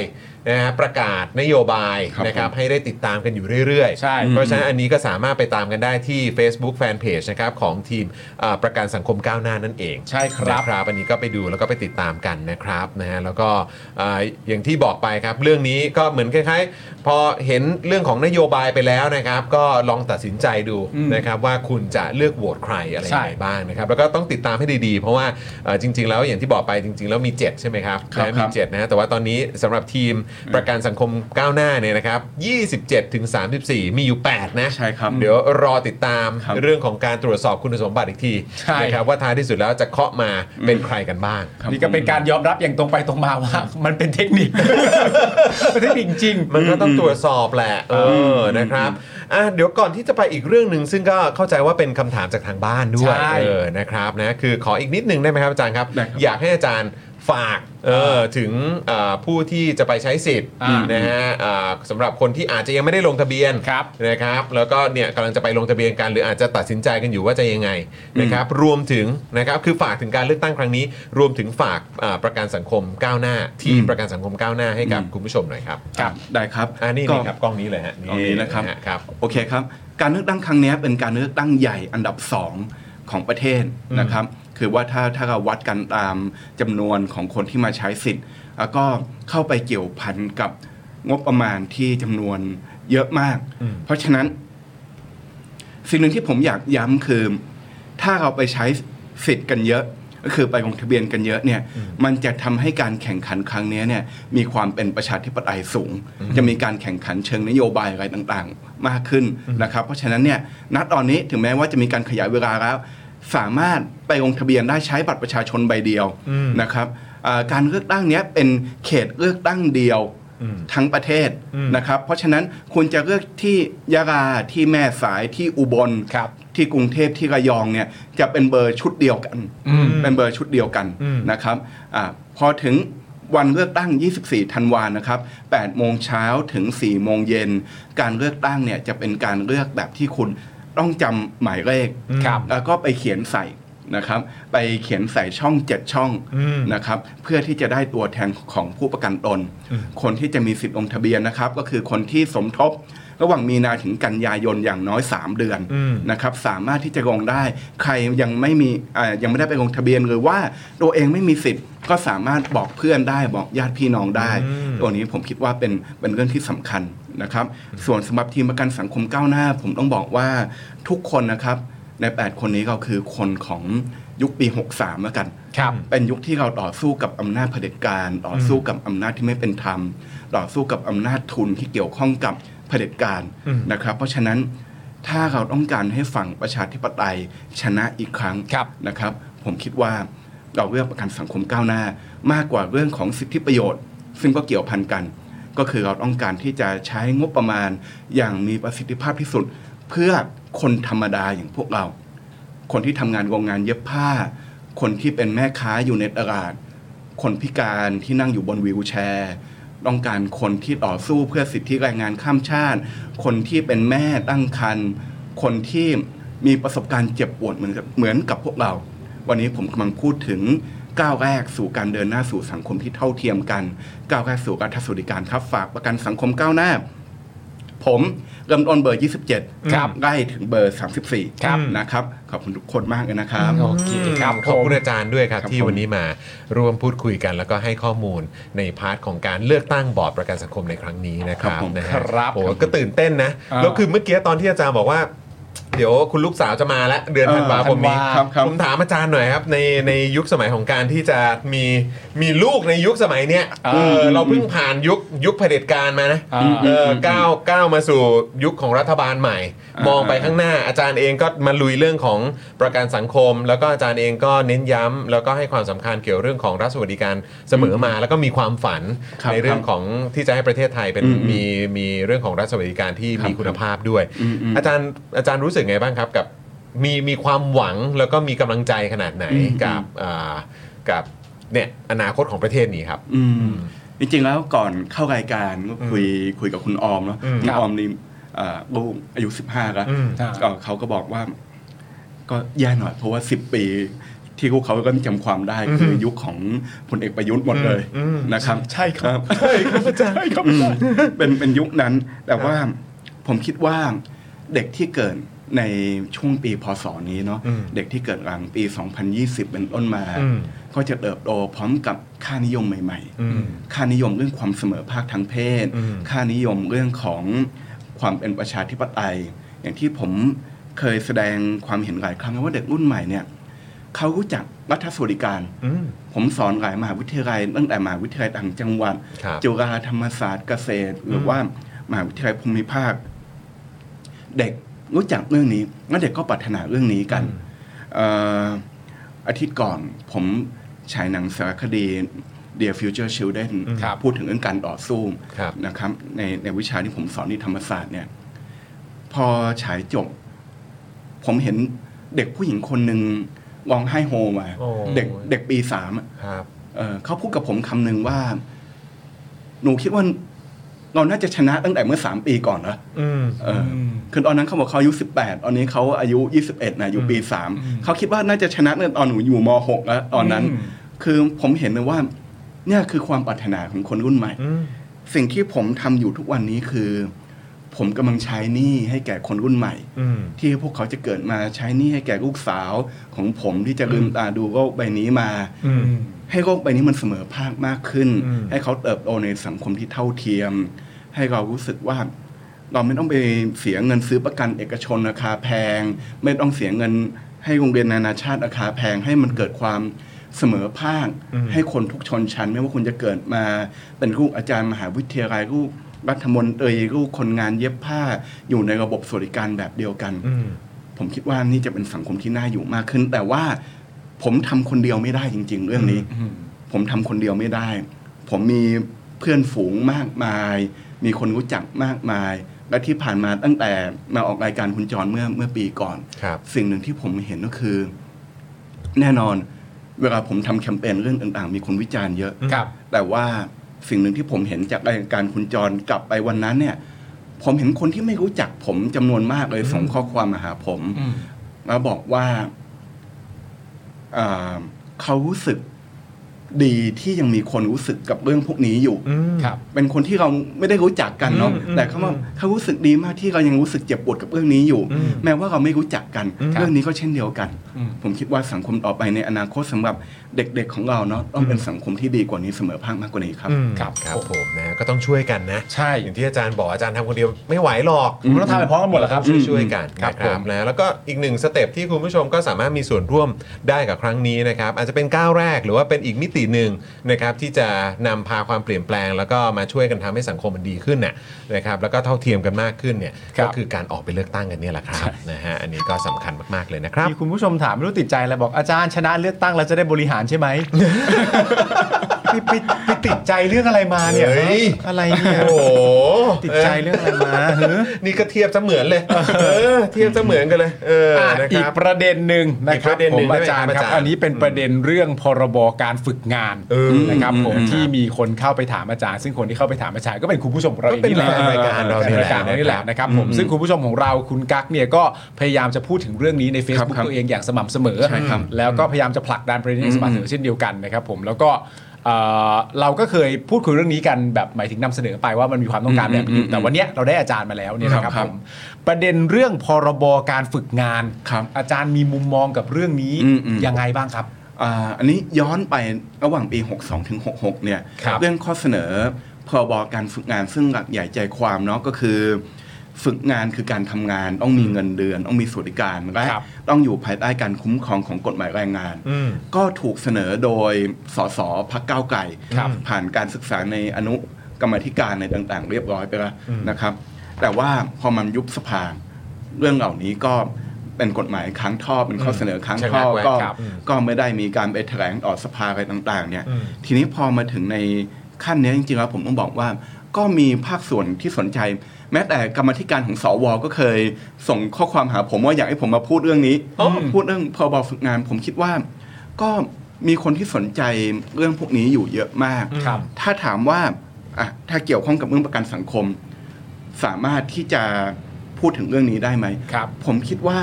A: นะฮะประกาศนโยบาย
F: ครับ
A: นะครับ
F: ผม
A: ให้ได้ติดตามกันอยู่เรื่อยๆ
C: ใช่
A: เพราะฉะนั้นอันนี้ก็สามารถไปตามกันได้ที่ Facebook Fanpage นะครับของทีมอ่าประกันสังคมก้าวหน้านั่นเอง
C: ใช่ครับ
A: นะครับอันนี้ก็ไปดูแล้วก็ไปติดตามกันนะครับนะฮะแล้วก็เอ่ออย่างที่บอกไปครับ เรื่องนี้ก็เหมือนคล้ายๆ พอเห็นเรื่องของนโยบายไปแล้วนะครับ ก็ลองตัดสินใจดูนะครับว่าคุณจะเลือกโหวตใครอะไรยังไง
C: ใช่
A: บ้างนะครับ แล้วก็ต้องติดตามให้ดีๆ เพราะว่าเอ่อจริง ๆ แล้วอย่างที่บอกไปจริง ๆ แล้วมี 7 ใช่ไหมครับ
F: ครับ
A: นะ
F: ค
A: มี
F: รับ
A: 7นะฮะแต่ว่าตอนนี้สำหรับทีมประกันสังคมก้าวหน้าเนี่ยนะครับ 27ถึง34 มีอยู่ 8 นะ
F: ใช่ครับ
A: เดี๋ยวรอติดตาม
F: ครับ
A: เรื่องของการตรวจสอบคุณสมบัติอีกที
C: ใช่
A: นะครับว่าท้ายที่สุดแล้วจะเคาะมาเป็นใครกันบ้าง
F: ครับ
C: นี่ก็เป็นการยอมรับอย่างตรงไปตรงมาว่า มันเป็นเทค นิค เป็นเทคนิคจริง
A: มันก็ต้องตรวจสอบแหละเออนะครับอ่ะเดี๋ยวก่อนที่จะไปอีกเรื่องหนึ่งซึ่งก็เข้าใจว่าเป็นคำถามจากทางบ้านด้วย
C: ใช่
A: เออนะครับนะคือขออีกนิดหนึงได้ไหมครับอาจารย์ครับ
F: ได้ครับ
A: อยากให้อาจารย์ ฝากเออถึงเอ่อผู้ที่จะไปใช้สิทธิ์
C: อ่าน
A: นะฮะอ่าสำหรับคนที่อาจจะยังไม่ได้ลงทะเบียน
C: ครับ
A: นะครับแล้วก็เนี่ยกำลังจะไปลงทะเบียนกันหรืออาจจะตัดสินใจกันอยู่ว่าจะยังไงนะครับรวมถึงนะครับคือฝากถึงการเลือกตั้งครั้งนี้ รวมถึงฝากอ่าประกันสังคมก้าวหน้า ที่
F: อืม
A: ประกันสังคมก้าวหน้าให้กับ
F: อืม
A: คุณผู้ชมหน่อยครับ
F: ครับได้ครับ
A: อ่านี่
F: ก็
A: นี่ครับกล้องนี้เลยฮะกล้อง
F: นี่นะครับ
A: ฮครับ
F: โอเคครับ การเลือกตั้งครั้งนี้เป็นการเลือกตั้งใหญ่อันดับ 2 ของประเทศนะครับ คือว่าถ้าถ้าเราวัดกันตามจำนวนของคนที่มาใช้สิทธิ์ แล้วก็เข้าไปเกี่ยวพันกับงบประมาณที่จำนวนเยอะมาก
A: อืม
F: เพราะฉะนั้น สิ่งหนึ่งที่ผมอยากย้ำคือ ถ้าเราไปใช้สิทธิ์กันเยอะ ก็คือไปลงทะเบียนกันเยอะเนี่ย มันจะทำให้การแข่งขันครั้งเนี้ยเนี่ยมีความเป็นประชาธิปไตยสูง จะมีการแข่งขันเชิงนโยบายอะไรต่างๆ มากขึ้นนะครับ เพราะฉะนั้นเนี่ยณตอนนี้ถึงแม้ว่าจะมีการขยายเวลาแล้ว สามารถไปลงทะเบียนได้ใช้บัตรประชาชนใบเดียวนะครับอ่าการเลือกตั้งเนี้ยเป็นเขตเลือกตั้งเดียว ทั้งประเทศนะครับ เพราะฉะนั้นคุณจะเลือกที่ยะลาที่แม่สายที่อุบล
C: ครับ
F: ที่กรุงเทพที่ระยองเนี่ยจะเป็นเบอร์ชุดเดียวกันเป็นเบอร์ชุดเดียวกันนะครับอาพอถึงวันเลือกตั้ง 24 ธันวานะครับ8โมงเช้าถึง 4 โมงเย็น การเลือกตั้งเนี่ยจะเป็นการเลือกแบบที่คุณต้องจำหมายเลข
C: ครับ
F: แล้วก็ไปเขียนใส่นะครับ ไปเขียนใส่ช่อง 7 ช่องนะครับ เพื่อที่จะได้ตัวแทนของผู้ประกันตน คนที่จะมีสิทธิ์ลงทะเบียนนะครับ ก็คือคนที่สมทบ ระหว่างมีนาถึงกันยายนอย่างน้อย 3 เดือนนะครับ สามารถที่จะลงได้ ใครยังไม่มีอ่ายังไม่ได้ไปลงทะเบียนหรือว่าตัวเองไม่มีสิทธิ์ ก็สามารถบอกเพื่อนได้บอกญาติพี่น้องได้ ตัวนี้ผมคิดว่าเป็นเป็นเรื่องที่สำคัญนะครับ ส่วนสำหรับทีมประกันสังคมก้าวหน้า ผมต้องบอกว่าทุกคนนะครับ ใน 8 คนนี้ก็คือคนของยุคปี 63แล้วกัน
C: ครับ
F: เป็นยุคที่เราต่อสู้กับอำนาจเผด็จการ ต่อสู้กับอำนาจที่ไม่เป็นธรรม ต่อสู้กับอำนาจทุนที่เกี่ยวข้องกับเผด็จการนะครับ เพราะฉะนั้นถ้าเราต้องการให้ฝั่งประชาธิปไตยชนะอีกครั้ง
C: ครับ
F: นะครับ ผมคิดว่าเราเรื่องประกันสังคมก้าวหน้า มากกว่าเรื่องของสิทธิประโยชน์ ซึ่งก็เกี่ยวพันกัน ก็คือเราต้องการที่จะใช้งบประมาณอย่างมีประสิทธิภาพที่สุด เพื่อคนธรรมดาอย่างพวกเรา คนที่ทำงานโรงงานเย็บผ้า คนที่เป็นแม่ค้าอยู่ในตลาด คนพิการที่นั่งอยู่บนวีลแชร์ ต้องการคนที่ต่อสู้เพื่อสิทธิแรงงานข้ามชาติ คนที่เป็นแม่ตั้งครรภ์ คนที่มีประสบการณ์เจ็บปวดเหมือนกับเหมือนกับพวกเรา วันนี้ผมกำลังพูดถึงก้าวแรกสู่การเดินหน้าสู่สังคมที่เท่าเทียมกัน ก้าวแรกสู่การทัศสวัสดิการครับฝากประกันสังคมก้าวหน้า ผมเริ่มต้นเบอร์ 27
C: ครับ
F: ไล่ถึงเบอร์ 34
C: ครับ
F: นะครับ ขอบคุณทุกคนมากเลยนะครับ
C: โอเคครับ
A: ขอบคุณ
C: ผม
A: อาจารย์ด้วยครับ
F: ครับ
A: ที่
F: ผม
A: วันนี้มาร่วมพูดคุยกัน แล้วก็ให้ข้อมูลในพาร์ทของการเลือกตั้งบอร์ดประกันสังคมในครั้งนี้นะครับนะฮะ
C: ครับ
A: โอ้โหก็ตื่นเต้นนะ
C: อ่า
A: แล้วคือเมื่อกี้ตอนที่อาจารย์บอกว่า เดี๋ยวคุณลูกสาวจะมาแล้วเดือนธันวาคมนี้
C: เออธันวา
F: ครับครับ
A: ผมถามอาจารย์หน่อยครับในในยุคสมัยของการที่จะมีมีลูกในยุคสมัยเนี้ยเออเราเพิ่งผ่านยุคยุคเผด็จการมานะ
C: อ่า
A: เออก้าวก้าวมาสู่ยุคของรัฐบาลใหม่ มองไปข้างหน้าอาจารย์เองก็มาลุยเรื่องของประกันสังคม แล้วก็อาจารย์เองก็เน้นย้ำแล้วก็ให้ความสำคัญเกี่ยวเรื่องของรัฐสวัสดิการเสมอมา แล้วก็มีความฝัน
F: ครับ
A: ในเรื่องของที่จะให้ประเทศไทยเป็น
F: อืม
A: มีมีเรื่องของรัฐสวัสดิการที่
F: ครับ
A: มีคุณภาพด้วย
F: อืมอืม
A: อาจารย์อาจารย์รู้สึกไงบ้างครับกับมีมีความหวังแล้วก็มีกำลังใจขนาดไหนกับอ่ากับเนี่ยอนาคตของประเทศนี้ครับ
F: อืมจริงๆแล้วก่อนเข้ารายการก็คุยคุยกับคุณออมเนาะ
A: อืม
F: คุณ
C: ครับ
F: ออมนี่เอ่อลูกอายุ 15แล้ว
A: อืม
F: ก็เขาก็บอกว่า ก็แย่หน่อยเพราะว่า 10 ปี ที่พวกเขาก็จำความได้คือยุคของพลเอกประยุทธ์หมดเลยนะครับใช่ครับใช่ครับอาจารย์เป็นเป็นยุคนั้น แต่ว่าผมคิดว่าเด็กที่เกิดในช่วงปีพศนี้เนาะเด็กที่เกิดหลังปี 2020 เป็นต้นมา ก็จะเติบโตพร้อมกับค่านิยมใหม่ๆ ค่านิยมเรื่องความเสมอภาคทางเพศ ค่านิยมเรื่องของความเป็นประชาธิปไตย อย่างที่ผมเคยแสดงความเห็นหลายครั้งว่าเด็กรุ่นใหม่เนี่ย เขารู้จักรัฐสวัสดิการ ผมสอนหลายมหาวิทยาลัยตั้งแต่มหาวิทยาลัยต่างจังหวัด
A: ครับ
F: จุฬาธรรมศาสตร์เกษตร หรือว่ามหาวิทยาลัยภูมิภาค เด็กรู้จักเรื่องนี้แล้วเด็กก็ปรารถนาเรื่องนี้กันเอ่ออาทิตย์ก่อนผมฉายหนังสารคดี Dear Future Children
C: ครับ
F: พูดถึงเรื่องการต่อสู้
A: ครับ
F: นะครับ ในในวิชาที่ผมสอนที่ธรรมศาสตร์เนี่ย พอฉายจบ ผมเห็นเด็กผู้หญิงคนหนึ่งร้องไห้โฮมา
A: โอ้
F: เด็กเด็กปีสามอะ
A: ครับ
F: เอ่อเขาพูดกับผมคำหนึ่งว่า หนูคิดว่าเราน่าจะชนะตั้งแต่เมื่อสามปีก่อนเหรอ
B: อืม
F: เอออคือตอนนั้นเขาบอกเขาอายุสิบแปดตอนนี้เขาอายุยี่สิบเอ็ดนะอยู่ปีสามเขาคิดว่าน่าจะชนะตั้งแต่ตอนหนูอยู่มหกแล้วตอนนั้น
C: อืม
F: คือผมเห็นเลยว่า เนี่ยคือความปรารถนาของคนรุ่นใหม่
B: อืม
F: สิ่งที่ผมทำอยู่ทุกวันนี้คือ ผมกำลังใช้หนี้ให้แก่คนรุ่นใหม่
B: อืม
F: ที่พวกเขาจะเกิดมาใช้หนี้ให้แก่ลูกสาวของผมที่จะลืมตาดูโลกใบนี้มา
B: อืม
F: ให้โลกใบนี้มันเสมอภาคมากขึ้น
B: อืม
F: ให้เขาเติบโตในสังคมที่เท่าเทียม ให้เรารู้สึกว่า เราไม่ต้องไปเสียเงินซื้อประกันเอกชนราคาแพง ไม่ต้องเสียเงินให้โรงเรียนนานาชาติราคาแพง ให้มันเกิดความเสมอภาค ให้คนทุกชนชั้น ไม่ว่าคุณจะเกิดมา เป็นลูกอาจารย์มหาวิทยาลัยลูกรัฐมนตรีลูกคนงานเย็บผ้า อยู่ในระบบสวัสดิการแบบเดียวกัน
B: อืม
F: ผมคิดว่านี่จะเป็นสังคมที่น่าอยู่มากขึ้น แต่ว่าผมทำคนเดียวไม่ได้จริง ๆ เรื่องนี้ ผมทำคนเดียวไม่ได้ ผมมีเพื่อนฝูงมากมาย มีคนรู้จักมากมาย และที่ผ่านมาตั้งแต่มาออกรายการคุณจรเมื่อเมื่อปีก่อน
B: ครับ
F: สิ่งหนึ่งที่ผมเห็นก็คือ แน่นอน เวลาผมทำแคมเปญเรื่องต่างๆ มีคนวิจารณ์เยอะ
C: ครับ
F: แต่ว่าสิ่งหนึ่งที่ผมเห็นจากรายการคุณจรกลับไปวันนั้นเนี่ย ผมเห็นคนที่ไม่รู้จักผมจำนวนมากเลยส่งข้อความมาหาผม แล้วบอกว่าอ่าเขารู้สึกดีที่ยังมีคนรู้สึกกับเรื่องพวกนี้อยู่
B: อืม
C: ครับ
F: เป็นคนที่เราไม่ได้รู้จักกันเนาะ
B: อืม
F: แต่เขาว่า
B: อืม
F: เขารู้สึกดีมากที่เรายังรู้สึกเจ็บปวดกับเรื่องนี้อยู่
B: อืม
F: แม้ว่าเราไม่รู้จักกัน
B: อืม
F: เรื่องนี้ก็เช่นเดียวกัน
C: อืม
F: ผมคิดว่าสังคมต่อไปในอนาคตสำหรับเด็ก ๆ ของเราเนาะต้องเป็นสังคมที่ดีกว่านี้เสมอภาคมากกว่านี้ครับ
B: อืม
C: ครับ
B: ครับผมนะก็ต้องช่วยกันนะ
C: ใช่
B: อย่างที่อาจารย์บอกอาจารย์ทำคนเดียวไม่ไหวหรอก
C: ผมต้องทำไปพร้อมกันหมดแล้วครับ
B: ช่วยช่วยๆกัน
C: ครับ
B: นะ
C: ผม
B: นะแล้วก็อีกหนึ่งสเต็ปที่คุณผู้ชมก็สามารถมีส่วนร่วมได้กับครั้งนี้นะครับ อาจจะเป็นก้าวแรกหรือว่าเป็นอีกมิติหนึ่งนะครับที่จะนำพาความเปลี่ยนแปลง แล้วก็มาช่วยกันทำให้สังคมมันดีขึ้นน่ะนะครับแล้วก็เท่าเทียมกันมากขึ้นเนี่ย
C: ครั
B: ก็
C: บ
B: คือการออกไปเลือกตั้งกันเนี่ยแหละครับนะฮะอันนี้ก็สำคัญมากๆเลยนะครับ
C: มีคุณผู้ชมถามไม่รู้ติดใจอะไรบอกอาจารย์ชนะเลือกตั้งแล้วจะได้บริหารใช่ไหม ไปไปไปติดใจเรื่องอะไรมาเนี่ย
B: เฮ้ย
C: อะไรเนี่ย
B: โอ้โห
C: ติดใจเรื่องอะไรมาเฮ้อ
B: นี่ก็เทียบจะเหมือนเลย เออ เทียบจะเหมือนกันเลย เออ
C: อ่ะ
B: นะค
C: อีก
B: รับ
C: ประเด็นหนึ่งนะครั
B: อีกป
C: บ
B: ระเด็น
C: ผ
B: หนึ่
C: ม
B: งได้
C: อา
B: ไหม
C: จารย์
B: ครับ
C: ครั
B: อา
C: บ
B: จารย์
C: อันนี้เป็นประเด็นเรื่องพรบการฝึกงาน
B: เออ
C: นะครับผม
F: อืม
C: ที่มีคนเข้าไปถามอาจารย์ ซึ่งคนที่เข้าไปถามอาจารย์ก็เป็นคุณผู้ชมของเรา
B: ก็
C: เอง
B: เป็นแฟน
C: นี่แหละ
B: รายการเราเนี่ย
C: รายการเรานี่แหละนะครับผมซึ่งคุณผู้ชมของเราคุณกั๊กเนี่ยก็พยายามจะพูดถึงเรื่องนี้ใน Facebook
F: ครับ
C: ตัวเองอย่างสม่ำเสมอ
F: ใช่ครับ
C: แล้วก็พยายามจะผลักดันประเด็นนี้อย่างสม่ำเสมอเช่นเดียวกันนะครับผมแล้วก็เอ่อเราก็เคยพูดคุยเรื่องนี้กันแบบหมายถึงนำเสนอไปว่ามันมีความต้องการแบบนี้แต่วันเนี้ยเราได้อาจารย์มาแล้วเนี่ยนะครับ
F: ครับ
C: ผม ประเด็นเรื่องพรบการฝึกงาน
F: ครับ
C: อาจารย์มีมุมมองกับเรื่องนี้
F: อืมอืม
C: ยังไงบ้างครับ
F: อ่าอันนี้ย้อนไประหว่างปี 62 ถึง 66 เนี่ย
C: ครับ
F: เรื่องข้อเสนอพรบการฝึกงานซึ่งหลักใหญ่ใจความเนาะก็คือ ฝึกงานคือการทำงาน ต้องมีเงินเดือน ต้องมีสวัสดิการและ
C: ครับ
F: ต้องอยู่ภายใต้การคุ้มครองของกฎหมายแรงงาน
B: อืม
F: ก็ถูกเสนอโดยสสพักก้าวไก่
C: ครับ
F: ผ่านการศึกษาในอนุกรรมาธิการในต่างๆ เรียบร้อยไปแล้วนะครับ แต่ว่าพอมันยุบสภาเรื่องเหล่านี้ก็เป็นกฎหมายค้างท่อเป็นข้อเสนอค้าง
B: ชะ
F: ท่
B: งั
F: อก
B: ไว้
F: ก็
B: ครับอืม
F: ก็ไม่ได้มีการไปแถลงต่อสภาอะไรต่าง ๆ เนี่ย
B: อืม
F: ทีนี้พอมาถึงในขั้นเนี้ยจริงๆแล้วผมต้องบอกว่า ก็มีภาคส่วนที่สนใจ แม้แต่กรรมาธิการของสวก็เคย ส่งข้อความหาผมว่าอยากให้ผมมาพูดเรื่องนี้
B: อ๋อ
F: พูดเรื่องพรบฝึกงาน ผมคิดว่า ก็มีคนที่สนใจเรื่องพวกนี้อยู่เยอะมาก
C: ครับ
F: ถ้าถามว่าอ่ะถ้าเกี่ยวข้องกับเรื่องประกันสังคม สามารถที่จะพูดถึงเรื่องนี้ได้ไหม
C: ครับ
F: ผมคิดว่า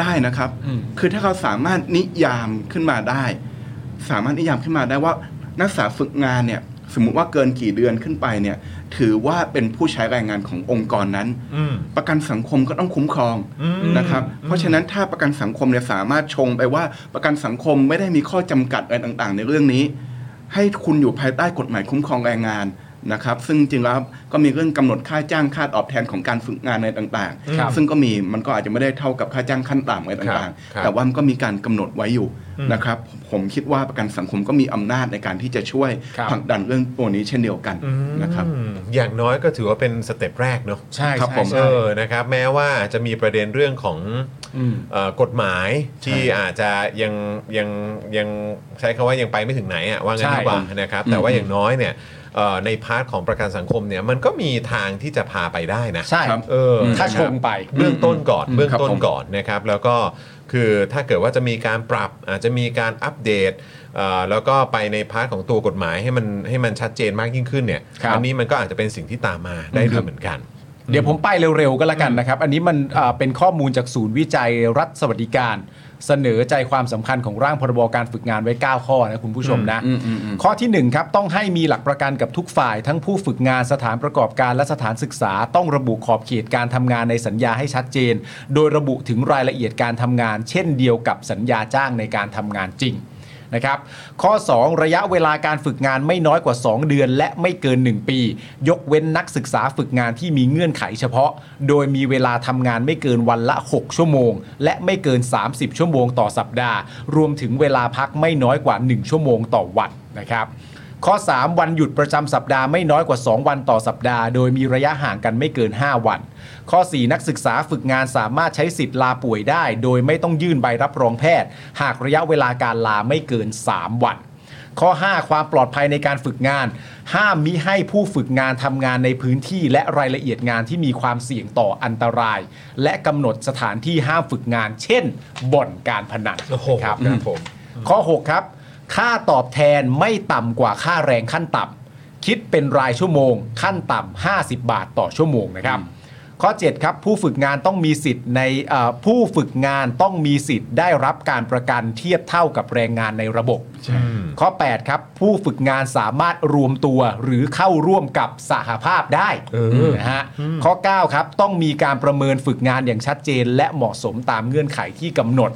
F: ได้นะครับ
C: อืม
F: คือถ้าเราสามารถนิยามขึ้นมาได้ สามารถนิยามขึ้นมาได้ว่านักศึกษาฝึกงานเนี่ย สมมุติว่าเกินกี่เดือนขึ้นไปเนี่ย ถือว่าเป็นผู้ใช้แรงงานขององค์กรนั้น
B: อืม
F: ประกันสังคมก็ต้องคุ้มครองนะครับ เพราะฉะนั้นถ้าประกันสังคมเนี่ยสามารถชงไปว่าประกันสังคมไม่ได้มีข้อจำกัดอะไรต่างๆ ในเรื่องนี้ ให้คุณอยู่ภายใต้กฎหมายคุ้มครองแรงงานนะครับ ซึ่งจริงๆแล้วก็มีเรื่องกำหนดค่าจ้างค่าตอบแทนของการฝึกงานในต่าง
C: ครับ
F: ๆ ซึ่งก็มีมันก็อาจจะไม่ได้เท่ากับค่าจ้างขั้นต่ำอะไรต่าง
B: ครับ
F: ๆ แต่ว่ามันก็มีการกำหนดไว้อยู่นะครับ ผมคิดว่าประกันสังคมก็มีอำนาจในการที่จะช่วย
C: ครับ
F: ผลักดันเรื่องตัวนี้เช่นเดียวกันนะครับ
B: อืมอย่างน้อยก็ถือว่าเป็นสเต็ปแรกเนอะ
C: ใช่
F: ครับ
C: ใช่
F: ผม
C: ใช่
B: เออนะครับ แม้ว่าจะมีประเด็นเรื่องของ เอ่อกฎหมายที่อาจจะยังยังยังใช้คำว่ายังไปไม่ถึงไหนอะว่างั้น
C: ใช่
B: ดีกว่านะครับ แต่ว่าอย่างน้อยเนี่ยเอ่อในพาร์ทของประกันสังคมเนี่ยมันก็มีทางที่จะพาไปได้นะ
C: ใช่
F: ครับ
B: เออ
C: ถ้า
B: นะค
C: ช
B: รับ
C: งไป
B: เบื้องต้นก่อน
F: อืม
B: เบื้อง
F: ครับ
B: ต้น
F: ผม
B: ก่อนนะครับแล้วก็คือถ้าเกิดว่าจะมีการปรับอาจจะมีการอัปเดตเอ่อแล้วก็ไปในพาร์ทของตัวกฎหมายให้มันให้มันชัดเจนมากยิ่งขึ้นเนี่ย
C: ครับ
B: อันี้มันก็อาจจะเป็นสิ่งที่ตามมาได้ด้วยเหมือนกัน
C: เดี๋ยวผมไปเร็วๆก็แล้วกันนะครับ อันนี้มันอ่าเป็นข้อมูลจากศูนย์วิจัยรัฐสวัสดิการ เสนอใจความสำคัญของร่างพรบการฝึกงานไว้ 9 ข้อนะคุณผู้ชมนะ
F: อืมอืมอืม
C: ข้อทีหนึ่1ครับต้องให้มีหลักประกันกับทุกฝ่าย ทั้งผู้ฝึกงานสถานประกอบการและสถานศึกษา ต้องระบุขอบเขตการทำงานในสัญญาให้ชัดเจน โดยระบุถึงรายละเอียดการทำงาน เช่นเดียวกับสัญญาจ้างในการทำงานจริง นะครับข้อ 2 ระยะเวลาการฝึกงานไม่น้อยกว่า 2 เดือน และไม่เกิน 1 ปี ยกเว้นนักศึกษาฝึกงานที่มีเงื่อนไขเฉพาะ โดยมีเวลาทำงานไม่เกินวันละ 6 ชั่วโมง และไม่เกิน 30 ชั่วโมงต่อสัปดาห์ รวมถึงเวลาพักไม่น้อยกว่า 1 ชั่วโมงต่อวันนะครับ ข้อ 3 วันหยุดประจำสัปดาห์ไม่น้อยกว่า 2 วันต่อสัปดาห์ โดยมีระยะห่างกันไม่เกิน 5 วัน ข้อ 4 นักศึกษาฝึกงานสามารถใช้สิทธิ์ลาป่วยได้ โดยไม่ต้องยื่นใบรับรองแพทย์ หากระยะเวลาการลาไม่เกิน 3 วัน ข้อ 5 ความปลอดภัยในการฝึกงาน ห้ามมิให้ผู้ฝึกงานทำงานในพื้นที่และรายละเอียดงานที่มีความเสี่ยงต่ออันตราย และกำหนดสถานที่ห้ามฝึกงาน เช่น บ่อนการพนัน
B: โอ้โห
C: นะ
B: ครับผม
C: ข้อ 6 ครับ ค่าตอบแทนไม่ต่ำกว่าค่าแรงขั้นต่ำคิดเป็นรายชั่วโมง ขั้นต่ำ50 บาทต่อชั่วโมงนะครับ ข้อ 7 ครับ ผู้ฝึกงานต้องมีสิทธิ์ในเอ่อผู้ฝึกงานต้องมีสิทธิ์ได้รับการประกันเทียบเท่ากับแรงงานในระบบ ข้อ 8 ครับ ผู้ฝึกงานสามารถรวมตัวหรือเข้าร่วมกับสหภาพได้นะฮะข้อ 9 ครับ ต้องมีการประเมินฝึกงานอย่างชัดเจน และเหมาะสมตามเงื่อนไขที่กำหนด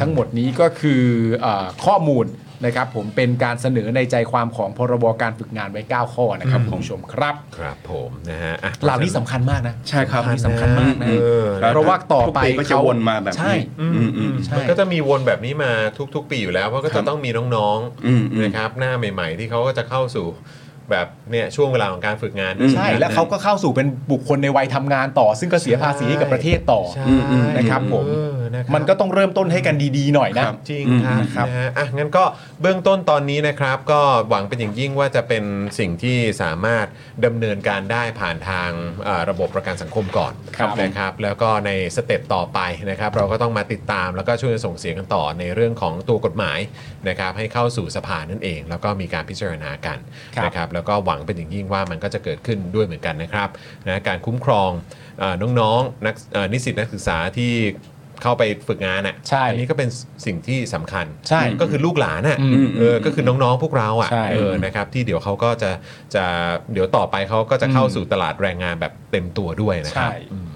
C: ทั้งหมดนี้ก็คือเออข้อมูลนะครับ ผมเป็นการเสนอในใจความของพรบการฝึกงานไว้ 9 ข้อนะครับคุณผู้ชมครับ
B: ครับผมนะฮะอ่ะ
C: เหล่านี้สำคัญมากนะ
F: ใช่ครับ
C: เหล่านี้สำคัญมากนะ
B: เออ
C: เพราะว่าต่อไป
F: ทุกก็จะวนมาแบบ
C: ใช่
F: นี้อืมอืม
C: ใช่
B: มันก็จะมีวนแบบนี้มาทุก ๆ ปีอยู่แล้วเพราะก็
F: ครั
B: จะ
F: บ
B: ต้องมีน้อง
F: อืมอืม
B: ๆนะครับหน้าใหม่ ๆ ที่เขาก็จะเข้าสู่แบบเนี่ยช่วงเวลาของการฝึกงานด้วย
C: ใช่ แล้วเขาก็เข้าสู่เป็นบุคคลในวัยทำงานต่อ ซึ่งก็เสียภาษีให้กับประเทศต่อ
B: ใช่
F: อืมอืม
C: นะครับผม
B: เออนะครับ
C: มันก็ต้องเริ่มต้นให้กันดีๆหน่อยนะ
F: ครับ
B: จริงครับ
C: อืมครับ
B: นะฮะอ่ะงั้นก็เบื้องต้นตอนนี้นะครับ ก็หวังเป็นอย่างยิ่งว่าจะเป็นสิ่งที่สามารถดำเนินการได้ผ่านทางเอ่อระบบประกันสังคมก่อน
C: ครับ
B: นะครับ แล้วก็ในสเต็ปต่อไปนะครับ เราก็ต้องมาติดตามแล้วก็ช่วยกันส่งเสียงกันต่อในเรื่องของตัวกฎหมายนะครับ ให้เข้าสู่สภานั่นเอง แล้วก็มีการพิจารณากัน
C: ครับ
B: นะครับ แล้วก็หวังเป็นอย่างยิ่งว่ามันก็จะเกิดขึ้นด้วยเหมือนกันนะครับนะการคุ้มครองเอ่อน้องๆนักเอ่อนิสิตนักศึกษาที่เข้าไปฝึกงานอ่ะ
C: ใช่
B: อันนี้ก็เป็นสิ่งที่สำคัญ
C: ใช่
B: ก็คือลูกหลานอ่ะ
C: อืม
B: เออก็คือน้องๆพวกเราอ่ะ
C: ใช่
B: เออนะครับที่เดี๋ยวเขาก็จะจะเดี๋ยวต่อไปเขาก็จะเข้า
C: อืม
B: สู่ตลาดแรงงานแบบเต็มตัวด้วยนะค
C: ใช่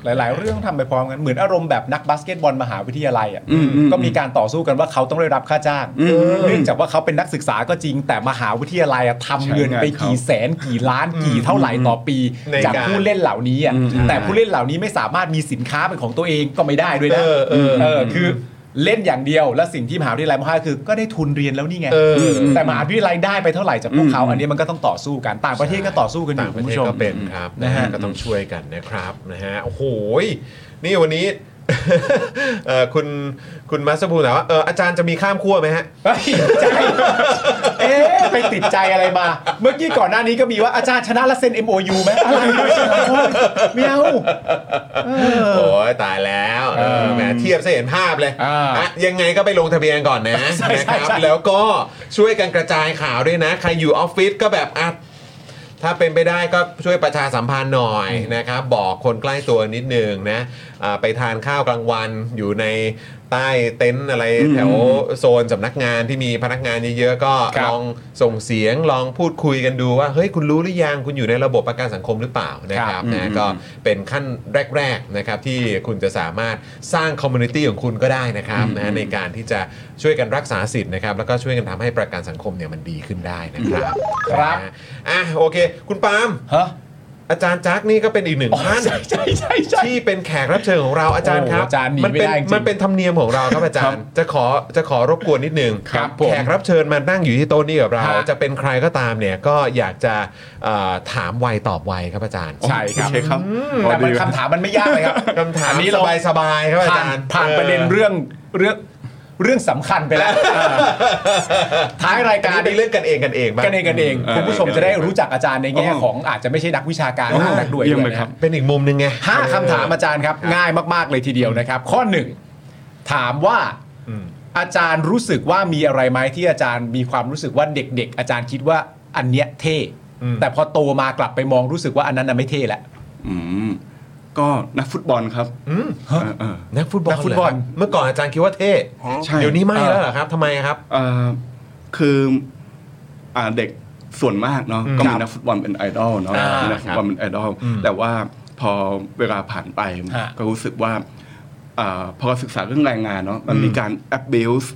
B: รับ
C: หลาย ๆ เรื่องทำไปพร้อมกันเหมือนอารมณ์แบบนักบาสเกตบอลมหาวิทยาลัยอ่ะ
F: อืมอืม
C: ก็มีการต่อสู้กันว่าเขาต้องได้รับค่าจ้าง
F: อืม
C: เนื่องจากว่าเขาเป็นนักศึกษาก็จริง แต่มหาวิทยาลัยอะทำเงินไปกี่แสนกี่ล้านกี่เท่าไหร่ต่อปี
B: ในการ
C: จากผู้เล่นเหล่านี้อ่ะ
F: อืม
C: แต่ผู้เล่นเหล่านี้ไม่สามารถมีสินค้าเป็นของตัวเองก็ไม่ได้ด้วย
B: เอ
C: นะ
B: อเออ
C: เออคือเล่นอย่างเดียวและสิ่งที่มหาวิทยาลัยมหาคือก็ได้ทุนเรียนแล้วนี่ไง
B: เออ
C: แต่มหาวิทยาลัยได้ไปเท่าไหร่จากพวกเขา อันนี้มันก็ต้องต่อสู้กันต่างประเทศก็ต่อสู้กันอ
B: ต่า
C: ยู่
B: งป
C: คุ
B: ระเท
C: ณ
B: ศ
C: ผู้ชม
B: ก็เป็นครับ
C: นะ
B: นะ
C: ฮะ
B: ฮะก็ต้องช่วยกันนะครับนะฮะโอ้โหยนี่วันนี้ เอ่อคุณคุณมาสภูมิถามว่าเอออาจารย์จะมีข้ามขั้วไหมฮะ
C: เฮ้ยใจเอ๊ะไปติดใจอะไรมา เมื่อกี้ก่อนหน้านี้ก็มีว่าอาจารย์ชนะและเซ็น MOU ไหมอะไรไม่ชนะเมียว
B: โอ้ยตายแล้วเออแหมเทียบจะเห็นภาพเลย
C: อ่า
B: อ่ะยังไงก็ไปลงทะเบียนก่อนนะ
C: ใช่
B: นะ
C: ใช่
B: ครับ
C: ใช่
B: แล้วก็ช่วยกันกระจายข่าวด้วยนะ ใครอยู่ออฟฟิศก็แบบอ่ะถ้าเป็นไปได้ก็ช่วยประชาสัมพันธ์หน่อยนะครับ บอกคนใกล้ตัวนิดนึงนะอ่าไปทานข้าวกลางวันอยู่ในใต้เต็นท์อะไรแถวโซนสำนักงานที่มีพนักงานเยอะๆก็
C: ครั
B: ล
C: บ
B: องส่งเสียงลองพูดคุยกันดูว่าเฮ้ยคุณรู้หรือยังคุณอยู่ในระบบประกันสังคมหรือเปล่านะครับ
F: ครับ
B: นะ
F: อืม
B: ก็ เป็นขั้นแรก ๆ นะครับ ที่คุณจะสามารถสร้างคอมมูนิตี้ของคุณก็ได้นะครับนะฮะในการที่จะช่วยกันรักษาสิทธิ์นะครับ แล้วก็ช่วยกันทำให้ประกันสังคมเนี่ยมันดีขึ้นได้นะครับ
C: ครับ
B: นะฮะอ่ะโอเค คุณปาล์ม
C: ฮะ
B: อาจารย์จักนี่ก็เป็นอีกหนึ่งท่าน
C: ใช่ใช่ใช่ใช่
B: ที่เป็นแขกรับเชิญของเราอาจารย์ครับ
C: โอ้อาจารย์หนี
B: มั
C: ไม่
B: เป็น
C: ได้จริง
B: มันเป็นธรรมเนียมของเราครับอาจารย์ จะขอจะขอรบกวนนิดนึง
C: ครับผม
B: แขกรับเชิญมานั่งอยู่ที่โต๊ะนี้กับเรา
C: ฮะ
B: จะเป็นใครก็ตามเนี่ยก็อยากจะเอ่อถามไวตอบไวครับอาจารย์
C: ใช่ครับ
F: โอเครับ
C: แต่มัน
F: พอดี
C: คำถามมันไม่ยากเลยครับ
B: คำถาม
C: อันนี้
B: ส
C: เรา
B: บายสบายๆครับอา
C: ผ่า
B: จาร
C: น
B: ย์
C: ผ่านประเด็นเรื่องเรื่องเรื่องสำคัญไปแล้วท้ายราย
B: กา
C: การ ร
B: เป็นเรื่องกันเองกันเองบ้าง
C: กันเองกันเอง
F: เออ
C: คุณผู้ชมจะได้รู้จักอาจารย์ในแง่
F: เออ
C: ของอาจจะไม่ใช่นักวิชาการ
F: เออ
C: มากนักด้วย
F: เยี่ยม
C: ด้ว
F: เลย ย
C: นะ
F: ค
C: ครั
F: รั
C: บ บ
B: เป็นอีกมุมหนึ่งไง
C: ห้าคำถามอาจารย์ครับ ง่ายมาก ๆ เลยทีเดียวนะครับ ข้อหนึ่งถามว่า
B: อืม
C: อาจารย์รู้สึกว่ามีอะไรไหมที่อาจารย์มีความรู้สึกว่าเด็ก ๆ อาจารย์คิดว่าอันเนี้ยเท่ แต่พอโตมากลับไปมองรู้สึกว่าอันนั้นน่ะไม่เท่แล้ว
F: อืมก็นักฟุตบอลครับ
B: อืม
F: เออเออ
B: นักฟุตบอล
C: นักฟุตบอล
B: เหรครับเมื่อก่อนอาจารย์คิดว่าเท่
F: ใช่
B: เดี๋ยวนี้ไม่แล้วเหรอครับทำไมครับ
F: เอ่อคืออ่าเด็กส่วนมากเนาะ
B: อืม
F: ก็มีนักฟุตบอลเป็นไอดอลเนาะ
C: อ่า
F: มีนักฟุตบอลเป็นไอดอล
B: อืม
F: แต่ว่าพอเวลาผ่านไป
C: ฮะ
F: ก็รู้สึกว่าอาพอศึกษาเรื่องแรงงานเนาะมันมีการ abuse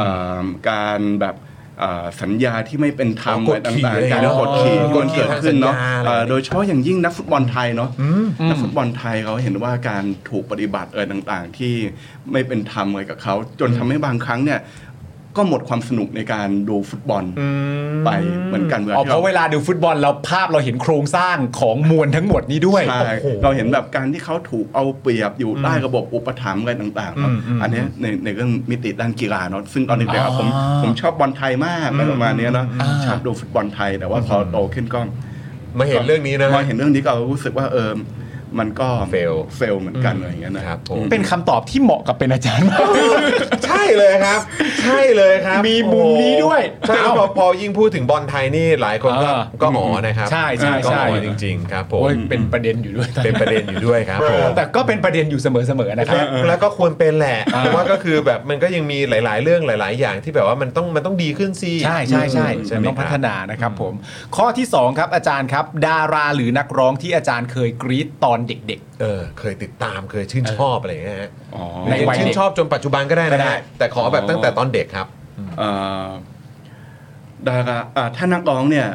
F: อ่าการแบบอ่าสัญญาที่ไม่เป็นธรรม
B: อ๋อกด
F: อะไร
B: ขี่
F: ต่างๆ การ
B: อะไรเนอะ
F: กดขี่
B: อ๋อ
F: ที่มันเกิดขึ้นเนาะ
B: กดขี่ทางสัญญาอะไร
F: อ่าโดยเฉพาะอย่างยิ่งนักฟุตบอลไทยเนาะ
B: อืม
F: นักฟุตบอลไทยเขาเห็นว่าการถูกปฏิบัติอะไรต่างๆ ที่ไม่เป็นธรรมอะไรกับเขา จนทำให้บางครั้งเนี่ย ก็หมดความสนุกในการดูฟุตบอลไปเหมือนกันเวลา
C: อ๋อ
F: ที่
C: เพราะเว
F: เรา
C: ลาดูฟุตบอลเราภาพเราเห็นโครงสร้างของมวลทั้งหมดนี้ด้วย
F: ใช่เราเห็นแบบการที่เขาถูกเอาเปรียบอยู่ใต้ระบบอุปถัมภ์อะไรต่างๆเนาะ
B: อืมอืม
F: อันเนี้ยในในเรื่องมิติด้านกีฬาเนาะซึ่งตอนเด็กๆอะผม
C: อ๋อ
F: ผมชอบบอลไทยมากอะไรประมาณเนี้ยเนาะ
C: อ่า
F: ชอบดูฟุตบอลไทยแต่ว่าพอโตขึ้นก็
B: มาเห็นเรื่องนี้นะ
F: พอเห็นเรื่องนี้ก็รู้สึกว่าเออมันก็
B: Fail
F: เฟลเหมือนกันอะไรอย่างเงี้ยนะครับ
B: ผม
F: อืม
C: เป็นคำตอบที่เหมาะกับเป็นอาจารย์มาก
B: ใช่เลยครับ ใช่เลยครับ
C: มีมุมนี้ด้วย
B: ใช่ครับพอพอยิ่งพูดถึงบอลไทยนี่หลายคนก็
C: อ่า
B: ก็หมอนะครับ
C: ใช่ใช่
B: ก็
C: ใช่
B: หมอจริง ๆ ครับผม
C: โอ้ยเป็นประเด็นอยู่ด้วย
B: เป็นประเด็นอยู่ด้วยครับผม
C: แต่ก็เป็นประเด็นอยู่เสมอๆนะครับ
B: แล้วก็ควรเป็นแหละเพราะว่าก็คือแบบมันก็ยังมีหลาย ๆ เรื่องหลาย ๆ อย่างที่แบบว่ามันต้องมันต้องดีขึ้นสิ
C: ใช่ใช่ใช่
B: ใช่
C: มัน
B: ไหม
C: ต้อง
B: ค
C: พั
B: รับ
C: ฒนานะครับผม ข้อที่ 2 ครับอาจารย์ครับ ดาราหรือนักร้องที่อาจารย์เคยกรี๊ดตอนเด็ก
B: เออเคยติดตามเคยชื่นชอบอะไรอย่างเงี้ยฮะ
F: อ๋อ
B: หรือ
C: ในวัย
B: ชื่น
C: เด็ก
B: ชอบจนปัจจุบันก็ได้
C: ก็
B: นะ
C: ได้
B: ฮะแต่ขอแบบตั้งแต่ตอนเด็กครับ
F: เอ่อดาราอ่าถ้านักร้องเนี่ย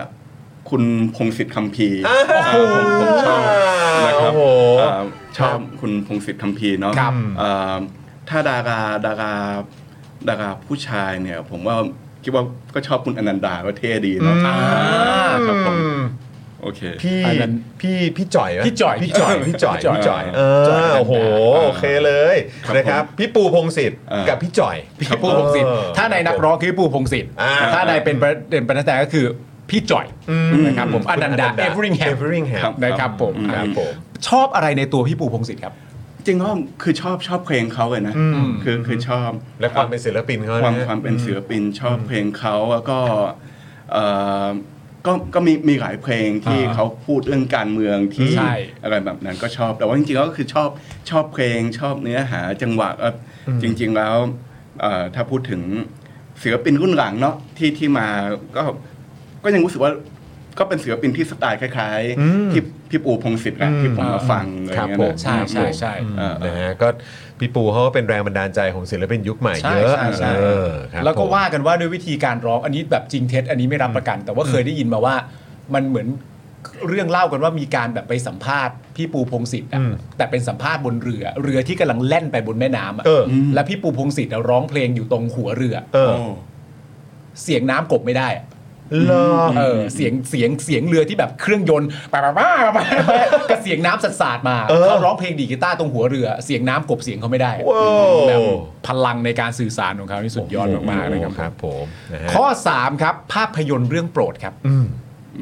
F: คุณพงศิษฐ์คำพีร์
B: อ้าว
F: ผมผมชอบนะครับ
B: โอ้โห
F: อ่าชอบคุณพงศิษฐ์คำพีร์เนาะ
C: ครับ
F: เอ่อถ้าดาราดาราดาราผู้ชายเนี่ย ผมว่าคิดว่าก็ชอบคุณอนันดาก็เท่ดีเนาะ
C: อ่า
F: ครับผมโอเค
B: พี่
C: อันนั้น
B: พี่พี่จ่อยไหม
C: พี่จ่อย
B: พี่จ่อยพี่จ่อย
C: พี่จ่อย
B: พี่จ่อย
F: อ่า
B: เอ
C: จ่อย
B: อโอ้โห
F: อ่า
B: โอเคเลย
F: ครับ
B: นะครับ
F: ผม
B: พี่ปูพงศิษฐ์
F: อ่ากั
B: กับพี่จ่อย
C: พี่ปูพงศิษฐ์
B: เออ
C: ถ้าในนักร้องคือพี่ปูพงศิษฐ์
B: อ่า
C: ถ้าในเป็นประเด็นประเด็นก็คือพี่จ่อยนะครับผมอนันดาเอฟริงแฮ
B: เอ
C: ม
B: ฟริงแฮม
C: นะครับผม
B: ครับผม
C: ชอบอะไรในตัวพี่ปูพงศิษฐ์ครับ
F: จริงก็คือชอบชอบเพลงเขาเลยนะคือคือชอบ
B: และความเป็นศิลปินเขา
F: ความ
B: นะ
F: ความเป็นศิลปินชอบเพลงเขาแล้วก็เอ่อก็ก็มีมีหลายเพลงที่
C: อ่า
F: เขาพูดเรื่องการเมืองที่
C: ใช่
F: อะไรแบบนั้นก็ชอบแต่ว่าจริงๆแล้วก็คือชอบชอบเพลงชอบเนื้อหาจังหวะเอ่ออจริง ๆแล้วเอ่อถ้าพูดถึงศิลปินรุ่นหลังเนาะที่ที่มาก็ก็ยังรู้สึกว่าก็เป็นศิลปินที่สไตล์คล้าย
B: อืม
F: ๆที่พี่ปูพงศิษฐ์แหละที่ผมมาฟังอะไร
B: ครับ
F: เงี้ย
B: ผม
F: นะ
C: ใช่ใช่ใช่
F: เออเอ
B: นะ
F: อ
B: ฮะก็พี่ปูเขาก็เป็นแรงบันดาลใจของศิลปินยุคใหม่
C: ใช่
B: เยอะ
C: ใช่ใช่
B: เออครับ
C: แล้วก็
B: ผม
C: ว่ากันว่าด้วยวิธีการร้องอันนี้แบบจริงเท็จอันนี้ไม่รับประกัน แต่ว่าเคยได้ยินมาว่ามันเหมือนเรื่องเล่ากันว่ามีการแบบไปสัมภาษณ์พี่ปูพงศิษฐ์อะ
B: อืม
C: แต่เป็นสัมภาษณ์บนเรือ เรือที่กำลังแล่นไปบนแม่น้ำอะ
B: เออ
C: แล้วพี่ปูพงศิษฐ์อะร้องเพลงอยู่ตรงหัวเรือ
B: เออ
C: เสียงน้ำกบไม่ได้อะ
B: เหรอ
C: เออเสียงเสียงเสียงเรือที่แบบเครื่องยนต์ ปะปะปะปะปะกับเสียงน้ำสัดสาดมา
B: เออ
C: เขาร้องเพลงดีดกีตาร์ตรงหัวเรือ เสียงน้ำกบเสียงเขาไม่ได้อะ
B: ว้าว
C: แบบพลังในการสื่อสารของเขานี่สุดยอดมากๆนะครับ
B: ครับผมนะฮะ
C: ข้อ 3 ครับ ภาพยนตร์เรื่องโปรดครับ
B: อืม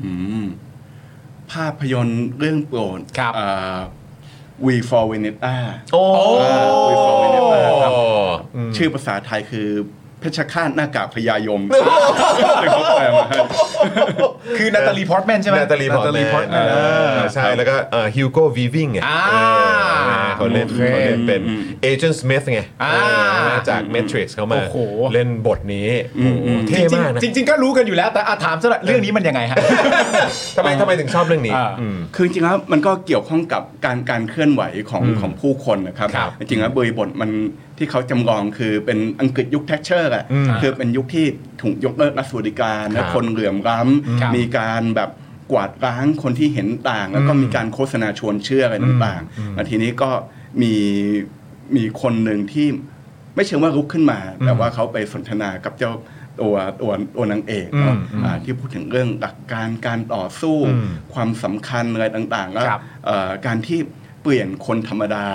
F: อืมภาพยนตร์เรื่องโปรด
C: ครับ
F: อ่า We for Vendetta
B: โอ้
F: We for Vendetta ครับ
B: อืม
F: ชื่อภาษาไทยคือเพชฌฆาตหน้ากากพญายมเป็นของแปลมาให้
C: คือนาตาลีพอร์ตแมนใช่ไหม
B: นาตาลีพอร์ตแม
C: Natalie
B: น
C: Portman
B: เออใช่ แล้วก็ฮิวโก้วีวิงไง
C: อ่า
B: เออเขาเล่น
C: โอเค
B: เขาเล่นเป็น
F: อืม
B: เอเจนต์สมิธไง
C: อ่า
B: เออจาก Matrix เขามา
C: โอ้โห
B: เล่นบทนี้
F: อืมอืม
B: โอ้โหเท่มากนะ
C: จริงๆจริง ๆ ก็รู้กันอยู่แล้วแต่อาถามซะหน่อยเรื่องนี้มันยังไงฮะ
B: ทำไมทำไมถึงชอบเรื่องนี้
C: อ่า
B: อืม
F: คือจริงๆแล้วมันก็เกี่ยวข้องกับการการเคลื่อนไหวของของผู้คนนะครับ
C: ครับ
F: จริงๆแล้วบริบทมันที่เขาจำลองคือเป็นอังกฤษยุคแทชเชอร์อะ
B: อืม
F: คือเป็นยุคที่ถูกยกเลิกรัฐสวัสดิการ
B: ครั
F: และ
B: บ
F: คนเหลื่อมล้
C: ครับ
F: ำมีการแบบ กวาดล้างคนที่เห็นต่าง แล้วก็
B: อืม
F: มีการโฆษณาชวนเชื่ออะไรต่าง
B: อืม
F: ๆแล้วทีนี้ก็มีมีคนหนึ่งที่ไม่เชิงว่าลุกขึ้นมา
B: อืม
F: แต่ว่าเขาไปสนทนากับเจ้าตัวตัวตัวนางเอกเนอะ
B: อืมอืม
F: อ่าที่พูดถึงเรื่องหลักการการต่อสู้
B: อืม
F: ความสำคัญอะไรต่างๆ แล้ว
C: ครับ
F: เอ่อการที่เปลี่ยนคนธรรมดา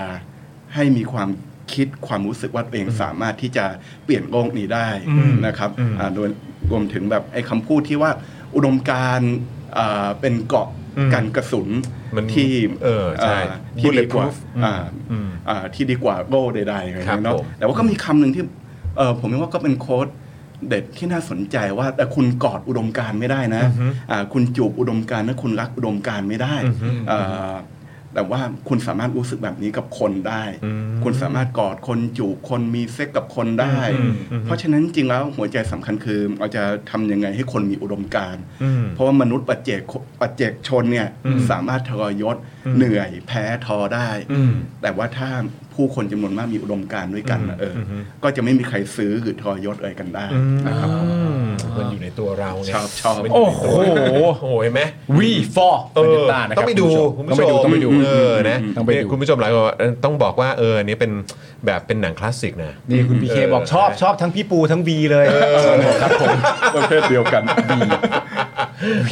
F: ให้มีความคิดความรู้สึกว่าตัวเองสามารถที่จะเปลี่ยนโลกนี้ได้
B: อืม
F: นะครับ
B: อืม
F: อ่าโดยรวมถึงแบบไอ้คำพูดที่ว่าอุดมการณ์อ่าเป็นเกราะ
B: อืม
F: กันกระสุน
B: มัน
F: ที่
B: เออใช่
F: าที่ดีกว่า
B: Bulletproof
F: อ่า
B: อืม
F: อ่าที่ดีกว่าโล่ใดๆอะไรอย่าง
B: ครับ
F: เงี้ยเนาะ
B: ผม
F: แต่ว่าก็มีคำหนึ่งที่เออผมว่าก็เป็นโค้ดเด็ดที่น่าสนใจว่าแต่คุณกอดอุดมการณ์ไม่ได้นะอ่าคุณจูบอุดมการณ์และคุณรักอุดมการณ์ไม่ได้ เอ่อแต่ว่าคุณสามารถรู้สึกแบบนี้กับคนได้
B: อืม
F: คุณสามารถกอดคนจูบคนมีเซ็กกับคนได้
B: อืมอืม
F: เพราะฉะนั้นจริงแล้วหัวใจสำคัญคือเราจะทำยังไงให้คนมีอุดมการณ์
B: อืม
F: เพราะว่ามนุษย์ปัจเจกปัจเจกชนเนี่ยสามารถทรยศ
B: อืม
F: เหนื่อยแพ้ท้อได้
B: อืม
F: แต่ว่าถ้าผู้คนจำนวนมากมีอุดมการณ์ด้วยกันน่ะเอออ
B: ม
F: ก็จะไม่มีใครซื้อหรือทรยศอะไรกันได้นะครับ
B: มันอยู่ในตัวเราไง
F: ชอบชอบ
B: มันยู่ในตัวเรา
C: โอ้โห
B: โอ้โหเห็นไหม
C: We for
B: เออ
C: Vendetta นะครับ
B: ต้องไปดูคุณ
C: ต้อ
B: ผู้ช
C: งไป
B: ม
C: ดูต้องไปดู
B: เออนะ
C: ต้องไปดู
B: เนี่ยคุณผู้ชมหลายคนบอกว่าเออต้องบอกว่าเอออันนี้เป็นแบบเป็นหนังคลาสสิกนะ
C: นี่คุณพีเคบอกชอบชอบทั้งพี่ปูทั้งบีเลยครับผม
F: ประเภทเดียวกัน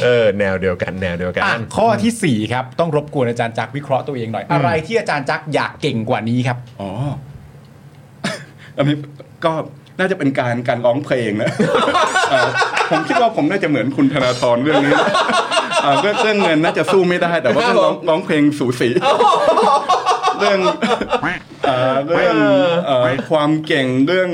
B: เออแนวเดียวกันแนวเดียวกัน
C: ข้อทีสี่4ครับต้องรบกวนอาจารย์จักรวิเคราะห์ตัวเองหน่อย อะไรที่อาจารย์จักรอยากเก่งกว่านี้ครับ
F: อ๋อ อันนี้ก็น่าจะเป็นการการร้องเพลงนะ เอ่อผมคิดว่าผมน่าจะเหมือนคุณธนาธรเรื่องนี้ นะเอ่อเรื่องเรื่องเงินน่าจะสู้ไม่ได้แต่ว่า
B: ครับ
F: เรื่องร้อง
B: ผม
F: ร้องเพลงสูสี เรื่องเอ่อเรื่องเอ่อความเก่งเรื่อง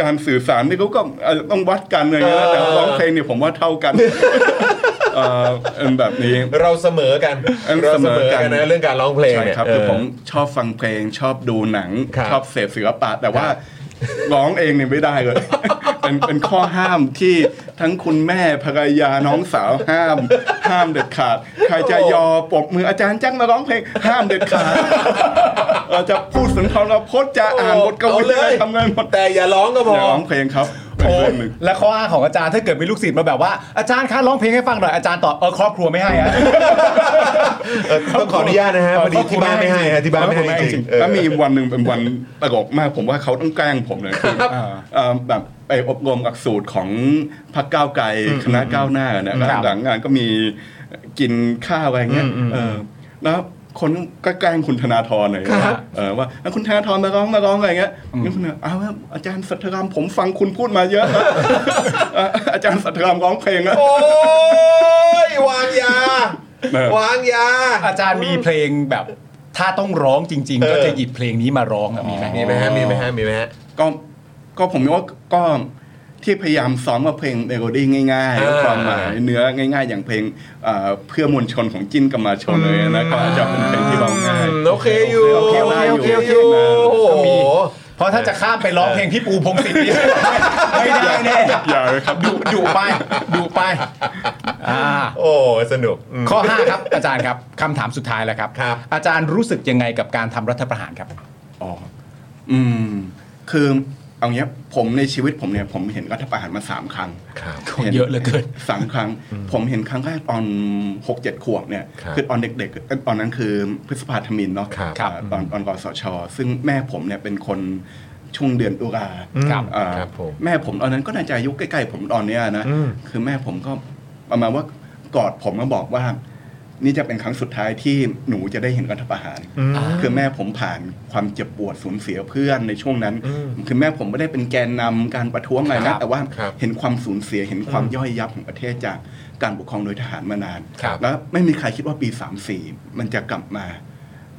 F: การสื่อสารนี่ก็ก็เอ่อต้องวัดกันเลยนะแต่ร้องเพลงเนี่ยผมว่าเท่ากัน เอ่อเป็นแบบนี้
B: เราเสมอกัน
F: เออ
B: เราเส
F: เสม
B: ม
F: อ
B: อ
F: กัน
B: กันนะเรื่องการร้องเพลงเนี่ย
F: ใช่ครับคือ
B: เ
F: ผมชอบฟังเพลงชอบดูหนัง
B: ครับ
F: ชอบเสพศิลปะ แต่ว่าร้องเองเนี่ยไม่ได้เลย เป็นเป็นข้อห้ามที่ทั้งคุณแม่ภรรยาน้องสาว ห้าม ห้ามเด็ดขาด ใครจะยอปรบมืออาจารย์จ้างมาร้องเพลง ห้ามเด็ดขาด เราจะพูดสุนทรพจน์จะอ่านบทกวี
B: เอาเลย
F: ทำงานหมด
B: แต่อย่าร้องก็พ
F: อย่า
B: อ
F: ร้องเพลงครับเป็นเรื่องหนึ่ง
C: และข้ออ้างของอาจารย์ถ้าเกิดมีลูกศิษย์มาแบบว่าอาจารย์คะร้องเพลงให้ฟังหน่อยอาจารย์ตอบเออครอบครัวไม่ให้อะ
B: เออต้องขออนุญาตนะฮะพอดีที่บ้านไม่ให้ฮะที่บ้านไม่ให้จริงๆเออ
F: แล้วมีวันหนึ่งเป็นวันประกอบมากผมว่าเขาต้องแกล้งผมเลยคือเอ่อแบบไปอบรมหลักสูตรของพรรคก้าวไกลคณะก้าวหน้านะแล้ว
C: ครับ
F: หลังงานก็มีกินข้าวอะไรเงี้ยเออแล้วคนก็แกล้งคุณธนาธรเลยเออว่าแล้วคุณธนาธรมาร้องมาร้องอะไรเงี้ยนี่คุณธนาอ้าวอาจารย์สัทธรามผมฟังคุณพูดมาเยอะนะ เอ่ออาจารย์สัทธรามร้องเพลงนะ
B: โอ้ยวางยา
F: เออ
B: วางยา
C: อาจารย์มีเพลงแบบถ้าต้องร้องจริง ๆ ก็จะหยิบเพลงนี้มาร้องอะมีไหม
B: มีไหมฮะ มีไหมฮะ มีไหมฮะ
F: ก็ก็ผมว่าก็ที่พยายามซ้อมว่าเพลงเมโลดี้ง่าย
B: อ่า
F: ๆความหมายเนื้อง่าย ๆ อย่างเพลงเอ่อเพื่อมวลชนของจิ้นกับมาชนเลยนะก็อาจจะเป็นเพลงที่ร้องง่าย
B: โอเคอยู่
F: โอเคโอเคโอเคโอเค
B: ก็มี
C: เพราะถ้าจะข้ามไปร้องเพลงพี่ปูพงศิษฐ์นี่ ไม่ได้แน่
F: อย่าเลยครับ
C: ดุดุไปดุไปอ่า
B: โอ้สนุกม
C: ข้อ 5 ครับ อาจารย์ครับคำถามสุดท้ายแล้วครับ
B: ครับ
C: อาจารย์รู้สึกยังไงกับการทำรัฐประหารครับ
F: อ๋อ อืม คือเอาเงี้ยผมในชีวิตผมเนี่ยผมเห็นรัฐประหารมาสามครั้ง
B: ครับ
C: โอ้เยอะเหลือเกิน
F: สามครั้ง ผมเห็นครั้งแรกตอนหกเจ็ดขวบเนี่ย
B: ครับ
F: อตอนเด็กๆ ตอนนั้นคือพฤษภาธมินเนาะ
B: ครับ
F: อ่าตอนตอนกสช ซึ่งแม่ผมเนี่ยเป็นคนช่วงเดือนตุลา
C: ครับ
F: อ่า
B: ครับผม
F: แม่ผมตอนนั้นก็น่าจะอายุใกล้ๆผมตอนเนี้ยนะ
B: อืม
F: คือแม่ผมก็ประมาณว่ากอดผมมาบอกว่า นี่จะเป็นครั้งสุดท้ายที่หนูจะได้เห็นรัฐประหาร
B: อืม
F: คือแม่ผมผ่านความเจ็บปวดสูญเสียเพื่อนในช่วงนั้น
B: อืม
F: คือแม่ผมไม่ได้เป็นแกนนำการประท้วงอะไร
C: ครั
F: นะ
C: บ
F: แต่ว่า
B: ครับ
F: เห็นความสูญเสียเห็นความย่อยยับของประเทศจากการปกครองโดยทหารมานาน
B: ครับ
F: แล้วไม่มีใครคิดว่าปี 34 มันจะกลับมา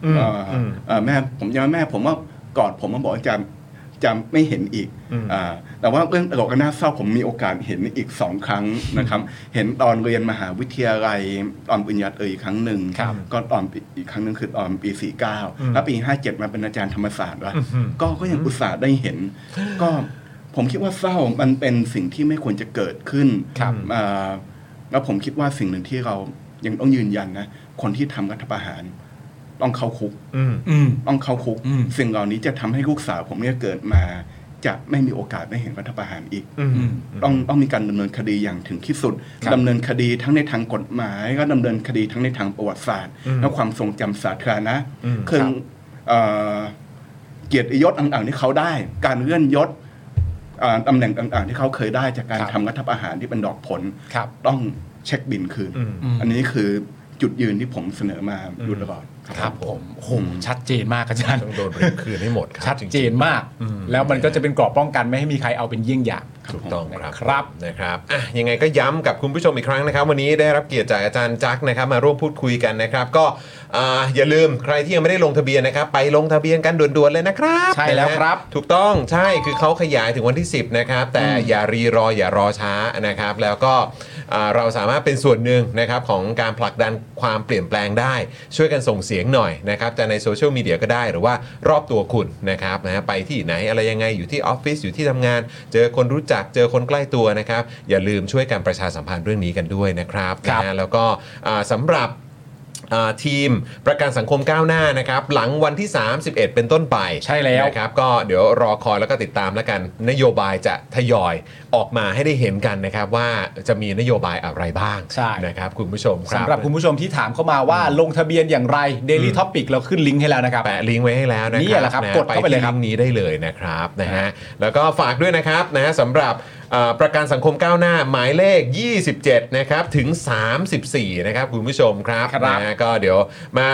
B: อืม
F: เอ่ออ
B: ม
F: เอ่อแม่ผมยังแม่ผมว่ากอดผมมาบอกว่าจะจะไม่เห็นอีก
B: อืม
F: อ่าแต่ว่าเรื่องตลกกับน่าเศร้าผมมีโอกาสเห็นอีกสองครั้งนะครับ เห็นตอนเรียนมหาวิทยาลัยตอนปริญญาเอกอีกครั้งหนึ่ง
C: ครับ
F: ก็ตอนปีอีกครั้งหนึงคือตอนปี 49 แล้วปี 57 มาเป็นอาจารย์ธรรมศาสตร์ละ
B: อื้อหือ
F: ก็ก็ยังอุตส่าห์ได้เห็น ก็ผมคิดว่าเศร้ามันเป็นสิ่งที่ไม่ควรจะเกิดขึ้น
C: ครับ
F: อ่าแล้วผมคิดว่าสิ่งหนึ่งที่เรายังต้องยืนยันนะ คนที่ทำรัฐประหาร ต้องเข้าคุก
B: อืม
C: อืม
F: ต้องเข้าคุก
C: อืม
F: สิ่งเหล่านี้จะทำให้ลูกสาวผมเนี่ยเกิดมา จะไม่มีโอกาสได้เห็นรัฐประหารอีก
B: อืม
F: ต้องต้องมีการดำเนินคดีอย่างถึงที่สุด
C: ครับ
F: ดำเนินคดีทั้งในทางกฎหมายก็ดำเนินคดีทั้งในทางประวัติศาสตร์
B: อืม
F: และความทรงจำสาธารณะ
B: อืม
F: เครื่องเอ่อเกียรติยศต่างๆที่เขาได้ การเลื่อนยศเอ่อตำแหน่งต่างๆที่เขาเคยได้จากการ
C: ครับ
F: ทำรัฐประหารที่เป็นดอกผล
C: ครับ
F: ต้องเช็คบินคืน
B: อืม
F: อันนี้คือจุดยืนที่ผมเสนอมาอยู่ตลอด
C: ครับผมโอ้โหชัดเจนมากอาจารย์
B: ต้องโดนเรียกคืนให้หมดครับ
C: ชัดเจนมาก แล้วมันก็จะเป็นกรอบป้องกันไม่ให้มีใครเอาเป็นเยี่ยงอย่าง
B: ถูกต้องครับ
C: ครับ
B: นะครับอ่ะยังไงก็ย้ำกับคุณผู้ชมอีกครั้งนะครับ วันนี้ได้รับเกียรติจากอาจารย์จักรนะครับ มาร่วมพูดคุยกันนะครับ ก็อ่าอย่าลืมใครที่ยังไม่ได้ลงทะเบียนนะครับ ไปลงทะเบียนกันด่วนๆเลยนะครับ
C: ใช่แล้วครับ
B: นะฮะถูกต้องใช่คือเขาขยายถึงวันที่ 10 นะครับ แต่อย่ารีรออย่ารอช้านะครับ แล้วก็อ่าเราสามารถเป็นส่วนหนึ่งนะครับของการผลักดันความเปลี่ยนแปลงได้ ช่วยกันส่งเสียงหน่อยนะครับจะในโซเชียลมีเดียก็ได้หรือว่ารอบตัวคุณนะครับนะฮะไปที่ไหนอะไรยังไงอยู่ที่ออฟฟิศอยู่ที่ทำงาน เจอคนรู้จักเจอคนใกล้ตัวนะครับ อย่าลืมช่วยกันประชาสัมพันธ์เรื่องนี้กันด้วยนะครับ
C: ครับ
B: นะฮะแล้วก็อ่าสำหรับ อ่าทีมประกันสังคมก้าวหน้านะครับ หลังวันที่ 31 เป็นต้นไป
C: ใช่แล้ว
B: นะครับ ก็เดี๋ยวรอคอยแล้วก็ติดตามแล้วกัน นโยบายจะทยอยออกมาให้ได้เห็นกันนะครับ ว่าจะมีนโยบายอะไรบ้าง
C: ใช่
B: นะครับ คุณผู้ชมครั
C: สำหรับคุณผู้ชมที่ถามเข้ามาว่าลงทะเบียนอย่างไร Daily Topic เราขึ้นลิงก์ให้แล้วนะครับ
B: แปะลิงก์ไว้ให้แล้วนะครั
C: นี่แหละครับ
B: น
C: กดเข้าไปเลยครับ
B: ที่งก์นี้ได้เลยนะครับนะฮะแล้วก็ฝากด้วยนะครับนะฮะสำหรับอ่าประกันสังคมก้าวหน้าหมายเลข 27 นะครับถึง 34 นะครับคุณผู้ชมครับ
C: ครับ
B: นะฮะก็เดี๋ยวมา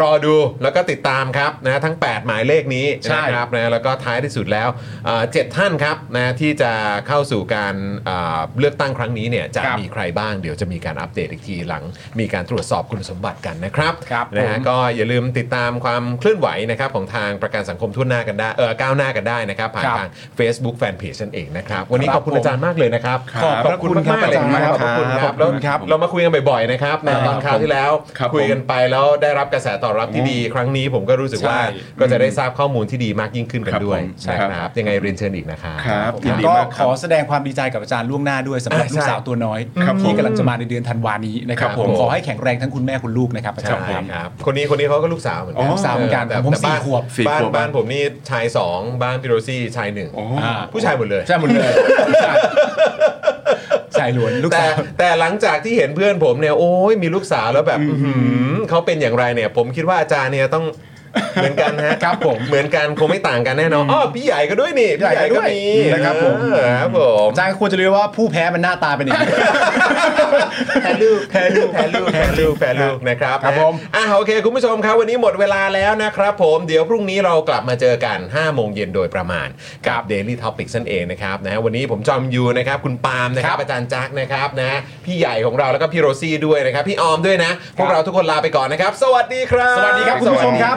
B: รอดูแล้วก็ติดตามครับนะทั้ง 8 หมายเลขนี้
C: ใช่
B: นะครับนะแล้วก็ท้ายที่สุดแล้วเอ่อเจ็ดท่านครับนะที่จะเข้าสู่การเอ่อเลือกตั้งครั้งนี้เนี่ยจะ
C: ครับ
B: มีใครบ้างเดี๋ยวจะมีการอัปเดตอีกทีหลัง มีการตรวจสอบคุณสมบัติกันนะครับ
C: ครับ
B: นะฮะ
C: ผม
B: ก็อย่าลืมติดตามความเคลื่อนไหวนะครับของทางประกันสังคมทุ่นหน้ากันได้เออก้าวหน้ากันได้นะครับผ่านทาง Facebook Fanpage นั่นเองนะครับวันนี้ขอบคุณอาจารย์มากเลยนะครับ
F: ครับ
B: ขอบคุณมากๆเลยนะค
F: ข
B: รับ
F: อบ
B: ขอบ
F: คุ
B: คุณ
F: ณ
B: ค
F: ครั
B: รั
F: บ
B: บแล้วเรามาคุยกันบ่อยๆนะครับนะตอนคราวที่แล้ว
F: ครับ
B: คุยกันไปแล้วได้รับกระแสตอบรับที่ดี ครั้งนี้ผมก็รู้สึกว่า
C: ใช่
B: ก็จะได้ทราบข้อมูลที่ดีมากยิ่งขึ้นกัน
F: ครับ
B: ด้วย
F: ผมใช่
B: นะครับ ครับยังไงเรียนเชิญอีกนะครับ
F: ครับยินดี
C: ก็
F: มาก
C: ข
F: ครับ
C: อแสดงความดีใจกับอาจารย์ล่วงหน้าด้วยสำหรับ
B: อ่า
C: ลูกสาวตัวน้อย
F: ครับผม
C: ที่กำลังจะมาในเดือนธันวานี้นะครับ
F: ครับ
C: ผ
F: ผม ม
C: ขอให้แข็งแรงทั้งคุณแม่คุณลูกนะครับอาจา
B: ใช่
C: รย์ครับ
B: ครับ คนนี้คนนี้เขาก็ลูกสาวเหมือนกั
C: ลูกสาวเหมือนกัน
B: แต่
C: ผม
B: แต่บ้าน
C: สี่ขวบ
F: สี่
B: บ้าน
F: ขวบ
B: บ้านผมนี่ชายสองบ้านพี่โรซี่ชายหนึ่ง
F: อ๋อ
C: อ่า
B: ผู้ชายหมดเลย
C: ใช่หมดเลย ชายล้วนลูก
B: แต่
C: สาว
B: แต่หลังจากที่เห็นเพื่อนผมเนี่ยโอ้ยมีลูกสาวแล้วแบบอื้อหือเขาเป็นอย่างไรเนี่ย ผมคิดว่าอาจารย์เนี่ยต้อง เหมือนกันฮะ
C: ครับผม
B: เหมือนกันคงไม่ต่างกันแน่นอนอ๋อพี่ใหญ่ก็ด้วยนี่
C: พี่ใหญ่ก็ด้วย
B: มี
C: นะครับผม
B: เออครับผม
C: อาจารย์ควรจะเรียกว่าผู้แพ้มันหน้าตาเป็นอย่างนี้
B: แพ้ลูกแพ้ลูกแพ้ลูกแพ้ลูกแพ้ลูกนะครับ
C: ครับผม
B: อ่ะโอเค คุณผู้ชมครับ วันนี้หมดเวลาแล้วนะครับผมเดี๋ยวพรุ่งนี้เรากลับมาเจอกัน5โมงเย็นโดยประมาณกับ Daily Topic นั่นเองนะครับนะวันนี้ผมจอมยูนะครับคุณปาล์มนะครับ อาจารย์จักรนะครับนะพี่ใหญ่ของเราแล้วก็พี่โรซี่ด้วยนะครับ พี่ออมด้วยนะ พวกเราทุกคนลาไปก่อนนะครับ สวัสดีครับ
C: สวัสดีครับคุณผู้ชมครับ